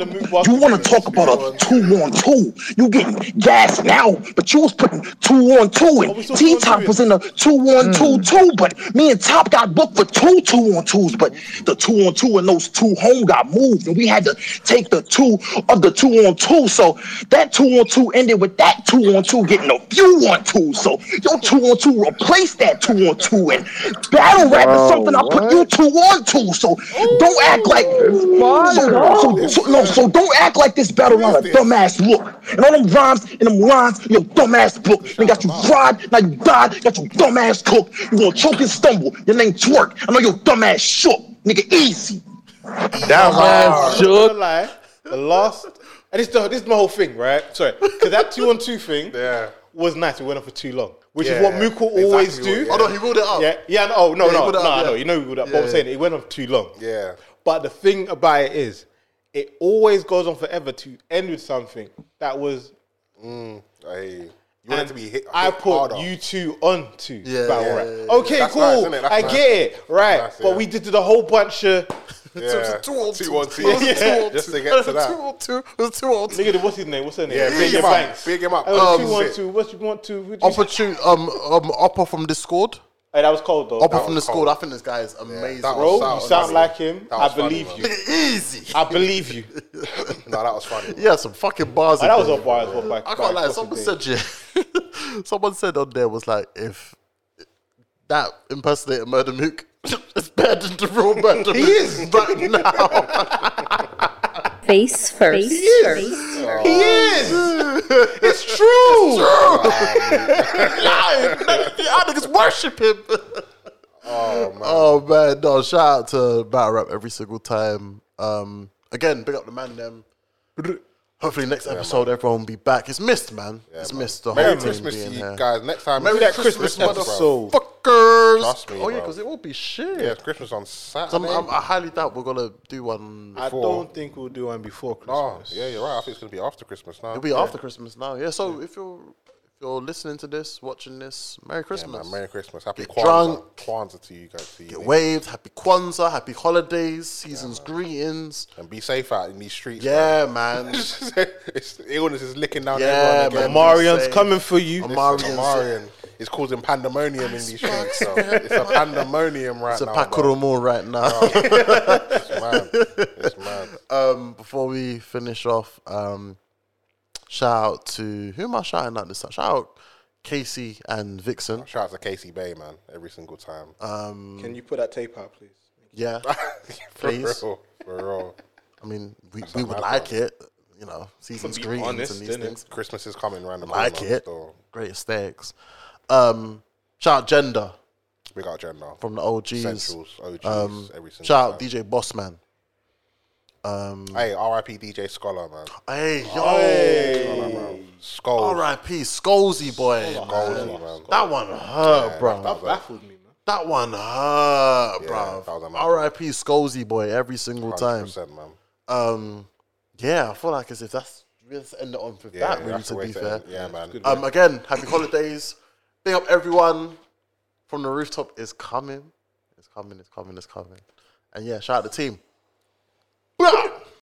Speaker 10: You want to talk about a two on two? You getting gas now, but you was putting two on two, and T Top was in a two on two too. But me and Top got booked for two two on twos, but the two on two and those two home got moved, and we had to take the two of the two on two. So that two on two ended with that two on two getting a few on two. So your two on two replaced that two on two, and battle rap is something I put you two on two. So don't act like so, so, so, no, so don't act like this battle round a dumbass look. And all them rhymes and them lines in your dumbass book. They got you fried, now you died, got your dumbass cook. You gonna choke and stumble. Your name twerk. I know your dumbass shook. Nigga, easy.
Speaker 11: That was
Speaker 3: I'm not gonna lie, the last, and this, is the- this is my whole thing, right? Sorry, because that two on two thing
Speaker 2: Yeah.
Speaker 3: was nice. It went on for too long, which
Speaker 2: Yeah,
Speaker 3: is what Mook will
Speaker 2: exactly
Speaker 3: always
Speaker 2: what-
Speaker 3: do.
Speaker 2: yeah.
Speaker 1: Oh no, he ruled it out.
Speaker 3: Yeah, yeah, no, oh, no,
Speaker 1: Yeah, he
Speaker 3: no,
Speaker 1: would
Speaker 3: no,
Speaker 1: have, yeah.
Speaker 3: no, you know, he would have, but I'm
Speaker 1: Yeah.
Speaker 3: saying it went on for too long.
Speaker 2: Yeah.
Speaker 3: But the thing about it is, it always goes on forever to end with something that was.
Speaker 2: I hear you. You want it
Speaker 3: and
Speaker 2: to be hit.
Speaker 3: I
Speaker 2: hit
Speaker 3: put
Speaker 2: harder.
Speaker 3: you two on to
Speaker 1: Yeah,
Speaker 3: battle
Speaker 1: yeah,
Speaker 3: rap.
Speaker 1: yeah, yeah.
Speaker 3: Okay,
Speaker 2: That's
Speaker 3: cool.
Speaker 2: nice, isn't it? That's
Speaker 3: I
Speaker 2: nice.
Speaker 3: get it, right?
Speaker 2: That's nice,
Speaker 3: but
Speaker 2: yeah.
Speaker 3: we did, did a whole bunch of
Speaker 2: Yeah.
Speaker 1: Two on two.
Speaker 2: Two on two.
Speaker 1: It was a
Speaker 2: Yeah.
Speaker 1: two on
Speaker 2: Just
Speaker 1: two.
Speaker 2: to get to
Speaker 1: It was a
Speaker 2: that.
Speaker 1: Two on two. It was a two on two.
Speaker 3: Nigga, the- what's his name? What's her name?
Speaker 2: Yeah, big him up.
Speaker 3: Banks.
Speaker 2: Big him up.
Speaker 3: Oh,
Speaker 2: Um,
Speaker 3: two on
Speaker 2: shit.
Speaker 3: two. What you want to? What you
Speaker 1: Opportune. Um. Um. Oppo from Discord.
Speaker 3: Hey, that was cold though.
Speaker 1: Opera from the school. I think this guy is amazing.
Speaker 3: Bro, you sound like him.
Speaker 1: That
Speaker 3: I
Speaker 1: was
Speaker 3: believe
Speaker 1: funny,
Speaker 3: you.
Speaker 1: Easy.
Speaker 3: I believe you.
Speaker 2: no, that was funny.
Speaker 1: Yeah, some fucking bars.
Speaker 3: Oh, that
Speaker 1: in
Speaker 3: was
Speaker 1: there.
Speaker 3: a bar as well. Back,
Speaker 1: I
Speaker 3: back
Speaker 1: can't lie.
Speaker 3: across the
Speaker 1: Someone
Speaker 3: day.
Speaker 1: said, yeah. someone said on there was like, if that impersonator Murder Mook is better than the real Murder Mook
Speaker 2: is.
Speaker 1: right now.
Speaker 8: Face first.
Speaker 1: He
Speaker 2: Oh,
Speaker 1: is. It's true. Lying. Y'all niggas worship him.
Speaker 2: Oh man.
Speaker 1: Oh man, no! Shout out to Battle Rap every single time. Um, again, big up the man them. Hopefully next episode everyone will be back. It's missed, man. it's missed the
Speaker 2: Merry
Speaker 1: whole
Speaker 2: Christmas
Speaker 1: team
Speaker 2: to
Speaker 1: being
Speaker 2: you
Speaker 1: here.
Speaker 2: guys. Next time,
Speaker 1: Merry
Speaker 2: it's
Speaker 1: Christmas,
Speaker 2: bro.
Speaker 1: episode, fuckers.
Speaker 2: Trust me,
Speaker 1: oh yeah,
Speaker 2: bro.
Speaker 1: because it won't be shit.
Speaker 2: Yeah, it's Christmas on
Speaker 1: So I'm,
Speaker 2: Saturday.
Speaker 1: I'm, I highly doubt we're gonna do one.
Speaker 3: I
Speaker 2: before.
Speaker 3: don't think we'll do one before
Speaker 2: oh,
Speaker 3: Christmas.
Speaker 2: yeah, you're right. I think it's gonna be after Christmas now.
Speaker 1: It'll be after Christmas now. Yeah. So if you're if you're listening to this, watching this, Merry
Speaker 2: Yeah,
Speaker 1: Christmas.
Speaker 2: man, Merry Christmas. Happy
Speaker 1: Get
Speaker 2: Kwanzaa.
Speaker 1: drunk.
Speaker 2: Kwanzaa to you guys. To you.
Speaker 1: Get
Speaker 2: niggas.
Speaker 1: waved. Happy Kwanzaa. Happy holidays. Season's greetings.
Speaker 2: And be safe out in these streets.
Speaker 1: Yeah, man.
Speaker 2: man. it's, illness is licking down
Speaker 1: Yeah,
Speaker 2: everyone again.
Speaker 1: man.
Speaker 3: Marion's
Speaker 1: Say-
Speaker 3: coming for you.
Speaker 1: Omar-
Speaker 2: Omarion.
Speaker 1: Omarion.
Speaker 2: is causing pandemonium in these streets. So it's a pandemonium right
Speaker 1: It's a
Speaker 2: now.
Speaker 1: Pakuru Moon right now.
Speaker 2: bro. It's mad. It's mad.
Speaker 1: um, before we finish off, um, shout out to who am I shouting out this time? Shout out Casey and Vixen.
Speaker 2: Shout out to Casey Bay, man. Every single time.
Speaker 1: Um,
Speaker 3: Can you put that tape out, please?
Speaker 1: yeah,
Speaker 2: for
Speaker 1: please.
Speaker 2: real. For real.
Speaker 1: I mean, we, we would
Speaker 2: mad
Speaker 1: like it, you know, season's
Speaker 4: Be
Speaker 1: greetings
Speaker 4: honest,
Speaker 1: and these
Speaker 4: innit?
Speaker 1: things.
Speaker 2: Christmas is coming round the
Speaker 1: Like
Speaker 2: corner,
Speaker 1: it.
Speaker 2: So
Speaker 1: Great aesthetics. Um, shout out Gender
Speaker 2: we got agenda.
Speaker 1: from the OGs.
Speaker 2: Centrals, OGs,
Speaker 1: Um,
Speaker 2: every single
Speaker 1: shout out
Speaker 2: time.
Speaker 1: DJ Bossman. Um,
Speaker 2: Hey, RIP DJ Scholar, man.
Speaker 1: hey, yo.
Speaker 2: Skull.
Speaker 1: R.I.P. Scozy boy.
Speaker 2: Skullsy,
Speaker 1: man.
Speaker 2: man.
Speaker 1: That one hurt, bro.
Speaker 3: That baffled me, man.
Speaker 1: That one hurt,
Speaker 2: Yeah,
Speaker 1: bro.
Speaker 2: that was a mad one.
Speaker 1: R.I.P. Scozy boy every single time.
Speaker 2: 100%, man.
Speaker 1: Um, yeah, I feel like as if that's let's end it on with
Speaker 2: Yeah,
Speaker 1: that. Really,
Speaker 2: that's
Speaker 1: to
Speaker 2: the way
Speaker 1: be
Speaker 2: to
Speaker 1: fair.
Speaker 2: end. Yeah, man.
Speaker 1: Um, again, happy holidays. Big up everyone. From the rooftop is coming. It's coming. It's coming. It's coming. And yeah, shout out the team.